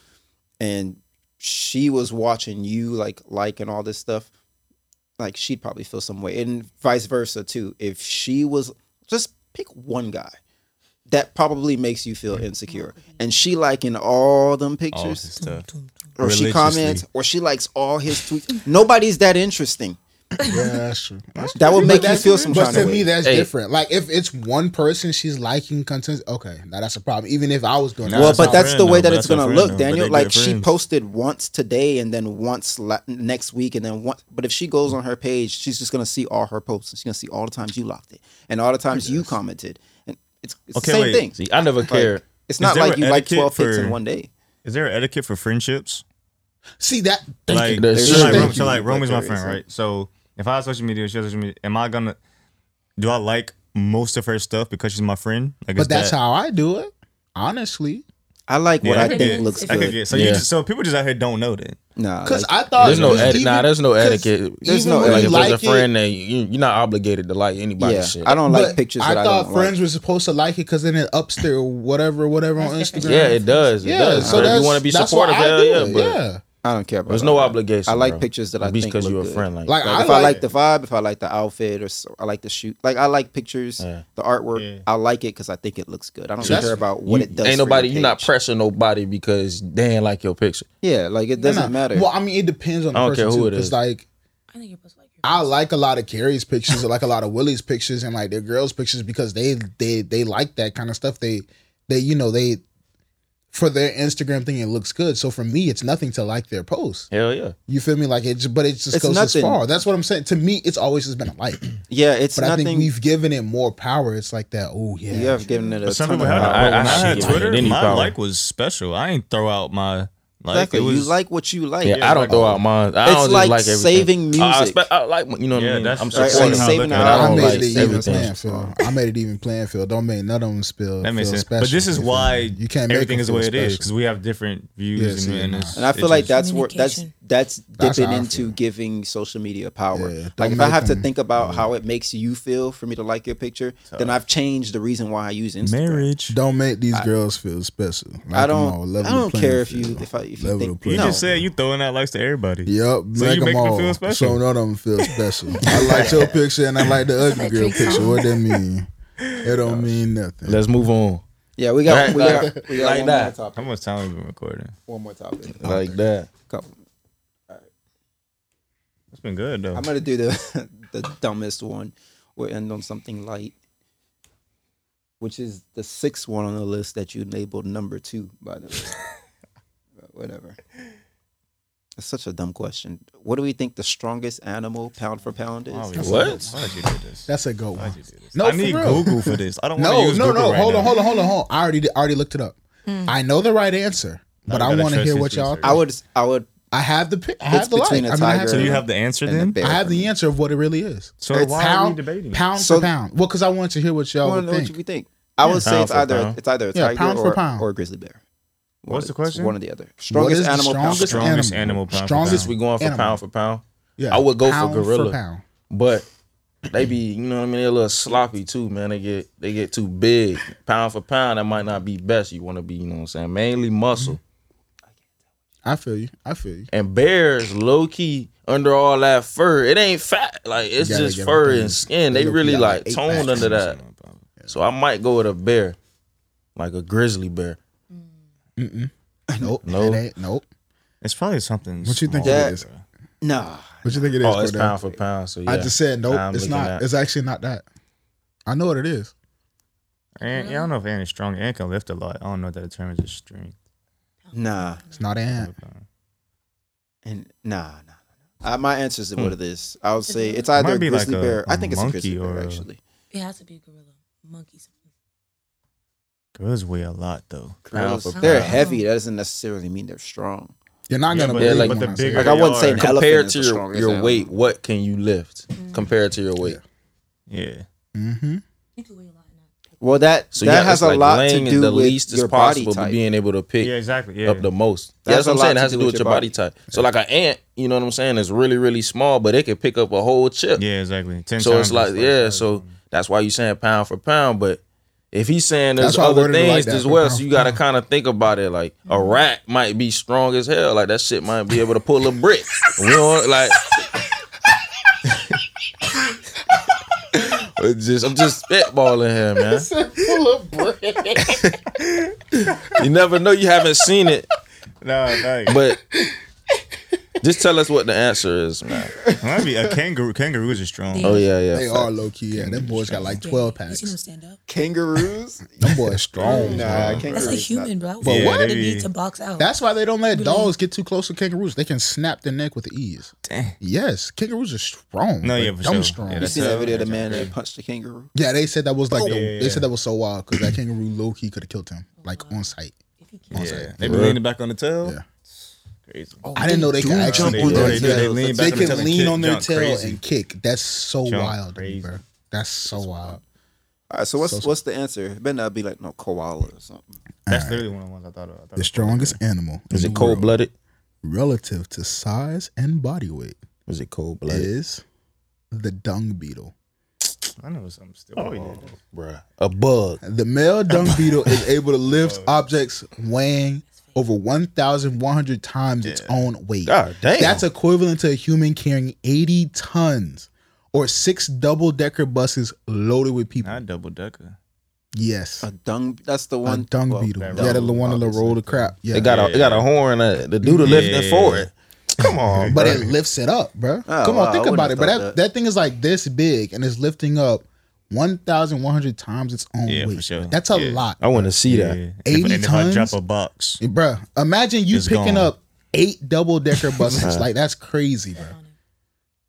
[SPEAKER 1] and she was watching you like like and all this stuff, like she'd probably feel some way. And vice versa too. If she was just pick one guy that probably makes you feel insecure. And she liking all them
[SPEAKER 2] All this
[SPEAKER 1] pictures.
[SPEAKER 2] stuff.
[SPEAKER 1] or she
[SPEAKER 2] religiously.
[SPEAKER 1] comments or she likes all his tweets. Nobody's that interesting.
[SPEAKER 4] Yeah, that's true. That's
[SPEAKER 1] That would
[SPEAKER 4] true.
[SPEAKER 1] make
[SPEAKER 4] But
[SPEAKER 1] you
[SPEAKER 4] that's-
[SPEAKER 1] feel some
[SPEAKER 4] But
[SPEAKER 1] kind
[SPEAKER 4] to
[SPEAKER 1] of
[SPEAKER 4] me,
[SPEAKER 1] way.
[SPEAKER 4] that's
[SPEAKER 3] Hey.
[SPEAKER 4] different. Like if it's one person she's liking content, okay, now that's a problem. Even if I was doing that,
[SPEAKER 1] Well,
[SPEAKER 2] That's
[SPEAKER 1] but
[SPEAKER 2] our
[SPEAKER 1] that's
[SPEAKER 2] friend,
[SPEAKER 1] the way
[SPEAKER 2] though.
[SPEAKER 1] that
[SPEAKER 2] But
[SPEAKER 1] it's
[SPEAKER 2] that's our
[SPEAKER 1] gonna
[SPEAKER 2] friend,
[SPEAKER 1] look,
[SPEAKER 2] though. But
[SPEAKER 1] Daniel.
[SPEAKER 2] they
[SPEAKER 1] Like
[SPEAKER 2] good
[SPEAKER 1] she
[SPEAKER 2] friends.
[SPEAKER 1] posted once today, and then once la- next week, and then once. But if she goes on her page, she's just gonna see all her posts. She's gonna see all the times you locked it, and all the times you commented, and it's, it's
[SPEAKER 2] Okay,
[SPEAKER 1] the same
[SPEAKER 2] wait.
[SPEAKER 1] thing.
[SPEAKER 3] See, I never cared.
[SPEAKER 1] It's not
[SPEAKER 2] there
[SPEAKER 1] like
[SPEAKER 2] an
[SPEAKER 1] you like
[SPEAKER 2] etiquette
[SPEAKER 1] twelve hits in
[SPEAKER 2] for-
[SPEAKER 1] one day.
[SPEAKER 2] Is there etiquette for friendships?
[SPEAKER 4] see that. Thank
[SPEAKER 2] like,
[SPEAKER 4] you.
[SPEAKER 3] There's
[SPEAKER 2] so like,
[SPEAKER 3] thank
[SPEAKER 2] Rome, so
[SPEAKER 1] you.
[SPEAKER 2] like Rome is my
[SPEAKER 1] Like, there
[SPEAKER 2] friend,
[SPEAKER 1] is.
[SPEAKER 2] right? So if I have social media, she has social media. Am I gonna do I like most of her stuff because she's my friend? Like,
[SPEAKER 4] But that's how I do it. Honestly,
[SPEAKER 1] I like what
[SPEAKER 2] Yeah,
[SPEAKER 1] I
[SPEAKER 2] I
[SPEAKER 1] think
[SPEAKER 2] get-
[SPEAKER 1] looks
[SPEAKER 5] I
[SPEAKER 2] I could
[SPEAKER 1] good.
[SPEAKER 2] get. So
[SPEAKER 3] Yeah.
[SPEAKER 2] you just, so people just out here don't know that.
[SPEAKER 1] Nah,
[SPEAKER 4] because
[SPEAKER 1] like,
[SPEAKER 4] I thought
[SPEAKER 3] There's no
[SPEAKER 4] it was
[SPEAKER 3] eti- nah,
[SPEAKER 4] even-
[SPEAKER 3] there's no
[SPEAKER 4] 'cause
[SPEAKER 3] etiquette.
[SPEAKER 4] There's
[SPEAKER 1] no
[SPEAKER 4] no
[SPEAKER 1] etiquette.
[SPEAKER 3] Like
[SPEAKER 4] etiquette.
[SPEAKER 3] if
[SPEAKER 4] Like
[SPEAKER 3] there's a
[SPEAKER 4] it-
[SPEAKER 3] friend, then you, you're not obligated to like anybody's
[SPEAKER 1] yeah,
[SPEAKER 3] shit.
[SPEAKER 1] I don't like
[SPEAKER 4] But
[SPEAKER 1] pictures.
[SPEAKER 4] I
[SPEAKER 1] that
[SPEAKER 4] thought
[SPEAKER 1] I don't
[SPEAKER 4] friends
[SPEAKER 1] like.
[SPEAKER 4] were supposed to like it because then it ups their whatever, whatever on
[SPEAKER 5] That's
[SPEAKER 4] Instagram.
[SPEAKER 5] different.
[SPEAKER 3] Yeah, it does. It
[SPEAKER 4] yeah.
[SPEAKER 3] does.
[SPEAKER 4] So
[SPEAKER 3] So if
[SPEAKER 4] that's
[SPEAKER 3] you want to be
[SPEAKER 4] that's
[SPEAKER 3] supportive,
[SPEAKER 4] why I
[SPEAKER 3] hell
[SPEAKER 4] do
[SPEAKER 3] yeah,
[SPEAKER 4] it,
[SPEAKER 3] but
[SPEAKER 4] yeah.
[SPEAKER 1] I don't care about.
[SPEAKER 3] there's
[SPEAKER 1] all
[SPEAKER 3] no
[SPEAKER 1] that.
[SPEAKER 3] obligation.
[SPEAKER 1] I like
[SPEAKER 3] bro.
[SPEAKER 1] pictures that I
[SPEAKER 3] Just
[SPEAKER 1] think
[SPEAKER 3] because
[SPEAKER 1] look
[SPEAKER 3] you're a
[SPEAKER 1] good.
[SPEAKER 3] friend. Like,
[SPEAKER 4] Like,
[SPEAKER 1] Like,
[SPEAKER 4] I
[SPEAKER 1] if I like the vibe, if I like the outfit, or so, I like the shoot, like I like pictures,
[SPEAKER 3] Yeah.
[SPEAKER 1] the artwork,
[SPEAKER 2] Yeah.
[SPEAKER 1] I like it because I think it looks good. I don't
[SPEAKER 4] That's-
[SPEAKER 1] care about what
[SPEAKER 3] you-
[SPEAKER 1] it does.
[SPEAKER 3] Ain't
[SPEAKER 1] for
[SPEAKER 3] nobody.
[SPEAKER 1] your
[SPEAKER 3] You're not
[SPEAKER 1] page.
[SPEAKER 3] pressing nobody because they ain't like your picture.
[SPEAKER 1] Yeah, like it doesn't
[SPEAKER 4] Nah,
[SPEAKER 1] matter.
[SPEAKER 4] Well, I mean, it depends on the
[SPEAKER 3] I don't
[SPEAKER 4] person
[SPEAKER 3] care who
[SPEAKER 4] too.
[SPEAKER 3] it is.
[SPEAKER 4] Because like
[SPEAKER 5] I think you're supposed to like your
[SPEAKER 4] I like a lot of Carrie's pictures, I like a lot of Willie's pictures, and like their girls' pictures because they they they like that kind of stuff. They they you know they for their Instagram thing. It looks good. So for me, it's nothing to like their post.
[SPEAKER 3] Hell yeah.
[SPEAKER 4] You feel me? Like it, j- but it just
[SPEAKER 1] It's
[SPEAKER 4] goes
[SPEAKER 1] nothing.
[SPEAKER 4] as far. That's what I'm saying. To me, it's always just been a like.
[SPEAKER 1] Yeah, it's
[SPEAKER 4] But I
[SPEAKER 1] nothing.
[SPEAKER 4] think we've given it more power. It's like that. Oh yeah.
[SPEAKER 1] you have given it a
[SPEAKER 2] But some
[SPEAKER 1] ton
[SPEAKER 2] people
[SPEAKER 1] of power.
[SPEAKER 2] have that.
[SPEAKER 3] I-
[SPEAKER 2] But
[SPEAKER 3] I
[SPEAKER 2] when I, had
[SPEAKER 3] actually hated
[SPEAKER 2] Twitter,
[SPEAKER 3] any
[SPEAKER 2] my
[SPEAKER 3] power.
[SPEAKER 2] like was special. I ain't throw out my like.
[SPEAKER 1] Exactly.
[SPEAKER 2] It was
[SPEAKER 1] you like what you like.
[SPEAKER 3] Yeah, I don't throw out mine. I
[SPEAKER 1] It's
[SPEAKER 3] don't just
[SPEAKER 1] like
[SPEAKER 3] like, everything.
[SPEAKER 1] saving
[SPEAKER 3] I- I,
[SPEAKER 1] music.
[SPEAKER 3] spe- I like you know what
[SPEAKER 2] Yeah,
[SPEAKER 3] I mean.
[SPEAKER 2] that's-
[SPEAKER 3] I'm
[SPEAKER 2] that's
[SPEAKER 3] supporting
[SPEAKER 2] like
[SPEAKER 3] how I
[SPEAKER 2] saving
[SPEAKER 3] look
[SPEAKER 1] our
[SPEAKER 3] at it. I
[SPEAKER 1] own
[SPEAKER 4] I
[SPEAKER 3] don't
[SPEAKER 4] made
[SPEAKER 3] like
[SPEAKER 4] it even
[SPEAKER 3] everything.
[SPEAKER 4] playing field. I made it even playing field. Don't make none of them spill.
[SPEAKER 2] that makes
[SPEAKER 4] feel
[SPEAKER 2] sense.
[SPEAKER 4] Special.
[SPEAKER 2] But this is
[SPEAKER 4] You feel
[SPEAKER 2] why
[SPEAKER 4] me? you can't.
[SPEAKER 2] everything
[SPEAKER 4] make
[SPEAKER 2] is the
[SPEAKER 4] them
[SPEAKER 2] way
[SPEAKER 4] feel
[SPEAKER 2] it is
[SPEAKER 4] special.
[SPEAKER 2] because we have different
[SPEAKER 4] Yeah,
[SPEAKER 2] views
[SPEAKER 4] see,
[SPEAKER 2] and, and,
[SPEAKER 4] nah.
[SPEAKER 2] it's,
[SPEAKER 1] And I
[SPEAKER 2] it
[SPEAKER 1] feel like
[SPEAKER 2] just-
[SPEAKER 1] that's where that's
[SPEAKER 5] Communication.
[SPEAKER 1] that's
[SPEAKER 4] That's
[SPEAKER 1] dipping
[SPEAKER 4] how I
[SPEAKER 1] into
[SPEAKER 4] feel.
[SPEAKER 1] giving social media power.
[SPEAKER 4] Yeah,
[SPEAKER 1] like
[SPEAKER 4] don't
[SPEAKER 1] if I
[SPEAKER 4] make
[SPEAKER 1] have to
[SPEAKER 4] them-
[SPEAKER 1] think about how it makes you feel for me to like your picture, then I've changed the reason why I use Instagram.
[SPEAKER 2] marriage.
[SPEAKER 4] Don't make these girls feel special. Like,
[SPEAKER 1] I don't.
[SPEAKER 4] come on, level
[SPEAKER 1] I
[SPEAKER 4] the
[SPEAKER 1] don't
[SPEAKER 4] playing
[SPEAKER 1] care if you
[SPEAKER 4] field.
[SPEAKER 1] if I if you
[SPEAKER 4] Level the
[SPEAKER 1] think
[SPEAKER 2] You
[SPEAKER 4] playing
[SPEAKER 1] no.
[SPEAKER 2] just said you throwing out likes to everybody.
[SPEAKER 4] Yep,
[SPEAKER 2] So you make them feel special.
[SPEAKER 4] So none of them feel special. I like your picture and I like the ugly girl picture. What that mean? It don't mean nothing.
[SPEAKER 3] Let's move on.
[SPEAKER 1] yeah, we got we
[SPEAKER 3] Like-
[SPEAKER 1] got, we got
[SPEAKER 3] like
[SPEAKER 1] one
[SPEAKER 3] that.
[SPEAKER 1] more
[SPEAKER 2] How
[SPEAKER 1] topic.
[SPEAKER 2] much time have we been recording?
[SPEAKER 1] One more topic.
[SPEAKER 3] Like that.
[SPEAKER 1] Couple.
[SPEAKER 2] It's been good though.
[SPEAKER 1] I'm gonna do the the dumbest one. We'll end on something light, which is the sixth one on the list that you labeled number two. By the way, But whatever. That's such a dumb question. What do we think the strongest animal, pound for pound, is?
[SPEAKER 2] Why would you-
[SPEAKER 3] What?
[SPEAKER 2] Why did you do this?
[SPEAKER 4] That's a go
[SPEAKER 2] Why
[SPEAKER 4] one.
[SPEAKER 2] did you do this?
[SPEAKER 4] No,
[SPEAKER 2] I
[SPEAKER 4] for
[SPEAKER 2] need
[SPEAKER 4] real.
[SPEAKER 2] Google for this. I don't want to
[SPEAKER 4] No,
[SPEAKER 2] use
[SPEAKER 4] no,
[SPEAKER 2] Google
[SPEAKER 4] no.
[SPEAKER 2] right
[SPEAKER 4] Hold on,
[SPEAKER 2] now.
[SPEAKER 4] hold on, hold on, hold on. I already did, I already looked it up. I know the right answer, but
[SPEAKER 2] you
[SPEAKER 4] I
[SPEAKER 2] gotta
[SPEAKER 4] want to
[SPEAKER 2] trust
[SPEAKER 4] hear
[SPEAKER 2] his
[SPEAKER 4] what y'all.
[SPEAKER 2] research.
[SPEAKER 4] I,
[SPEAKER 1] I would. I would.
[SPEAKER 4] I have the pi- I have
[SPEAKER 1] It's
[SPEAKER 4] the
[SPEAKER 1] between
[SPEAKER 4] light.
[SPEAKER 1] a
[SPEAKER 4] I mean, I have,
[SPEAKER 1] tiger
[SPEAKER 2] So
[SPEAKER 4] the-
[SPEAKER 2] you have the answer
[SPEAKER 1] And a
[SPEAKER 2] then.
[SPEAKER 1] bear.
[SPEAKER 4] I have
[SPEAKER 1] for
[SPEAKER 4] the
[SPEAKER 1] me.
[SPEAKER 4] answer of what it really is.
[SPEAKER 2] So
[SPEAKER 1] It's
[SPEAKER 2] why are we
[SPEAKER 4] Pound,
[SPEAKER 2] debating?
[SPEAKER 4] pound
[SPEAKER 1] So-
[SPEAKER 4] for pound. Well, because I wanted to hear what
[SPEAKER 1] I
[SPEAKER 4] y'all
[SPEAKER 1] want
[SPEAKER 4] would
[SPEAKER 1] to know what
[SPEAKER 4] think.
[SPEAKER 1] you think. I would say
[SPEAKER 3] Pound
[SPEAKER 1] it's
[SPEAKER 3] for
[SPEAKER 1] either
[SPEAKER 3] pound.
[SPEAKER 1] it's either a
[SPEAKER 4] Yeah,
[SPEAKER 1] tiger
[SPEAKER 4] pound for
[SPEAKER 1] or,
[SPEAKER 4] pound.
[SPEAKER 1] or a grizzly bear. One
[SPEAKER 2] What's
[SPEAKER 1] of
[SPEAKER 2] the question?
[SPEAKER 1] One or the other.
[SPEAKER 4] What
[SPEAKER 1] Strongest
[SPEAKER 4] is the
[SPEAKER 1] animal. pound for
[SPEAKER 4] strongest
[SPEAKER 1] pound.
[SPEAKER 2] Strongest animal pound for
[SPEAKER 4] strongest.
[SPEAKER 3] Since we going for
[SPEAKER 4] Animal.
[SPEAKER 3] pound for pound,
[SPEAKER 4] Yeah,
[SPEAKER 3] I would go for
[SPEAKER 4] pound
[SPEAKER 3] gorilla.
[SPEAKER 4] pound.
[SPEAKER 3] but they be you know what I mean. They're a little sloppy too, man. They get they get too big. Pound for pound, that might not be best. You want to be you know what I'm saying. Mainly muscle.
[SPEAKER 4] I feel you. I feel you.
[SPEAKER 3] And bears, low key, under all that fur, it ain't fat. Like it's
[SPEAKER 4] You gotta
[SPEAKER 3] just
[SPEAKER 4] give
[SPEAKER 3] fur
[SPEAKER 4] them
[SPEAKER 3] and
[SPEAKER 4] things.
[SPEAKER 3] skin. They
[SPEAKER 4] They low-key
[SPEAKER 3] really
[SPEAKER 4] got
[SPEAKER 3] like
[SPEAKER 4] like eight
[SPEAKER 3] toned
[SPEAKER 4] packs.
[SPEAKER 3] under that. So I might go with a bear, like a grizzly bear.
[SPEAKER 4] Nope.
[SPEAKER 3] No.
[SPEAKER 4] It ain't, nope.
[SPEAKER 2] It's probably something.
[SPEAKER 4] What you think
[SPEAKER 2] small.
[SPEAKER 1] That-
[SPEAKER 4] it is?
[SPEAKER 1] Nah.
[SPEAKER 4] What you think it is?
[SPEAKER 3] Oh, it's
[SPEAKER 4] Cordell?
[SPEAKER 3] pound for pound. So yeah,
[SPEAKER 4] I just said nope.
[SPEAKER 3] I'm
[SPEAKER 4] it's
[SPEAKER 3] looking
[SPEAKER 4] not.
[SPEAKER 3] at-
[SPEAKER 4] It's actually not that. I know what it is.
[SPEAKER 2] Ant, yeah, I don't know if Ant is strong. Ant can lift a lot. I don't know if that determines his strength. uh,
[SPEAKER 1] Nah.
[SPEAKER 4] It's not an ant.
[SPEAKER 1] And nah, nah, nah. Uh, my answer is
[SPEAKER 3] Hmm.
[SPEAKER 1] what it is. I would say it's either
[SPEAKER 2] might
[SPEAKER 1] a
[SPEAKER 2] be
[SPEAKER 1] grizzly
[SPEAKER 2] like a-
[SPEAKER 1] bear. I
[SPEAKER 2] a
[SPEAKER 1] think it's a
[SPEAKER 2] monkey
[SPEAKER 1] grizzly bear
[SPEAKER 2] or a-
[SPEAKER 1] actually.
[SPEAKER 5] It has to be a gorilla, monkey, something.
[SPEAKER 2] Girls weigh a lot though.
[SPEAKER 3] Pound for
[SPEAKER 1] Gorillas, they're
[SPEAKER 3] pound.
[SPEAKER 1] heavy. That doesn't necessarily mean they're strong.
[SPEAKER 4] You're not
[SPEAKER 2] Yeah,
[SPEAKER 4] gonna
[SPEAKER 2] but-
[SPEAKER 4] believe
[SPEAKER 3] like-
[SPEAKER 4] when
[SPEAKER 2] but the
[SPEAKER 4] I say
[SPEAKER 2] bigger-
[SPEAKER 4] it.
[SPEAKER 1] Like I wouldn't say
[SPEAKER 2] They
[SPEAKER 1] an
[SPEAKER 2] are.
[SPEAKER 1] elephant
[SPEAKER 3] compared
[SPEAKER 1] is
[SPEAKER 3] to
[SPEAKER 1] the
[SPEAKER 3] your,
[SPEAKER 1] strongest
[SPEAKER 3] your
[SPEAKER 1] animal.
[SPEAKER 3] weight, what can you lift compared to your weight?
[SPEAKER 2] Yeah.
[SPEAKER 4] Mhm.
[SPEAKER 5] You could weigh a lot in that.
[SPEAKER 1] Well, that
[SPEAKER 3] So
[SPEAKER 1] that
[SPEAKER 3] yeah,
[SPEAKER 1] has
[SPEAKER 3] it's
[SPEAKER 1] a
[SPEAKER 3] like
[SPEAKER 1] lot
[SPEAKER 3] laying
[SPEAKER 1] to
[SPEAKER 3] is
[SPEAKER 1] do
[SPEAKER 3] the
[SPEAKER 1] with
[SPEAKER 3] least as
[SPEAKER 1] your
[SPEAKER 3] possible,
[SPEAKER 1] body
[SPEAKER 3] but
[SPEAKER 1] type.
[SPEAKER 3] being able to pick
[SPEAKER 2] Yeah. Exactly. Yeah.
[SPEAKER 3] up the most.
[SPEAKER 1] That's
[SPEAKER 3] That's,
[SPEAKER 1] a
[SPEAKER 3] what I'm
[SPEAKER 1] lot
[SPEAKER 3] saying. It
[SPEAKER 1] to
[SPEAKER 3] has
[SPEAKER 1] do
[SPEAKER 3] to do
[SPEAKER 1] with
[SPEAKER 3] with
[SPEAKER 1] your
[SPEAKER 3] your body type. So like an ant, you know what I'm saying, is really really small, but it can pick up a whole chip.
[SPEAKER 2] Yeah. Exactly. Ten
[SPEAKER 3] So
[SPEAKER 2] times
[SPEAKER 3] it's like, uh,
[SPEAKER 2] as
[SPEAKER 3] yeah,
[SPEAKER 2] much.
[SPEAKER 3] so that's why you saying pound for pound. But if he's saying there's
[SPEAKER 4] That's why I
[SPEAKER 3] other
[SPEAKER 4] worded it like
[SPEAKER 3] things
[SPEAKER 4] that,
[SPEAKER 3] as
[SPEAKER 4] for
[SPEAKER 3] well,
[SPEAKER 4] pound
[SPEAKER 3] so you
[SPEAKER 4] for
[SPEAKER 3] got to
[SPEAKER 4] pound. Mm-hmm.
[SPEAKER 3] kind of think about it. Like a rat might be strong as hell. Like that shit might be able to pull a brick. we don't like. It's just, I'm just spitballing here, man. you never know. You haven't seen it,
[SPEAKER 2] No, no. But
[SPEAKER 3] but just tell us what the answer is, man.
[SPEAKER 2] might be a kangaroo. Kangaroos are strong.
[SPEAKER 5] Yeah.
[SPEAKER 3] Oh yeah, yeah.
[SPEAKER 4] They are low key. Yeah, them boys got like
[SPEAKER 5] Scary.
[SPEAKER 4] twelve
[SPEAKER 5] You seen them
[SPEAKER 4] packs.
[SPEAKER 5] stand up?
[SPEAKER 1] Kangaroos?
[SPEAKER 4] Them boys strong.
[SPEAKER 1] nah,
[SPEAKER 4] bro.
[SPEAKER 1] kangaroos.
[SPEAKER 5] That's like
[SPEAKER 1] not-
[SPEAKER 5] human, bro.
[SPEAKER 2] Yeah,
[SPEAKER 5] what?
[SPEAKER 2] they
[SPEAKER 5] The
[SPEAKER 2] be-
[SPEAKER 5] need to box out.
[SPEAKER 4] That's why they don't let dogs get too close to kangaroos. They can snap their neck with ease.
[SPEAKER 2] Damn.
[SPEAKER 4] Yes, kangaroos are strong.
[SPEAKER 2] No,
[SPEAKER 4] like,
[SPEAKER 2] yeah, for
[SPEAKER 4] dumb
[SPEAKER 2] sure.
[SPEAKER 4] strong.
[SPEAKER 2] Yeah,
[SPEAKER 4] Yeah,
[SPEAKER 1] You
[SPEAKER 2] that's-
[SPEAKER 1] seen that
[SPEAKER 2] Yeah,
[SPEAKER 1] video of the
[SPEAKER 2] that's
[SPEAKER 1] man that
[SPEAKER 2] crazy.
[SPEAKER 1] punched a kangaroo?
[SPEAKER 4] they said that was like the,
[SPEAKER 2] Yeah, yeah,
[SPEAKER 4] they
[SPEAKER 2] yeah.
[SPEAKER 4] said that was so wild because that kangaroo low key could have killed him like on sight.
[SPEAKER 5] If you
[SPEAKER 4] On
[SPEAKER 5] can't-
[SPEAKER 4] sight.
[SPEAKER 2] Yeah. They be leaning back on the tail.
[SPEAKER 4] Yeah.
[SPEAKER 2] Crazy.
[SPEAKER 4] I didn't know they could
[SPEAKER 1] do
[SPEAKER 4] actually
[SPEAKER 1] jump
[SPEAKER 4] do
[SPEAKER 1] on
[SPEAKER 4] that.
[SPEAKER 1] their tails.
[SPEAKER 4] Yeah, they,
[SPEAKER 1] They lean
[SPEAKER 2] back on
[SPEAKER 4] can
[SPEAKER 2] their tail,
[SPEAKER 4] lean
[SPEAKER 2] kick,
[SPEAKER 4] on their
[SPEAKER 2] jump
[SPEAKER 4] tail
[SPEAKER 2] crazy.
[SPEAKER 4] and kick. That's so
[SPEAKER 2] Jump
[SPEAKER 4] wild, to me,
[SPEAKER 2] crazy.
[SPEAKER 4] bro. That's so wild.
[SPEAKER 1] All right, so what's
[SPEAKER 4] So-
[SPEAKER 1] what's the answer? It better not be like no koala or something.
[SPEAKER 2] That's literally one of the ones I thought of. I thought
[SPEAKER 4] The
[SPEAKER 2] of-
[SPEAKER 4] strongest animal
[SPEAKER 3] Is
[SPEAKER 4] in
[SPEAKER 3] it
[SPEAKER 4] the world
[SPEAKER 3] cold blooded?
[SPEAKER 4] relative to size and body weight
[SPEAKER 3] Is it cold blooded,
[SPEAKER 4] is the dung beetle.
[SPEAKER 2] I know something still. Oh,
[SPEAKER 3] bruh? A bug.
[SPEAKER 4] The male dung beetle is able to lift objects weighing over 1,100 times its own weight.
[SPEAKER 3] God damn.
[SPEAKER 4] That's equivalent to a human carrying 80 tons or six double decker buses loaded with people.
[SPEAKER 2] Not double decker.
[SPEAKER 4] yes.
[SPEAKER 1] A dung. That's the
[SPEAKER 4] A
[SPEAKER 1] one.
[SPEAKER 4] dung
[SPEAKER 1] well,
[SPEAKER 4] beetle.
[SPEAKER 2] that
[SPEAKER 4] Yeah, the
[SPEAKER 1] roll,
[SPEAKER 4] one that
[SPEAKER 1] obviously.
[SPEAKER 4] roll the crap. Yeah.
[SPEAKER 3] It got a it got a horn. Uh, the dude lifting
[SPEAKER 2] Yeah.
[SPEAKER 3] forward. Come on,
[SPEAKER 4] but
[SPEAKER 3] bruh.
[SPEAKER 4] it lifts it up, bro.
[SPEAKER 1] Oh,
[SPEAKER 4] Come
[SPEAKER 1] wow,
[SPEAKER 4] on,
[SPEAKER 1] I
[SPEAKER 4] think
[SPEAKER 1] wouldn't have
[SPEAKER 4] about it. But
[SPEAKER 1] thought
[SPEAKER 4] that,
[SPEAKER 1] that.
[SPEAKER 4] that thing is like this big and it's lifting up 1,100 times its own
[SPEAKER 6] Yeah, for
[SPEAKER 4] weight.
[SPEAKER 6] sure.
[SPEAKER 4] That's a
[SPEAKER 6] Yeah.
[SPEAKER 4] lot.
[SPEAKER 3] I want to see that.
[SPEAKER 2] Yeah.
[SPEAKER 4] 80
[SPEAKER 6] and if I drop
[SPEAKER 4] tons?
[SPEAKER 6] a box,
[SPEAKER 4] Bruh, imagine you
[SPEAKER 6] It's
[SPEAKER 4] picking
[SPEAKER 6] gone.
[SPEAKER 4] up eight double decker buses. like, that's crazy, bro.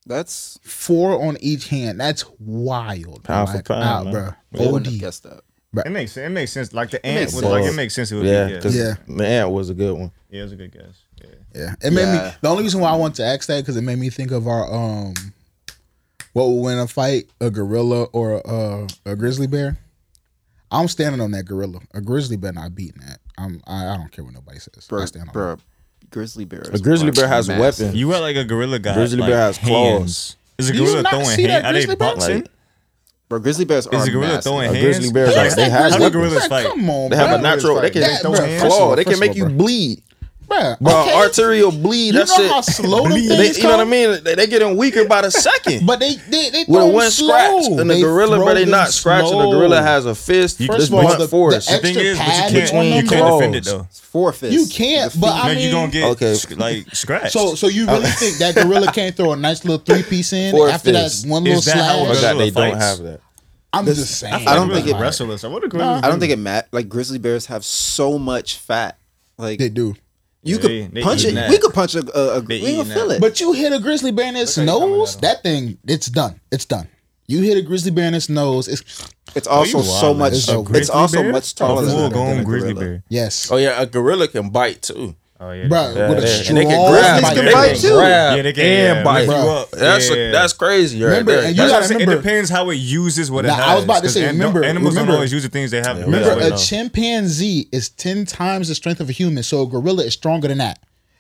[SPEAKER 1] That's
[SPEAKER 4] Four on each hand. That's wild.
[SPEAKER 3] Pound for
[SPEAKER 4] Like,
[SPEAKER 3] pound,
[SPEAKER 4] ah,
[SPEAKER 3] man.
[SPEAKER 1] I
[SPEAKER 4] bruh.
[SPEAKER 1] wouldn't have
[SPEAKER 4] OD.
[SPEAKER 1] guessed that.
[SPEAKER 2] It makes sense. It makes sense. Like the
[SPEAKER 1] makes
[SPEAKER 2] ant was like it
[SPEAKER 3] sense.
[SPEAKER 2] makes sense. It would
[SPEAKER 3] Yeah,
[SPEAKER 2] be yeah.
[SPEAKER 3] because
[SPEAKER 4] Yeah.
[SPEAKER 3] the ant was a good one.
[SPEAKER 2] Yeah, it was a good guess. Yeah.
[SPEAKER 4] Yeah. It made me
[SPEAKER 1] Yeah.
[SPEAKER 4] the only reason why I wanted to ask that because it made me think of our um what would win a fight? A gorilla or a, uh, a grizzly bear? I'm standing on that gorilla. A grizzly bear not beating that. I'm I, I don't care what nobody says. I
[SPEAKER 1] Bro,
[SPEAKER 4] stand on that.
[SPEAKER 1] bro, grizzly bear.
[SPEAKER 3] A grizzly bear has a
[SPEAKER 1] massive.
[SPEAKER 3] weapon.
[SPEAKER 6] you were like a gorilla guy.
[SPEAKER 3] Grizzly
[SPEAKER 6] like,
[SPEAKER 3] bear has
[SPEAKER 6] hands. Is a
[SPEAKER 4] Do you
[SPEAKER 6] gorilla
[SPEAKER 4] not
[SPEAKER 6] throwing
[SPEAKER 4] see that
[SPEAKER 6] hands? Are they
[SPEAKER 4] grizzly bear?
[SPEAKER 6] boxing?
[SPEAKER 3] Like,
[SPEAKER 1] Bro, grizzly bears are
[SPEAKER 6] Is a gorilla
[SPEAKER 1] massive.
[SPEAKER 3] A
[SPEAKER 6] throwing hands?
[SPEAKER 3] grizzly bear is
[SPEAKER 4] That's
[SPEAKER 3] like they
[SPEAKER 4] that
[SPEAKER 3] have
[SPEAKER 4] grizzly
[SPEAKER 6] How do
[SPEAKER 3] weapons.
[SPEAKER 6] gorillas
[SPEAKER 4] bear.
[SPEAKER 6] fight?
[SPEAKER 4] Come on,
[SPEAKER 3] They have a
[SPEAKER 4] bruh.
[SPEAKER 3] natural. They can
[SPEAKER 4] That-
[SPEAKER 3] throw
[SPEAKER 4] bruh,
[SPEAKER 3] hands.
[SPEAKER 4] first of
[SPEAKER 3] claw.
[SPEAKER 4] all-
[SPEAKER 3] They can
[SPEAKER 4] first of
[SPEAKER 3] make
[SPEAKER 4] all,
[SPEAKER 3] you
[SPEAKER 4] bruh.
[SPEAKER 3] bleed,
[SPEAKER 4] Bruh,
[SPEAKER 3] bro.
[SPEAKER 4] okay.
[SPEAKER 3] Arterial bleed.
[SPEAKER 4] You
[SPEAKER 3] That
[SPEAKER 4] know
[SPEAKER 3] shit.
[SPEAKER 4] how slow them
[SPEAKER 3] They-
[SPEAKER 4] things
[SPEAKER 3] you know what I
[SPEAKER 4] come?
[SPEAKER 3] mean? They, they getting weaker by the second.
[SPEAKER 4] But they they they
[SPEAKER 3] with
[SPEAKER 4] throw
[SPEAKER 3] a
[SPEAKER 4] them
[SPEAKER 3] one
[SPEAKER 4] slow.
[SPEAKER 3] scratch and the gorilla,
[SPEAKER 4] throw
[SPEAKER 3] bro, they
[SPEAKER 4] them
[SPEAKER 3] not scratching. The
[SPEAKER 4] slow.
[SPEAKER 3] gorilla has a fist.
[SPEAKER 6] You-
[SPEAKER 3] First
[SPEAKER 4] First of
[SPEAKER 3] of
[SPEAKER 4] all,
[SPEAKER 3] blunt
[SPEAKER 4] the-
[SPEAKER 3] force.
[SPEAKER 4] the
[SPEAKER 6] The thing
[SPEAKER 4] extra
[SPEAKER 6] is, but
[SPEAKER 4] pad
[SPEAKER 6] you can't,
[SPEAKER 4] between
[SPEAKER 6] you
[SPEAKER 4] them
[SPEAKER 6] can't defend it
[SPEAKER 3] claws.
[SPEAKER 6] though.
[SPEAKER 1] It's four fists.
[SPEAKER 4] You can't, but I
[SPEAKER 6] no,
[SPEAKER 4] mean,
[SPEAKER 6] you're gonna get
[SPEAKER 3] Okay.
[SPEAKER 6] sc- like scratched.
[SPEAKER 4] So, so you really think that gorilla can't throw a nice little three piece in
[SPEAKER 3] Four
[SPEAKER 4] after
[SPEAKER 3] fists.
[SPEAKER 4] that one
[SPEAKER 6] Is
[SPEAKER 4] little
[SPEAKER 6] that how
[SPEAKER 3] Oh my
[SPEAKER 6] Gorilla
[SPEAKER 4] slash?
[SPEAKER 3] God, they don't
[SPEAKER 6] fights.
[SPEAKER 3] have that.
[SPEAKER 4] I'm just saying.
[SPEAKER 1] I don't think
[SPEAKER 4] bro.
[SPEAKER 1] it-
[SPEAKER 2] wrestlers. I wonder. Nah,
[SPEAKER 1] I don't think it matters. Like grizzly bears have so much fat. Like
[SPEAKER 4] they do.
[SPEAKER 1] you
[SPEAKER 2] They-
[SPEAKER 1] could
[SPEAKER 2] they
[SPEAKER 1] punch
[SPEAKER 2] eating
[SPEAKER 1] it.
[SPEAKER 2] that.
[SPEAKER 1] We could punch a. a, a
[SPEAKER 2] They
[SPEAKER 1] we gonna
[SPEAKER 2] eating
[SPEAKER 1] feel
[SPEAKER 2] that.
[SPEAKER 1] it.
[SPEAKER 4] But you hit a grizzly bear in its nose, that thing, it's done. It's done. You hit a grizzly bear in its nose, it's
[SPEAKER 1] it's also so
[SPEAKER 2] wildin'.
[SPEAKER 1] much.
[SPEAKER 4] It's a
[SPEAKER 1] It's
[SPEAKER 4] grizzly
[SPEAKER 1] also
[SPEAKER 2] bear?
[SPEAKER 1] much
[SPEAKER 2] a
[SPEAKER 1] taller than
[SPEAKER 2] full
[SPEAKER 1] a- than
[SPEAKER 2] grown
[SPEAKER 1] a
[SPEAKER 2] grizzly
[SPEAKER 1] gorilla.
[SPEAKER 2] bear.
[SPEAKER 4] yes.
[SPEAKER 3] Oh yeah, a gorilla can bite too.
[SPEAKER 2] Oh yeah,
[SPEAKER 4] Bro,
[SPEAKER 2] yeah.
[SPEAKER 4] with a
[SPEAKER 3] Yeah,
[SPEAKER 4] strong
[SPEAKER 3] and they can grab,
[SPEAKER 1] Grizzlies
[SPEAKER 3] they
[SPEAKER 1] can
[SPEAKER 3] can
[SPEAKER 1] bite too.
[SPEAKER 3] grab
[SPEAKER 2] Yeah, they can,
[SPEAKER 3] and
[SPEAKER 2] yeah,
[SPEAKER 3] bite.
[SPEAKER 4] lift you up.
[SPEAKER 3] That's
[SPEAKER 2] Yeah.
[SPEAKER 3] a, that's crazy. Right
[SPEAKER 4] Remember,
[SPEAKER 3] there.
[SPEAKER 4] and you
[SPEAKER 3] That's-
[SPEAKER 4] gotta
[SPEAKER 2] That's-
[SPEAKER 4] remember-
[SPEAKER 2] it depends how it uses what it
[SPEAKER 4] Nah,
[SPEAKER 2] has.
[SPEAKER 4] I was about to
[SPEAKER 2] 'cause
[SPEAKER 4] say,
[SPEAKER 2] an- no-
[SPEAKER 4] remember-
[SPEAKER 2] animals
[SPEAKER 4] remember-
[SPEAKER 2] don't always use the things they have.
[SPEAKER 3] Yeah,
[SPEAKER 4] Remember,
[SPEAKER 3] I
[SPEAKER 4] a
[SPEAKER 3] know.
[SPEAKER 4] chimpanzee is 10 times the strength of a human, so a gorilla is stronger than that.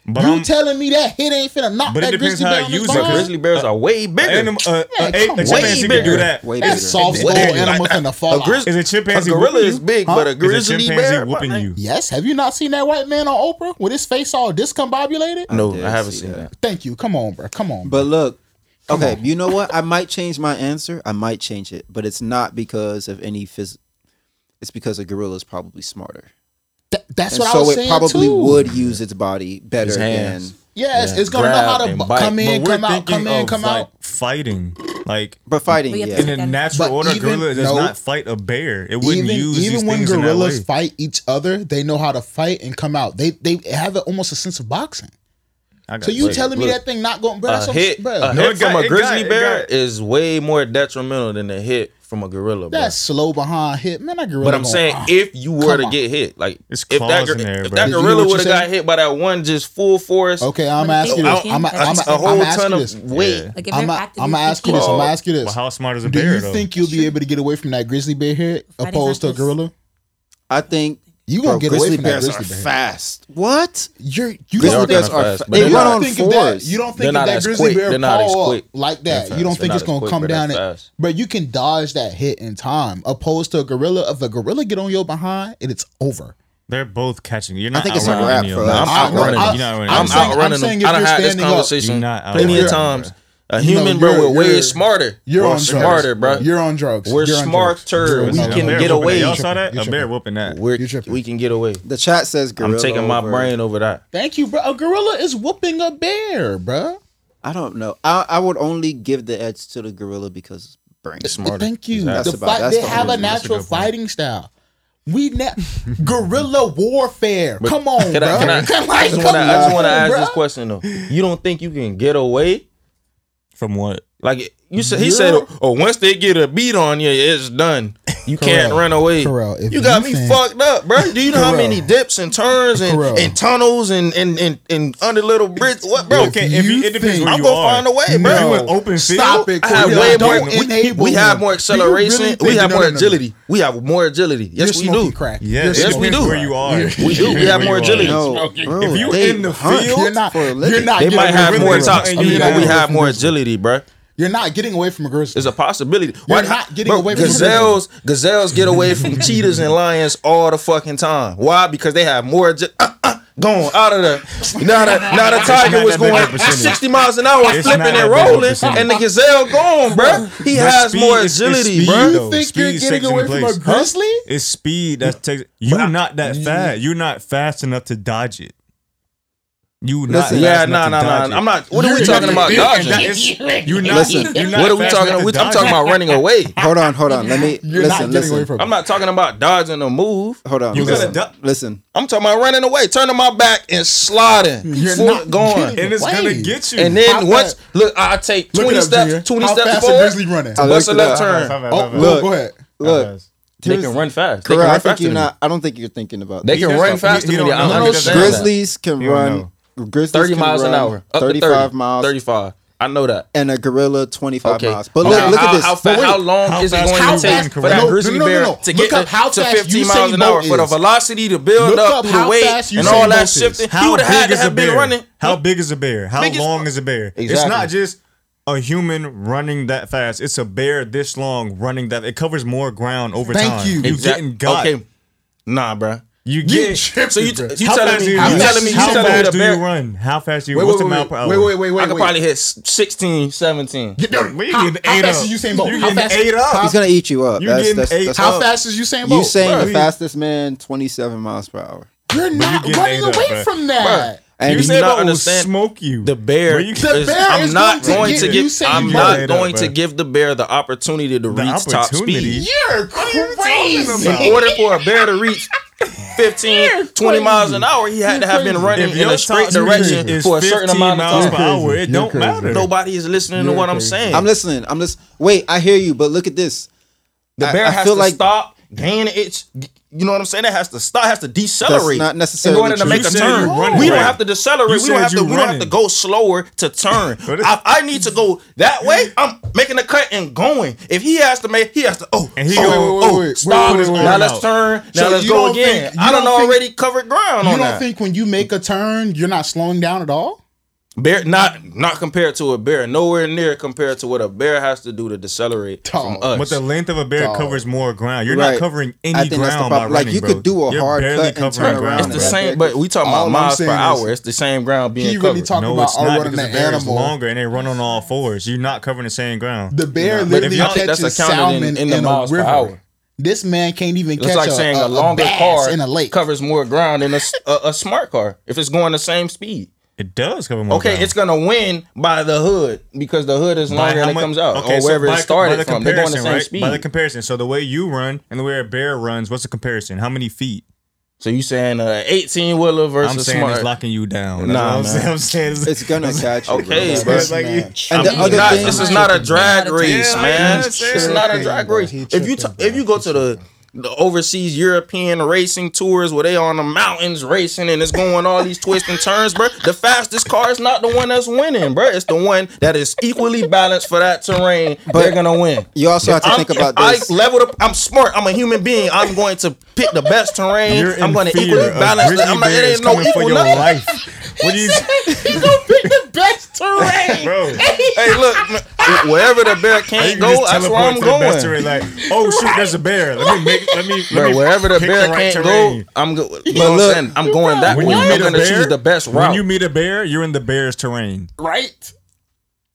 [SPEAKER 2] But
[SPEAKER 4] you
[SPEAKER 2] I'm-
[SPEAKER 4] telling me that hit ain't finna knock
[SPEAKER 2] But it
[SPEAKER 4] that
[SPEAKER 2] depends
[SPEAKER 4] grizzly
[SPEAKER 2] how
[SPEAKER 4] bear
[SPEAKER 2] you
[SPEAKER 4] on his
[SPEAKER 2] use it.
[SPEAKER 4] bones?
[SPEAKER 3] grizzly bears are way bigger.
[SPEAKER 2] Animal, uh, a,
[SPEAKER 4] Man,
[SPEAKER 2] a, a
[SPEAKER 4] come on.
[SPEAKER 2] chimpanzee
[SPEAKER 3] Way
[SPEAKER 2] can do
[SPEAKER 3] bigger.
[SPEAKER 2] that.
[SPEAKER 1] Way
[SPEAKER 2] Is-
[SPEAKER 4] That
[SPEAKER 1] bigger.
[SPEAKER 2] is-
[SPEAKER 4] soft skull
[SPEAKER 3] What?
[SPEAKER 4] animal finna fall
[SPEAKER 3] A
[SPEAKER 4] out.
[SPEAKER 3] grizzly,
[SPEAKER 2] Is a chimpanzee
[SPEAKER 3] a gorilla
[SPEAKER 2] whooping
[SPEAKER 3] is
[SPEAKER 2] you?
[SPEAKER 3] big,
[SPEAKER 2] Huh?
[SPEAKER 3] but a
[SPEAKER 2] is a
[SPEAKER 3] grizzly
[SPEAKER 2] chimpanzee
[SPEAKER 3] bear
[SPEAKER 2] whooping you.
[SPEAKER 4] Yes, have you not seen that white man on Oprah with his face all discombobulated?
[SPEAKER 3] No,
[SPEAKER 1] did
[SPEAKER 3] I haven't
[SPEAKER 1] see
[SPEAKER 3] seen
[SPEAKER 1] that.
[SPEAKER 3] that.
[SPEAKER 4] Thank you. Come on, bro. Come on.
[SPEAKER 1] But look, okay, you know what? I might change my answer. I might change it, but it's not because of any phys. It's because a gorilla is probably smarter,
[SPEAKER 4] Th- that's
[SPEAKER 1] and
[SPEAKER 4] what I
[SPEAKER 1] so
[SPEAKER 4] was
[SPEAKER 1] it
[SPEAKER 4] saying
[SPEAKER 1] probably
[SPEAKER 4] too.
[SPEAKER 1] would use its body better
[SPEAKER 3] His
[SPEAKER 1] than.
[SPEAKER 3] hands.
[SPEAKER 4] Yes,
[SPEAKER 3] Yeah.
[SPEAKER 4] it's gonna know how
[SPEAKER 3] Grab
[SPEAKER 4] to
[SPEAKER 3] and
[SPEAKER 4] bu-
[SPEAKER 3] bite.
[SPEAKER 4] come in,
[SPEAKER 2] But we're
[SPEAKER 4] come out,
[SPEAKER 2] thinking
[SPEAKER 4] come in,
[SPEAKER 2] of,
[SPEAKER 4] come
[SPEAKER 2] like,
[SPEAKER 4] out.
[SPEAKER 2] Fighting, like
[SPEAKER 1] But fighting,
[SPEAKER 5] We have
[SPEAKER 1] yeah.
[SPEAKER 5] to-
[SPEAKER 2] in a
[SPEAKER 5] But
[SPEAKER 2] natural order,
[SPEAKER 4] even-
[SPEAKER 2] gorilla does
[SPEAKER 4] no.
[SPEAKER 2] not fight a bear. It wouldn't
[SPEAKER 4] Even
[SPEAKER 2] use these
[SPEAKER 4] even when
[SPEAKER 2] things in that way.
[SPEAKER 4] gorillas fight each other, they know how to fight and come out. They they have a, almost a sense of boxxing.
[SPEAKER 2] I got
[SPEAKER 4] So you
[SPEAKER 2] it.
[SPEAKER 4] telling me
[SPEAKER 3] look,
[SPEAKER 4] that thing not going, bro? That's
[SPEAKER 3] A
[SPEAKER 4] what-
[SPEAKER 3] hit,
[SPEAKER 4] bro.
[SPEAKER 2] No,
[SPEAKER 3] a hit
[SPEAKER 2] it got-
[SPEAKER 3] from
[SPEAKER 2] it
[SPEAKER 3] a grizzly
[SPEAKER 2] got- it
[SPEAKER 3] bear
[SPEAKER 2] got-
[SPEAKER 3] is way more detrimental than a hit from a gorilla. bro.
[SPEAKER 4] That's slow behind hit, man. That gorilla.
[SPEAKER 3] But I'm
[SPEAKER 4] gonna-
[SPEAKER 3] saying
[SPEAKER 4] ah.
[SPEAKER 3] if you were
[SPEAKER 4] come
[SPEAKER 3] to
[SPEAKER 4] on.
[SPEAKER 3] get hit, like
[SPEAKER 2] It's
[SPEAKER 3] if
[SPEAKER 2] claws
[SPEAKER 3] that, gor-
[SPEAKER 2] in there,
[SPEAKER 3] if
[SPEAKER 2] bro.
[SPEAKER 3] that
[SPEAKER 4] Did you hear
[SPEAKER 3] gorilla
[SPEAKER 4] what you
[SPEAKER 3] would have got
[SPEAKER 4] said?
[SPEAKER 3] hit by that one just full force,
[SPEAKER 4] okay, I'm
[SPEAKER 5] When a
[SPEAKER 4] asking
[SPEAKER 5] big
[SPEAKER 4] you this.
[SPEAKER 5] kid
[SPEAKER 4] I'm
[SPEAKER 5] catches
[SPEAKER 4] I'm
[SPEAKER 5] a
[SPEAKER 3] a
[SPEAKER 4] I'm
[SPEAKER 3] whole
[SPEAKER 4] asking
[SPEAKER 3] ton
[SPEAKER 4] you this.
[SPEAKER 3] of weight.
[SPEAKER 2] Yeah.
[SPEAKER 5] Like if
[SPEAKER 4] I'm
[SPEAKER 5] they're
[SPEAKER 4] a-
[SPEAKER 5] active,
[SPEAKER 4] I'm gonna
[SPEAKER 5] it's
[SPEAKER 4] ask you this. I'm
[SPEAKER 5] control.
[SPEAKER 4] gonna ask you
[SPEAKER 2] Well,
[SPEAKER 4] this.
[SPEAKER 2] how smart is a
[SPEAKER 4] Do
[SPEAKER 2] bear
[SPEAKER 4] you
[SPEAKER 2] though?
[SPEAKER 4] think you'll be able to get away from that grizzly bear hit
[SPEAKER 5] like
[SPEAKER 4] opposed to a
[SPEAKER 5] this.
[SPEAKER 4] gorilla?
[SPEAKER 1] I think
[SPEAKER 4] You gonna
[SPEAKER 1] bro,
[SPEAKER 4] get away
[SPEAKER 1] grizzly
[SPEAKER 4] from that
[SPEAKER 1] bears are
[SPEAKER 4] grizzly bear? hit.
[SPEAKER 1] fast. What?
[SPEAKER 4] You're you
[SPEAKER 1] Grizzly
[SPEAKER 4] don't
[SPEAKER 3] are
[SPEAKER 4] think,
[SPEAKER 1] bears are.
[SPEAKER 3] fast,
[SPEAKER 1] fa-
[SPEAKER 3] but
[SPEAKER 1] they
[SPEAKER 3] they're
[SPEAKER 4] you
[SPEAKER 1] run
[SPEAKER 4] don't
[SPEAKER 1] on
[SPEAKER 4] think of that.
[SPEAKER 1] fours.
[SPEAKER 4] You don't
[SPEAKER 3] They're
[SPEAKER 4] think
[SPEAKER 3] not
[SPEAKER 4] of that
[SPEAKER 3] as
[SPEAKER 4] grizzly
[SPEAKER 3] quick.
[SPEAKER 4] bear
[SPEAKER 3] They're not as
[SPEAKER 4] paw up
[SPEAKER 3] quick.
[SPEAKER 4] like
[SPEAKER 3] They're
[SPEAKER 4] that. You don't think
[SPEAKER 3] fast. They're
[SPEAKER 4] it's
[SPEAKER 3] not as
[SPEAKER 4] gonna
[SPEAKER 3] quick,
[SPEAKER 4] come
[SPEAKER 3] but they're
[SPEAKER 4] down, and,
[SPEAKER 3] fast.
[SPEAKER 4] but you can dodge that hit in time. Opposed to a gorilla, if a gorilla get on your behind, and it's over.
[SPEAKER 2] They're both catching. You're not
[SPEAKER 1] think it's a
[SPEAKER 2] outrunning
[SPEAKER 1] wrap
[SPEAKER 2] them.
[SPEAKER 1] for
[SPEAKER 2] You're
[SPEAKER 1] us.
[SPEAKER 2] not
[SPEAKER 4] I- no,
[SPEAKER 2] outrunning
[SPEAKER 4] I-
[SPEAKER 2] them. You're not outrunning
[SPEAKER 4] I'm
[SPEAKER 2] them.
[SPEAKER 4] saying- I'm saying if
[SPEAKER 3] I done
[SPEAKER 4] you're
[SPEAKER 3] had this
[SPEAKER 4] standing up-
[SPEAKER 3] conversation
[SPEAKER 2] You're not
[SPEAKER 3] plenty of
[SPEAKER 2] outrunning them,
[SPEAKER 3] times. A human,
[SPEAKER 4] No,
[SPEAKER 3] bro,
[SPEAKER 4] you're-
[SPEAKER 3] we're way
[SPEAKER 4] you're-
[SPEAKER 3] smarter.
[SPEAKER 4] You're
[SPEAKER 3] we're
[SPEAKER 4] on drugs.
[SPEAKER 3] smarter, bro.
[SPEAKER 4] You're on drugs.
[SPEAKER 3] We're
[SPEAKER 4] You're on
[SPEAKER 3] smarter.
[SPEAKER 4] drugs.
[SPEAKER 3] We
[SPEAKER 4] You're on drugs.
[SPEAKER 3] can
[SPEAKER 2] Bear
[SPEAKER 3] get
[SPEAKER 2] whooping
[SPEAKER 3] away.
[SPEAKER 2] that. Y'all saw that?
[SPEAKER 4] You're
[SPEAKER 2] A bear
[SPEAKER 4] tripping.
[SPEAKER 2] whooping that.
[SPEAKER 3] We're,
[SPEAKER 4] You're tripping.
[SPEAKER 3] we can get away.
[SPEAKER 1] The chat says gorilla.
[SPEAKER 3] I'm taking my
[SPEAKER 1] over-
[SPEAKER 3] brain over that.
[SPEAKER 4] Thank you, bro. A gorilla is whooping a bear, bro.
[SPEAKER 1] I don't know. I, I would only give the edge to the gorilla because brain.
[SPEAKER 3] It's smarter.
[SPEAKER 4] Thank you.
[SPEAKER 1] That's
[SPEAKER 4] the
[SPEAKER 1] about-
[SPEAKER 4] fight,
[SPEAKER 1] that's
[SPEAKER 4] they
[SPEAKER 1] the
[SPEAKER 4] have a
[SPEAKER 1] only-
[SPEAKER 2] that's a
[SPEAKER 4] natural
[SPEAKER 2] good point.
[SPEAKER 4] fighting style. We na- guerrilla warfare. Come on,
[SPEAKER 3] Can
[SPEAKER 4] bro.
[SPEAKER 3] I, can I, I
[SPEAKER 4] Come on,
[SPEAKER 3] just want to
[SPEAKER 4] come
[SPEAKER 3] I just
[SPEAKER 4] on,
[SPEAKER 3] want to ask
[SPEAKER 4] bro.
[SPEAKER 3] this question though. You don't think you can get away?
[SPEAKER 6] From what?
[SPEAKER 3] Like you said, he said, "Oh, once they get a beat on you, it's done. You
[SPEAKER 4] Correct.
[SPEAKER 3] can't run away."
[SPEAKER 4] Correct. If
[SPEAKER 3] you got
[SPEAKER 4] you
[SPEAKER 3] me
[SPEAKER 4] think-
[SPEAKER 3] fucked up, bro. Do you know how
[SPEAKER 4] Correct.
[SPEAKER 3] many dips and turns and,
[SPEAKER 4] Correct.
[SPEAKER 3] and tunnels and and, and and under little bridge? What, bro?
[SPEAKER 2] Okay, if you,
[SPEAKER 4] you
[SPEAKER 2] it depends
[SPEAKER 4] think-
[SPEAKER 2] where
[SPEAKER 3] I'm
[SPEAKER 2] you
[SPEAKER 3] gonna
[SPEAKER 2] are.
[SPEAKER 3] find a way,
[SPEAKER 2] If
[SPEAKER 3] bro.
[SPEAKER 2] You in open field?
[SPEAKER 4] Stop it.
[SPEAKER 3] I have
[SPEAKER 4] Corilla.
[SPEAKER 3] way
[SPEAKER 4] Don't
[SPEAKER 3] more. We,
[SPEAKER 4] enable
[SPEAKER 3] we have
[SPEAKER 4] him.
[SPEAKER 3] more
[SPEAKER 4] Do you really
[SPEAKER 3] acceleration.
[SPEAKER 4] think-
[SPEAKER 3] we have
[SPEAKER 4] no,
[SPEAKER 3] more
[SPEAKER 4] no, no, no.
[SPEAKER 3] agility. We have more agility.
[SPEAKER 4] You're
[SPEAKER 3] Yes, we
[SPEAKER 4] smoking
[SPEAKER 3] do.
[SPEAKER 4] crack.
[SPEAKER 2] Yeah,
[SPEAKER 4] You're
[SPEAKER 2] it
[SPEAKER 3] Yes,
[SPEAKER 4] smoking
[SPEAKER 3] we
[SPEAKER 2] depends
[SPEAKER 3] do.
[SPEAKER 2] Where you are?
[SPEAKER 3] We do. We have more agility.
[SPEAKER 1] No, bro,
[SPEAKER 2] If you
[SPEAKER 1] they
[SPEAKER 2] in the
[SPEAKER 1] hunt
[SPEAKER 2] field,
[SPEAKER 4] You're not-
[SPEAKER 1] for a
[SPEAKER 4] You're
[SPEAKER 1] living.
[SPEAKER 4] not.
[SPEAKER 3] They
[SPEAKER 4] getting
[SPEAKER 3] might
[SPEAKER 4] away
[SPEAKER 3] have
[SPEAKER 4] from
[SPEAKER 3] more
[SPEAKER 4] a
[SPEAKER 2] agility.
[SPEAKER 3] top
[SPEAKER 4] grizzly.
[SPEAKER 2] And you
[SPEAKER 3] speed,
[SPEAKER 2] don't
[SPEAKER 3] but we
[SPEAKER 2] know
[SPEAKER 3] have more agility, bro.
[SPEAKER 4] You're not getting away from a grizzly.
[SPEAKER 3] It's a possibility.
[SPEAKER 4] You're not getting away from
[SPEAKER 3] gazelles. Gazelles get away from cheetahs and lions all the fucking time. Why? Because they have more. Agi- uh, uh, going out of the now the now the tiger
[SPEAKER 2] not
[SPEAKER 3] was
[SPEAKER 2] that big of a
[SPEAKER 3] going
[SPEAKER 2] percentage.
[SPEAKER 3] 60 miles an hour
[SPEAKER 2] It's not that
[SPEAKER 3] flipping and
[SPEAKER 2] big of a
[SPEAKER 3] rolling
[SPEAKER 2] percentage.
[SPEAKER 3] and the gazelle gone bro he
[SPEAKER 2] But
[SPEAKER 3] has
[SPEAKER 2] speed
[SPEAKER 3] more
[SPEAKER 2] is- is
[SPEAKER 3] agility
[SPEAKER 2] speed,
[SPEAKER 3] bro
[SPEAKER 2] though.
[SPEAKER 4] You think
[SPEAKER 2] Speed
[SPEAKER 4] you're
[SPEAKER 2] is
[SPEAKER 4] getting
[SPEAKER 2] taken
[SPEAKER 4] away
[SPEAKER 2] in
[SPEAKER 4] from
[SPEAKER 2] place.
[SPEAKER 4] a grizzly?
[SPEAKER 2] It's speed that takes. You're not that fast. You're not fast enough to dodge it. You not
[SPEAKER 1] Listen,
[SPEAKER 3] Yeah,
[SPEAKER 2] fast
[SPEAKER 3] no,
[SPEAKER 2] enough
[SPEAKER 3] no,
[SPEAKER 2] to
[SPEAKER 3] no.
[SPEAKER 2] dodge it.
[SPEAKER 3] I'm not. What are we talking about? Dodging.
[SPEAKER 2] You not.
[SPEAKER 1] Listen,
[SPEAKER 2] you not
[SPEAKER 3] What are we
[SPEAKER 2] fast
[SPEAKER 3] talking
[SPEAKER 2] enough
[SPEAKER 3] about?
[SPEAKER 2] to
[SPEAKER 3] I'm
[SPEAKER 2] dodge
[SPEAKER 3] talking
[SPEAKER 2] it.
[SPEAKER 3] about running away.
[SPEAKER 1] Hold on, hold on. Let me
[SPEAKER 4] You're
[SPEAKER 1] listen.
[SPEAKER 4] not getting
[SPEAKER 1] listen.
[SPEAKER 4] away from
[SPEAKER 3] I'm not talking about dodging a move.
[SPEAKER 1] Hold on.
[SPEAKER 2] You gotta
[SPEAKER 1] listen.
[SPEAKER 2] duck.
[SPEAKER 1] listen.
[SPEAKER 3] I'm talking about running away, turning my back and sliding.
[SPEAKER 4] You're
[SPEAKER 3] Full
[SPEAKER 4] not
[SPEAKER 3] going.
[SPEAKER 4] getting
[SPEAKER 2] And it's gonna
[SPEAKER 4] Wait.
[SPEAKER 2] get you.
[SPEAKER 3] And
[SPEAKER 4] How
[SPEAKER 3] then once
[SPEAKER 4] fast-
[SPEAKER 3] look, I take
[SPEAKER 4] Look
[SPEAKER 3] twenty
[SPEAKER 4] it up,
[SPEAKER 3] steps,
[SPEAKER 4] Junior.
[SPEAKER 3] twenty
[SPEAKER 4] How
[SPEAKER 3] steps
[SPEAKER 4] fast a
[SPEAKER 3] forward.
[SPEAKER 4] Grizzly running?
[SPEAKER 1] I
[SPEAKER 3] What's a
[SPEAKER 1] looked it
[SPEAKER 3] left
[SPEAKER 1] up.
[SPEAKER 3] turn?
[SPEAKER 7] How fast, how
[SPEAKER 3] Oh,
[SPEAKER 7] fast, how
[SPEAKER 1] Look,
[SPEAKER 4] Go ahead.
[SPEAKER 1] look.
[SPEAKER 3] they
[SPEAKER 1] here's-
[SPEAKER 3] can run fast. They
[SPEAKER 1] Correct.
[SPEAKER 3] can run
[SPEAKER 1] I
[SPEAKER 3] faster
[SPEAKER 1] think you're
[SPEAKER 3] than me.
[SPEAKER 1] not. I don't think you're thinking about.
[SPEAKER 3] They
[SPEAKER 1] that.
[SPEAKER 3] can
[SPEAKER 2] He
[SPEAKER 3] run
[SPEAKER 2] just-
[SPEAKER 3] faster
[SPEAKER 2] he- he
[SPEAKER 3] than me.
[SPEAKER 2] don't
[SPEAKER 3] I
[SPEAKER 2] know.
[SPEAKER 3] understand that.
[SPEAKER 1] Grizzlies can
[SPEAKER 7] You don't
[SPEAKER 1] run. Grizzlies
[SPEAKER 3] Thirty
[SPEAKER 1] can
[SPEAKER 3] miles an
[SPEAKER 1] run
[SPEAKER 3] hour, up to
[SPEAKER 1] 35
[SPEAKER 3] 30,
[SPEAKER 1] miles,
[SPEAKER 3] thirty-five. I know that.
[SPEAKER 1] and a gorilla 25
[SPEAKER 3] Okay.
[SPEAKER 1] miles. But
[SPEAKER 3] Okay.
[SPEAKER 1] look, look
[SPEAKER 3] how,
[SPEAKER 1] at this.
[SPEAKER 3] How, fa-
[SPEAKER 1] But wait,
[SPEAKER 3] how long
[SPEAKER 2] How
[SPEAKER 3] is it
[SPEAKER 2] fast
[SPEAKER 3] going
[SPEAKER 2] can
[SPEAKER 3] to
[SPEAKER 2] you
[SPEAKER 3] take
[SPEAKER 2] run,
[SPEAKER 3] for
[SPEAKER 2] correct?
[SPEAKER 3] that
[SPEAKER 2] No,
[SPEAKER 3] grizzly
[SPEAKER 4] no, no,
[SPEAKER 3] bear
[SPEAKER 4] no.
[SPEAKER 3] to
[SPEAKER 4] Look
[SPEAKER 3] get to,
[SPEAKER 4] up how
[SPEAKER 3] to
[SPEAKER 4] fast
[SPEAKER 3] 15
[SPEAKER 4] Usain
[SPEAKER 3] miles an
[SPEAKER 4] Bolt
[SPEAKER 3] hour for the
[SPEAKER 4] is.
[SPEAKER 3] velocity to build
[SPEAKER 4] Look
[SPEAKER 3] up
[SPEAKER 4] up
[SPEAKER 3] through the
[SPEAKER 4] how
[SPEAKER 3] weight
[SPEAKER 4] fast
[SPEAKER 3] and
[SPEAKER 4] Usain
[SPEAKER 3] all
[SPEAKER 4] Bolt
[SPEAKER 3] that
[SPEAKER 4] is.
[SPEAKER 3] shifting? He
[SPEAKER 2] How
[SPEAKER 3] would have had
[SPEAKER 2] big
[SPEAKER 3] to
[SPEAKER 2] is a
[SPEAKER 3] have been running.
[SPEAKER 2] bear? How big is a bear? How
[SPEAKER 3] Big as-
[SPEAKER 2] long is a bear? It's
[SPEAKER 3] Exactly.
[SPEAKER 2] not just a human running that fast. It's a bear this long running that. It covers more ground over
[SPEAKER 4] Thank
[SPEAKER 2] time.
[SPEAKER 4] you.
[SPEAKER 2] You getting got.
[SPEAKER 3] Okay, nah, bruh.
[SPEAKER 2] You get.
[SPEAKER 3] So you, t-
[SPEAKER 4] tripping, bruh.
[SPEAKER 3] you
[SPEAKER 2] how
[SPEAKER 3] telling
[SPEAKER 2] fast
[SPEAKER 3] me?
[SPEAKER 2] do
[SPEAKER 3] You
[SPEAKER 2] you, run?
[SPEAKER 3] telling me? You
[SPEAKER 2] how
[SPEAKER 3] telling me
[SPEAKER 2] fast
[SPEAKER 3] the
[SPEAKER 2] do
[SPEAKER 3] bear?
[SPEAKER 2] you run? How fast do you?
[SPEAKER 4] Wait,
[SPEAKER 2] what's
[SPEAKER 4] wait,
[SPEAKER 2] the
[SPEAKER 4] wait,
[SPEAKER 2] mile per hour?
[SPEAKER 4] wait, wait, wait, wait,
[SPEAKER 3] I could
[SPEAKER 4] wait.
[SPEAKER 3] probably hit s- 16, 17.
[SPEAKER 4] Get down.
[SPEAKER 2] We
[SPEAKER 4] How,
[SPEAKER 2] getting
[SPEAKER 4] how
[SPEAKER 2] ate
[SPEAKER 4] fast
[SPEAKER 2] up.
[SPEAKER 4] is Usain Bolt?
[SPEAKER 2] You
[SPEAKER 4] How
[SPEAKER 2] getting
[SPEAKER 4] fast?
[SPEAKER 2] ate up.
[SPEAKER 4] How,
[SPEAKER 1] he's gonna eat you up.
[SPEAKER 2] You
[SPEAKER 1] that's,
[SPEAKER 2] getting
[SPEAKER 1] that's,
[SPEAKER 2] ate
[SPEAKER 1] that's
[SPEAKER 2] up.
[SPEAKER 4] how
[SPEAKER 1] all.
[SPEAKER 4] fast is Usain
[SPEAKER 1] You
[SPEAKER 4] Bolt?
[SPEAKER 1] saying the
[SPEAKER 2] Bruh.
[SPEAKER 1] fastest man 27 miles per hour.
[SPEAKER 4] You're not
[SPEAKER 2] getting
[SPEAKER 4] running
[SPEAKER 2] ate up,
[SPEAKER 4] away
[SPEAKER 2] bruh.
[SPEAKER 4] from that.
[SPEAKER 1] And
[SPEAKER 2] you
[SPEAKER 1] he-
[SPEAKER 2] said
[SPEAKER 3] not
[SPEAKER 2] about will
[SPEAKER 3] understand
[SPEAKER 2] smoke you.
[SPEAKER 3] The bear,
[SPEAKER 2] Bro, you
[SPEAKER 3] is-
[SPEAKER 2] can't-
[SPEAKER 4] The bear
[SPEAKER 3] I'm
[SPEAKER 4] is going
[SPEAKER 3] not
[SPEAKER 4] to
[SPEAKER 3] going
[SPEAKER 4] get
[SPEAKER 3] to give.
[SPEAKER 4] Usain
[SPEAKER 3] I'm
[SPEAKER 4] Bolt.
[SPEAKER 3] not
[SPEAKER 2] Yeah,
[SPEAKER 3] going
[SPEAKER 2] bruh.
[SPEAKER 3] to give the bear the opportunity to
[SPEAKER 2] The
[SPEAKER 3] reach top
[SPEAKER 2] opportunity?
[SPEAKER 3] speed.
[SPEAKER 4] You're
[SPEAKER 2] talking about?
[SPEAKER 4] crazy.
[SPEAKER 3] In order for a bear to reach 15, 20 miles an hour, he had to have been
[SPEAKER 4] crazy.
[SPEAKER 3] running
[SPEAKER 2] if
[SPEAKER 3] in
[SPEAKER 2] your
[SPEAKER 3] a straight
[SPEAKER 2] top speed
[SPEAKER 3] direction
[SPEAKER 2] is
[SPEAKER 3] for a certain
[SPEAKER 2] 15
[SPEAKER 3] amount of
[SPEAKER 2] miles
[SPEAKER 3] time.
[SPEAKER 2] per hour, it
[SPEAKER 4] You're
[SPEAKER 2] don't
[SPEAKER 4] crazy.
[SPEAKER 2] matter.
[SPEAKER 3] Nobody is listening to what I'm saying.
[SPEAKER 1] I'm listening. I'm listening. Wait, I hear you, but look at this.
[SPEAKER 3] the
[SPEAKER 1] I-
[SPEAKER 3] bear
[SPEAKER 1] I
[SPEAKER 3] has
[SPEAKER 1] feel
[SPEAKER 3] to
[SPEAKER 1] like-
[SPEAKER 3] stop, gain its. You know what I'm saying? It has to stop. Has to decelerate.
[SPEAKER 1] not necessarily
[SPEAKER 3] in order to
[SPEAKER 1] true.
[SPEAKER 3] make
[SPEAKER 2] You
[SPEAKER 3] a
[SPEAKER 2] said
[SPEAKER 3] turn.
[SPEAKER 2] you running.
[SPEAKER 3] We don't
[SPEAKER 2] Right.
[SPEAKER 3] have to decelerate.
[SPEAKER 2] You
[SPEAKER 3] we don't
[SPEAKER 2] said
[SPEAKER 3] have to.
[SPEAKER 2] you
[SPEAKER 3] We don't have to
[SPEAKER 2] running.
[SPEAKER 3] go slower to turn.
[SPEAKER 2] But it's-
[SPEAKER 3] I, I need to go that way. I'm making a cut and going. If he has to make, he has to. Oh,
[SPEAKER 2] And he
[SPEAKER 3] oh,
[SPEAKER 2] gonna-
[SPEAKER 3] oh,
[SPEAKER 2] wait, wait,
[SPEAKER 3] oh,
[SPEAKER 2] wait, wait,
[SPEAKER 3] stop.
[SPEAKER 2] wait, wait, wait,
[SPEAKER 3] now
[SPEAKER 2] wait.
[SPEAKER 3] let's turn. Now
[SPEAKER 4] So
[SPEAKER 3] let's
[SPEAKER 4] you
[SPEAKER 3] go
[SPEAKER 4] don't
[SPEAKER 3] again.
[SPEAKER 4] think- you
[SPEAKER 3] I don't
[SPEAKER 4] don't think-
[SPEAKER 3] already covered ground
[SPEAKER 4] You
[SPEAKER 3] on
[SPEAKER 4] don't
[SPEAKER 3] that.
[SPEAKER 4] think when you make a turn, you're not slowing down at all?
[SPEAKER 3] Bear, not not compared to a bear. Nowhere near compared to what a bear has to do to decelerate
[SPEAKER 4] Dog.
[SPEAKER 3] from us.
[SPEAKER 2] But the length of a bear
[SPEAKER 4] Dog.
[SPEAKER 2] covers more ground. You're
[SPEAKER 1] Right.
[SPEAKER 2] not covering any
[SPEAKER 1] I think that's the
[SPEAKER 2] ground by
[SPEAKER 1] problem.
[SPEAKER 2] running,
[SPEAKER 1] Like, you
[SPEAKER 2] bro.
[SPEAKER 1] could do a
[SPEAKER 2] You're
[SPEAKER 1] hard
[SPEAKER 2] barely
[SPEAKER 1] cut and turn
[SPEAKER 2] covering
[SPEAKER 1] around,
[SPEAKER 2] ground,
[SPEAKER 3] it's the
[SPEAKER 1] bro.
[SPEAKER 3] same, but we talking
[SPEAKER 4] All
[SPEAKER 3] about
[SPEAKER 4] I'm
[SPEAKER 3] miles per
[SPEAKER 4] saying is-
[SPEAKER 3] hour. It's the same ground being
[SPEAKER 4] He
[SPEAKER 3] covered.
[SPEAKER 4] really talking
[SPEAKER 2] No,
[SPEAKER 4] about
[SPEAKER 2] it's not
[SPEAKER 4] outrunning
[SPEAKER 2] because
[SPEAKER 4] the
[SPEAKER 2] the bear is
[SPEAKER 4] animal.
[SPEAKER 2] longer and they run on all fours. You're not covering the same ground.
[SPEAKER 4] The bear
[SPEAKER 3] But if
[SPEAKER 4] literally
[SPEAKER 3] y'all think that's
[SPEAKER 4] catches
[SPEAKER 3] accounted in-
[SPEAKER 4] salmon in,
[SPEAKER 3] in the
[SPEAKER 4] a
[SPEAKER 3] miles per
[SPEAKER 4] river.
[SPEAKER 3] hour.
[SPEAKER 4] This man can't even
[SPEAKER 3] it's
[SPEAKER 4] catch
[SPEAKER 3] like
[SPEAKER 4] a,
[SPEAKER 3] saying
[SPEAKER 4] a,
[SPEAKER 3] a, longer
[SPEAKER 4] bass
[SPEAKER 3] car
[SPEAKER 4] in a lake.
[SPEAKER 3] covers more ground than a, s- a- a smart car if it's going the same speed.
[SPEAKER 2] It does cover more.
[SPEAKER 3] Okay,
[SPEAKER 2] ground.
[SPEAKER 3] it's gonna win by the hood because the hood is
[SPEAKER 2] By
[SPEAKER 3] longer
[SPEAKER 2] how
[SPEAKER 3] and it
[SPEAKER 2] much-
[SPEAKER 3] comes out
[SPEAKER 2] okay,
[SPEAKER 3] or
[SPEAKER 2] so
[SPEAKER 3] wherever
[SPEAKER 2] by
[SPEAKER 3] it
[SPEAKER 2] the-
[SPEAKER 3] started
[SPEAKER 2] by the
[SPEAKER 3] from. They're going the
[SPEAKER 2] comparison,
[SPEAKER 3] same
[SPEAKER 2] right?
[SPEAKER 3] speed.
[SPEAKER 2] By the comparison, so the way you run and the way a bear runs, what's the comparison? How many feet?
[SPEAKER 3] so you saying a eighteen wheeler versus
[SPEAKER 2] I'm saying
[SPEAKER 3] smart?
[SPEAKER 2] it's locking you down.
[SPEAKER 3] Nah,
[SPEAKER 2] Nah, I'm
[SPEAKER 3] man.
[SPEAKER 2] saying, I'm saying it's,
[SPEAKER 1] It's gonna catch you.
[SPEAKER 3] Okay,
[SPEAKER 1] bro.
[SPEAKER 3] bro.
[SPEAKER 1] That's-
[SPEAKER 2] it's like you,
[SPEAKER 1] And the
[SPEAKER 3] It's
[SPEAKER 1] other
[SPEAKER 3] not-
[SPEAKER 1] thing-
[SPEAKER 3] this is not a drag race,
[SPEAKER 2] Yeah,
[SPEAKER 3] man.
[SPEAKER 2] yeah,
[SPEAKER 3] It's not a
[SPEAKER 4] tripping,
[SPEAKER 3] drag
[SPEAKER 4] bro.
[SPEAKER 3] race.
[SPEAKER 4] He
[SPEAKER 3] If you t-
[SPEAKER 4] tripping,
[SPEAKER 3] if you go to the the overseas European racing tours where they on the mountains racing and it's going all these twists and turns, bro. The fastest car is not the one that's winning, bro. It's the one that is equally balanced for that terrain. They're gonna win.
[SPEAKER 1] You also have to
[SPEAKER 3] I'm-
[SPEAKER 1] think about
[SPEAKER 3] if
[SPEAKER 1] this.
[SPEAKER 3] I leveled up. I'm smart. I'm a human being. I'm going to pick the best terrain.
[SPEAKER 2] You're
[SPEAKER 3] I'm
[SPEAKER 2] in
[SPEAKER 3] going to
[SPEAKER 2] fear
[SPEAKER 3] equally
[SPEAKER 2] of
[SPEAKER 3] balance.
[SPEAKER 2] grizzly
[SPEAKER 3] The, I'm not, it
[SPEAKER 2] bears
[SPEAKER 3] ain't no
[SPEAKER 2] coming for
[SPEAKER 3] equal
[SPEAKER 2] your
[SPEAKER 3] nothing.
[SPEAKER 2] life. What do you,
[SPEAKER 4] He's gonna pick the best terrain.
[SPEAKER 2] bro?
[SPEAKER 3] Hey, look, man, wherever the bear
[SPEAKER 2] You
[SPEAKER 3] can't
[SPEAKER 2] can
[SPEAKER 3] go,
[SPEAKER 2] just
[SPEAKER 3] that's where
[SPEAKER 2] teleport
[SPEAKER 3] I'm
[SPEAKER 2] to the best terrain,
[SPEAKER 3] going.
[SPEAKER 2] Like, oh shoot, there's a bear. Let me make, let me, let
[SPEAKER 3] Bro,
[SPEAKER 2] me
[SPEAKER 3] wherever the
[SPEAKER 2] pick
[SPEAKER 3] bear
[SPEAKER 2] right
[SPEAKER 3] can't
[SPEAKER 2] terrain.
[SPEAKER 3] go, I'm go-
[SPEAKER 1] But
[SPEAKER 3] you know
[SPEAKER 1] look-
[SPEAKER 3] what I'm saying? I'm going that way.
[SPEAKER 2] When you
[SPEAKER 3] I'm
[SPEAKER 2] meet a
[SPEAKER 3] gonna
[SPEAKER 2] bear,
[SPEAKER 3] choose the best route.
[SPEAKER 2] When you meet a bear, you're in the bear's terrain.
[SPEAKER 3] right,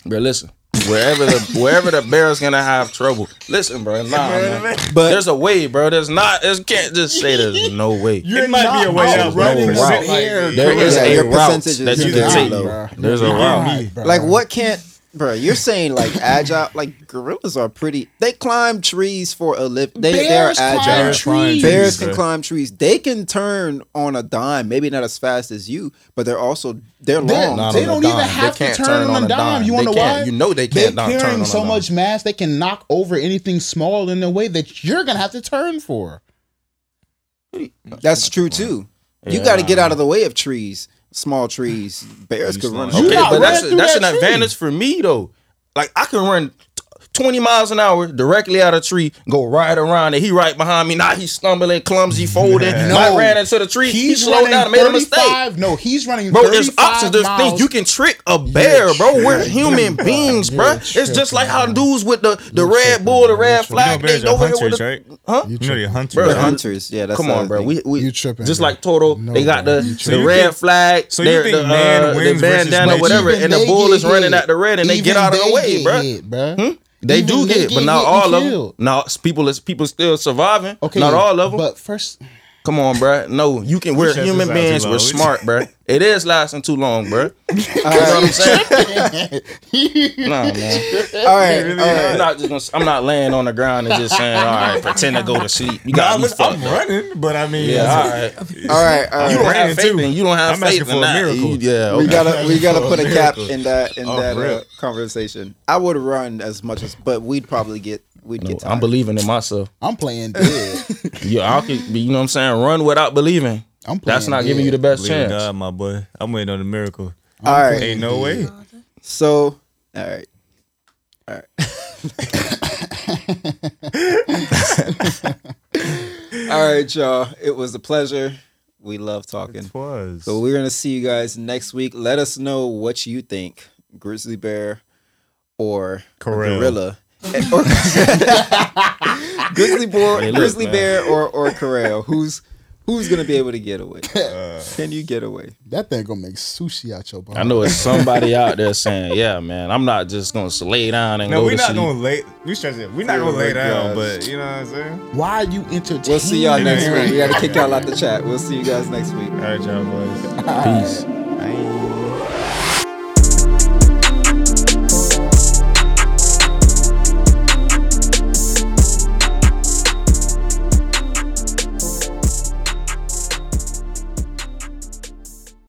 [SPEAKER 3] bro. Listen, wherever the wherever the bear's gonna have trouble. Listen, bro. Nah, man.
[SPEAKER 1] But-
[SPEAKER 3] there's a way, bro. There's not. There's can't just say there's no way.
[SPEAKER 2] It might be a way out, bro.
[SPEAKER 4] running
[SPEAKER 3] No
[SPEAKER 2] Percent-
[SPEAKER 3] route.
[SPEAKER 4] the bear.
[SPEAKER 3] There is
[SPEAKER 1] Yeah,
[SPEAKER 3] a
[SPEAKER 1] your
[SPEAKER 3] route
[SPEAKER 1] percentage is
[SPEAKER 3] that you
[SPEAKER 1] too
[SPEAKER 3] can
[SPEAKER 1] high,
[SPEAKER 3] take.
[SPEAKER 1] though.
[SPEAKER 3] There's a route.
[SPEAKER 1] Like what can't bro, you're saying like agile like gorillas are pretty they climb trees for a living. They
[SPEAKER 4] Bears
[SPEAKER 1] they're agile.
[SPEAKER 4] climb
[SPEAKER 2] Bears climb
[SPEAKER 4] trees.
[SPEAKER 2] trees.
[SPEAKER 1] Bears can
[SPEAKER 2] bro.
[SPEAKER 1] climb trees. They can turn on a dime, maybe not as fast as you, but they're also they're
[SPEAKER 4] They're-
[SPEAKER 1] long.
[SPEAKER 3] Not
[SPEAKER 4] they
[SPEAKER 3] on a
[SPEAKER 4] don't
[SPEAKER 3] dime.
[SPEAKER 4] even have
[SPEAKER 3] They
[SPEAKER 4] to
[SPEAKER 3] can't
[SPEAKER 4] turn, on a dime. You
[SPEAKER 3] They
[SPEAKER 4] want to know
[SPEAKER 3] can't.
[SPEAKER 4] why?
[SPEAKER 3] You know they
[SPEAKER 4] They're
[SPEAKER 3] can't not turn
[SPEAKER 4] carrying
[SPEAKER 3] on a
[SPEAKER 4] so
[SPEAKER 3] dime.
[SPEAKER 4] much mass they can knock over anything small in a way that you're gonna have to turn for.
[SPEAKER 1] That's true too. You
[SPEAKER 3] Yeah.
[SPEAKER 1] got to get out of the way of trees, small trees. Bears could run.
[SPEAKER 2] Okay,
[SPEAKER 1] over
[SPEAKER 3] Okay,
[SPEAKER 1] them.
[SPEAKER 4] not
[SPEAKER 3] but that's
[SPEAKER 4] running through
[SPEAKER 3] that's
[SPEAKER 4] that
[SPEAKER 3] an
[SPEAKER 4] tree.
[SPEAKER 3] advantage for me though. Like I can run t- twenty miles an hour directly out of a tree, go right around, and he right behind me. Now he's stumbling, clumsy, folding.
[SPEAKER 4] No.
[SPEAKER 3] I ran into the tree. he
[SPEAKER 4] He's
[SPEAKER 3] slowed
[SPEAKER 4] running
[SPEAKER 3] down, and made a mistake.
[SPEAKER 4] 35 No, he's running.
[SPEAKER 3] Bro, there's
[SPEAKER 4] 35
[SPEAKER 3] options. There's
[SPEAKER 4] miles
[SPEAKER 3] things you can trick a bear, bro. We're human beings, bro.
[SPEAKER 4] You're
[SPEAKER 3] It's just like how dudes with the, the red bull, the red
[SPEAKER 2] You know
[SPEAKER 3] flag, they
[SPEAKER 2] bears
[SPEAKER 3] go
[SPEAKER 2] are
[SPEAKER 3] over here with
[SPEAKER 2] hunters,
[SPEAKER 3] the
[SPEAKER 2] right?
[SPEAKER 3] huh?
[SPEAKER 2] You know they're hunters.
[SPEAKER 3] Bro,
[SPEAKER 1] They're
[SPEAKER 2] right?
[SPEAKER 1] hunters. Yeah, that's
[SPEAKER 3] Come
[SPEAKER 1] the
[SPEAKER 3] on, bro.
[SPEAKER 1] thing.
[SPEAKER 3] We, we
[SPEAKER 4] You tripping,
[SPEAKER 3] Just
[SPEAKER 4] bro.
[SPEAKER 3] like Toto,
[SPEAKER 4] No,
[SPEAKER 3] they got
[SPEAKER 4] bro.
[SPEAKER 3] the,
[SPEAKER 4] You
[SPEAKER 3] the
[SPEAKER 4] tripping.
[SPEAKER 2] So you
[SPEAKER 3] red
[SPEAKER 2] think-
[SPEAKER 3] flag,
[SPEAKER 2] so you
[SPEAKER 3] their-
[SPEAKER 2] think
[SPEAKER 3] the,
[SPEAKER 2] man
[SPEAKER 3] uh, the
[SPEAKER 2] wins versus
[SPEAKER 3] bandana,
[SPEAKER 2] nature?
[SPEAKER 3] whatever,
[SPEAKER 4] Even
[SPEAKER 3] and the
[SPEAKER 4] they
[SPEAKER 3] bull
[SPEAKER 4] get
[SPEAKER 3] is running
[SPEAKER 4] hit.
[SPEAKER 3] at the red, and they
[SPEAKER 4] Even
[SPEAKER 3] get out of the
[SPEAKER 4] they
[SPEAKER 3] way,
[SPEAKER 4] get
[SPEAKER 3] bro.
[SPEAKER 4] hit, bro.
[SPEAKER 3] They
[SPEAKER 4] Even
[SPEAKER 3] do
[SPEAKER 4] they
[SPEAKER 3] get, but
[SPEAKER 4] get
[SPEAKER 3] not
[SPEAKER 4] hit
[SPEAKER 3] all
[SPEAKER 4] and
[SPEAKER 3] of them.
[SPEAKER 4] killed.
[SPEAKER 3] Now people is people still surviving. Okay, not all of them.
[SPEAKER 4] But first,
[SPEAKER 3] Come on, bruh. No, you can. We're
[SPEAKER 6] This
[SPEAKER 3] human
[SPEAKER 6] is out too
[SPEAKER 3] beings. We're
[SPEAKER 6] long.
[SPEAKER 3] smart, bruh. It is lasting too long, bruh. You know what I'm saying? nah, man.
[SPEAKER 1] All right, all right.
[SPEAKER 3] I'm not just gonna. I'm not laying on the ground and just saying, all right, pretend to go to sleep. You
[SPEAKER 6] Nah,
[SPEAKER 3] got
[SPEAKER 6] I'm,
[SPEAKER 3] me
[SPEAKER 6] just- I'm
[SPEAKER 3] fucked up.
[SPEAKER 6] running, but I mean,
[SPEAKER 3] Yeah, all
[SPEAKER 6] yeah,
[SPEAKER 3] right.
[SPEAKER 1] All right, all
[SPEAKER 3] You
[SPEAKER 1] right.
[SPEAKER 3] don't
[SPEAKER 6] Brandon,
[SPEAKER 3] have faith
[SPEAKER 6] too.
[SPEAKER 3] in. You don't have
[SPEAKER 6] I'm
[SPEAKER 3] faith
[SPEAKER 6] asking
[SPEAKER 3] in
[SPEAKER 6] for a
[SPEAKER 3] that.
[SPEAKER 6] miracle.
[SPEAKER 3] You- Yeah.
[SPEAKER 1] We
[SPEAKER 3] okay.
[SPEAKER 1] gotta we gotta put a cap
[SPEAKER 6] miracle.
[SPEAKER 1] in that in
[SPEAKER 6] Oh,
[SPEAKER 1] that
[SPEAKER 6] real.
[SPEAKER 1] uh, conversation. I would run as much as, but we'd probably get we'd get tired.
[SPEAKER 3] I'm believing in myself.
[SPEAKER 4] I'm playing dead.
[SPEAKER 3] Yeah, I could. be- You know what I'm saying? Run without believing.
[SPEAKER 4] I'm playing.
[SPEAKER 3] That's not giving
[SPEAKER 4] dead.
[SPEAKER 3] you the best
[SPEAKER 6] Believe in
[SPEAKER 3] chance.
[SPEAKER 6] God, my boy. I'm waiting on a miracle.
[SPEAKER 1] all right,
[SPEAKER 6] Ain't no way.
[SPEAKER 1] so all right, all right, all right, y'all. It was a pleasure. We love talking.
[SPEAKER 6] was.
[SPEAKER 1] So we're gonna see you guys next week. Let us know what you think, grizzly bear or
[SPEAKER 6] Corral.
[SPEAKER 1] gorilla, And- or- grizzly bear,
[SPEAKER 3] Hey, look,
[SPEAKER 1] grizzly
[SPEAKER 3] man.
[SPEAKER 1] bear or or corral. Who's who's gonna be able to get away?
[SPEAKER 3] Uh,
[SPEAKER 1] Can you get away?
[SPEAKER 4] That thing gonna make sushi out your bone.
[SPEAKER 3] I know it's somebody out there saying, "Yeah, man, I'm not just gonna lay down and
[SPEAKER 6] No,
[SPEAKER 3] go
[SPEAKER 6] we're
[SPEAKER 3] to
[SPEAKER 6] not
[SPEAKER 3] sleep."
[SPEAKER 6] going to lay. We stress it. We're not
[SPEAKER 1] Oh
[SPEAKER 6] going to lay
[SPEAKER 1] my gosh.
[SPEAKER 6] down, but you know what I'm saying?
[SPEAKER 4] Why are you entertaining?
[SPEAKER 1] We'll see y'all next
[SPEAKER 4] me?
[SPEAKER 1] week. We gotta kick y'all out the chat. We'll see you guys next week.
[SPEAKER 6] All right, y'all boys.
[SPEAKER 3] Peace.
[SPEAKER 6] Bye.